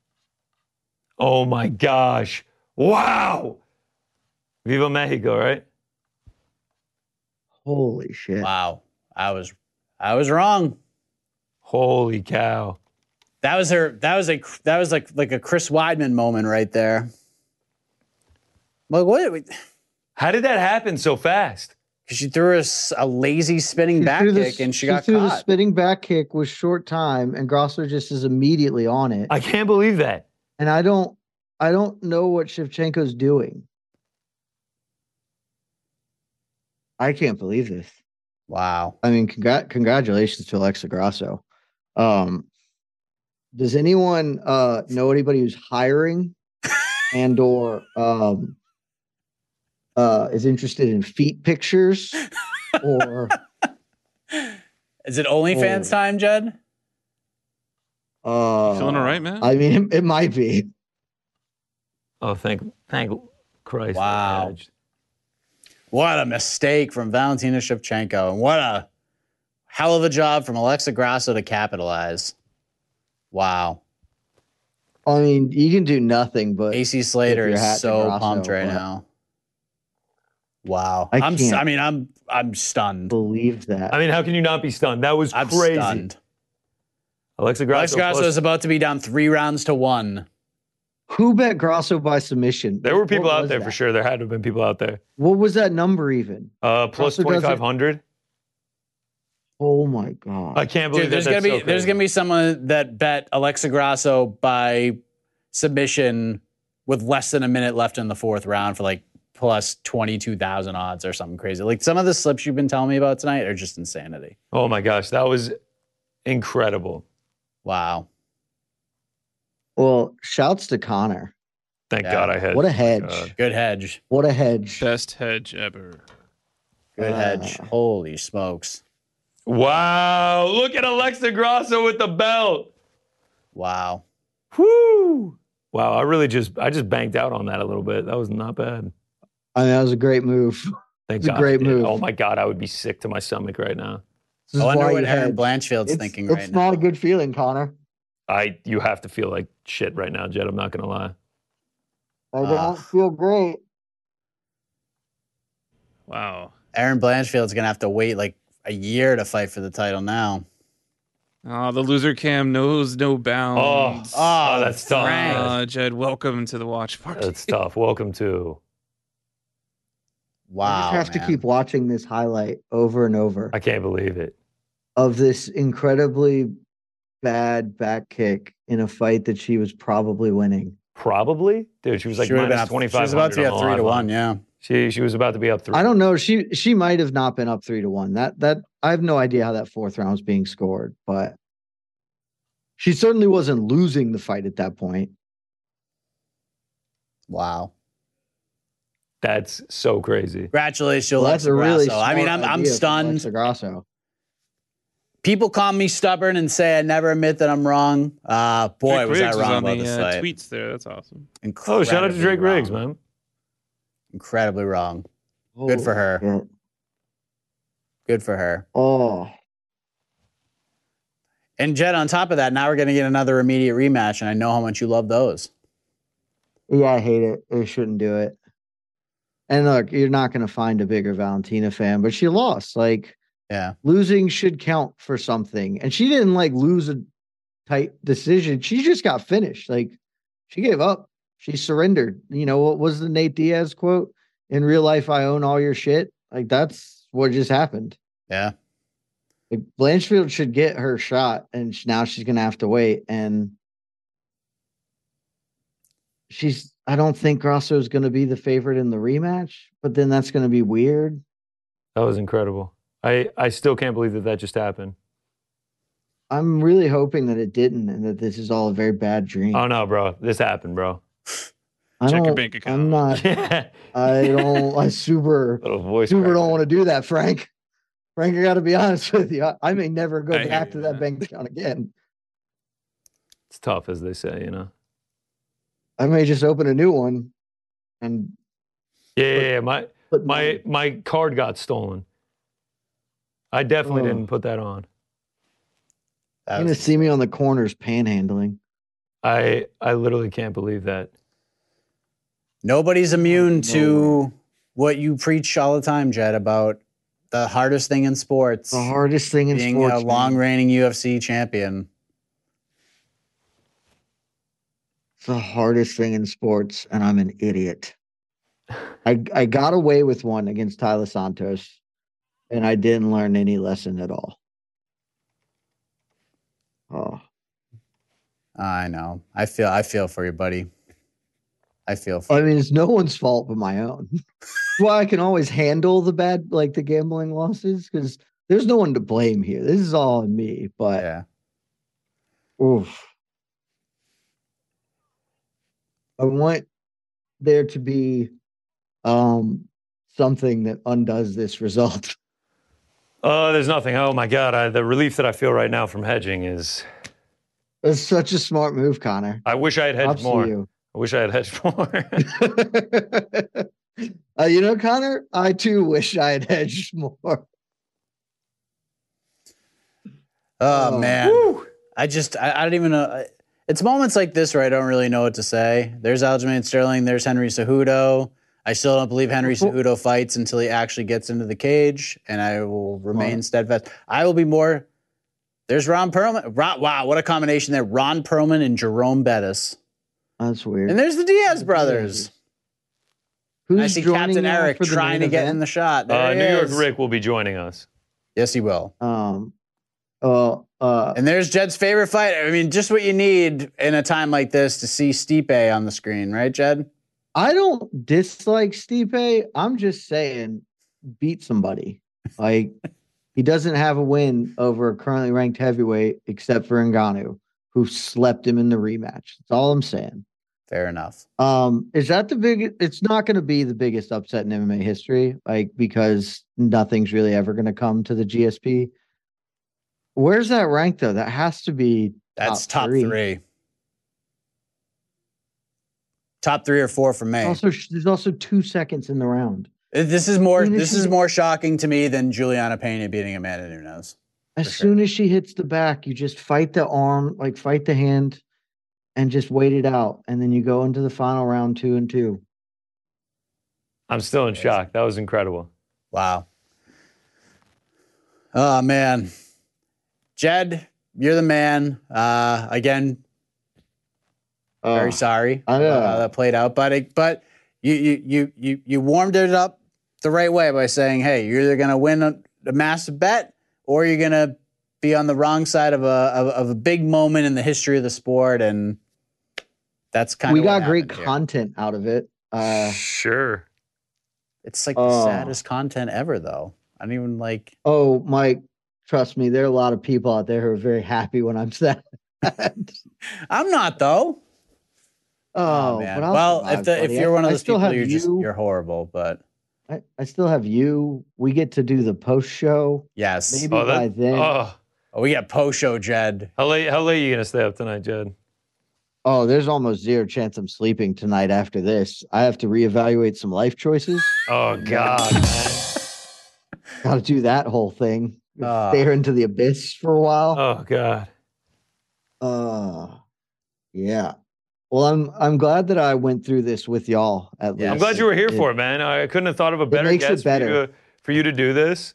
Speaker 5: Oh my gosh. Wow. Viva Mexico, right?
Speaker 8: Holy shit!
Speaker 4: Wow. I was, I was wrong.
Speaker 5: Holy cow.
Speaker 4: That was her. That was a. That was like like a Chris Weidman moment right there. Like what? Because
Speaker 5: How did that happen so fast?
Speaker 4: she threw us a lazy spinning back
Speaker 8: threw the-
Speaker 4: kick and she, got
Speaker 8: threw the
Speaker 4: caught.
Speaker 8: spinning back kick with short time, and Grasso just is immediately on it.
Speaker 5: I can't believe that.
Speaker 8: and I don't, I don't know what Shevchenko's doing. I can't believe this.
Speaker 4: wow.
Speaker 8: I mean, congrat- congratulations to Alexa Grasso. Um, does anyone uh, know anybody who's hiring and or um, uh, is interested in feet pictures or
Speaker 4: Is it OnlyFans
Speaker 8: Oh.
Speaker 4: time, Jed?
Speaker 8: uh,
Speaker 6: You feeling all right, man?
Speaker 8: I mean, it, it might be.
Speaker 5: Oh, thank thank Christ. that I
Speaker 4: Wow.
Speaker 5: hedged.
Speaker 4: What a mistake from Valentina Shevchenko, and what a hell of a job from Alexa Grasso to capitalize. Wow.
Speaker 8: I mean, you can do nothing, but
Speaker 4: AC Slater
Speaker 8: your hat
Speaker 4: is
Speaker 8: to
Speaker 4: so
Speaker 8: Grasso,
Speaker 4: pumped right
Speaker 8: but-
Speaker 4: now. Wow.
Speaker 8: I
Speaker 4: am
Speaker 8: can't.
Speaker 4: I mean, I'm I'm stunned.
Speaker 8: believe that.
Speaker 5: I mean, how can you not be stunned? That was
Speaker 4: I'm
Speaker 5: crazy.
Speaker 4: stunned.
Speaker 5: Alexa Grasso.
Speaker 4: Alex Grasso
Speaker 5: plus-
Speaker 4: is about to be down three rounds to one.
Speaker 8: Who bet Grasso by submission?
Speaker 5: there were
Speaker 8: What
Speaker 5: people out
Speaker 8: was
Speaker 5: there
Speaker 8: that?
Speaker 5: for sure. There had to have been people out there.
Speaker 8: What was that number even?
Speaker 5: Uh, plus
Speaker 8: Russell does it.
Speaker 5: 2,500.
Speaker 8: Oh my god!
Speaker 5: I can't believe
Speaker 4: Dude, there's
Speaker 5: that.
Speaker 4: gonna
Speaker 5: That's
Speaker 4: be
Speaker 5: so
Speaker 4: there's
Speaker 5: crazy.
Speaker 4: gonna be someone that bet Alexa Grasso by submission with less than a minute left in the fourth round for like plus twenty two thousand odds or something crazy. Like some of the slips you've been telling me about tonight are just insanity.
Speaker 5: Oh my gosh, that was incredible.
Speaker 4: Wow.
Speaker 8: well, shouts to Connor.
Speaker 5: Thank
Speaker 4: Yeah.
Speaker 5: God I had.
Speaker 8: What a
Speaker 5: my
Speaker 8: hedge.
Speaker 5: God.
Speaker 4: Good hedge.
Speaker 8: What a hedge!
Speaker 6: Best hedge ever.
Speaker 4: Good
Speaker 8: Uh,
Speaker 4: hedge. Ah, Holy smokes.
Speaker 5: Wow! Look at Alexa Grasso with the belt.
Speaker 4: Wow.
Speaker 5: Whoo! Wow, I really just I just banked out on that a little bit. That was not bad.
Speaker 8: I mean, that was a great move.
Speaker 5: Thank
Speaker 8: It's a
Speaker 5: God. I
Speaker 8: great
Speaker 5: did.
Speaker 8: move.
Speaker 5: Oh my God, I would be sick to my stomach right now.
Speaker 8: This is
Speaker 4: I wonder
Speaker 8: why
Speaker 4: what
Speaker 8: you
Speaker 4: Aaron
Speaker 8: hedge.
Speaker 4: Blanchfield's
Speaker 8: It's,
Speaker 4: thinking
Speaker 8: it's
Speaker 4: right now.
Speaker 8: not a good feeling, Connor.
Speaker 5: I you have to feel like shit right now, Jed. I'm not gonna lie.
Speaker 8: I
Speaker 4: Ah.
Speaker 8: don't feel great.
Speaker 6: Wow.
Speaker 4: Aaron Blanchfield's gonna have to wait like a year to fight for the title now.
Speaker 6: Oh, the loser cam knows no
Speaker 5: Oh,
Speaker 6: bounds.
Speaker 5: oh, that's tough.
Speaker 4: Frank.
Speaker 6: Uh, Jed, welcome to the watch party.
Speaker 5: That's tough. Welcome to
Speaker 4: Wow.
Speaker 8: I just have
Speaker 4: Oh, man.
Speaker 8: to keep watching this highlight over and over
Speaker 5: I can't believe it.
Speaker 8: of this incredibly bad back kick in a fight that she was probably winning.
Speaker 5: Probably, dude. She was like
Speaker 4: She would've been
Speaker 5: minus
Speaker 4: up-
Speaker 5: twenty five.
Speaker 4: She was about to be at three to one. Yeah.
Speaker 5: She she was about to be up three.
Speaker 8: I don't know. She she might have not been up three to one. That that I have no idea how that fourth round was being scored, but she certainly wasn't losing the fight at that point.
Speaker 4: Wow.
Speaker 5: That's so crazy.
Speaker 4: Congratulations, to
Speaker 8: Well,
Speaker 4: Alexa Grasso. I mean,
Speaker 8: smart
Speaker 4: I'm I'm
Speaker 8: idea from
Speaker 4: stunned.
Speaker 8: Alexa Grasso.
Speaker 4: People call me stubborn and say I never admit that I'm wrong. Uh, boy,
Speaker 6: Drake
Speaker 4: was
Speaker 6: Riggs
Speaker 4: I wrong
Speaker 6: on
Speaker 4: about
Speaker 6: the
Speaker 4: this
Speaker 6: uh,
Speaker 4: fight.
Speaker 6: tweets there. That's awesome.
Speaker 5: Oh, shout out to
Speaker 4: Incredibly
Speaker 5: Drake Riggs,
Speaker 4: wrong.
Speaker 5: man.
Speaker 4: Incredibly wrong.
Speaker 8: Oh,
Speaker 4: Good for her.
Speaker 8: Holy shit.
Speaker 4: Good for her.
Speaker 8: Oh,
Speaker 4: And Jed, on top of that, now we're going to get another immediate rematch, and I know how much you love those.
Speaker 8: yeah, I hate it. They shouldn't do it. And look, you're not going to find a bigger Valentina fan, but she lost. Like
Speaker 4: Yeah.
Speaker 8: losing should count for something, and she didn't like lose a tight decision. She just got finished. Like she gave up. She surrendered. You know what was the Nate Diaz quote? In real life, I own all your shit. Like that's what just happened.
Speaker 4: Yeah.
Speaker 8: Like Blanchfield should get her shot, and sh- now she's gonna have to wait. And she's, I don't think Grasso is gonna be the favorite in the rematch, but then that's gonna be weird.
Speaker 5: That was incredible. I I still can't believe that that just happened.
Speaker 8: I'm really hoping that it didn't, and that this is all a very bad dream.
Speaker 5: Oh no, bro. This happened, bro.
Speaker 8: I
Speaker 6: check your
Speaker 8: don't-
Speaker 6: bank
Speaker 8: I'm
Speaker 6: account.
Speaker 8: not.
Speaker 5: Yeah.
Speaker 8: I don't. I super,
Speaker 5: Little voice.
Speaker 8: super
Speaker 5: crack.
Speaker 8: don't want to do that, Frank. Frank, I got to be honest with you. I, I may never go
Speaker 6: I hear
Speaker 8: back to
Speaker 6: you,
Speaker 8: that
Speaker 6: man.
Speaker 8: bank account again.
Speaker 5: It's tough, as they say, you know.
Speaker 8: I may just open a new one, and
Speaker 5: Yeah, yeah, yeah. My
Speaker 8: put
Speaker 5: my my card got stolen. I definitely
Speaker 8: Oh.
Speaker 5: didn't put that on.
Speaker 4: That
Speaker 8: You're
Speaker 4: was-
Speaker 8: gonna see me on the corners panhandling.
Speaker 5: I I literally can't believe that.
Speaker 4: Nobody's immune
Speaker 8: Oh,
Speaker 4: to what you preach all the time, Jed, about the hardest thing in sports
Speaker 8: The hardest thing in
Speaker 4: being
Speaker 8: sports.
Speaker 4: a
Speaker 8: man.
Speaker 4: long reigning UFC champion.
Speaker 8: It's the hardest thing in sports, and I'm an idiot. I I got away with one against Tyler Santos, and I didn't learn any lesson at all. Oh,
Speaker 4: I know. I feel I feel for you, buddy. I feel for
Speaker 8: I mean, it's no one's fault but my own. well, I can always handle the bad, like the gambling losses, because there's no one to blame here. This is all on me. But
Speaker 4: yeah.
Speaker 8: Oof. I want there to be um something that undoes this result.
Speaker 5: Oh, there's nothing. Oh my God, I, the relief that I feel right now from hedging is.
Speaker 8: That's such a smart move, Connor.
Speaker 5: I wish I had hedged
Speaker 8: Props to
Speaker 5: more.
Speaker 8: you.
Speaker 5: I wish I had hedged more.
Speaker 8: Uh, you know, Connor, I too wish I had hedged more.
Speaker 4: Oh,
Speaker 8: Oh.
Speaker 4: man. I just I, I don't even know. I- It's moments like this where I don't really know what to say. There's Aljamain Sterling. There's Henry Cejudo. I still don't believe Henry
Speaker 8: Well-
Speaker 4: Cejudo fights until he actually gets into the cage, and I will remain
Speaker 8: Right.
Speaker 4: steadfast. I will be more. There's Ron Perlman. Ron, wow, what a combination there! Ron Perlman and Jerome Bettis,
Speaker 8: That's weird.
Speaker 4: and there's the Diaz brothers. And I see Captain
Speaker 8: now
Speaker 4: Eric
Speaker 8: for the
Speaker 4: trying to
Speaker 8: main
Speaker 4: get in
Speaker 8: event?
Speaker 4: the shot. Ah, There
Speaker 5: uh,
Speaker 4: he
Speaker 5: New York
Speaker 4: is.
Speaker 5: Rick will be joining us.
Speaker 4: Yes, he will.
Speaker 8: um uh uh
Speaker 4: And there's Jed's favorite fight. I mean, just what you need in a time like this to see Stipe on the screen, right, Jed?
Speaker 8: I don't dislike Stipe. I'm just saying, beat somebody. Like he doesn't have a win over a currently ranked heavyweight except for Ngannou, who slept him in the rematch. That's all I'm saying.
Speaker 4: Fair enough.
Speaker 8: Um, is that the big? It's not going to be the biggest upset in MMA history, like because nothing's really ever going to come to the GSP. Where's that rank though? That has to be
Speaker 4: That's top,
Speaker 8: Top
Speaker 4: three.
Speaker 8: three.
Speaker 4: Top three or four for me.
Speaker 8: also. There's also two seconds in the round.
Speaker 4: this is more.
Speaker 8: I mean,
Speaker 4: This
Speaker 8: this
Speaker 4: is
Speaker 8: is-
Speaker 4: more shocking to me than Juliana Pena beating Amanda Nunes.
Speaker 8: As
Speaker 4: sure.
Speaker 8: soon as she hits the back, you just fight the arm, like fight the hand, and just wait it out. And then you go into the final round two and two.
Speaker 5: I'm still in shock. That was incredible.
Speaker 4: Wow. Oh man, Jed, you're the man. Uh, again, very
Speaker 8: Ugh.
Speaker 4: sorry
Speaker 8: Oh,
Speaker 4: Uh,
Speaker 8: I
Speaker 4: about how
Speaker 8: know.
Speaker 4: that played out, but it, but you you you you you warmed it up the right way by saying, hey, you're either going to win a, a massive bet or you're going to be on the wrong side of a of, of a big moment in the history of the sport, and that's kind
Speaker 8: we
Speaker 4: of
Speaker 8: got great content out of it. Uh,
Speaker 5: sure.
Speaker 4: It's like the
Speaker 8: Oh.
Speaker 4: saddest content ever, though. I don't even like.
Speaker 8: oh, Mike, trust me, there are a lot of people out there who are very happy when I'm sad.
Speaker 4: I'm not though.
Speaker 8: Oh,
Speaker 4: man.
Speaker 8: but I'll
Speaker 4: well,
Speaker 8: survive,
Speaker 4: if the, if
Speaker 8: buddy. I-
Speaker 4: you're one of
Speaker 8: I
Speaker 4: those
Speaker 8: still
Speaker 4: people,
Speaker 8: have
Speaker 4: you're just
Speaker 8: you.
Speaker 4: you're horrible. But
Speaker 8: I, I still have you. We get to do the post show.
Speaker 4: yes,
Speaker 8: Maybe
Speaker 5: Oh,
Speaker 8: by
Speaker 5: that,
Speaker 8: then.
Speaker 5: oh,
Speaker 4: oh, we got Posho Jed.
Speaker 5: how late? How late are you gonna stay up tonight, Jed?
Speaker 8: oh, there's almost zero chance I'm sleeping tonight after this. I have to reevaluate some life choices.
Speaker 5: Oh God, man.
Speaker 8: Got to do that whole thing.
Speaker 5: Uh.
Speaker 4: Ah.
Speaker 8: Stare into the abyss for a while.
Speaker 5: Oh God.
Speaker 8: Uh, yeah. Well, I'm I'm glad that I went through this with y'all. At least
Speaker 5: I'm glad you were here
Speaker 8: It-
Speaker 5: for it, man. I couldn't have thought of a better
Speaker 8: makes it
Speaker 5: guest
Speaker 8: better.
Speaker 5: For, you to, for you to do this.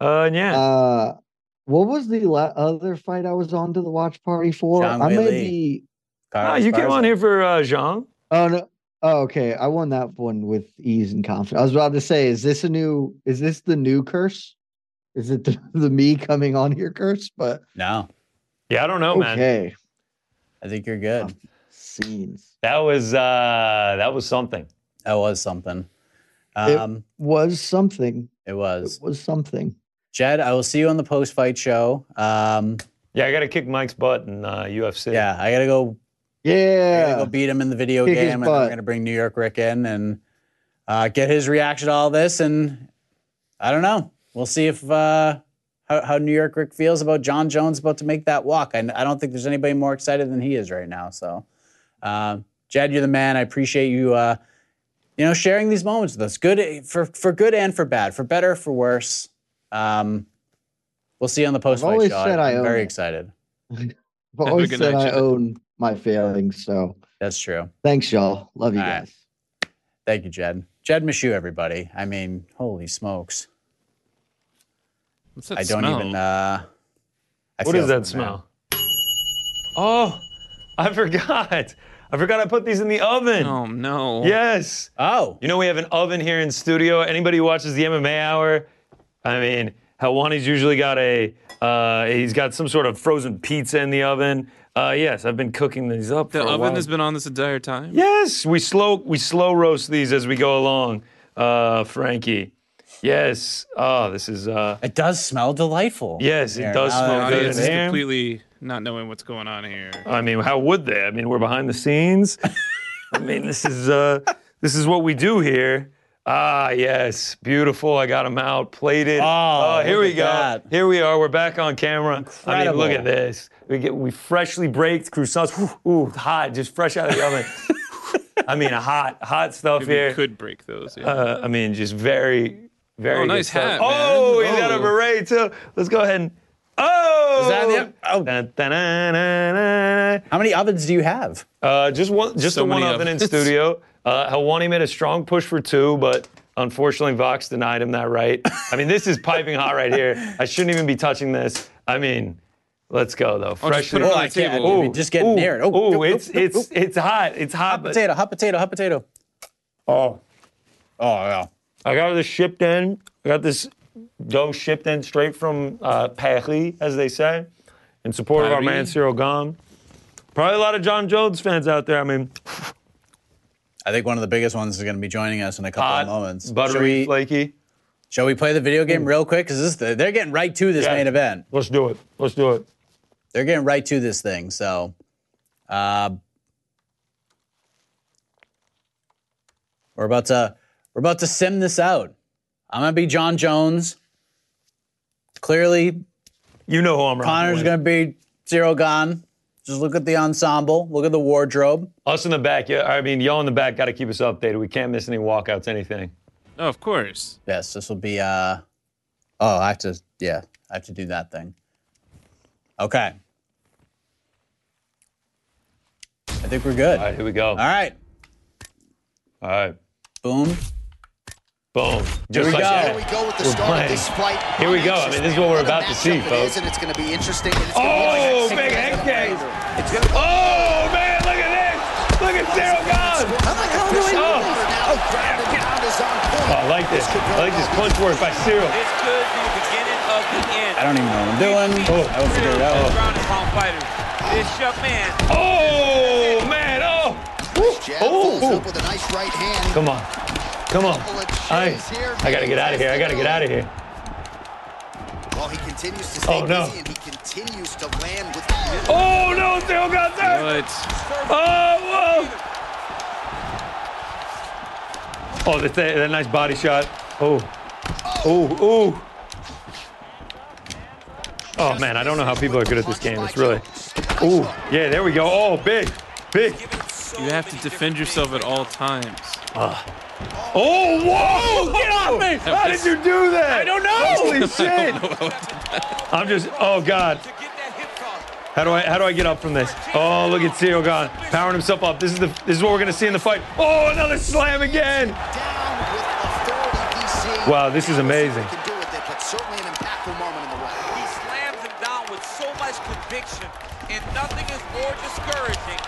Speaker 5: Uh, and yeah,
Speaker 8: Uh, what was the la- other fight I was on to the watch party for?
Speaker 4: John
Speaker 8: I may
Speaker 4: Whaley.
Speaker 8: be.
Speaker 5: Ah, you came on here for uh, Zhang.
Speaker 8: Oh no. Oh, okay. I won that one with ease and confidence. I was about to say, is this a new? Is this the new curse? Is it the, the me coming on here curse? But
Speaker 4: No,
Speaker 5: Yeah, I don't know, man.
Speaker 8: okay, Um,
Speaker 4: I think you're good.
Speaker 8: scenes
Speaker 5: That was uh, that was something.
Speaker 4: That was something.
Speaker 8: It-
Speaker 4: Um,
Speaker 8: was something.
Speaker 4: it
Speaker 8: It
Speaker 4: was
Speaker 8: was something.
Speaker 4: Jed. I will see you on the post fight show. Um,
Speaker 5: Yeah, I got to kick Mike's butt in uh, UFC.
Speaker 4: yeah, I gotta go We're gonna
Speaker 8: Yeah.
Speaker 4: go beat him in the video
Speaker 8: Kick his
Speaker 4: game, and then we're
Speaker 8: butt.
Speaker 4: gonna bring New York Rick in and uh, get his reaction to all this. And I don't know. We'll see if uh, how, how New York Rick feels about John Jones about to make that walk. I, I don't think there's anybody more excited than he is right now. So, uh, Jed, you're the man. I appreciate you. Uh, you know, sharing these moments with us, good for for good and for bad, for better for worse. Um, we'll see you on the post fight show.
Speaker 8: always said I
Speaker 4: I'm
Speaker 8: own
Speaker 4: very
Speaker 8: it.
Speaker 4: excited.
Speaker 8: I've always
Speaker 6: good
Speaker 8: said
Speaker 6: night,
Speaker 8: I
Speaker 6: Chad.
Speaker 8: own my failings. So
Speaker 4: That's true.
Speaker 8: thanks, y'all. Love you
Speaker 4: All right.
Speaker 8: guys.
Speaker 4: Thank you, Jed. Jed Michoud, everybody. I mean, holy smokes.
Speaker 6: What's that
Speaker 4: I don't
Speaker 6: smell?
Speaker 4: even. Uh, I
Speaker 5: What
Speaker 4: feel
Speaker 5: is
Speaker 4: for him,
Speaker 5: that smell? Oh, I forgot. I forgot I put these in the oven.
Speaker 6: Oh no.
Speaker 5: Yes.
Speaker 4: man. Oh,
Speaker 5: You know, we have an oven here in studio. Anybody who watches the MMA Hour, I mean, Helwani's usually got a, uh, he's got some sort of frozen pizza in the oven. Uh, yes, I've been cooking these up.
Speaker 6: The
Speaker 5: for a
Speaker 6: oven
Speaker 5: while.
Speaker 6: has been on this entire time.
Speaker 5: Yes, we slow we slow roast these as we go along, uh, Frankie. Yes. Oh, this is. Uh,
Speaker 4: it does smell delightful.
Speaker 5: Yes, it
Speaker 4: Here,
Speaker 5: does
Speaker 4: now that
Speaker 5: smell
Speaker 4: I
Speaker 5: good in
Speaker 4: do
Speaker 6: Audience is
Speaker 4: this.
Speaker 5: here.
Speaker 6: completely not knowing what's going on here.
Speaker 5: I mean, how would they? I mean, we're behind the scenes. I mean, this is uh, this is what we do here. Ah, yes, beautiful. I got them out, plated.
Speaker 4: Oh,
Speaker 5: here
Speaker 4: look
Speaker 5: we
Speaker 4: at
Speaker 5: go.
Speaker 4: that.
Speaker 5: Here we are. We're back on camera. I mean,
Speaker 4: Incredible.
Speaker 5: look at this. We get we freshly baked croissants. Ooh, ooh, hot, just fresh out of the oven. I mean, hot, hot stuff
Speaker 6: Maybe
Speaker 5: here.
Speaker 6: you could break those. Yeah.
Speaker 5: Uh, I mean, just very, very.
Speaker 6: Oh,
Speaker 5: good
Speaker 6: nice
Speaker 5: stuff.
Speaker 6: hat, man.
Speaker 5: Oh, he's got a
Speaker 6: Oh.
Speaker 5: beret too. Let's go ahead and. Oh,
Speaker 4: Is that the- oh.
Speaker 5: Dun, dun, dun, dun, dun.
Speaker 4: How many ovens do you have?
Speaker 5: Uh, just one, just
Speaker 6: So
Speaker 5: the one
Speaker 6: many
Speaker 5: oven in
Speaker 6: ovens.
Speaker 5: studio. Uh, Helwani made a strong push for two, but unfortunately, Vox denied him that right. I mean, this is piping hot right here. I shouldn't even be touching this. I mean, let's go though.
Speaker 6: just put
Speaker 5: Freshly.
Speaker 6: it on
Speaker 4: Oh,
Speaker 6: the
Speaker 4: I can't.
Speaker 6: table.
Speaker 4: I mean, just getting
Speaker 5: ooh,
Speaker 4: near it. Oh,
Speaker 5: ooh,
Speaker 4: nope,
Speaker 5: it's
Speaker 4: nope, nope,
Speaker 5: it's
Speaker 4: nope.
Speaker 5: it's hot. It's hot.
Speaker 4: hot
Speaker 5: But
Speaker 4: potato, hot potato, hot potato.
Speaker 5: oh,
Speaker 4: Oh yeah.
Speaker 5: I got this shipped in. I got this dough shipped in straight from uh, Paris, as they say, in support of our man
Speaker 6: Paris.
Speaker 5: Cyril Gom. Probably a lot of John Jones fans out there. I mean,
Speaker 4: I think one of the biggest ones is going to be joining us in a couple
Speaker 5: hot,
Speaker 4: of moments. shall,
Speaker 5: buttery,
Speaker 4: we,
Speaker 5: flaky.
Speaker 4: shall we play the video game real quick? Because the, they're getting right to this
Speaker 5: Yeah.
Speaker 4: main event.
Speaker 5: Let's do it. Let's do it.
Speaker 4: They're getting right to this thing. So, uh, we're about to we're about to sim this out. I'm gonna be John Jones. Clearly,
Speaker 5: You know who I'm riding
Speaker 4: Connor's
Speaker 5: with.
Speaker 4: gonna be Zero Gone. Just look at the ensemble. Look at the wardrobe.
Speaker 5: Us in the back. Yeah, I mean, y'all in the back got to keep us updated. We can't miss any walkouts, anything.
Speaker 6: Oh, of course.
Speaker 4: Yes, this will be. Uh, oh, I have to. Yeah, I have to do that thing. Okay. I think we're good.
Speaker 5: All right, here we go.
Speaker 4: All right.
Speaker 5: All right.
Speaker 4: Boom.
Speaker 5: Boom.
Speaker 4: Here we
Speaker 5: like
Speaker 4: go.
Speaker 5: that.
Speaker 9: There we go with the
Speaker 5: We're
Speaker 9: start
Speaker 5: playing.
Speaker 9: of this fight.
Speaker 5: Here we go. I mean, this is what we're
Speaker 9: What a
Speaker 5: about to see,
Speaker 9: matchup it
Speaker 5: folks.
Speaker 9: is, and it's going to be interesting. and it's gonna be a
Speaker 5: Oh, big
Speaker 9: high-
Speaker 5: head case.
Speaker 9: It's gonna be
Speaker 5: Oh, man, look at this. Look at Zero Gone.
Speaker 1: How the hell do I
Speaker 5: know
Speaker 1: this?
Speaker 5: this?
Speaker 3: Oh,
Speaker 1: Now the ground and pound is on point.
Speaker 5: Oh, I like this.
Speaker 1: could go
Speaker 5: I like this punch work by Cyril.
Speaker 3: It's good from the beginning of the end.
Speaker 4: I don't even know what I'm doing.
Speaker 5: Oh.
Speaker 4: I will figure it out.
Speaker 3: Fighters. This young man.
Speaker 5: Oh man! Oh,
Speaker 1: Jab
Speaker 5: Oh.
Speaker 1: follows up with a nice right hand.
Speaker 5: come on, come on!
Speaker 1: Couple of
Speaker 5: I,
Speaker 1: chins here,
Speaker 5: I gotta get out of here. I gotta get out of here.
Speaker 1: Well, he continues to stay
Speaker 5: Oh, no.
Speaker 1: busy and he continues to land with
Speaker 5: Oh no, Cyril got there.
Speaker 6: What?
Speaker 5: Oh, whoa! Oh, that, that, that nice body shot. Oh, oh, oh. Oh man, I don't know how people are good at this game. It's really. Ooh, yeah, there we go. Oh, big, big.
Speaker 6: You have to defend yourself at all times.
Speaker 5: Ah. Oh, whoa! Get off me! How did you do that? I don't know. Holy shit! I'm just. Oh God. How do I how do I get up from this? Oh, look at Ciro gone, powering himself up. This is the this is what we're gonna see in the fight. Oh, another slam again!
Speaker 1: down with authority he sees.
Speaker 5: Wow, this is amazing.
Speaker 1: Can do with it, but certainly an impactful moment in the round.
Speaker 3: He slams him down with so much conviction, and nothing is more discouraging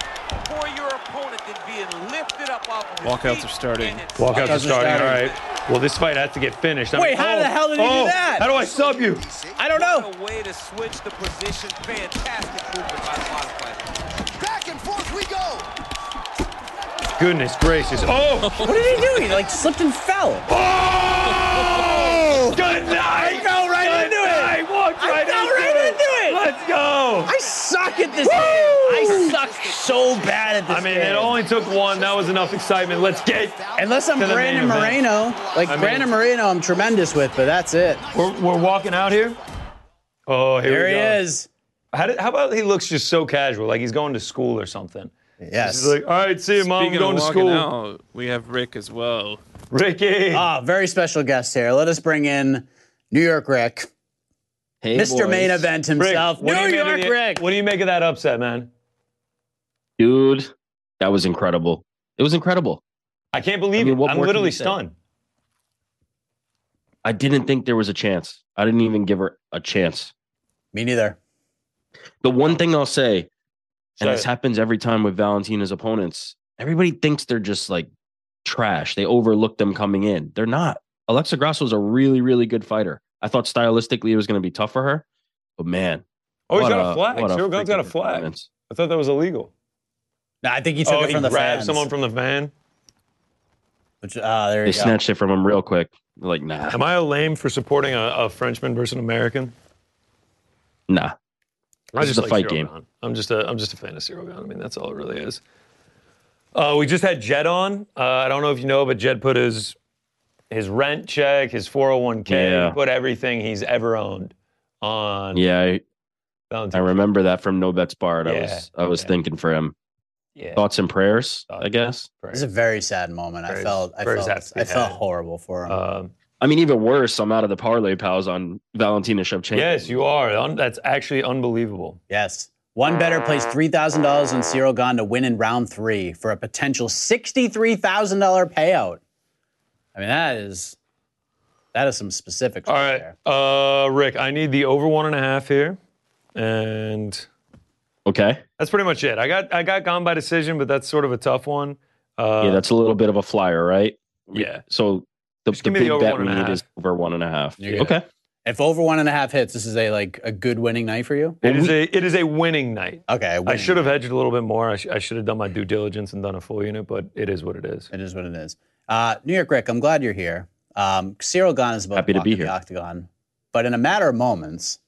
Speaker 3: for your opponent than being lifted up off of his
Speaker 6: Walkouts
Speaker 3: feet
Speaker 6: are starting.
Speaker 3: and his-
Speaker 5: Walkouts are
Speaker 4: Walkouts are
Speaker 5: starting. All
Speaker 4: starting.
Speaker 5: right. Well, this fight has to get finished. I
Speaker 4: Wait, how the hell did he do
Speaker 5: oh,
Speaker 4: that?
Speaker 5: How do I sub you?
Speaker 4: I don't know.
Speaker 3: What a way to switch the position. Fantastic movement by the bottom fighter.
Speaker 1: Back and forth we go.
Speaker 5: Goodness gracious! Oh,
Speaker 4: What did he do? He like slipped and fell.
Speaker 5: oh! Good night.
Speaker 4: I fell right
Speaker 5: Good
Speaker 4: into it.
Speaker 5: night. Walked
Speaker 4: I
Speaker 5: right
Speaker 4: fell
Speaker 5: into
Speaker 4: right
Speaker 5: it.
Speaker 4: into it.
Speaker 5: Let's go.
Speaker 4: I suck at this game. I suck so bad at this
Speaker 5: I mean,
Speaker 4: game.
Speaker 5: it only took one. That was enough excitement. Let's get.
Speaker 4: Unless I'm
Speaker 5: to the
Speaker 4: Brandon
Speaker 5: main event.
Speaker 4: Moreno. Like,
Speaker 5: mean-
Speaker 4: Brandon Moreno, I'm tremendous with, but that's it.
Speaker 5: We're, we're walking out here. Oh, here
Speaker 4: There
Speaker 5: we
Speaker 4: he
Speaker 5: go.
Speaker 4: is.
Speaker 5: How, did, how about he looks just so casual, like he's going to school or something?
Speaker 4: Yes.
Speaker 5: He's like, all right, see you, mom. I'm
Speaker 6: Speaking
Speaker 5: going
Speaker 6: of
Speaker 5: to
Speaker 6: walking
Speaker 5: school.
Speaker 6: out, we have Rick as well.
Speaker 5: Ricky.
Speaker 4: Ah, very special guest here. Let us bring in New York Rick,
Speaker 10: Hey,
Speaker 4: Mr. Main
Speaker 10: boys.
Speaker 4: Event
Speaker 5: Rick,
Speaker 4: himself.
Speaker 5: what do you
Speaker 4: New
Speaker 5: make of
Speaker 4: York
Speaker 5: the-
Speaker 4: Rick.
Speaker 5: What do you make of that upset, man?
Speaker 10: dude. That was incredible. It was incredible.
Speaker 5: I can't believe
Speaker 10: I mean,
Speaker 5: it.
Speaker 10: what
Speaker 5: I'm
Speaker 10: more can
Speaker 5: literally
Speaker 10: you say?
Speaker 5: stunned.
Speaker 10: I didn't think there was a chance. I didn't even give her a chance.
Speaker 4: Me neither.
Speaker 10: The one thing I'll say, and
Speaker 5: Say
Speaker 10: this
Speaker 5: it.
Speaker 10: happens every time with Valentina's opponents, everybody thinks they're just like trash. They overlook them coming in. They're not. Alexa Grasso's a really, really good fighter. I thought stylistically it was going to be tough for her, but man.
Speaker 5: Oh, he's
Speaker 10: what
Speaker 5: got a flag.
Speaker 10: what
Speaker 5: Cyril Gunn got a
Speaker 10: freaking
Speaker 5: flag.
Speaker 10: performance.
Speaker 5: I thought that was illegal.
Speaker 4: No, I think he took
Speaker 5: Oh,
Speaker 4: it
Speaker 5: he
Speaker 4: from the
Speaker 5: grabbed
Speaker 4: fans.
Speaker 5: someone from the van.
Speaker 4: which, ah, there
Speaker 10: They
Speaker 4: you go.
Speaker 10: snatched it from him real quick. Like, nah,
Speaker 5: Am I a lame for supporting a, a Frenchman versus an American?
Speaker 10: nah.
Speaker 5: I just
Speaker 10: This is a
Speaker 5: like
Speaker 10: fight
Speaker 5: Cyril
Speaker 10: game.
Speaker 5: Gahn. I'm just a I'm just a fan of Cyril Gunn. I mean, that's all it really is. Uh, we just had Jed on. Uh, I don't know if you know, but Jed put his his rent check, his 401k,
Speaker 10: Yeah.
Speaker 5: he put everything he's ever owned on
Speaker 10: Yeah, I, I
Speaker 5: Valentine's.
Speaker 10: remember that from No Bets Barred. I
Speaker 5: Yeah,
Speaker 10: was, I was
Speaker 5: yeah.
Speaker 10: thinking for him.
Speaker 5: Yeah.
Speaker 10: Thoughts and prayers,
Speaker 5: Thoughts.
Speaker 10: I guess.
Speaker 4: It was a very sad moment. I
Speaker 5: Very-
Speaker 4: felt, I
Speaker 5: very
Speaker 4: felt,
Speaker 5: sad to be
Speaker 4: I felt
Speaker 5: had.
Speaker 4: horrible for him.
Speaker 5: Um,
Speaker 10: I mean, even worse, I'm out of the parlay pals on Valentina Shevchenko.
Speaker 5: yes, you are. Un- that's actually unbelievable.
Speaker 4: Yes. One better placed $3,000 on Cyril Gahn to win in round three for a potential $63,000 payout. I mean, that is that is some specifics.
Speaker 5: All
Speaker 4: right
Speaker 5: right,
Speaker 4: there.
Speaker 5: uh, Rick, I need the over one and a half here, and
Speaker 10: Okay.
Speaker 5: that's pretty much it. I got I got gone by decision, but that's sort of a tough one. Uh,
Speaker 10: yeah, that's a little bit of a flyer, right?
Speaker 5: yeah.
Speaker 10: So the,
Speaker 5: Just
Speaker 10: the
Speaker 5: give me the
Speaker 10: big
Speaker 5: over
Speaker 10: bet
Speaker 5: one
Speaker 10: we
Speaker 5: and a
Speaker 10: need is over one and a half.
Speaker 5: You get it.
Speaker 10: Okay.
Speaker 4: If over one and a half hits, this is a like a good winning night for you.
Speaker 5: It is a it is a winning night.
Speaker 4: Okay,
Speaker 5: I should have hedged a little bit more. I, sh- I should have done my due diligence and done a full unit, but it is what it is.
Speaker 4: It is what it is. Uh, New York Rick, I'm glad you're here. Um, Cyril Gahn is about
Speaker 10: Happy
Speaker 4: to
Speaker 10: to
Speaker 4: walk
Speaker 10: be
Speaker 4: in
Speaker 10: here.
Speaker 4: the octagon, but in a matter of moments,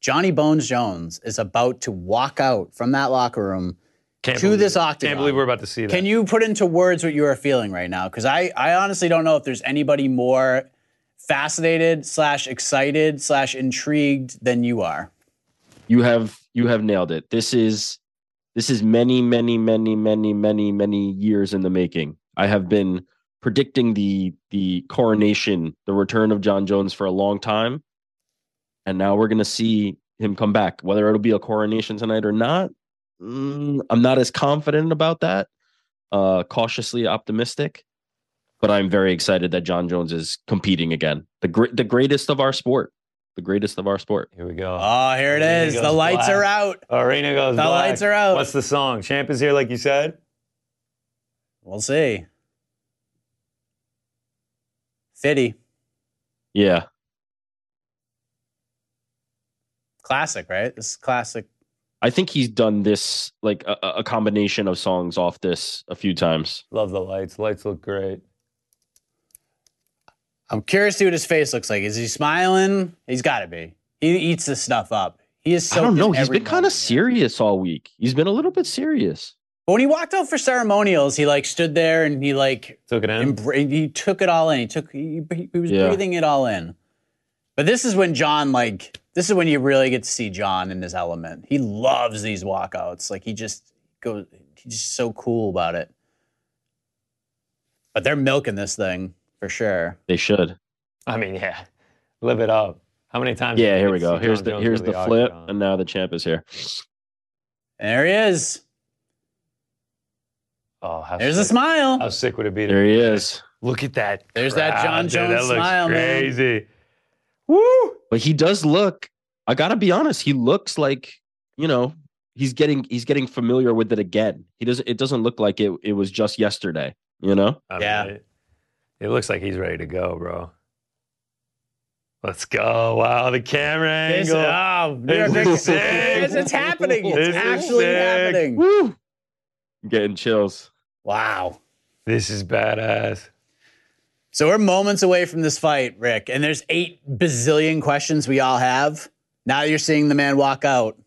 Speaker 4: Johnny Bones Jones is about to walk out from that locker room
Speaker 5: Can't
Speaker 4: to
Speaker 5: believe
Speaker 4: this
Speaker 5: it.
Speaker 4: octagon.
Speaker 5: Can't believe we're about to see that.
Speaker 4: Can you put into words what you are feeling right now? Because I, I honestly don't know if there's anybody more fascinated slash excited slash intrigued than you are.
Speaker 10: You have you have nailed it. This is this is many, many, many, many, many, many years in the making. I have been predicting the the coronation, the return of John Jones for a long time. And now we're gonna see him come back. Whether it'll be a coronation tonight or not, mm, I'm not as confident about that. Uh cautiously optimistic. But I'm very excited that John Jones is competing again. The gr- the greatest of our sport. The greatest of our sport.
Speaker 5: Here we go.
Speaker 4: Oh, here it
Speaker 5: Everything
Speaker 4: is. The
Speaker 5: goes
Speaker 4: lights are
Speaker 5: black.
Speaker 4: out.
Speaker 5: Arena goes.
Speaker 4: The
Speaker 5: black.
Speaker 4: lights are out.
Speaker 5: What's the song? Champ is here, like you said.
Speaker 4: We'll see. Fitty,
Speaker 7: Yeah.
Speaker 4: classic, right? This is classic.
Speaker 10: I think he's done this like a, a a combination of songs off this a few times.
Speaker 5: Love the lights. Lights look great.
Speaker 4: I'm curious to see what his face looks like. Is he smiling? He's got to be. He eats this stuff up. He is.
Speaker 10: I don't
Speaker 4: soaked in
Speaker 10: know. He's
Speaker 4: every
Speaker 10: been kind of
Speaker 4: moment.
Speaker 10: serious all week. He's been a little bit serious.
Speaker 4: But when he walked out for ceremonials, he like stood there and he like
Speaker 5: Took it in.
Speaker 4: embra- he took it all in. He took he, he he was
Speaker 10: Yeah.
Speaker 4: breathing it all in. But this is when John like this is when you really get to see John in his element. He loves these walkouts. Like he just goes he's just so cool about it. But they're milking this thing for sure.
Speaker 10: They should.
Speaker 5: I mean, yeah, live it up. How many times?
Speaker 10: Yeah,
Speaker 5: did
Speaker 10: here
Speaker 5: you
Speaker 10: we go.
Speaker 5: see
Speaker 10: Here's
Speaker 5: John
Speaker 10: the
Speaker 5: Jones
Speaker 10: here's
Speaker 5: go
Speaker 10: the
Speaker 5: to
Speaker 10: flip,
Speaker 5: octagon?
Speaker 10: and now the champ is here.
Speaker 4: And there he is.
Speaker 5: oh, how
Speaker 4: There's a
Speaker 5: sick. How
Speaker 4: smile.
Speaker 5: sick would it be?
Speaker 10: There
Speaker 5: To
Speaker 10: he is.
Speaker 5: look at that.
Speaker 4: There's
Speaker 5: crowd,
Speaker 4: that John
Speaker 5: dude.
Speaker 4: Jones
Speaker 5: that looks
Speaker 4: smile, man.
Speaker 5: crazy. Woo!
Speaker 10: But he does look. I gotta be honest. He looks like you know he's getting he's getting familiar with it again. He doesn't. It doesn't look like it. It was just yesterday. You know.
Speaker 5: I
Speaker 4: Yeah.
Speaker 5: Mean, it, it looks like he's ready to go, bro. Let's go! Wow, the camera
Speaker 4: This-
Speaker 5: angle.
Speaker 4: oh,
Speaker 5: This ah, is sick.
Speaker 4: it's, it's happening.
Speaker 5: This
Speaker 4: It's
Speaker 5: is
Speaker 4: actually
Speaker 5: sick.
Speaker 4: happening.
Speaker 10: Woo! I'm getting chills.
Speaker 4: Wow.
Speaker 5: This is badass.
Speaker 4: So we're moments away from this fight, Rick, and there's eight bazillion questions we all have. Now you're seeing the man walk out.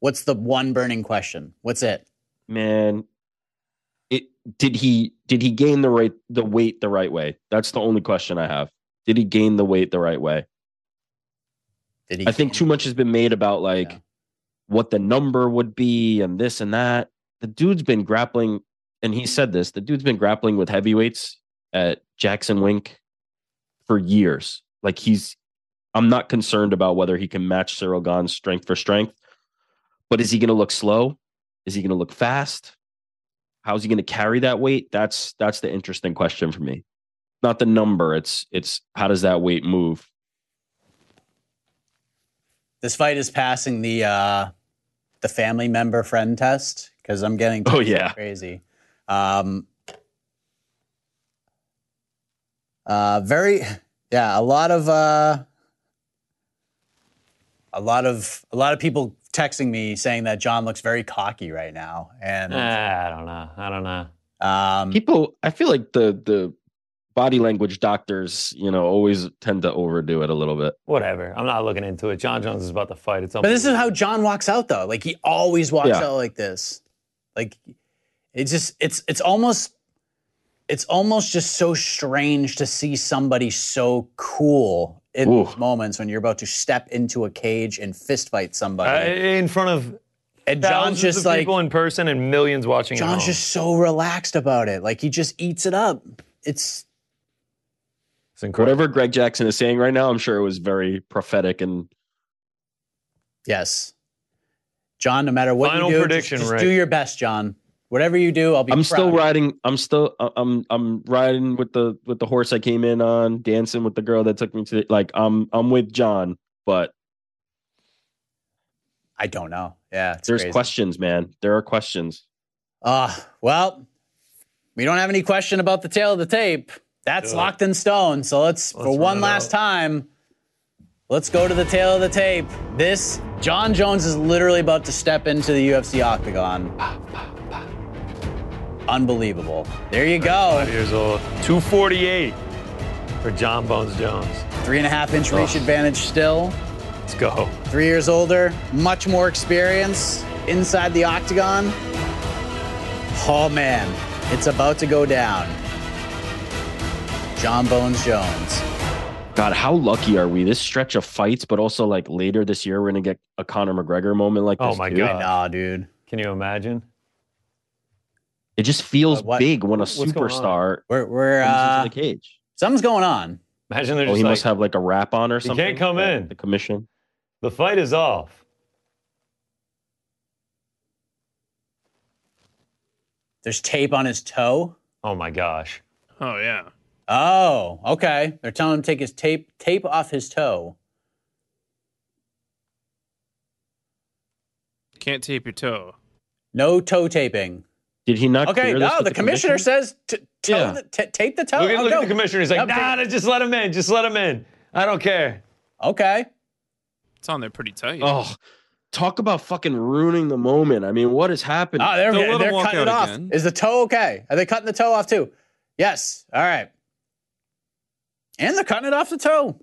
Speaker 4: What's the one burning question? What's it?
Speaker 10: man it did he did he gain the right the weight the right way that's the only question i have did he gain the weight the right way
Speaker 4: Did he?
Speaker 10: i think too much has been made about like
Speaker 4: Yeah.
Speaker 10: what the number would be and this and that the dude's been grappling and he said this the dude's been grappling with heavyweights at jackson wink for years like he's i'm not concerned about whether he can match cyril Gaon's strength for strength but is he going to look slow is he going to look fast how's he going to carry that weight that's that's the interesting question for me not the number it's it's how does that weight move
Speaker 4: This fight is passing the uh, the family member friend test because I'm getting
Speaker 10: Oh, yeah.
Speaker 4: crazy. Um, uh, very yeah, a lot of uh, a lot of a lot of people texting me saying that John looks very cocky right now, and
Speaker 5: Ah, I don't know. I don't know.
Speaker 4: um,
Speaker 10: people i feel like the the body language doctors you know always tend to overdo it a little bit
Speaker 5: Whatever. I'm not looking into it. John Jones is about to fight. It's
Speaker 4: But this is how Oh, John walks out though. Like he always walks
Speaker 10: Yeah.
Speaker 4: out like this. Like it's just it's it's almost it's almost just so strange to see somebody so cool in
Speaker 10: Ooh.
Speaker 4: these moments when you're about to step into a cage and fist fight
Speaker 5: Uh,
Speaker 4: somebody.
Speaker 5: in front of
Speaker 4: and John's
Speaker 5: thousands
Speaker 4: just
Speaker 5: of
Speaker 4: like
Speaker 5: people in person and millions watching. at
Speaker 4: John's
Speaker 5: home.
Speaker 4: just so relaxed about it. Like he just eats it up. It's
Speaker 5: It's incredible.
Speaker 10: whatever greg jackson is saying right now i'm sure it was very prophetic and
Speaker 4: yes. John, no matter what
Speaker 5: Final
Speaker 4: you do, just-
Speaker 5: prediction,
Speaker 4: just,
Speaker 5: Rick.
Speaker 4: do your best, John. Whatever you do, I'll be
Speaker 10: i'm still
Speaker 4: proud.
Speaker 10: riding i'm still I- i'm i'm riding with the with the horse i came in on dancing with the girl that took me to the, like i'm i'm with john but
Speaker 4: I don't know. Yeah, it's
Speaker 10: there's
Speaker 4: crazy.
Speaker 10: questions man there are questions
Speaker 4: Uh, well, we don't have any question about the tail of the tape. That's
Speaker 5: Do it.
Speaker 4: locked in stone. So let's, for
Speaker 5: run
Speaker 4: one
Speaker 5: it
Speaker 4: last
Speaker 5: out.
Speaker 4: time, let's go to the tail of the tape. This, John Jones is literally about to step into the UFC octagon. Unbelievable. There you go.
Speaker 5: years old. 248 for John Bones Jones. Oh,
Speaker 4: Three and a half inch reach Oh, advantage still.
Speaker 5: Let's go.
Speaker 4: Three years older, much more experience inside the octagon. Oh man, it's about to go down. John Bones Jones.
Speaker 10: God, how lucky are we? This stretch of fights, but also like later this year, we're gonna get a Conor McGregor moment like
Speaker 5: Oh
Speaker 10: this.
Speaker 5: my
Speaker 10: too.
Speaker 5: God.
Speaker 4: Nah, dude.
Speaker 5: Can you imagine?
Speaker 10: It just feels
Speaker 4: Uh, what-
Speaker 10: big when a
Speaker 5: what's going on?
Speaker 10: superstar
Speaker 4: We're, we're
Speaker 10: comes
Speaker 4: uh,
Speaker 10: into the cage.
Speaker 4: something's going on.
Speaker 5: Imagine they're
Speaker 10: Oh,
Speaker 5: just
Speaker 10: he
Speaker 5: like,
Speaker 10: must have like a wrap on or
Speaker 5: can't
Speaker 10: something.
Speaker 5: come
Speaker 10: Yeah,
Speaker 5: in.
Speaker 10: The commission.
Speaker 5: the fight is off.
Speaker 4: There's tape on his toe.
Speaker 5: Oh my gosh.
Speaker 6: Oh yeah.
Speaker 4: Oh, okay. They're telling him to take his tape tape off his toe.
Speaker 6: Can't tape your toe.
Speaker 4: No toe taping.
Speaker 10: Did he not?
Speaker 4: Okay,
Speaker 10: clear
Speaker 4: no,
Speaker 10: this with
Speaker 4: the, commissioner, says t- toe
Speaker 10: Yeah.
Speaker 4: the, t- tape the toe.
Speaker 5: Look at,
Speaker 4: Oh,
Speaker 5: look at
Speaker 4: no.
Speaker 5: the commissioner. He's like,
Speaker 4: Nope.
Speaker 5: nah, nah, just let him in. Just let him in. I don't care.
Speaker 4: Okay.
Speaker 6: It's on there pretty tight.
Speaker 10: Oh, talk about fucking ruining the moment. I mean, what has happened?
Speaker 4: Ah, they're,
Speaker 6: Don't let
Speaker 4: they're
Speaker 6: him walk
Speaker 4: cutting it
Speaker 6: out
Speaker 4: off.
Speaker 6: again.
Speaker 4: Is the toe okay? Are they cutting the toe off too? Yes. All right. And they're cutting it off the toe.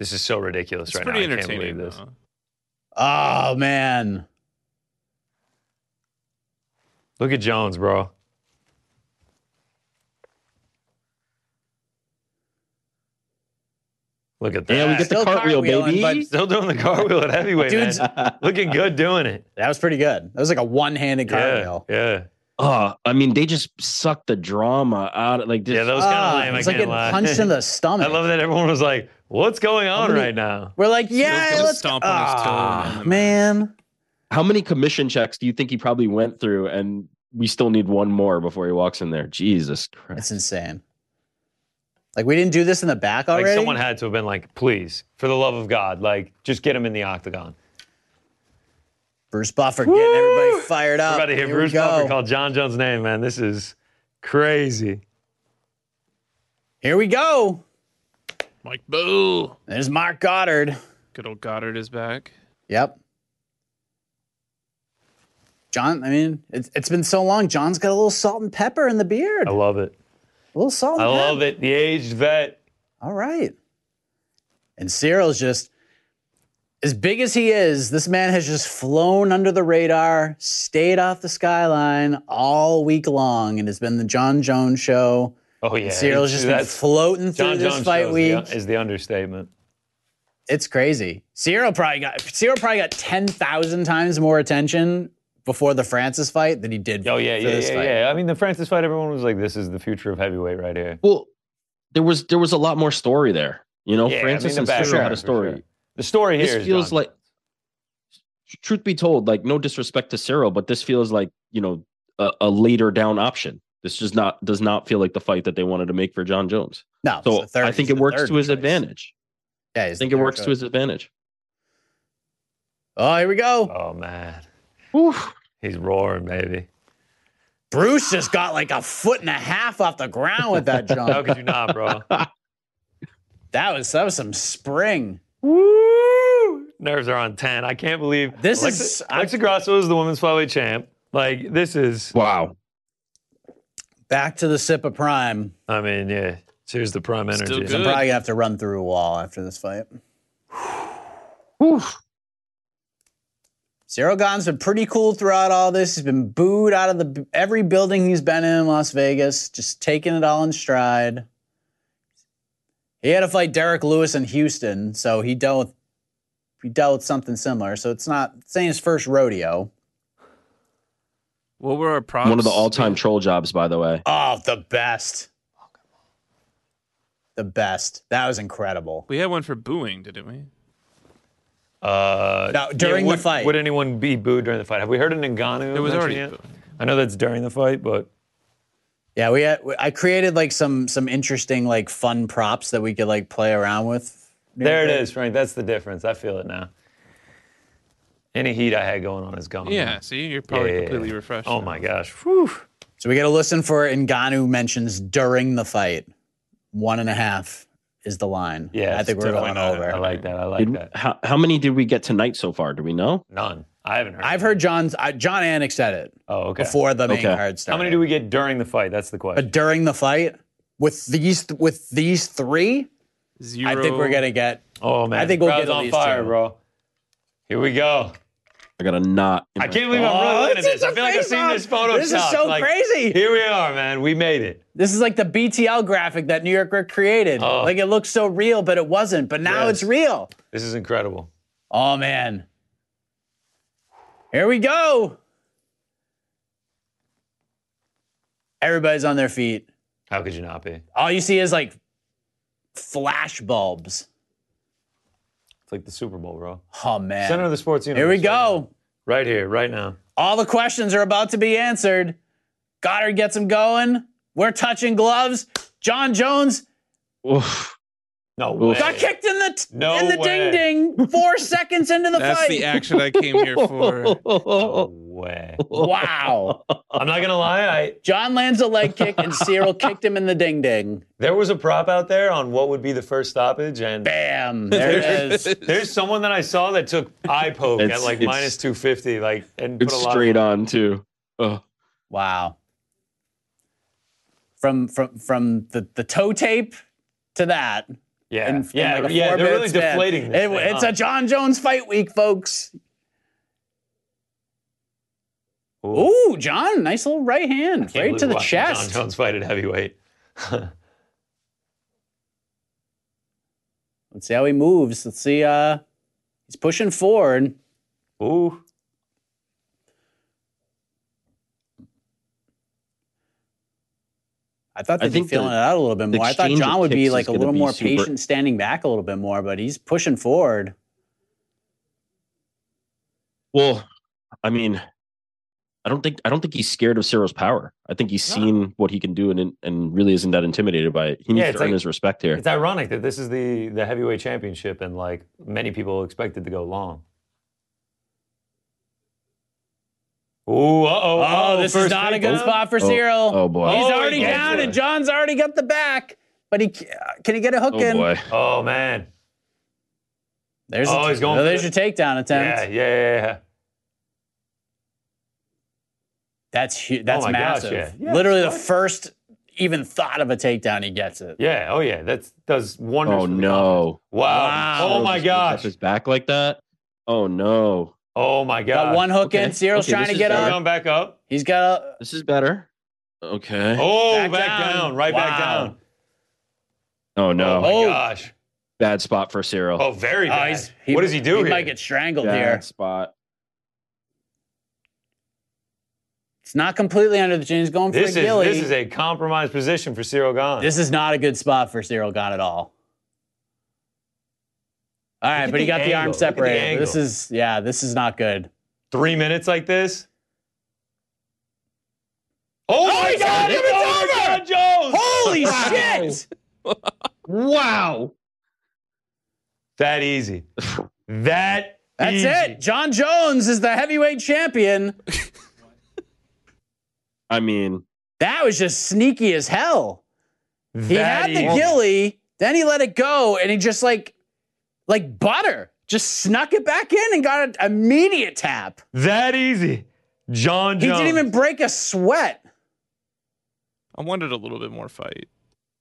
Speaker 5: This is so ridiculous
Speaker 6: it's
Speaker 5: right
Speaker 6: pretty
Speaker 5: now. I can't
Speaker 6: entertaining.
Speaker 5: believe this.
Speaker 6: though.
Speaker 4: Oh man.
Speaker 5: Look at Jones, bro. Look at that.
Speaker 10: yeah, we get the
Speaker 4: Still
Speaker 10: cartwheel,
Speaker 4: cartwheeling,
Speaker 10: baby.
Speaker 4: but-
Speaker 5: Still doing the cartwheel at heavyweight.
Speaker 4: Dude's-
Speaker 5: man. Looking good doing it.
Speaker 4: That was pretty good. That was like a one-handed
Speaker 5: Yeah,
Speaker 4: cartwheel.
Speaker 5: yeah,
Speaker 10: Oh, I mean, they just sucked the drama out. of Like, just,
Speaker 5: yeah. That was kind of
Speaker 4: Ah,
Speaker 5: lame. I
Speaker 4: it's like
Speaker 5: can't
Speaker 4: getting
Speaker 5: lie.
Speaker 4: punched in the stomach.
Speaker 5: I love that everyone was like, "What's going on
Speaker 4: many-
Speaker 5: right now?"
Speaker 4: We're like, yeah,
Speaker 6: gonna
Speaker 4: let's
Speaker 6: stomp on his toe
Speaker 4: Ah,
Speaker 6: and then-
Speaker 4: man.
Speaker 10: how many commission checks do you think he probably went through? And we still need one more before he walks in there. Jesus Christ!
Speaker 4: It's insane. Like we didn't do this in the back already.
Speaker 5: Like someone had to have been like, "Please, for the love of God, like just get him in the octagon."
Speaker 4: Bruce Buffer getting everybody fired up.
Speaker 5: We're about to hear
Speaker 4: Here we
Speaker 5: Bruce
Speaker 4: go.
Speaker 5: Buffer call John Jones' name, man. This is crazy.
Speaker 4: Here we go.
Speaker 6: Mike Boo.
Speaker 4: There's Mark Goddard.
Speaker 6: Good old Goddard is back.
Speaker 4: Yep. John, I mean, it's, it's been so long. John's got a little salt and pepper in the beard.
Speaker 5: I
Speaker 4: A
Speaker 5: love it.
Speaker 4: little salt
Speaker 5: I
Speaker 4: and pepper.
Speaker 5: love it. The aged vet.
Speaker 4: All right. And Cyril's just as big as he is, this man has just flown under the radar, stayed off the skyline all week long, and has been the John Jones show.
Speaker 5: Oh yeah,
Speaker 4: Cyril's just been
Speaker 5: That's-
Speaker 4: floating through
Speaker 5: John
Speaker 4: this
Speaker 5: Jones
Speaker 4: fight
Speaker 5: shows
Speaker 4: week.
Speaker 5: the, is the understatement.
Speaker 4: it's crazy. Cyril probably got Cyril probably got ten thousand times more attention before the Francis fight than he did.
Speaker 5: Oh yeah,
Speaker 4: for
Speaker 5: yeah,
Speaker 4: this
Speaker 5: yeah,
Speaker 4: fight.
Speaker 5: yeah. I mean, the Francis fight. Everyone was like, "This is the future of heavyweight right here."
Speaker 10: Well, there was there was a lot more story there. You know,
Speaker 5: Yeah, I
Speaker 10: Francis
Speaker 5: mean, the
Speaker 10: and Cyril
Speaker 5: background,
Speaker 10: had a
Speaker 5: for
Speaker 10: story.
Speaker 5: sure. The story here
Speaker 10: this
Speaker 5: is
Speaker 10: feels
Speaker 5: John.
Speaker 10: like truth be told like no disrespect to cyril but this feels like you know a, a later down option this does not does not feel like the fight that they wanted to make for john jones
Speaker 4: No,
Speaker 10: so
Speaker 4: it's the third-
Speaker 10: i think
Speaker 4: it's
Speaker 10: it
Speaker 4: the
Speaker 10: works
Speaker 4: third
Speaker 10: to his
Speaker 4: choice.
Speaker 10: advantage
Speaker 4: Yeah,
Speaker 10: i think it works to his advantage
Speaker 4: Oh, here we go.
Speaker 5: Oh man, he's roaring, baby.
Speaker 4: Bruce just got like a foot and a half off the ground with that jump.
Speaker 5: How could you not, bro?
Speaker 4: That was that was some spring.
Speaker 5: Woo! Nerves are on ten. I can't believe
Speaker 4: This
Speaker 5: Alexa-
Speaker 4: is-
Speaker 5: Alexa Grasso is the women's flyweight champ. Like this is.
Speaker 10: wow
Speaker 4: Back to the sip of prime.
Speaker 5: I mean, yeah. Here's the prime energy.
Speaker 6: Still
Speaker 4: I'm
Speaker 6: Good.
Speaker 4: probably gonna have to run through a wall after this fight. Cyril Gaon's been pretty cool throughout all this. He's been booed out of the every building he's been in in Las Vegas, just taking it all in stride. He had to fight Derek Lewis in Houston, so he dealt with he dealt with something similar. So it's not it's ain't his first rodeo.
Speaker 6: What were our props?
Speaker 10: one of the all-time troll jobs by the way
Speaker 4: Oh, the best. The best. That was incredible.
Speaker 6: We had one for booing, didn't we?
Speaker 5: Uh,
Speaker 4: No, during the
Speaker 5: would,
Speaker 4: fight.
Speaker 5: Would anyone be booed during the fight? Have we heard an Ngannou?
Speaker 6: It was
Speaker 5: mention
Speaker 6: already
Speaker 5: yet?
Speaker 6: booing.
Speaker 5: I know that's during the fight, but
Speaker 4: Yeah, we had, I created like some some interesting like fun props that we could like play around with.
Speaker 5: there it is, Frank. That's the difference. I feel it now. Any heat I had going on is gone.
Speaker 6: Yeah. See, you're probably
Speaker 5: Yeah.
Speaker 6: completely refreshed.
Speaker 5: Oh
Speaker 6: now.
Speaker 5: my gosh. Whew.
Speaker 4: So we got to listen for Ngannou mentions during the fight. One and a half is the line.
Speaker 5: Yeah,
Speaker 4: I think
Speaker 5: it's
Speaker 4: we're
Speaker 5: definitely
Speaker 4: going
Speaker 5: not- I
Speaker 4: over.
Speaker 5: like that. I like
Speaker 10: Did-
Speaker 5: that.
Speaker 10: how, how many did we get tonight so far do we know
Speaker 5: None. I haven't heard.
Speaker 4: I've heard John's I, John Anik said it
Speaker 5: Oh, okay.
Speaker 4: before the main
Speaker 10: Okay.
Speaker 4: card started.
Speaker 5: How many do we get during the fight? That's the question.
Speaker 4: But during the fight, with these with these three,
Speaker 6: Zero.
Speaker 4: I think we're gonna get.
Speaker 5: oh man,
Speaker 4: I think
Speaker 5: the
Speaker 4: we'll
Speaker 5: crowd's
Speaker 4: get at
Speaker 5: on
Speaker 4: least
Speaker 5: fire,
Speaker 4: two.
Speaker 5: bro. Here we go.
Speaker 10: i got a knot in
Speaker 5: I
Speaker 10: my-
Speaker 5: can't believe I'm
Speaker 4: Oh,
Speaker 5: really looking at
Speaker 4: this is
Speaker 5: this. I
Speaker 4: a
Speaker 5: feel like I've seen
Speaker 4: face-off.
Speaker 5: this photo.
Speaker 4: This is so crazy.
Speaker 5: Here we are, man. We made it.
Speaker 4: This is like the BTL graphic that New York Rick created.
Speaker 5: Oh.
Speaker 4: Like it looked so real, but it wasn't. But now
Speaker 5: Yes.
Speaker 4: it's real.
Speaker 5: This is incredible.
Speaker 4: Oh man. Here we go. Everybody's on their feet.
Speaker 5: How could you not be? It's
Speaker 4: All you see is like flash bulbs.
Speaker 5: like the Super Bowl, bro.
Speaker 4: Oh man.
Speaker 5: Center of the sports universe.
Speaker 4: Here we
Speaker 5: right now.
Speaker 4: go.
Speaker 5: Right here, right now.
Speaker 4: All the questions are about to be answered. Goddard gets him going. We're touching gloves. John Jones
Speaker 10: Oof.
Speaker 5: No
Speaker 10: Oof.
Speaker 5: way.
Speaker 4: Got kicked in the t-
Speaker 5: No
Speaker 4: in the
Speaker 5: way.
Speaker 4: ding ding four seconds into the
Speaker 6: That's
Speaker 4: fight.
Speaker 6: the action I came here for.
Speaker 5: No way.
Speaker 4: wow.
Speaker 5: I'm not gonna lie. I
Speaker 4: John lands a leg kick and Cyril kicked him in the ding ding.
Speaker 5: there was a prop out there on what would be the first stoppage, and
Speaker 4: Bam. There it is.
Speaker 5: there's someone that I saw that took eye poke at
Speaker 10: It's-
Speaker 5: like
Speaker 10: it's-
Speaker 5: minus 250, like and put
Speaker 10: It's
Speaker 5: a lot.
Speaker 10: straight on too. Oh,
Speaker 4: Wow. From from from the, the toe tape to that.
Speaker 5: yeah,
Speaker 4: in- in
Speaker 5: yeah,
Speaker 4: like a
Speaker 5: yeah. They're
Speaker 4: four-minute
Speaker 5: really
Speaker 4: span.
Speaker 5: deflating. This
Speaker 4: It-
Speaker 5: thing,
Speaker 4: it's
Speaker 5: huh?
Speaker 4: a John Jones fight week, folks.
Speaker 5: Ooh.
Speaker 4: Ooh, John, nice little right hand,
Speaker 5: Can't
Speaker 4: right to
Speaker 5: believe
Speaker 4: the
Speaker 5: watching John
Speaker 4: chest.
Speaker 5: Jones fight at heavyweight.
Speaker 4: Let's see how he moves. Let's see. Uh, he's pushing forward.
Speaker 5: Ooh.
Speaker 4: I thought
Speaker 10: I
Speaker 4: they'd be
Speaker 10: think
Speaker 4: feeling
Speaker 10: the-
Speaker 4: it out a little bit
Speaker 10: the
Speaker 4: more. I thought
Speaker 10: exchange of
Speaker 4: John would be
Speaker 10: kicks
Speaker 4: like
Speaker 10: is
Speaker 4: a
Speaker 10: gonna
Speaker 4: little
Speaker 10: be
Speaker 4: more
Speaker 10: super-
Speaker 4: patient, standing back a little bit more, but he's pushing forward.
Speaker 10: well, I mean, I don't think I don't think he's scared of Cyril's power. I think he's seen what he can do and and really isn't that intimidated by it. He needs
Speaker 5: Yeah,
Speaker 10: to
Speaker 5: it's
Speaker 10: earn
Speaker 5: like-
Speaker 10: his respect here.
Speaker 5: It's ironic that this is the the heavyweight championship, and like many people expected to go long. Ooh, uh oh.
Speaker 4: Oh, this is not a good spot for
Speaker 10: Oh,
Speaker 4: Cyril.
Speaker 10: oh, boy.
Speaker 4: He's
Speaker 5: Oh,
Speaker 4: already
Speaker 5: he gets
Speaker 4: down,
Speaker 5: it.
Speaker 4: and John's already got the back. But he ca- can he get a hook
Speaker 10: Oh
Speaker 4: in?
Speaker 10: boy.
Speaker 5: Oh man.
Speaker 4: There's
Speaker 5: Oh,
Speaker 4: a,
Speaker 5: he's going
Speaker 4: oh,
Speaker 5: for
Speaker 4: there's your
Speaker 5: it.
Speaker 4: takedown attempt.
Speaker 5: Yeah, yeah, yeah, yeah.
Speaker 4: That's hu- that's
Speaker 5: Oh my gosh,
Speaker 4: massive.
Speaker 5: yeah. Yeah,
Speaker 4: Literally the
Speaker 5: what?
Speaker 4: first even thought of a takedown, he gets it.
Speaker 5: Yeah, oh yeah. That does wonders.
Speaker 10: Oh
Speaker 5: for the
Speaker 10: no.
Speaker 5: Wow.
Speaker 4: Wow.
Speaker 5: Oh my
Speaker 10: Just goes up
Speaker 5: gosh.
Speaker 10: His back like that. Oh no.
Speaker 5: Oh my gosh.
Speaker 4: Got one hook
Speaker 10: okay.
Speaker 4: in. Cyril's
Speaker 10: Okay,
Speaker 4: trying
Speaker 10: this
Speaker 4: to
Speaker 10: is
Speaker 4: get
Speaker 10: better.
Speaker 4: up.
Speaker 5: Going back up.
Speaker 4: He's got a.
Speaker 10: This is better. Okay. Oh,
Speaker 5: Oh,
Speaker 4: Back
Speaker 5: back,
Speaker 4: down.
Speaker 5: down. Right back
Speaker 4: Wow.
Speaker 5: down.
Speaker 10: no.
Speaker 5: Oh my
Speaker 4: Oh.
Speaker 5: gosh.
Speaker 10: Bad spot for Cyril.
Speaker 5: Oh, very
Speaker 4: Oh,
Speaker 5: bad.
Speaker 4: he's-
Speaker 5: what does he do
Speaker 4: he
Speaker 5: here?
Speaker 4: might get strangled
Speaker 10: Bad
Speaker 4: here.
Speaker 10: spot.
Speaker 4: It's not completely under the chin. He's going for
Speaker 5: this is
Speaker 4: a ghillie.
Speaker 5: this is a compromised position for Cyril Gahn.
Speaker 4: This is not a good spot for Cyril Gone at all. All right,
Speaker 5: at
Speaker 4: but he
Speaker 5: the
Speaker 4: got the arm
Speaker 5: angle. Look at the
Speaker 4: separated.
Speaker 5: angle.
Speaker 4: this is yeah, this is not good.
Speaker 5: three minutes like this. Oh, my
Speaker 4: he got
Speaker 5: God!
Speaker 4: him! It's
Speaker 5: over! John Jones!
Speaker 4: Holy shit!
Speaker 10: Wow.
Speaker 5: That easy. That.
Speaker 4: That's
Speaker 5: easy.
Speaker 4: it. John Jones is the heavyweight champion.
Speaker 10: I mean,
Speaker 4: That was just sneaky as hell. He
Speaker 5: That
Speaker 4: had the
Speaker 5: easy.
Speaker 4: ghillie, then he let it go, and he just like, like butter, just snuck it back in and got an immediate tap.
Speaker 5: That easy. John
Speaker 4: He
Speaker 5: Jones.
Speaker 4: didn't even break a sweat.
Speaker 6: I wanted a little bit more fight.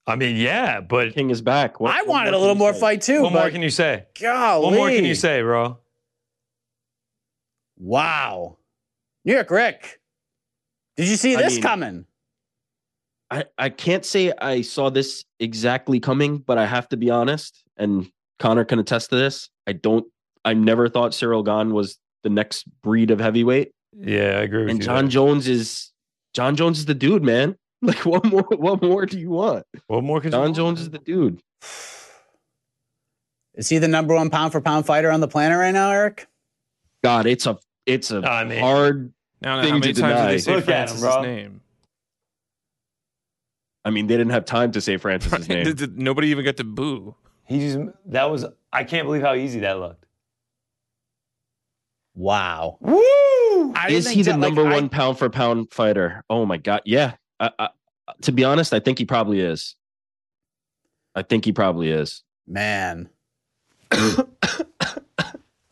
Speaker 5: I mean, yeah, but
Speaker 10: King is back. What-
Speaker 4: I
Speaker 10: what
Speaker 4: wanted
Speaker 10: can
Speaker 4: a little
Speaker 10: you
Speaker 4: more
Speaker 10: say?
Speaker 4: fight too.
Speaker 5: what more
Speaker 4: but
Speaker 5: can you say?
Speaker 4: golly.
Speaker 5: What more can you say, bro?
Speaker 4: Wow. New York Rick. Did you see
Speaker 10: I
Speaker 4: this
Speaker 10: mean-
Speaker 4: coming?
Speaker 10: I, I can't say I saw this exactly coming, but I have to be honest, and Connor can attest to this. I don't. I never thought Cyril Gahn was the next breed of heavyweight,
Speaker 5: Yeah, I agree with
Speaker 10: and
Speaker 5: you.
Speaker 10: John
Speaker 5: there.
Speaker 10: Jones is John Jones is the dude, man. Like, what more? What more do you want?
Speaker 5: What more can you
Speaker 10: John
Speaker 5: want?
Speaker 10: Jones is the dude.
Speaker 4: Is he the number one pound for pound fighter on the planet right now, Eric?
Speaker 10: God, it's a it's a
Speaker 5: I mean-
Speaker 10: hard.
Speaker 6: Now, how
Speaker 10: Thing
Speaker 6: many
Speaker 10: to
Speaker 6: times did
Speaker 10: deny.
Speaker 6: they say
Speaker 5: Look at him,
Speaker 6: Francis's
Speaker 5: bro.
Speaker 6: name?
Speaker 10: I mean, they didn't have time to say Francis's name.
Speaker 6: Did- did- Nobody even got to boo.
Speaker 5: He just that was I can't believe how easy that looked.
Speaker 4: Wow.
Speaker 5: Woo!
Speaker 4: I didn't
Speaker 10: Is
Speaker 4: think
Speaker 10: he the
Speaker 4: that- like,
Speaker 10: number
Speaker 4: I-
Speaker 10: one pound for pound fighter? Oh my god, yeah. I, I, to be honest, I think he probably is. I think he probably is.
Speaker 4: Man.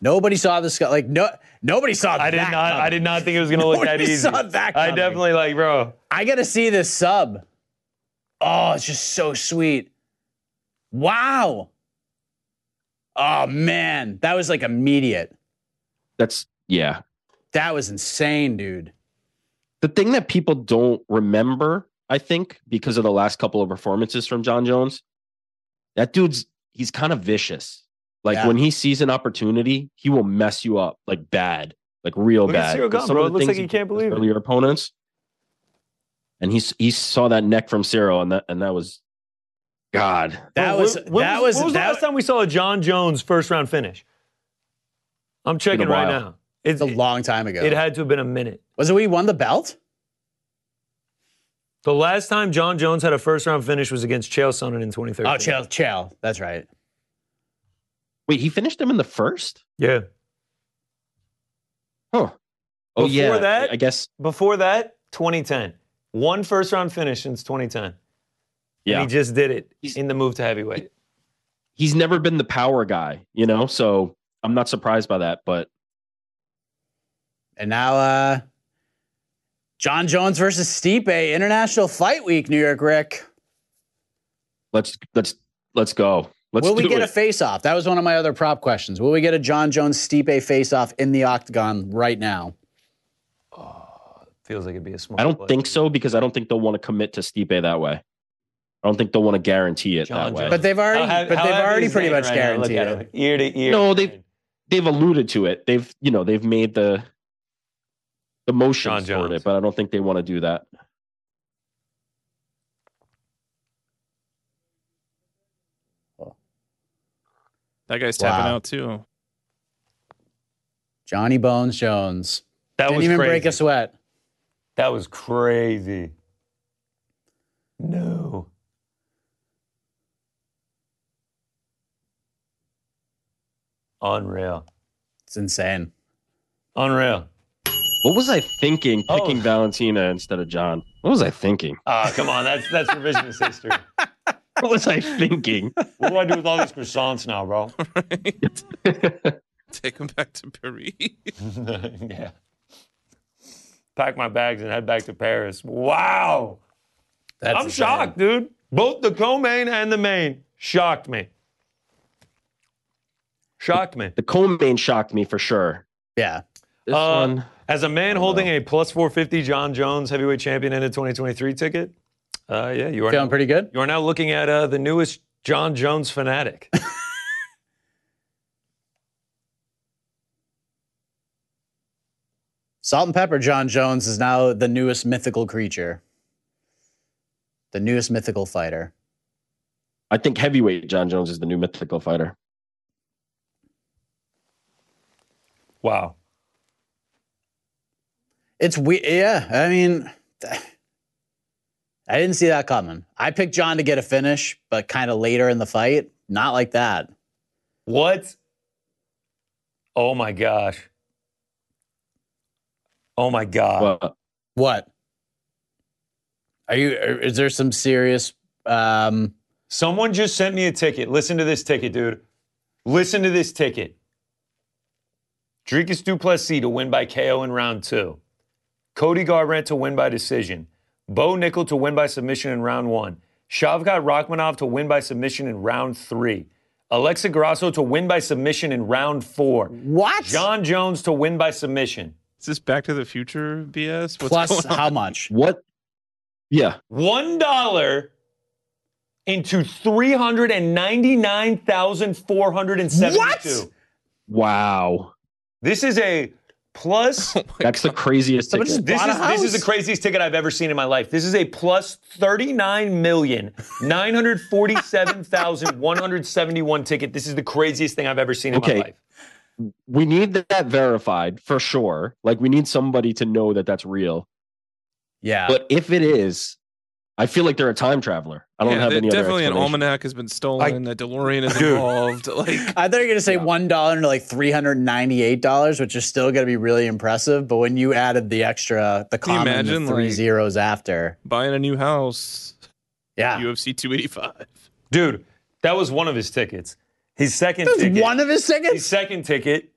Speaker 4: nobody saw this. guy- Like no, nobody saw.
Speaker 5: I did
Speaker 4: that
Speaker 5: not I
Speaker 4: coming.
Speaker 5: did not think it was gonna look that
Speaker 4: Nobody
Speaker 5: easy.
Speaker 4: saw that
Speaker 5: I
Speaker 4: coming.
Speaker 5: definitely like, bro.
Speaker 4: I gotta see this sub. Oh, it's just so sweet. Wow. Oh man, that was like immediate.
Speaker 10: That's yeah.
Speaker 4: That was insane, dude.
Speaker 10: The thing that people don't remember, I think, because of the last couple of performances from John Jones, that dude's he's kind of vicious. Like
Speaker 4: Yeah.
Speaker 10: when he sees an opportunity, he will mess you up like bad, like real
Speaker 5: Look at
Speaker 10: bad.
Speaker 5: Cyril
Speaker 10: But
Speaker 5: Gahn,
Speaker 10: some
Speaker 5: bro.
Speaker 10: of the
Speaker 5: It looks
Speaker 10: things
Speaker 5: like he can't
Speaker 10: does
Speaker 5: believe
Speaker 10: to
Speaker 5: it.
Speaker 10: your opponents. And he s- he saw that neck from Cyril, and that and that was God.
Speaker 4: That
Speaker 5: Bro,
Speaker 4: was
Speaker 5: when- when
Speaker 4: that
Speaker 5: was, when was the
Speaker 4: that
Speaker 5: last time we saw a John Jones first round finish? I'm
Speaker 10: a
Speaker 5: checking right
Speaker 10: while.
Speaker 5: now. It's
Speaker 4: It's a long time ago.
Speaker 5: it had to have been a minute.
Speaker 4: was it we won the belt?
Speaker 5: The last time John Jones had a first round finish was against Chael Sonnen in 2013.
Speaker 4: Oh, Chael, Chael. That's right.
Speaker 10: Wait, he finished him in the first?
Speaker 5: Yeah.
Speaker 10: Huh.
Speaker 5: Before
Speaker 10: Oh yeah.
Speaker 5: that-
Speaker 10: I guess.
Speaker 5: Before that, 2010. One first round finish since 2010.
Speaker 10: Yeah.
Speaker 5: And he just did it
Speaker 10: He's-
Speaker 5: in the move to heavyweight.
Speaker 10: he's never been the power guy, you know. So I'm not surprised by that. But
Speaker 4: And now, uh, John Jones versus Stipe, International Fight Week, New York Rick.
Speaker 10: let's let's let's go. Let's
Speaker 4: Will we
Speaker 10: do
Speaker 4: get
Speaker 10: it.
Speaker 4: a face off? That was one of my other prop questions. Will we get a John Jones Stipe face off in the octagon right now?
Speaker 5: Feels like it'd be a small.
Speaker 10: I don't
Speaker 5: play.
Speaker 10: think so because I don't think they'll want to commit to Stipe that way. I don't think they'll want to guarantee it
Speaker 5: John
Speaker 10: that way.
Speaker 5: Jones.
Speaker 4: But they've already,
Speaker 5: How heavy-
Speaker 4: but
Speaker 5: how
Speaker 4: they've
Speaker 5: heavy
Speaker 4: already
Speaker 5: is
Speaker 4: pretty
Speaker 5: Zane
Speaker 4: much
Speaker 5: right now? Look
Speaker 4: guaranteed
Speaker 5: at
Speaker 4: it.
Speaker 5: him. Ear to ear.
Speaker 10: No, they- they've alluded to it. They've you know they've made the the
Speaker 5: John
Speaker 10: motions
Speaker 5: Jones.
Speaker 10: toward it, but I don't think they want to do that.
Speaker 6: That guy's tapping
Speaker 4: Wow.
Speaker 6: out too.
Speaker 4: Johnny Bones Jones
Speaker 5: That
Speaker 4: didn't
Speaker 5: was
Speaker 4: even
Speaker 5: crazy.
Speaker 4: break a sweat.
Speaker 5: That was crazy. No. Unreal.
Speaker 4: It's insane.
Speaker 5: Unreal.
Speaker 10: What was I thinking
Speaker 5: Oh.
Speaker 10: picking Valentina instead of John? What was I thinking?
Speaker 5: Ah, come on. That's that's revisionist history.
Speaker 10: What was I thinking?
Speaker 5: What do I do with all these croissants now, bro?
Speaker 6: Right? Take him back to Paris.
Speaker 5: yeah. Pack my bags and head back to Paris. Wow.
Speaker 4: That's
Speaker 5: I'm
Speaker 4: insane.
Speaker 5: shocked, dude. Both the co-main and the main shocked me. Shocked me.
Speaker 10: the co-main shocked me for sure.
Speaker 4: Yeah.
Speaker 10: This
Speaker 5: Uh,
Speaker 10: one.
Speaker 5: As a man holding a plus 450 John Jones heavyweight champion and a 2023 ticket, uh, yeah, you are
Speaker 4: Feeling
Speaker 5: now,
Speaker 4: pretty good?
Speaker 5: you are now looking at uh, the newest John Jones fanatic.
Speaker 4: Salt and Pepper John Jones is now the newest mythical creature, the newest mythical fighter.
Speaker 10: I think heavyweight John Jones is the new mythical fighter.
Speaker 5: wow.
Speaker 4: It's we yeah, I mean I didn't see that coming. I picked John to get a finish, but kind of later in the fight, not like that.
Speaker 5: What? Oh my gosh. Oh my God.
Speaker 10: But
Speaker 4: What? Are you are- is there some serious um
Speaker 5: Someone just sent me a ticket. Listen to this ticket, dude. Listen to this ticket. Dricus Duplessis to win by KO in round two. Cody Garbrandt to win by decision. Bo Nickel to win by submission in round one. Shavkat Rachmanov to win by submission in round three. Alexa Grasso to win by submission in round four.
Speaker 4: what?
Speaker 5: John Jones to win by submission.
Speaker 6: Is this Back to the Future BS? What's
Speaker 4: Plus
Speaker 6: going on?
Speaker 4: how much?
Speaker 10: what? Yeah,
Speaker 5: one dollar into three hundred and ninety-nine thousand four hundred and seventy-two.
Speaker 4: What?
Speaker 10: wow, Oh
Speaker 5: This is a plus.
Speaker 10: that's the craziest
Speaker 4: Someone
Speaker 10: ticket.
Speaker 4: just
Speaker 5: This
Speaker 4: bought a
Speaker 5: is,
Speaker 4: house.
Speaker 5: this is the craziest ticket I've ever seen in my life. This is a plus thirty-nine million nine hundred forty-seven thousand one hundred seventy-one ticket. This is the craziest thing I've ever seen in
Speaker 10: Okay.
Speaker 5: my life.
Speaker 10: we need that verified for sure. Like we need somebody to know that that's real.
Speaker 4: yeah.
Speaker 10: But if it is, I feel like they're a time traveler. I don't
Speaker 6: Yeah,
Speaker 10: have
Speaker 6: de-
Speaker 10: any
Speaker 6: definitely
Speaker 10: other
Speaker 6: an
Speaker 10: explanation.
Speaker 6: almanac has been stolen. a DeLorean is involved. Like
Speaker 4: I thought you were gonna say one dollar to like three hundred ninety-eight dollars, which is still gonna be really impressive. But when you added the extra, the
Speaker 6: Can you
Speaker 4: common, and the
Speaker 6: imagine,
Speaker 4: three
Speaker 6: like-
Speaker 4: zeros after,
Speaker 6: buying a new house.
Speaker 4: yeah,
Speaker 6: UFC 285.
Speaker 5: Dude, that was one of his tickets. His second
Speaker 4: that was
Speaker 5: ticket.
Speaker 4: one of his
Speaker 5: His
Speaker 4: tickets.
Speaker 5: second ticket.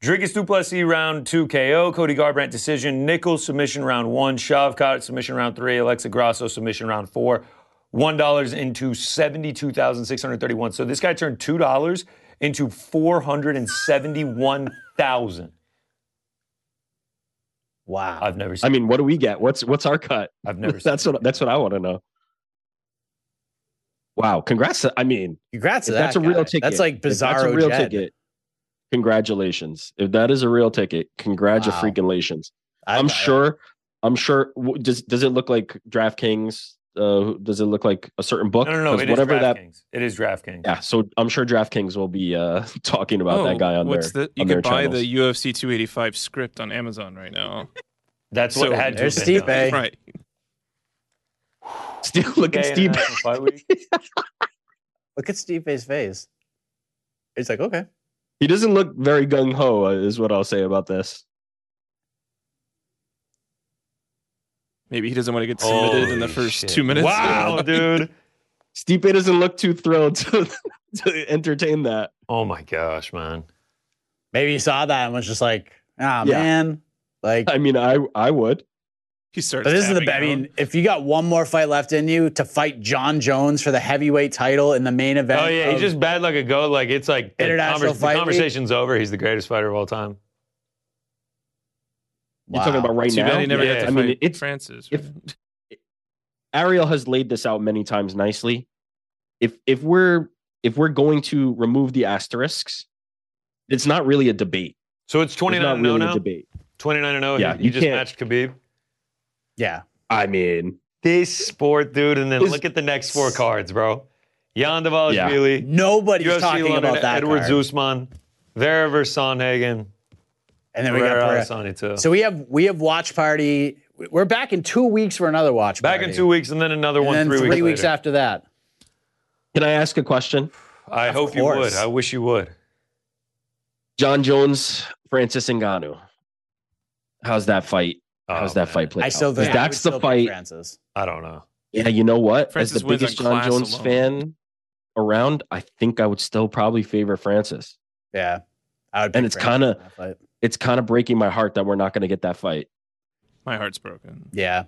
Speaker 5: Driggs Duplessis round two KO. Cody Garbrandt decision. Nichols submission round one. Shavkat submission round three. Alexa Grasso submission round four. One dollars into seventy-two thousand six hundred thirty-one. So this guy turned two dollars into four hundred and seventy-one thousand.
Speaker 4: Wow.
Speaker 5: I've never
Speaker 10: I
Speaker 5: seen.
Speaker 10: mean, what do we get? What's what's our cut?
Speaker 5: I've never.
Speaker 10: that's
Speaker 5: seen
Speaker 10: what that's what I want to know. Wow, congrats! I mean,
Speaker 4: Congrats to
Speaker 10: If that's
Speaker 4: that
Speaker 10: a real
Speaker 4: guy.
Speaker 10: ticket.
Speaker 4: That's like
Speaker 10: if
Speaker 4: bizarro.
Speaker 10: That's a real
Speaker 4: Jed.
Speaker 10: ticket. Congratulations. If that is a real ticket,
Speaker 4: Wow.
Speaker 10: congratulations.
Speaker 4: I-
Speaker 10: I'm
Speaker 4: I-
Speaker 10: sure. I'm sure. w- Does does it look like DraftKings? Uh, does it look like a certain book?
Speaker 5: No, no, no.
Speaker 10: 'Cause
Speaker 5: It is
Speaker 10: whatever that.
Speaker 5: DraftKings. It is DraftKings.
Speaker 10: Yeah, so I'm sure DraftKings will be uh, talking about
Speaker 5: Oh,
Speaker 10: that guy on
Speaker 6: oh, what's
Speaker 10: their.
Speaker 6: the- you
Speaker 10: on
Speaker 6: can
Speaker 10: their
Speaker 6: buy
Speaker 10: channels.
Speaker 6: the UFC 285 script on Amazon right now.
Speaker 5: That's what
Speaker 6: So-
Speaker 5: had to.
Speaker 4: There's
Speaker 5: have been
Speaker 4: Stipe.
Speaker 5: done.
Speaker 4: Hey.
Speaker 6: Right.
Speaker 10: Steve, look at
Speaker 5: Okay,
Speaker 10: Steve.
Speaker 5: International Fight Week.
Speaker 4: Look at Stipe's face. It's like, okay.
Speaker 10: He doesn't look very gung ho, is what I'll say about this.
Speaker 6: Maybe he doesn't want to get submitted in the
Speaker 5: Holy
Speaker 6: first
Speaker 5: shit.
Speaker 6: two minutes.
Speaker 5: Wow, dude.
Speaker 10: Stipe doesn't look too thrilled to, to entertain that.
Speaker 5: Oh my gosh, man.
Speaker 4: Maybe he saw that and was just like, ah,
Speaker 10: Yeah.
Speaker 4: man. Like,
Speaker 10: I mean, I I would.
Speaker 6: He starts.
Speaker 4: but this is the. I
Speaker 6: tapping out.
Speaker 4: mean, if you got one more fight left in you to fight John Jones for the heavyweight title in the main event,
Speaker 5: Oh yeah,
Speaker 4: of-
Speaker 5: he's just bad luck ago. Like it's like the,
Speaker 4: International
Speaker 5: conver-
Speaker 4: Fight
Speaker 5: the
Speaker 4: Week?
Speaker 5: conversation's over. He's the greatest fighter of all time.
Speaker 10: You're talking
Speaker 4: Wow.
Speaker 10: about right
Speaker 6: Too
Speaker 10: now.
Speaker 6: bad he never got
Speaker 5: Yeah,
Speaker 6: to
Speaker 10: I
Speaker 6: fight
Speaker 10: mean, it's-
Speaker 6: Francis.
Speaker 10: if-
Speaker 6: right?
Speaker 10: Ariel has laid this out many times nicely. If if we're if we're going to remove the asterisks, it's not really a debate.
Speaker 5: So it's
Speaker 10: It's
Speaker 5: 29
Speaker 10: not
Speaker 5: and 0
Speaker 10: really a
Speaker 5: now.
Speaker 10: debate.
Speaker 5: 29 and 0.
Speaker 10: Yeah,
Speaker 5: you,
Speaker 10: you
Speaker 5: just
Speaker 10: can't-
Speaker 5: matched Khabib.
Speaker 4: yeah.
Speaker 10: I mean,
Speaker 5: This sport, dude, and then
Speaker 10: This-
Speaker 5: look at the next four cards, bro. Jan Davalishvili,
Speaker 4: Nobody's
Speaker 5: UFC
Speaker 4: talking
Speaker 5: London,
Speaker 4: about that.
Speaker 5: Edward
Speaker 4: card.
Speaker 5: Usman, Vera versus Sonhagen,
Speaker 4: and then we got
Speaker 5: Pereira
Speaker 4: Pereira.
Speaker 5: Adesanya, too.
Speaker 4: So we have we have watch party. We're back in two weeks for another watch
Speaker 5: Back
Speaker 4: party.
Speaker 5: in two weeks, and then another one
Speaker 4: and then
Speaker 5: three,
Speaker 4: three
Speaker 5: weeks,
Speaker 4: weeks
Speaker 5: later.
Speaker 4: after that.
Speaker 10: can I ask a question?
Speaker 5: I hope you
Speaker 4: course.
Speaker 5: would. I wish you would.
Speaker 10: John Jones, Francis Ngannou. How's that fight? How's
Speaker 5: Oh,
Speaker 10: that
Speaker 5: man.
Speaker 10: fight play?
Speaker 4: I
Speaker 10: out?
Speaker 4: still
Speaker 10: 'Cause
Speaker 4: think I would
Speaker 10: that's
Speaker 4: still
Speaker 10: the
Speaker 4: pick
Speaker 10: fight.
Speaker 4: Francis.
Speaker 5: I don't know.
Speaker 10: Yeah, you know what? As
Speaker 6: Francis
Speaker 10: the
Speaker 6: wins
Speaker 10: biggest
Speaker 6: on
Speaker 10: John
Speaker 6: class
Speaker 10: Jones
Speaker 6: alone.
Speaker 10: fan around, I think I would still probably favor Francis.
Speaker 4: Yeah, I would.
Speaker 10: And
Speaker 4: pick
Speaker 10: it's
Speaker 4: Francis
Speaker 10: kinda-
Speaker 4: in that fight.
Speaker 10: It's kind of breaking my heart that we're not going to get that fight.
Speaker 6: My heart's broken.
Speaker 4: yeah.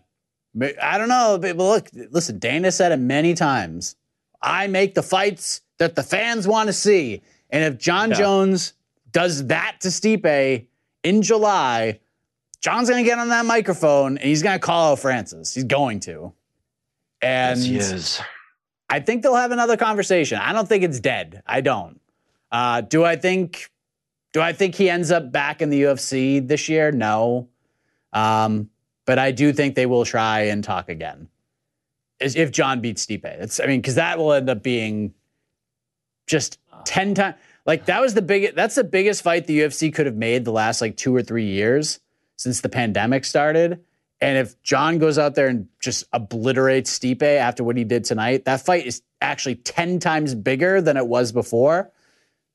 Speaker 4: But I don't know. But but look, listen. Dana said it many times. I make the fights that the fans want to see, and if John
Speaker 10: Yeah.
Speaker 4: Jones does that to Stipe in July, John's gonna get on that microphone and he's gonna call out Francis. He's going to. And
Speaker 10: yes, he is.
Speaker 4: I think they'll have another conversation. I don't think it's dead. I don't. Uh, do I think? Do I think he ends up back in the UFC this year? No, um, but I do think they will try and talk again. As- If John beats Stipe, it's, I mean, because that will end up being just ten times. Like that was the big. That's the biggest fight the UFC could have made the last like two or three years since the pandemic started. And if John goes out there and just obliterates Stipe after what he did tonight, that fight is actually 10 times bigger than it was before,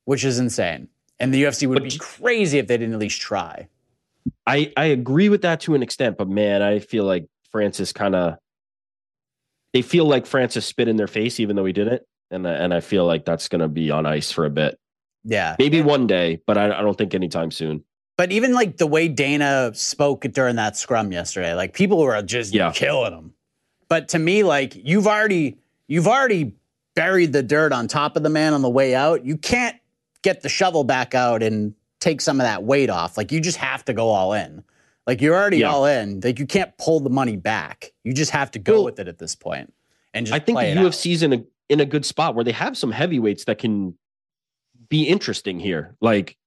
Speaker 4: which is insane. And the UFC would
Speaker 10: But
Speaker 4: be
Speaker 10: d-
Speaker 4: crazy if they didn't at least try.
Speaker 10: I, I agree with that to an extent, but man, I feel like Francis kind of they feel like Francis spit in their face, even though he didn't, and I- and I feel like that's going to be on ice for a bit,
Speaker 4: Yeah.
Speaker 10: maybe one day, but I, I don't think anytime soon.
Speaker 4: But even like the way Dana spoke during that scrum yesterday, like people were just
Speaker 10: Yeah.
Speaker 4: killing him. But to me, like you've already you've already buried the dirt on top of the man on the way out. You can't get the shovel back out and take some of that weight off. Like you just have to go all in. Like you're already
Speaker 10: Yeah.
Speaker 4: all in. Like you can't pull the money back. You just have to go
Speaker 10: Well,
Speaker 4: with it at this point. And just
Speaker 10: I think
Speaker 4: play it
Speaker 10: the
Speaker 4: out.
Speaker 10: UFC's in a in a good spot where they have some heavyweights that can be interesting here, like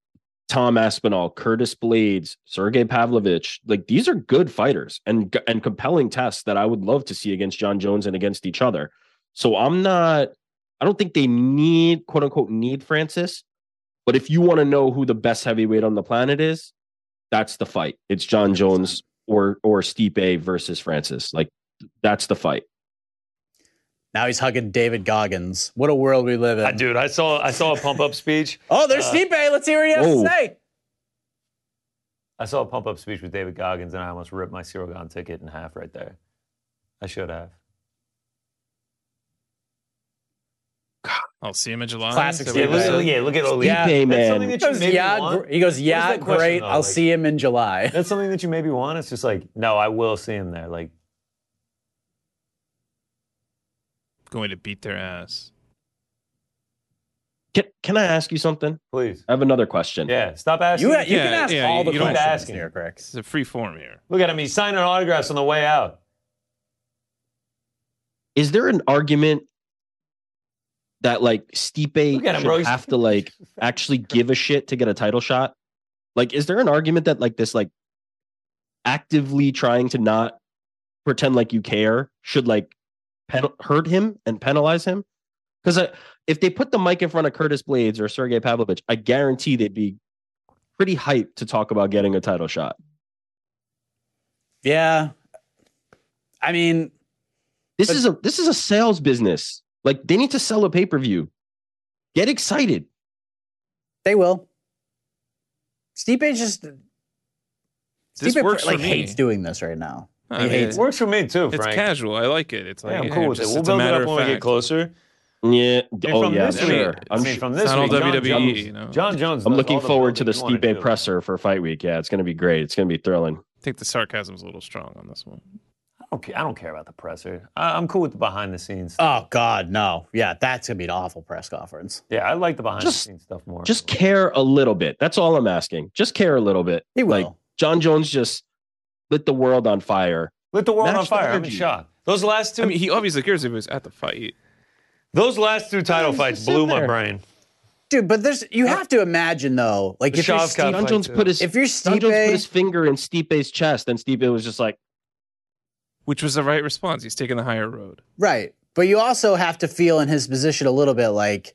Speaker 10: Tom Aspinall, Curtis Blades, Sergey Pavlovich. Like these are good fighters and and compelling tests that I would love to see against John Jones and against each other. So I'm not. I don't think they need quote unquote need Francis, but if you want to know who the best heavyweight on the planet is, that's the fight. It's John Jones or or Stipe versus Francis. Like that's the fight.
Speaker 4: now he's hugging David Goggins. What a world we live in.
Speaker 5: I, dude, I saw I saw a pump up speech.
Speaker 4: Oh, there's
Speaker 5: Uh,
Speaker 4: Stipe. Let's hear what he has
Speaker 10: whoa.
Speaker 4: to say.
Speaker 5: I saw a pump up speech with David Goggins, and I almost ripped my Cyril Gon ticket in half right there. I should have.
Speaker 6: I'll see him in July.
Speaker 4: Classic
Speaker 6: Is that
Speaker 5: Yeah,
Speaker 6: what you said?
Speaker 5: look,
Speaker 4: Stipe.
Speaker 5: at- yeah, look at all
Speaker 10: Yeah.
Speaker 5: That's
Speaker 10: man.
Speaker 5: something that you
Speaker 4: Goes,
Speaker 5: maybe
Speaker 4: yeah,
Speaker 5: want.
Speaker 4: gr- he goes,
Speaker 5: What is
Speaker 4: yeah,
Speaker 5: that question,
Speaker 4: great.
Speaker 5: though?
Speaker 4: I'll
Speaker 5: Like,
Speaker 4: see him in July.
Speaker 5: That's something that you maybe want. It's just like, no, I will see him there. Like,
Speaker 6: Going to beat their ass.
Speaker 10: Can, can I ask you something?
Speaker 5: please.
Speaker 10: I have another question.
Speaker 5: Yeah, stop asking.
Speaker 4: You, you can
Speaker 6: Yeah,
Speaker 4: ask
Speaker 6: yeah,
Speaker 4: all the
Speaker 6: you don't-
Speaker 4: questions
Speaker 5: asking.
Speaker 4: here, Crick.
Speaker 6: This is a free form here.
Speaker 5: Look at him. He's signing autographs on the way out.
Speaker 10: Is there an argument that like Stipe
Speaker 5: Look at him,
Speaker 10: should
Speaker 5: bro. He's-
Speaker 10: have to like actually give a shit to get a title shot? Like, is there an argument that like this like actively trying to not pretend like you care should like pen- hurt him and penalize him? Because if they put the mic in front of Curtis Blades or Sergey Pavlovich, I guarantee they'd be pretty hyped to talk about getting a title shot.
Speaker 4: Yeah. I mean,
Speaker 10: This
Speaker 4: But-
Speaker 10: is a this is a sales business. Like they need to sell a pay per view. Get excited.
Speaker 4: They will. Stipe just
Speaker 6: This
Speaker 4: Stipe
Speaker 6: works for
Speaker 4: like
Speaker 6: me.
Speaker 4: hates doing this right now.
Speaker 6: I
Speaker 4: He
Speaker 6: mean,
Speaker 4: hates
Speaker 5: It works for me too,
Speaker 6: It's
Speaker 5: Frank.
Speaker 6: casual. I like it. It's like
Speaker 5: yeah, I'm
Speaker 6: yeah,
Speaker 5: cool with it.
Speaker 6: just-
Speaker 5: We'll
Speaker 6: it's a
Speaker 5: build it
Speaker 6: matter
Speaker 5: up
Speaker 6: of
Speaker 5: when we get
Speaker 6: fact.
Speaker 5: closer.
Speaker 10: Yeah.
Speaker 5: And
Speaker 10: oh
Speaker 5: from
Speaker 10: yeah.
Speaker 5: this
Speaker 10: Sure.
Speaker 5: week,
Speaker 10: I'm
Speaker 5: I mean, from
Speaker 6: it's
Speaker 5: this
Speaker 6: not all
Speaker 5: week, John
Speaker 6: WWE,
Speaker 5: Jones,
Speaker 6: you know.
Speaker 5: John Jones.
Speaker 10: I'm
Speaker 5: does
Speaker 10: looking
Speaker 5: all the
Speaker 10: forward to the
Speaker 5: building. You wanna
Speaker 10: Stipe
Speaker 5: do.
Speaker 10: presser for fight week. Yeah, it's going to be great. It's going to be thrilling.
Speaker 6: I think the sarcasm's a little strong on this one.
Speaker 5: I don't care. I don't care about the presser. I, I'm cool with the behind the scenes.
Speaker 4: Oh God, no. Yeah, that's gonna be an awful press conference.
Speaker 5: yeah, I like the behind
Speaker 10: just-
Speaker 5: the scenes stuff more.
Speaker 10: Just care a little bit. That's all I'm asking. Just care a little bit.
Speaker 4: He will.
Speaker 10: Like John Jones just lit the world on fire.
Speaker 5: lit the world
Speaker 10: match
Speaker 5: on
Speaker 10: the
Speaker 5: fire. I'm in
Speaker 10: energy.
Speaker 5: shock. Those last two,
Speaker 6: I mean, he obviously cares if he was at the fight.
Speaker 5: those last two title
Speaker 4: He's
Speaker 5: fights
Speaker 4: just in
Speaker 5: blew my
Speaker 4: there.
Speaker 5: brain.
Speaker 4: Dude, but there's you have to imagine though, like
Speaker 5: The
Speaker 4: if you're,
Speaker 5: Shavkat
Speaker 4: Stipe,
Speaker 10: John
Speaker 5: fight,
Speaker 10: Jones
Speaker 5: too.
Speaker 10: put his
Speaker 4: if you're
Speaker 10: John Jones put his
Speaker 4: Stipe,
Speaker 10: finger in Stipe's chest, and Stipe was just like,
Speaker 6: Which was the right response. He's taking the higher road.
Speaker 4: right. But you also have to feel in his position a little bit like,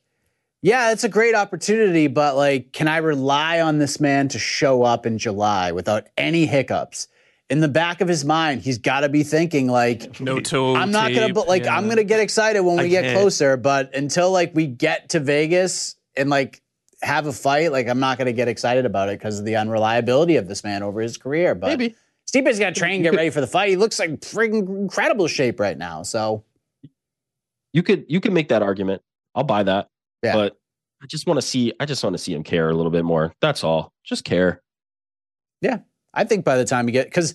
Speaker 4: yeah, it's a great opportunity, but like, can I rely on this man to show up in July without any hiccups? In the back of his mind, he's gotta be thinking like
Speaker 6: No toe.
Speaker 4: I'm not gonna
Speaker 6: tape,
Speaker 4: but like I'm
Speaker 6: yeah.
Speaker 4: gonna get excited when we
Speaker 6: I
Speaker 4: get
Speaker 6: can't.
Speaker 4: closer, but until like we get to Vegas and like have a fight, like I'm not gonna get excited about it because of the unreliability of this man over his career. But
Speaker 10: maybe
Speaker 4: Stipe's got to train, get ready for the fight. He looks like friggin' incredible shape right now. So
Speaker 10: you could you could make that argument. I'll buy that.
Speaker 4: Yeah.
Speaker 10: But I just want to see. I just want to see him care a little bit more. That's all. Just care.
Speaker 4: I think by the time you get, because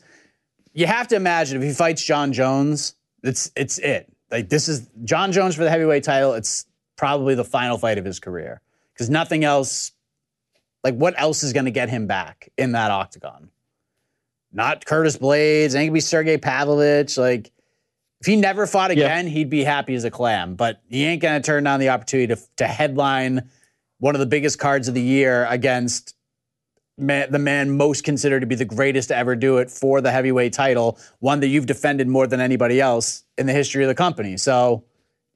Speaker 4: you have to imagine if he fights John Jones, it's it's it. Like this is John Jones for the heavyweight title. It's probably the final fight of his career because nothing else. Like what else is going to get him back in that octagon? Not Curtis Blades. Ain't gonna be Sergey Pavlovich. Like if he never fought again, he'd be happy as a clam. But he ain't going to turn down the opportunity to to headline one of the biggest cards of the year against man, the man most considered to be the greatest to ever do it for the heavyweight title, one that you've defended more than anybody else in the history of the company. So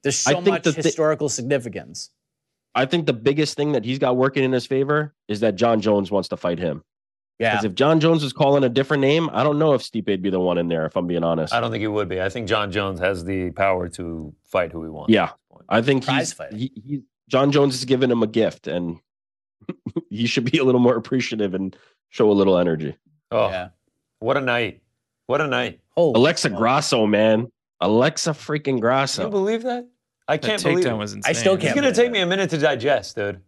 Speaker 4: there's
Speaker 10: I
Speaker 4: so
Speaker 10: think
Speaker 4: much
Speaker 10: the thi-
Speaker 4: historical significance.
Speaker 10: I think the biggest thing that he's got working in his favor is that John Jones wants to fight him.
Speaker 4: Yeah.
Speaker 10: Because if John Jones was calling a different name, I don't know if Stipe'd be the one in there. If I'm being honest,
Speaker 5: I don't think he would be. I think John Jones has the power to fight who he wants.
Speaker 10: Yeah.
Speaker 5: at this point.
Speaker 10: I think
Speaker 4: Prize
Speaker 10: he's,
Speaker 4: fighting.
Speaker 10: he, he, John Jones has given him a gift, and he should be a little more appreciative and show a little energy.
Speaker 5: Oh,
Speaker 4: Yeah.
Speaker 5: what a night! What a night!
Speaker 4: Holy
Speaker 10: Alexa
Speaker 4: smoke.
Speaker 10: Grasso, man, Alexa freaking
Speaker 5: Can you
Speaker 10: Grasso.
Speaker 5: believe that? I
Speaker 6: That
Speaker 5: can't believe it.
Speaker 6: takedown was insane.
Speaker 4: I still
Speaker 5: It's
Speaker 4: can't
Speaker 5: gonna
Speaker 4: believe
Speaker 5: take
Speaker 4: it.
Speaker 5: me a minute to digest, dude.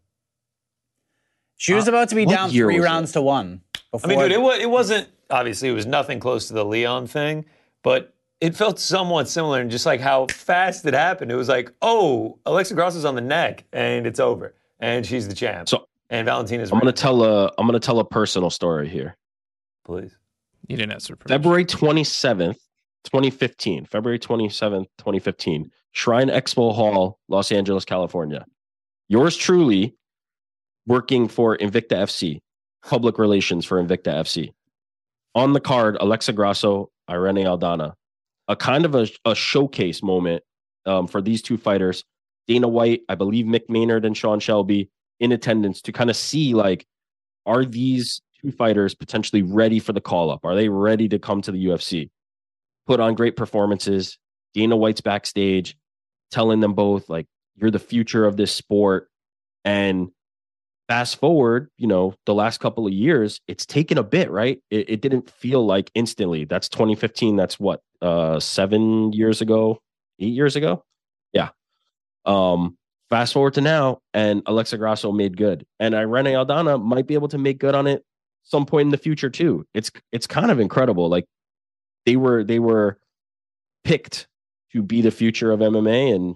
Speaker 4: She was about to be
Speaker 10: Uh, what
Speaker 4: down
Speaker 10: year
Speaker 4: three
Speaker 10: was
Speaker 4: rounds to one.
Speaker 5: I
Speaker 4: Before
Speaker 5: mean, dude, it, wa- it wasn't obviously it was nothing close to the Leon thing, but it felt somewhat similar in just like how fast it happened. It was like, oh, Alexa Gross is on the neck, and it's over, and she's the champ.
Speaker 10: So-
Speaker 5: and Valentina's.
Speaker 10: I'm gonna
Speaker 5: ready.
Speaker 10: tell a I'm gonna tell a personal story here.
Speaker 5: please.
Speaker 6: You didn't ask for permission.
Speaker 10: February 27th, 2015. February 27th, 2015. Shrine Expo Hall, Los Angeles, California. Yours truly working for Invicta FC, public relations for Invicta FC. On the card, Alexa Grasso, Irene Aldana. A kind of a, a showcase moment um, for these two fighters. Dana White, I believe Mick Maynard and Sean Shelby in attendance to kind of see like, are these two fighters potentially ready for the call up? Are they ready to come to the UFC? Put on great performances. Dana White's backstage telling them both, like, you're the future of this sport. And fast forward, you know, the last couple of years, it's taken a bit, right? It, it didn't feel like instantly. That's 2015. That's what, uh, seven years ago, eight years ago? Yeah. Um, fast forward to now, and Alexa Grasso made good. And Irene Aldana might be able to make good on it some point in the future too. It's it's kind of incredible. Like they were they were picked to be the future of MMA and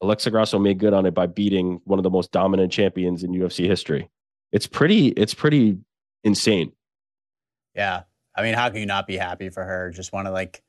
Speaker 10: Alexa Grasso made good on it by beating one of the most dominant champions in UFC history. It's pretty it's pretty insane.
Speaker 4: Yeah. I mean, how can you not be happy for her? Just want to like,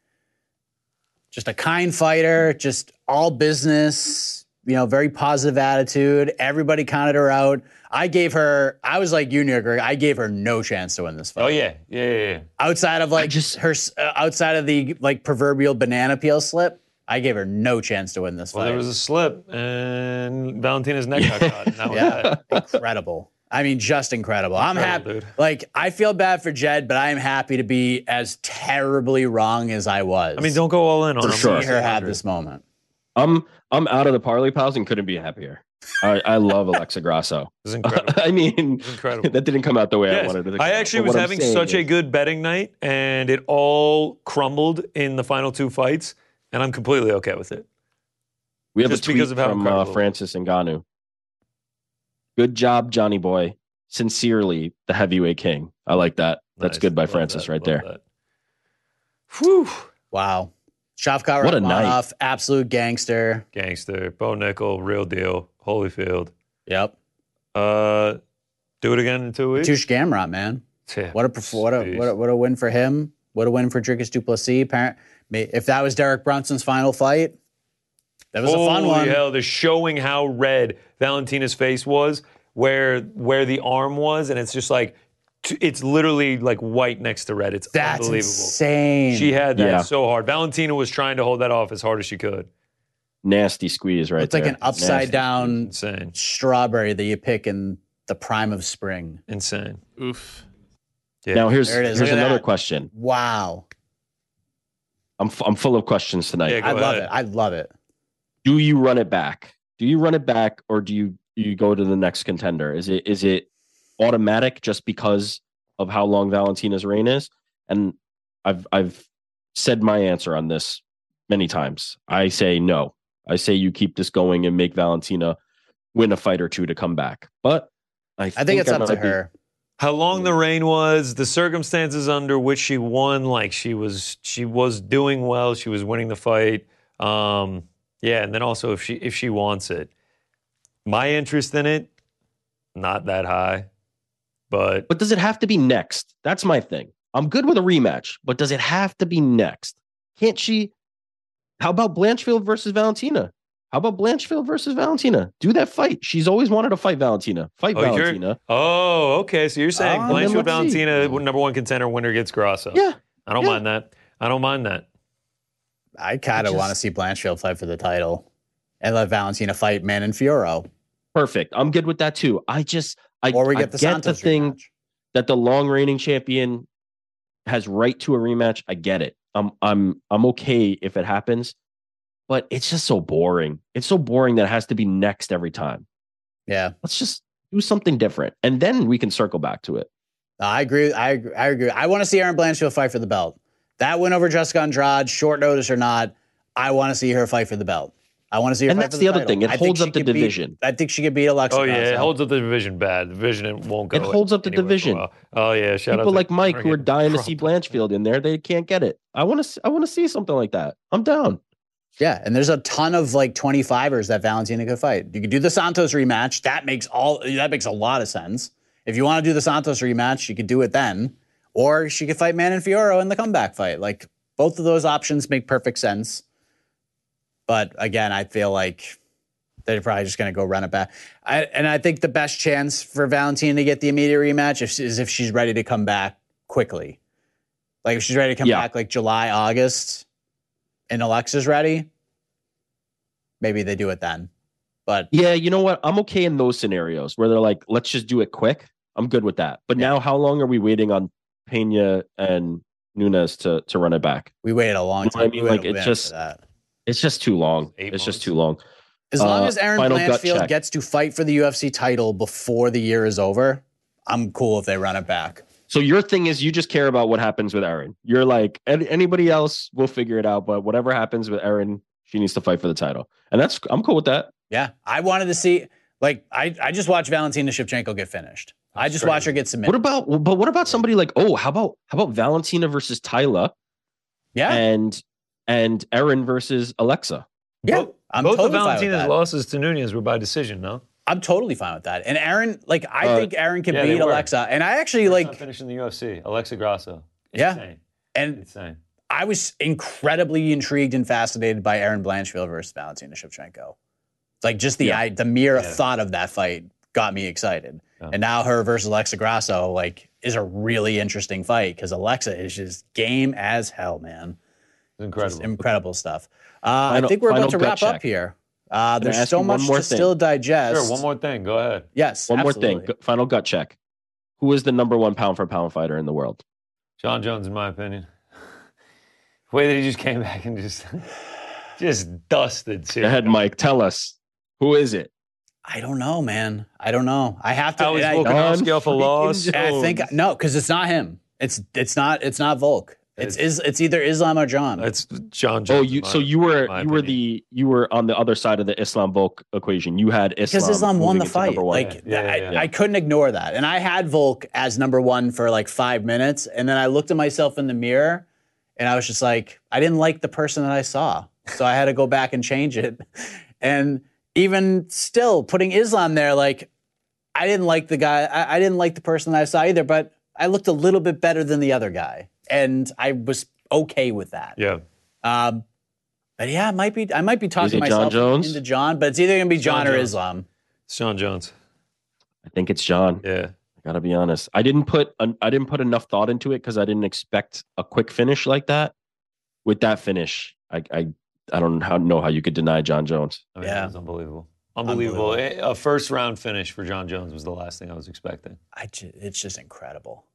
Speaker 4: just a kind fighter, just all business, you know, very positive attitude. Everybody counted her out. I gave her, I was like you, New Greg, I gave her no chance to win this fight.
Speaker 5: Oh yeah, yeah, yeah. yeah.
Speaker 4: Outside of like
Speaker 10: just-
Speaker 4: her, s- uh, outside of the like proverbial banana peel slip, I gave her no chance to win this
Speaker 5: Well,
Speaker 4: fight.
Speaker 5: there was a slip, and Valentina's neck got caught. And that was
Speaker 4: Yeah.
Speaker 5: that.
Speaker 4: incredible. I mean, just incredible. I'm happy.
Speaker 5: Incredible, dude.
Speaker 4: Like, I feel bad for Jed, but I am happy to be as terribly wrong as I was.
Speaker 5: I mean, don't go all in on
Speaker 10: For
Speaker 5: him.
Speaker 10: sure.
Speaker 4: see her have this moment.
Speaker 10: I'm I'm out of the parlay pals and couldn't be happier. I, I love Alexa Grasso.
Speaker 5: It's incredible.
Speaker 10: I mean,
Speaker 5: It's incredible.
Speaker 10: that didn't come out the way I
Speaker 5: Yes.
Speaker 10: wanted it. to
Speaker 5: I
Speaker 10: come out,
Speaker 5: actually
Speaker 10: but
Speaker 5: was
Speaker 10: what I'm
Speaker 5: having
Speaker 10: saying
Speaker 5: such a
Speaker 10: is-
Speaker 5: good betting night, and it all crumbled in the final two fights, and I'm completely okay with it.
Speaker 10: We have
Speaker 5: just
Speaker 10: a tweet
Speaker 5: because of how
Speaker 10: from uh,
Speaker 5: incredible it
Speaker 10: Francis Ngannou. Good job, Johnny Boy. Sincerely, the heavyweight king. I like that. That's
Speaker 5: Nice.
Speaker 10: good by
Speaker 5: Love
Speaker 10: Francis
Speaker 5: that,
Speaker 10: right
Speaker 5: love
Speaker 10: there.
Speaker 5: that. Whew.
Speaker 4: Wow. Shavkat
Speaker 10: What a night.
Speaker 4: Rachmanov, absolute gangster.
Speaker 5: Gangster, Bo Nickel, real deal, Holyfield.
Speaker 4: Yep.
Speaker 5: Uh, do it again in two weeks.
Speaker 4: Touche Gamrot, man.
Speaker 5: Yeah.
Speaker 4: What a perf- what a,
Speaker 5: Jeez.
Speaker 4: what a what a win for him. What a win for Dricus Duplessis. Apparent, may- if that was Derek Brunson's final fight, that was a fun
Speaker 5: Holy
Speaker 4: one.
Speaker 5: Hell, the showing how red Valentina's face was, where where the arm was, and it's just like t- it's literally like white next to red. It's
Speaker 4: That's
Speaker 5: unbelievable.
Speaker 4: insane.
Speaker 5: She had that
Speaker 10: Yeah.
Speaker 5: so hard. Valentina was trying to hold that off as hard as she could.
Speaker 10: Nasty squeeze right
Speaker 4: it's
Speaker 10: there.
Speaker 4: like an upside
Speaker 10: Nasty.
Speaker 4: down
Speaker 5: Insane,
Speaker 4: strawberry that you pick in the prime of spring.
Speaker 5: insane.
Speaker 6: Oof.
Speaker 5: Yeah.
Speaker 10: Now here's
Speaker 4: There it is.
Speaker 10: here's
Speaker 4: Look at
Speaker 10: another
Speaker 4: that.
Speaker 10: question.
Speaker 4: Wow.
Speaker 10: I'm f- I'm full of questions tonight.
Speaker 5: Yeah, go
Speaker 4: I love
Speaker 5: ahead.
Speaker 4: it. I love it.
Speaker 10: do you run it back? Do you run it back or do you you go to the next contender? Is it is it automatic just because of how long Valentina's reign is? And I've I've said my answer on this many times. I say no. I say you keep this going and make Valentina win a fight or two to come back. But I,
Speaker 4: I think it's up to
Speaker 10: might be- Hmm.
Speaker 4: her.
Speaker 5: How long the reign was, the circumstances under which she won, like she was she was doing well, she was winning the fight. Um, yeah, and then also if she if she wants it. My interest in it, not that high. But
Speaker 10: But does it have to be next? That's my thing. I'm good with a rematch, but does it have to be next? Can't she? How about Blanchfield versus Valentina? How about Blanchfield versus Valentina? Do that fight. She's always wanted to fight Valentina. Fight
Speaker 5: Oh, you're-
Speaker 10: Valentina.
Speaker 5: oh, okay. So you're saying
Speaker 4: Ah,
Speaker 10: then
Speaker 5: Blanchfield
Speaker 10: let's see.
Speaker 5: Valentina, number one contender, winner gets Grasso.
Speaker 10: Yeah.
Speaker 5: I don't
Speaker 10: yeah.
Speaker 5: mind that. I don't mind that.
Speaker 4: I kind
Speaker 10: I
Speaker 4: of
Speaker 10: just-
Speaker 4: want to see Blanchfield fight for the title and let Valentina fight Man and Fioro.
Speaker 10: Perfect. I'm good with that too. I just I,
Speaker 4: Or we
Speaker 10: I
Speaker 4: get the
Speaker 10: get the
Speaker 4: Santos
Speaker 10: thing
Speaker 4: rematch.
Speaker 10: that the long reigning champion has right to a rematch. I get it. I'm I'm I'm okay if it happens, but it's just so boring. It's so boring that it has to be next every time.
Speaker 4: Yeah.
Speaker 10: let's just do something different and then we can circle back to it
Speaker 4: No, I agree. I agree. I agree. I want to see Aaron Blanchfield fight for the belt. That win over Jessica Andrade, short notice or not, I want to see her fight for the belt. I want to see her.
Speaker 10: and
Speaker 4: fight
Speaker 10: that's
Speaker 4: for
Speaker 10: the,
Speaker 4: the,
Speaker 10: other
Speaker 4: title.
Speaker 10: thing it
Speaker 4: I think
Speaker 10: holds
Speaker 4: she
Speaker 10: up the
Speaker 4: could beat-
Speaker 10: division
Speaker 4: I think she could beat Alexa.
Speaker 5: Oh yeah, it
Speaker 4: Grasso.
Speaker 5: holds up the division bad. The division won't go.
Speaker 10: It holds up the
Speaker 5: anywhere for a
Speaker 10: division.
Speaker 5: while. Oh yeah, shout out
Speaker 10: people
Speaker 5: to
Speaker 10: like mike who are
Speaker 5: friggin'
Speaker 10: dying to see
Speaker 5: Trump.
Speaker 10: blanchfield in there they can't get it i want to i want to see something like that i'm down
Speaker 4: Yeah, and there's a ton of like 25ers that Valentina could fight. You could do the Santos rematch. That makes all that makes a lot of sense. If you want to do the Santos rematch, you could do it then, or she could fight Man and Fioro in the comeback fight. Like both of those options make perfect sense. But again, I feel like they're probably just going to go run it back. I, and I think the best chance for Valentina to get the immediate rematch is, is if she's ready to come back quickly. Like if she's ready to come
Speaker 10: Yeah.
Speaker 4: back like July, August, and Alexa's ready, maybe they do it then. But
Speaker 10: yeah you know what i'm okay in those scenarios where they're like let's just do it quick i'm good with that but now how long are we waiting on pena and nunez to to run it back
Speaker 4: we waited a long
Speaker 10: No,
Speaker 4: time.
Speaker 10: I
Speaker 4: We
Speaker 10: mean,
Speaker 4: waited
Speaker 10: like,
Speaker 4: a
Speaker 10: it
Speaker 4: minute
Speaker 10: just-
Speaker 4: for that.
Speaker 10: it's just too long
Speaker 5: Eight
Speaker 10: it's just
Speaker 5: months.
Speaker 10: too long
Speaker 4: as long
Speaker 10: uh,
Speaker 4: as Aaron
Speaker 10: final gut
Speaker 4: Blanchfield
Speaker 10: check.
Speaker 4: gets to fight for the UFC title before the year is over, I'm cool if they run it back.
Speaker 10: So your thing is you just care about what happens with Erin. You're like "An- anybody else will figure it out, but whatever happens with Erin, she needs to fight for the title, and that's I'm cool with that.
Speaker 4: Yeah, I wanted to see. Like, I, I just watched Valentina Shevchenko get finished. I just
Speaker 5: Sure.
Speaker 4: watched her get submitted.
Speaker 10: What about but what about somebody like oh how about how about Valentina versus Tyla
Speaker 4: yeah,
Speaker 10: and and Erin versus Alexa?
Speaker 4: yeah.
Speaker 5: Both-
Speaker 4: I'm
Speaker 5: Both
Speaker 4: totally
Speaker 5: of
Speaker 4: fine with
Speaker 5: Valentina's
Speaker 4: that. Uh,
Speaker 5: losses to Nunez were by decision, no?
Speaker 4: I'm totally fine with that. And Aaron, like, I
Speaker 10: Uh,
Speaker 4: think Aaron can
Speaker 5: yeah, they
Speaker 4: beat
Speaker 5: were.
Speaker 4: Alexa. And I actually like,
Speaker 5: finishing the UFC. Alexa Grasso.
Speaker 4: Yeah.
Speaker 5: Insane.
Speaker 4: and
Speaker 5: Insane.
Speaker 4: I was incredibly intrigued and fascinated by Aaron Blanchfield versus Valentina Shevchenko. Like, just the
Speaker 10: Yeah.
Speaker 4: I, the mere
Speaker 5: Yeah.
Speaker 4: thought of that fight got me excited.
Speaker 5: Yeah.
Speaker 4: And now her versus Alexa Grasso, like, is a really interesting fight because Alexa is just game as hell, man.
Speaker 5: It's
Speaker 4: Just
Speaker 5: incredible.
Speaker 4: incredible stuff. Uh, I
Speaker 10: Final-
Speaker 4: think we're about
Speaker 10: final
Speaker 4: to
Speaker 10: gut
Speaker 4: wrap up
Speaker 10: check.
Speaker 4: here. Uh,
Speaker 10: Can I
Speaker 4: there's
Speaker 10: ask
Speaker 4: so
Speaker 10: you one
Speaker 4: much
Speaker 10: more
Speaker 4: to
Speaker 10: thing?
Speaker 4: still digest.
Speaker 5: Sure, one more thing. Go ahead.
Speaker 4: Yes.
Speaker 10: One more
Speaker 4: absolutely.
Speaker 10: thing, gu- final gut check. Who is the number one pound for pound fighter in the world?
Speaker 5: John Jones, in my opinion. The way that he just came back and just just dusted
Speaker 10: Go ahead,
Speaker 5: Sirianni.
Speaker 10: Mike. Tell us who is it.
Speaker 4: I don't know, man. I don't know. I have to.
Speaker 5: How is
Speaker 4: I,
Speaker 5: Volkanovski off a loss?
Speaker 4: I think no, because it's not him. It's it's not it's not Volk. It's is it's either Islam or John.
Speaker 5: That's John.
Speaker 10: Oh,
Speaker 5: Jones,
Speaker 10: you
Speaker 5: in
Speaker 10: so
Speaker 5: my-
Speaker 10: you were you
Speaker 5: my
Speaker 10: were
Speaker 5: opinion.
Speaker 10: the you were on the other side of the Islam Volk equation. You had Islam
Speaker 4: because Islam won
Speaker 10: moving into
Speaker 4: the
Speaker 10: number
Speaker 4: fight.
Speaker 10: one.
Speaker 4: Like
Speaker 5: Yeah, yeah,
Speaker 4: I,
Speaker 5: yeah.
Speaker 4: I couldn't ignore that, and I had Volk as number one for like five minutes, and then I looked at myself in the mirror, and I was just like, I didn't like the person that I saw, so I had to go back and change it. And even still, putting Islam there, like I didn't like the guy, I, I didn't like the person that I saw either, but I looked a little bit better than the other guy, and I was okay with that.
Speaker 5: yeah.
Speaker 4: Um, but yeah, it might be I might be talking
Speaker 10: it John
Speaker 4: myself
Speaker 10: Jones?
Speaker 4: into John, but it's either gonna be
Speaker 5: John
Speaker 4: John, or
Speaker 5: Jones.
Speaker 4: Islam.
Speaker 5: It's John Jones.
Speaker 10: I think it's John.
Speaker 5: Yeah.
Speaker 10: I gotta be honest. I didn't put an, I didn't put enough thought into it because I didn't expect a quick finish like that. With that finish, I I, I don't how, know how you could deny John Jones.
Speaker 5: I mean,
Speaker 4: Yeah.
Speaker 5: it was unbelievable. Unbelievable. A a first round finish for John Jones was the last thing I was expecting.
Speaker 4: I ju- it's just incredible.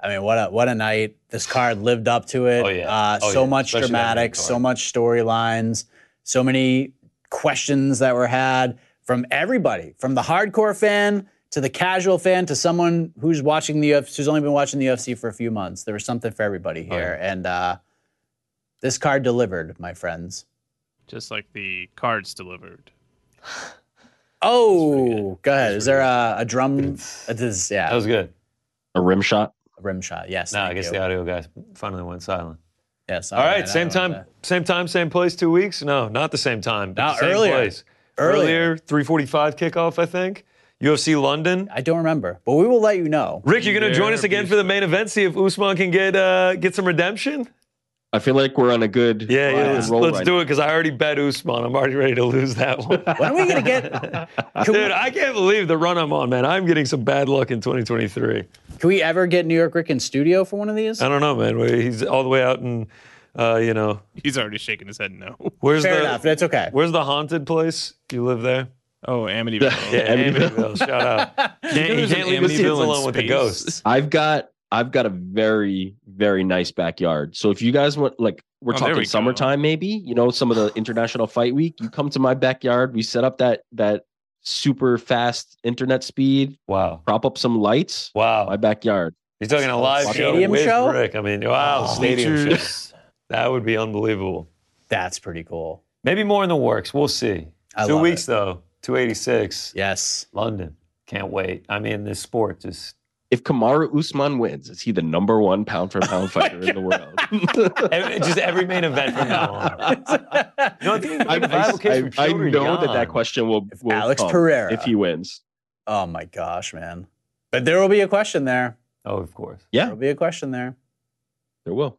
Speaker 4: I mean, what a what a night! This card lived up to it.
Speaker 5: Oh, yeah.
Speaker 4: Uh,
Speaker 5: Oh,
Speaker 4: so
Speaker 5: yeah.
Speaker 4: much
Speaker 5: Especially that main
Speaker 4: dramatics, so
Speaker 5: card.
Speaker 4: much storylines, so many questions that were had from everybody, from the hardcore fan to the casual fan to someone who's watching the UFC, who's only been watching the UFC for a few months. There was something for everybody
Speaker 5: Oh, yeah.
Speaker 4: here, and uh, this card delivered, my friends.
Speaker 6: Just like the cards delivered.
Speaker 4: Oh, go ahead.
Speaker 5: That's
Speaker 4: Is there
Speaker 5: pretty
Speaker 4: a, a drum? It is, yeah,
Speaker 5: That was good.
Speaker 10: A rim shot.
Speaker 4: a rim shot. Yes.
Speaker 5: Now I
Speaker 4: thank
Speaker 5: guess
Speaker 4: you.
Speaker 5: the audio guy finally went silent.
Speaker 4: Yes.
Speaker 5: All
Speaker 4: man,
Speaker 5: right,
Speaker 4: I
Speaker 5: same
Speaker 4: don't know
Speaker 5: time,
Speaker 4: that.
Speaker 5: same time, same place. Two weeks? No, not the same time. But
Speaker 4: No,
Speaker 5: the same
Speaker 4: earlier.
Speaker 5: place.
Speaker 4: Earlier.
Speaker 5: earlier, three forty-five kickoff, I think. UFC London.
Speaker 4: I don't remember, but we will let you know.
Speaker 5: Rick, you're going
Speaker 6: There,
Speaker 5: to join us again for the main event. See if Usman can get uh, get some redemption.
Speaker 10: I feel like we're on a good
Speaker 5: Yeah, yeah.
Speaker 10: good
Speaker 5: Let's,
Speaker 10: roll
Speaker 5: let's
Speaker 10: right
Speaker 5: do it because I already bet Usman. I'm already ready to lose that one.
Speaker 4: When are we gonna get? Can,
Speaker 5: Dude,
Speaker 4: we,
Speaker 5: I can't believe the run I'm on, man. I'm getting some bad luck in 2023.
Speaker 4: can we ever get New York Rick in studio for one of these?
Speaker 5: I don't know, man. Where He's all the way out in, uh, you know,
Speaker 6: He's already shaking his head no.
Speaker 5: where's
Speaker 4: Fair
Speaker 5: the
Speaker 4: enough. That's okay.
Speaker 5: where's the haunted place? You live there?
Speaker 6: Oh, Amityville.
Speaker 5: Yeah, Amityville. Shout out. You
Speaker 6: know
Speaker 5: can't, you
Speaker 6: there's an
Speaker 5: can't leave the kids
Speaker 6: Amityville in
Speaker 5: alone with the
Speaker 6: space?
Speaker 5: ghosts.
Speaker 10: I've got I've got a very very nice backyard. So if you guys want, like, we're
Speaker 6: Oh, there
Speaker 10: talking
Speaker 6: we go.
Speaker 10: summertime, maybe you know some of the international fight week. You come to my backyard. We set up that that super fast internet speed.
Speaker 5: Wow.
Speaker 10: Prop up some lights. My
Speaker 5: Wow.
Speaker 10: backyard. Oh,
Speaker 5: You're talking a live show
Speaker 4: Stadium
Speaker 5: with
Speaker 4: show? Oh,
Speaker 5: Rick. I mean, wow, stadium show.
Speaker 6: Bleachers.
Speaker 5: That would be unbelievable.
Speaker 4: That's pretty cool.
Speaker 5: Maybe more in the works. We'll see.
Speaker 4: I
Speaker 5: Two
Speaker 4: love
Speaker 5: weeks though. 286.
Speaker 4: Yes.
Speaker 5: London. Can't wait. I mean, this sport just
Speaker 10: If Kamara Usman wins, is he the number one pound for pound fighter in the world?
Speaker 5: Every- just every main event from now on. No, I think
Speaker 10: I,
Speaker 5: the viable case
Speaker 10: I,
Speaker 5: from
Speaker 10: I
Speaker 5: Shogun
Speaker 10: know that
Speaker 5: Yan.
Speaker 10: that question will,
Speaker 4: If
Speaker 10: will
Speaker 4: Alex
Speaker 10: come
Speaker 4: Pereira-
Speaker 10: if he wins.
Speaker 4: Oh my gosh, man. But there will be a question there.
Speaker 5: Oh, of course.
Speaker 4: There
Speaker 10: Yeah,
Speaker 4: will be a question there.
Speaker 10: there will.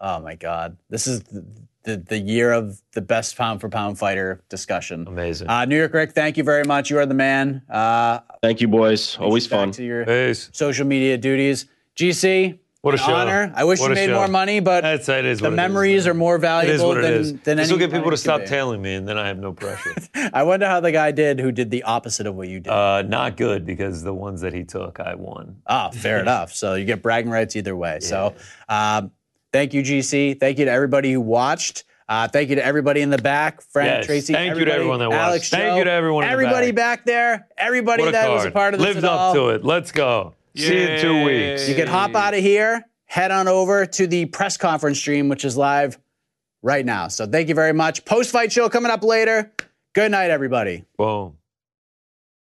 Speaker 4: Oh my God. This is the, the, the year of the best pound for pound fighter discussion.
Speaker 5: Amazing.
Speaker 4: Uh, New York Rick, thank you very much. You are the man. Uh,
Speaker 10: Thank you, boys. Always
Speaker 4: back
Speaker 10: fun.
Speaker 4: To your
Speaker 5: Peace.
Speaker 4: social media duties. GC,
Speaker 5: What a
Speaker 4: an
Speaker 5: show.
Speaker 4: honor. I wish
Speaker 5: What
Speaker 4: you
Speaker 5: a
Speaker 4: made
Speaker 5: show.
Speaker 4: more money, but
Speaker 5: That's it is.
Speaker 4: the
Speaker 5: what it is,
Speaker 4: memories
Speaker 5: man.
Speaker 4: are more
Speaker 5: It is
Speaker 4: valuable
Speaker 5: what it
Speaker 4: than
Speaker 5: is.
Speaker 4: than
Speaker 5: this will
Speaker 4: any
Speaker 5: get
Speaker 4: money
Speaker 5: people to
Speaker 4: could
Speaker 5: stop
Speaker 4: be.
Speaker 5: tailing me, and then I have no pressure.
Speaker 4: I wonder how the guy did who did the opposite of what you did.
Speaker 5: uh, not good because the ones that he took, I won.
Speaker 4: ah, fair enough. So you get bragging rights either way. So um, thank you, GC. Thank you to everybody who watched. Uh, thank you to everybody in the back, Frank,
Speaker 5: Yes,
Speaker 4: Tracy,
Speaker 5: thank you to
Speaker 4: everybody,
Speaker 5: everyone that watched.
Speaker 4: Alex,
Speaker 5: Thank
Speaker 4: Joe,
Speaker 5: you to everyone in the
Speaker 4: everybody back there, everybody
Speaker 5: What a
Speaker 4: that
Speaker 5: card.
Speaker 4: was a part of this
Speaker 5: Lived
Speaker 4: at
Speaker 5: up
Speaker 4: all.
Speaker 5: to it. Let's go. See you in two
Speaker 6: Yay.
Speaker 5: weeks.
Speaker 4: You can hop out of here, head on over to the press conference stream, which is live right now. So thank you very much. Post fight show coming up later. Good night, everybody.
Speaker 5: Boom.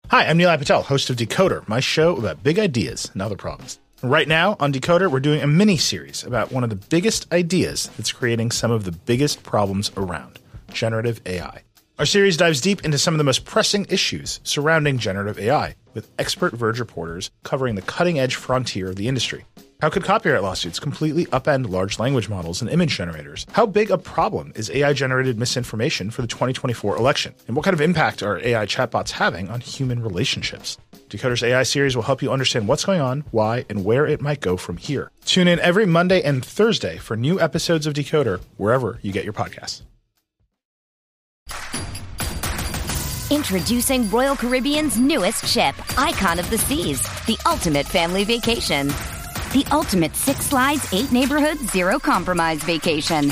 Speaker 2: Hi, I'm Neil Patel, host of Decoder, my show about big ideas and other problems. Right now on Decoder, we're doing a mini series about one of the biggest ideas that's creating some of the biggest problems around generative AI. Our series dives deep into some of the most pressing issues surrounding generative AI, with expert Verge reporters covering the cutting edge frontier of the industry. How could copyright lawsuits completely upend large language models and image generators? How big a problem is AI generated misinformation for the 2024 election? And what kind of impact are AI chatbots having on human relationships? Decoder's AI series will help you understand what's going on, why, and where it might go from here. Tune in every Monday and Thursday for new episodes of Decoder wherever you get your podcasts.
Speaker 11: Introducing Royal Caribbean's newest ship, Icon of the Seas, the ultimate family vacation. The ultimate six slides, eight neighborhoods, zero compromise vacation.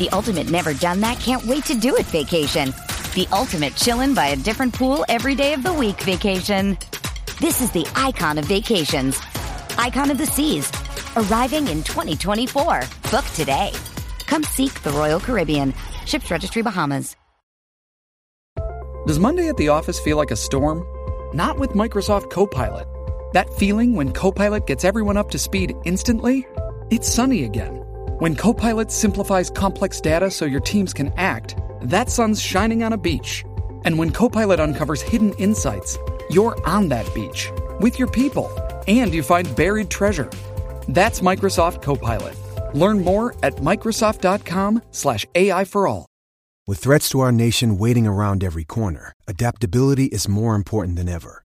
Speaker 11: The ultimate never done that, can't wait to do it vacation. The ultimate chillin' by a different pool every day of the week vacation. This is the icon of vacations, icon of the seas, arriving in 2024. Book today. Come seek the Royal Caribbean. Ships Registry Bahamas.
Speaker 12: Does Monday at the office feel like a storm? Not with Microsoft Copilot. That feeling when Copilot gets everyone up to speed instantly? It's sunny again. When Copilot simplifies complex data so your teams can act, that sun's shining on a beach. And when Copilot uncovers hidden insights, you're on that beach with your people and you find buried treasure. That's Microsoft Copilot. Learn more at Microsoft.com slash AI for all.
Speaker 13: With threats to our nation waiting around every corner, adaptability is more important than ever.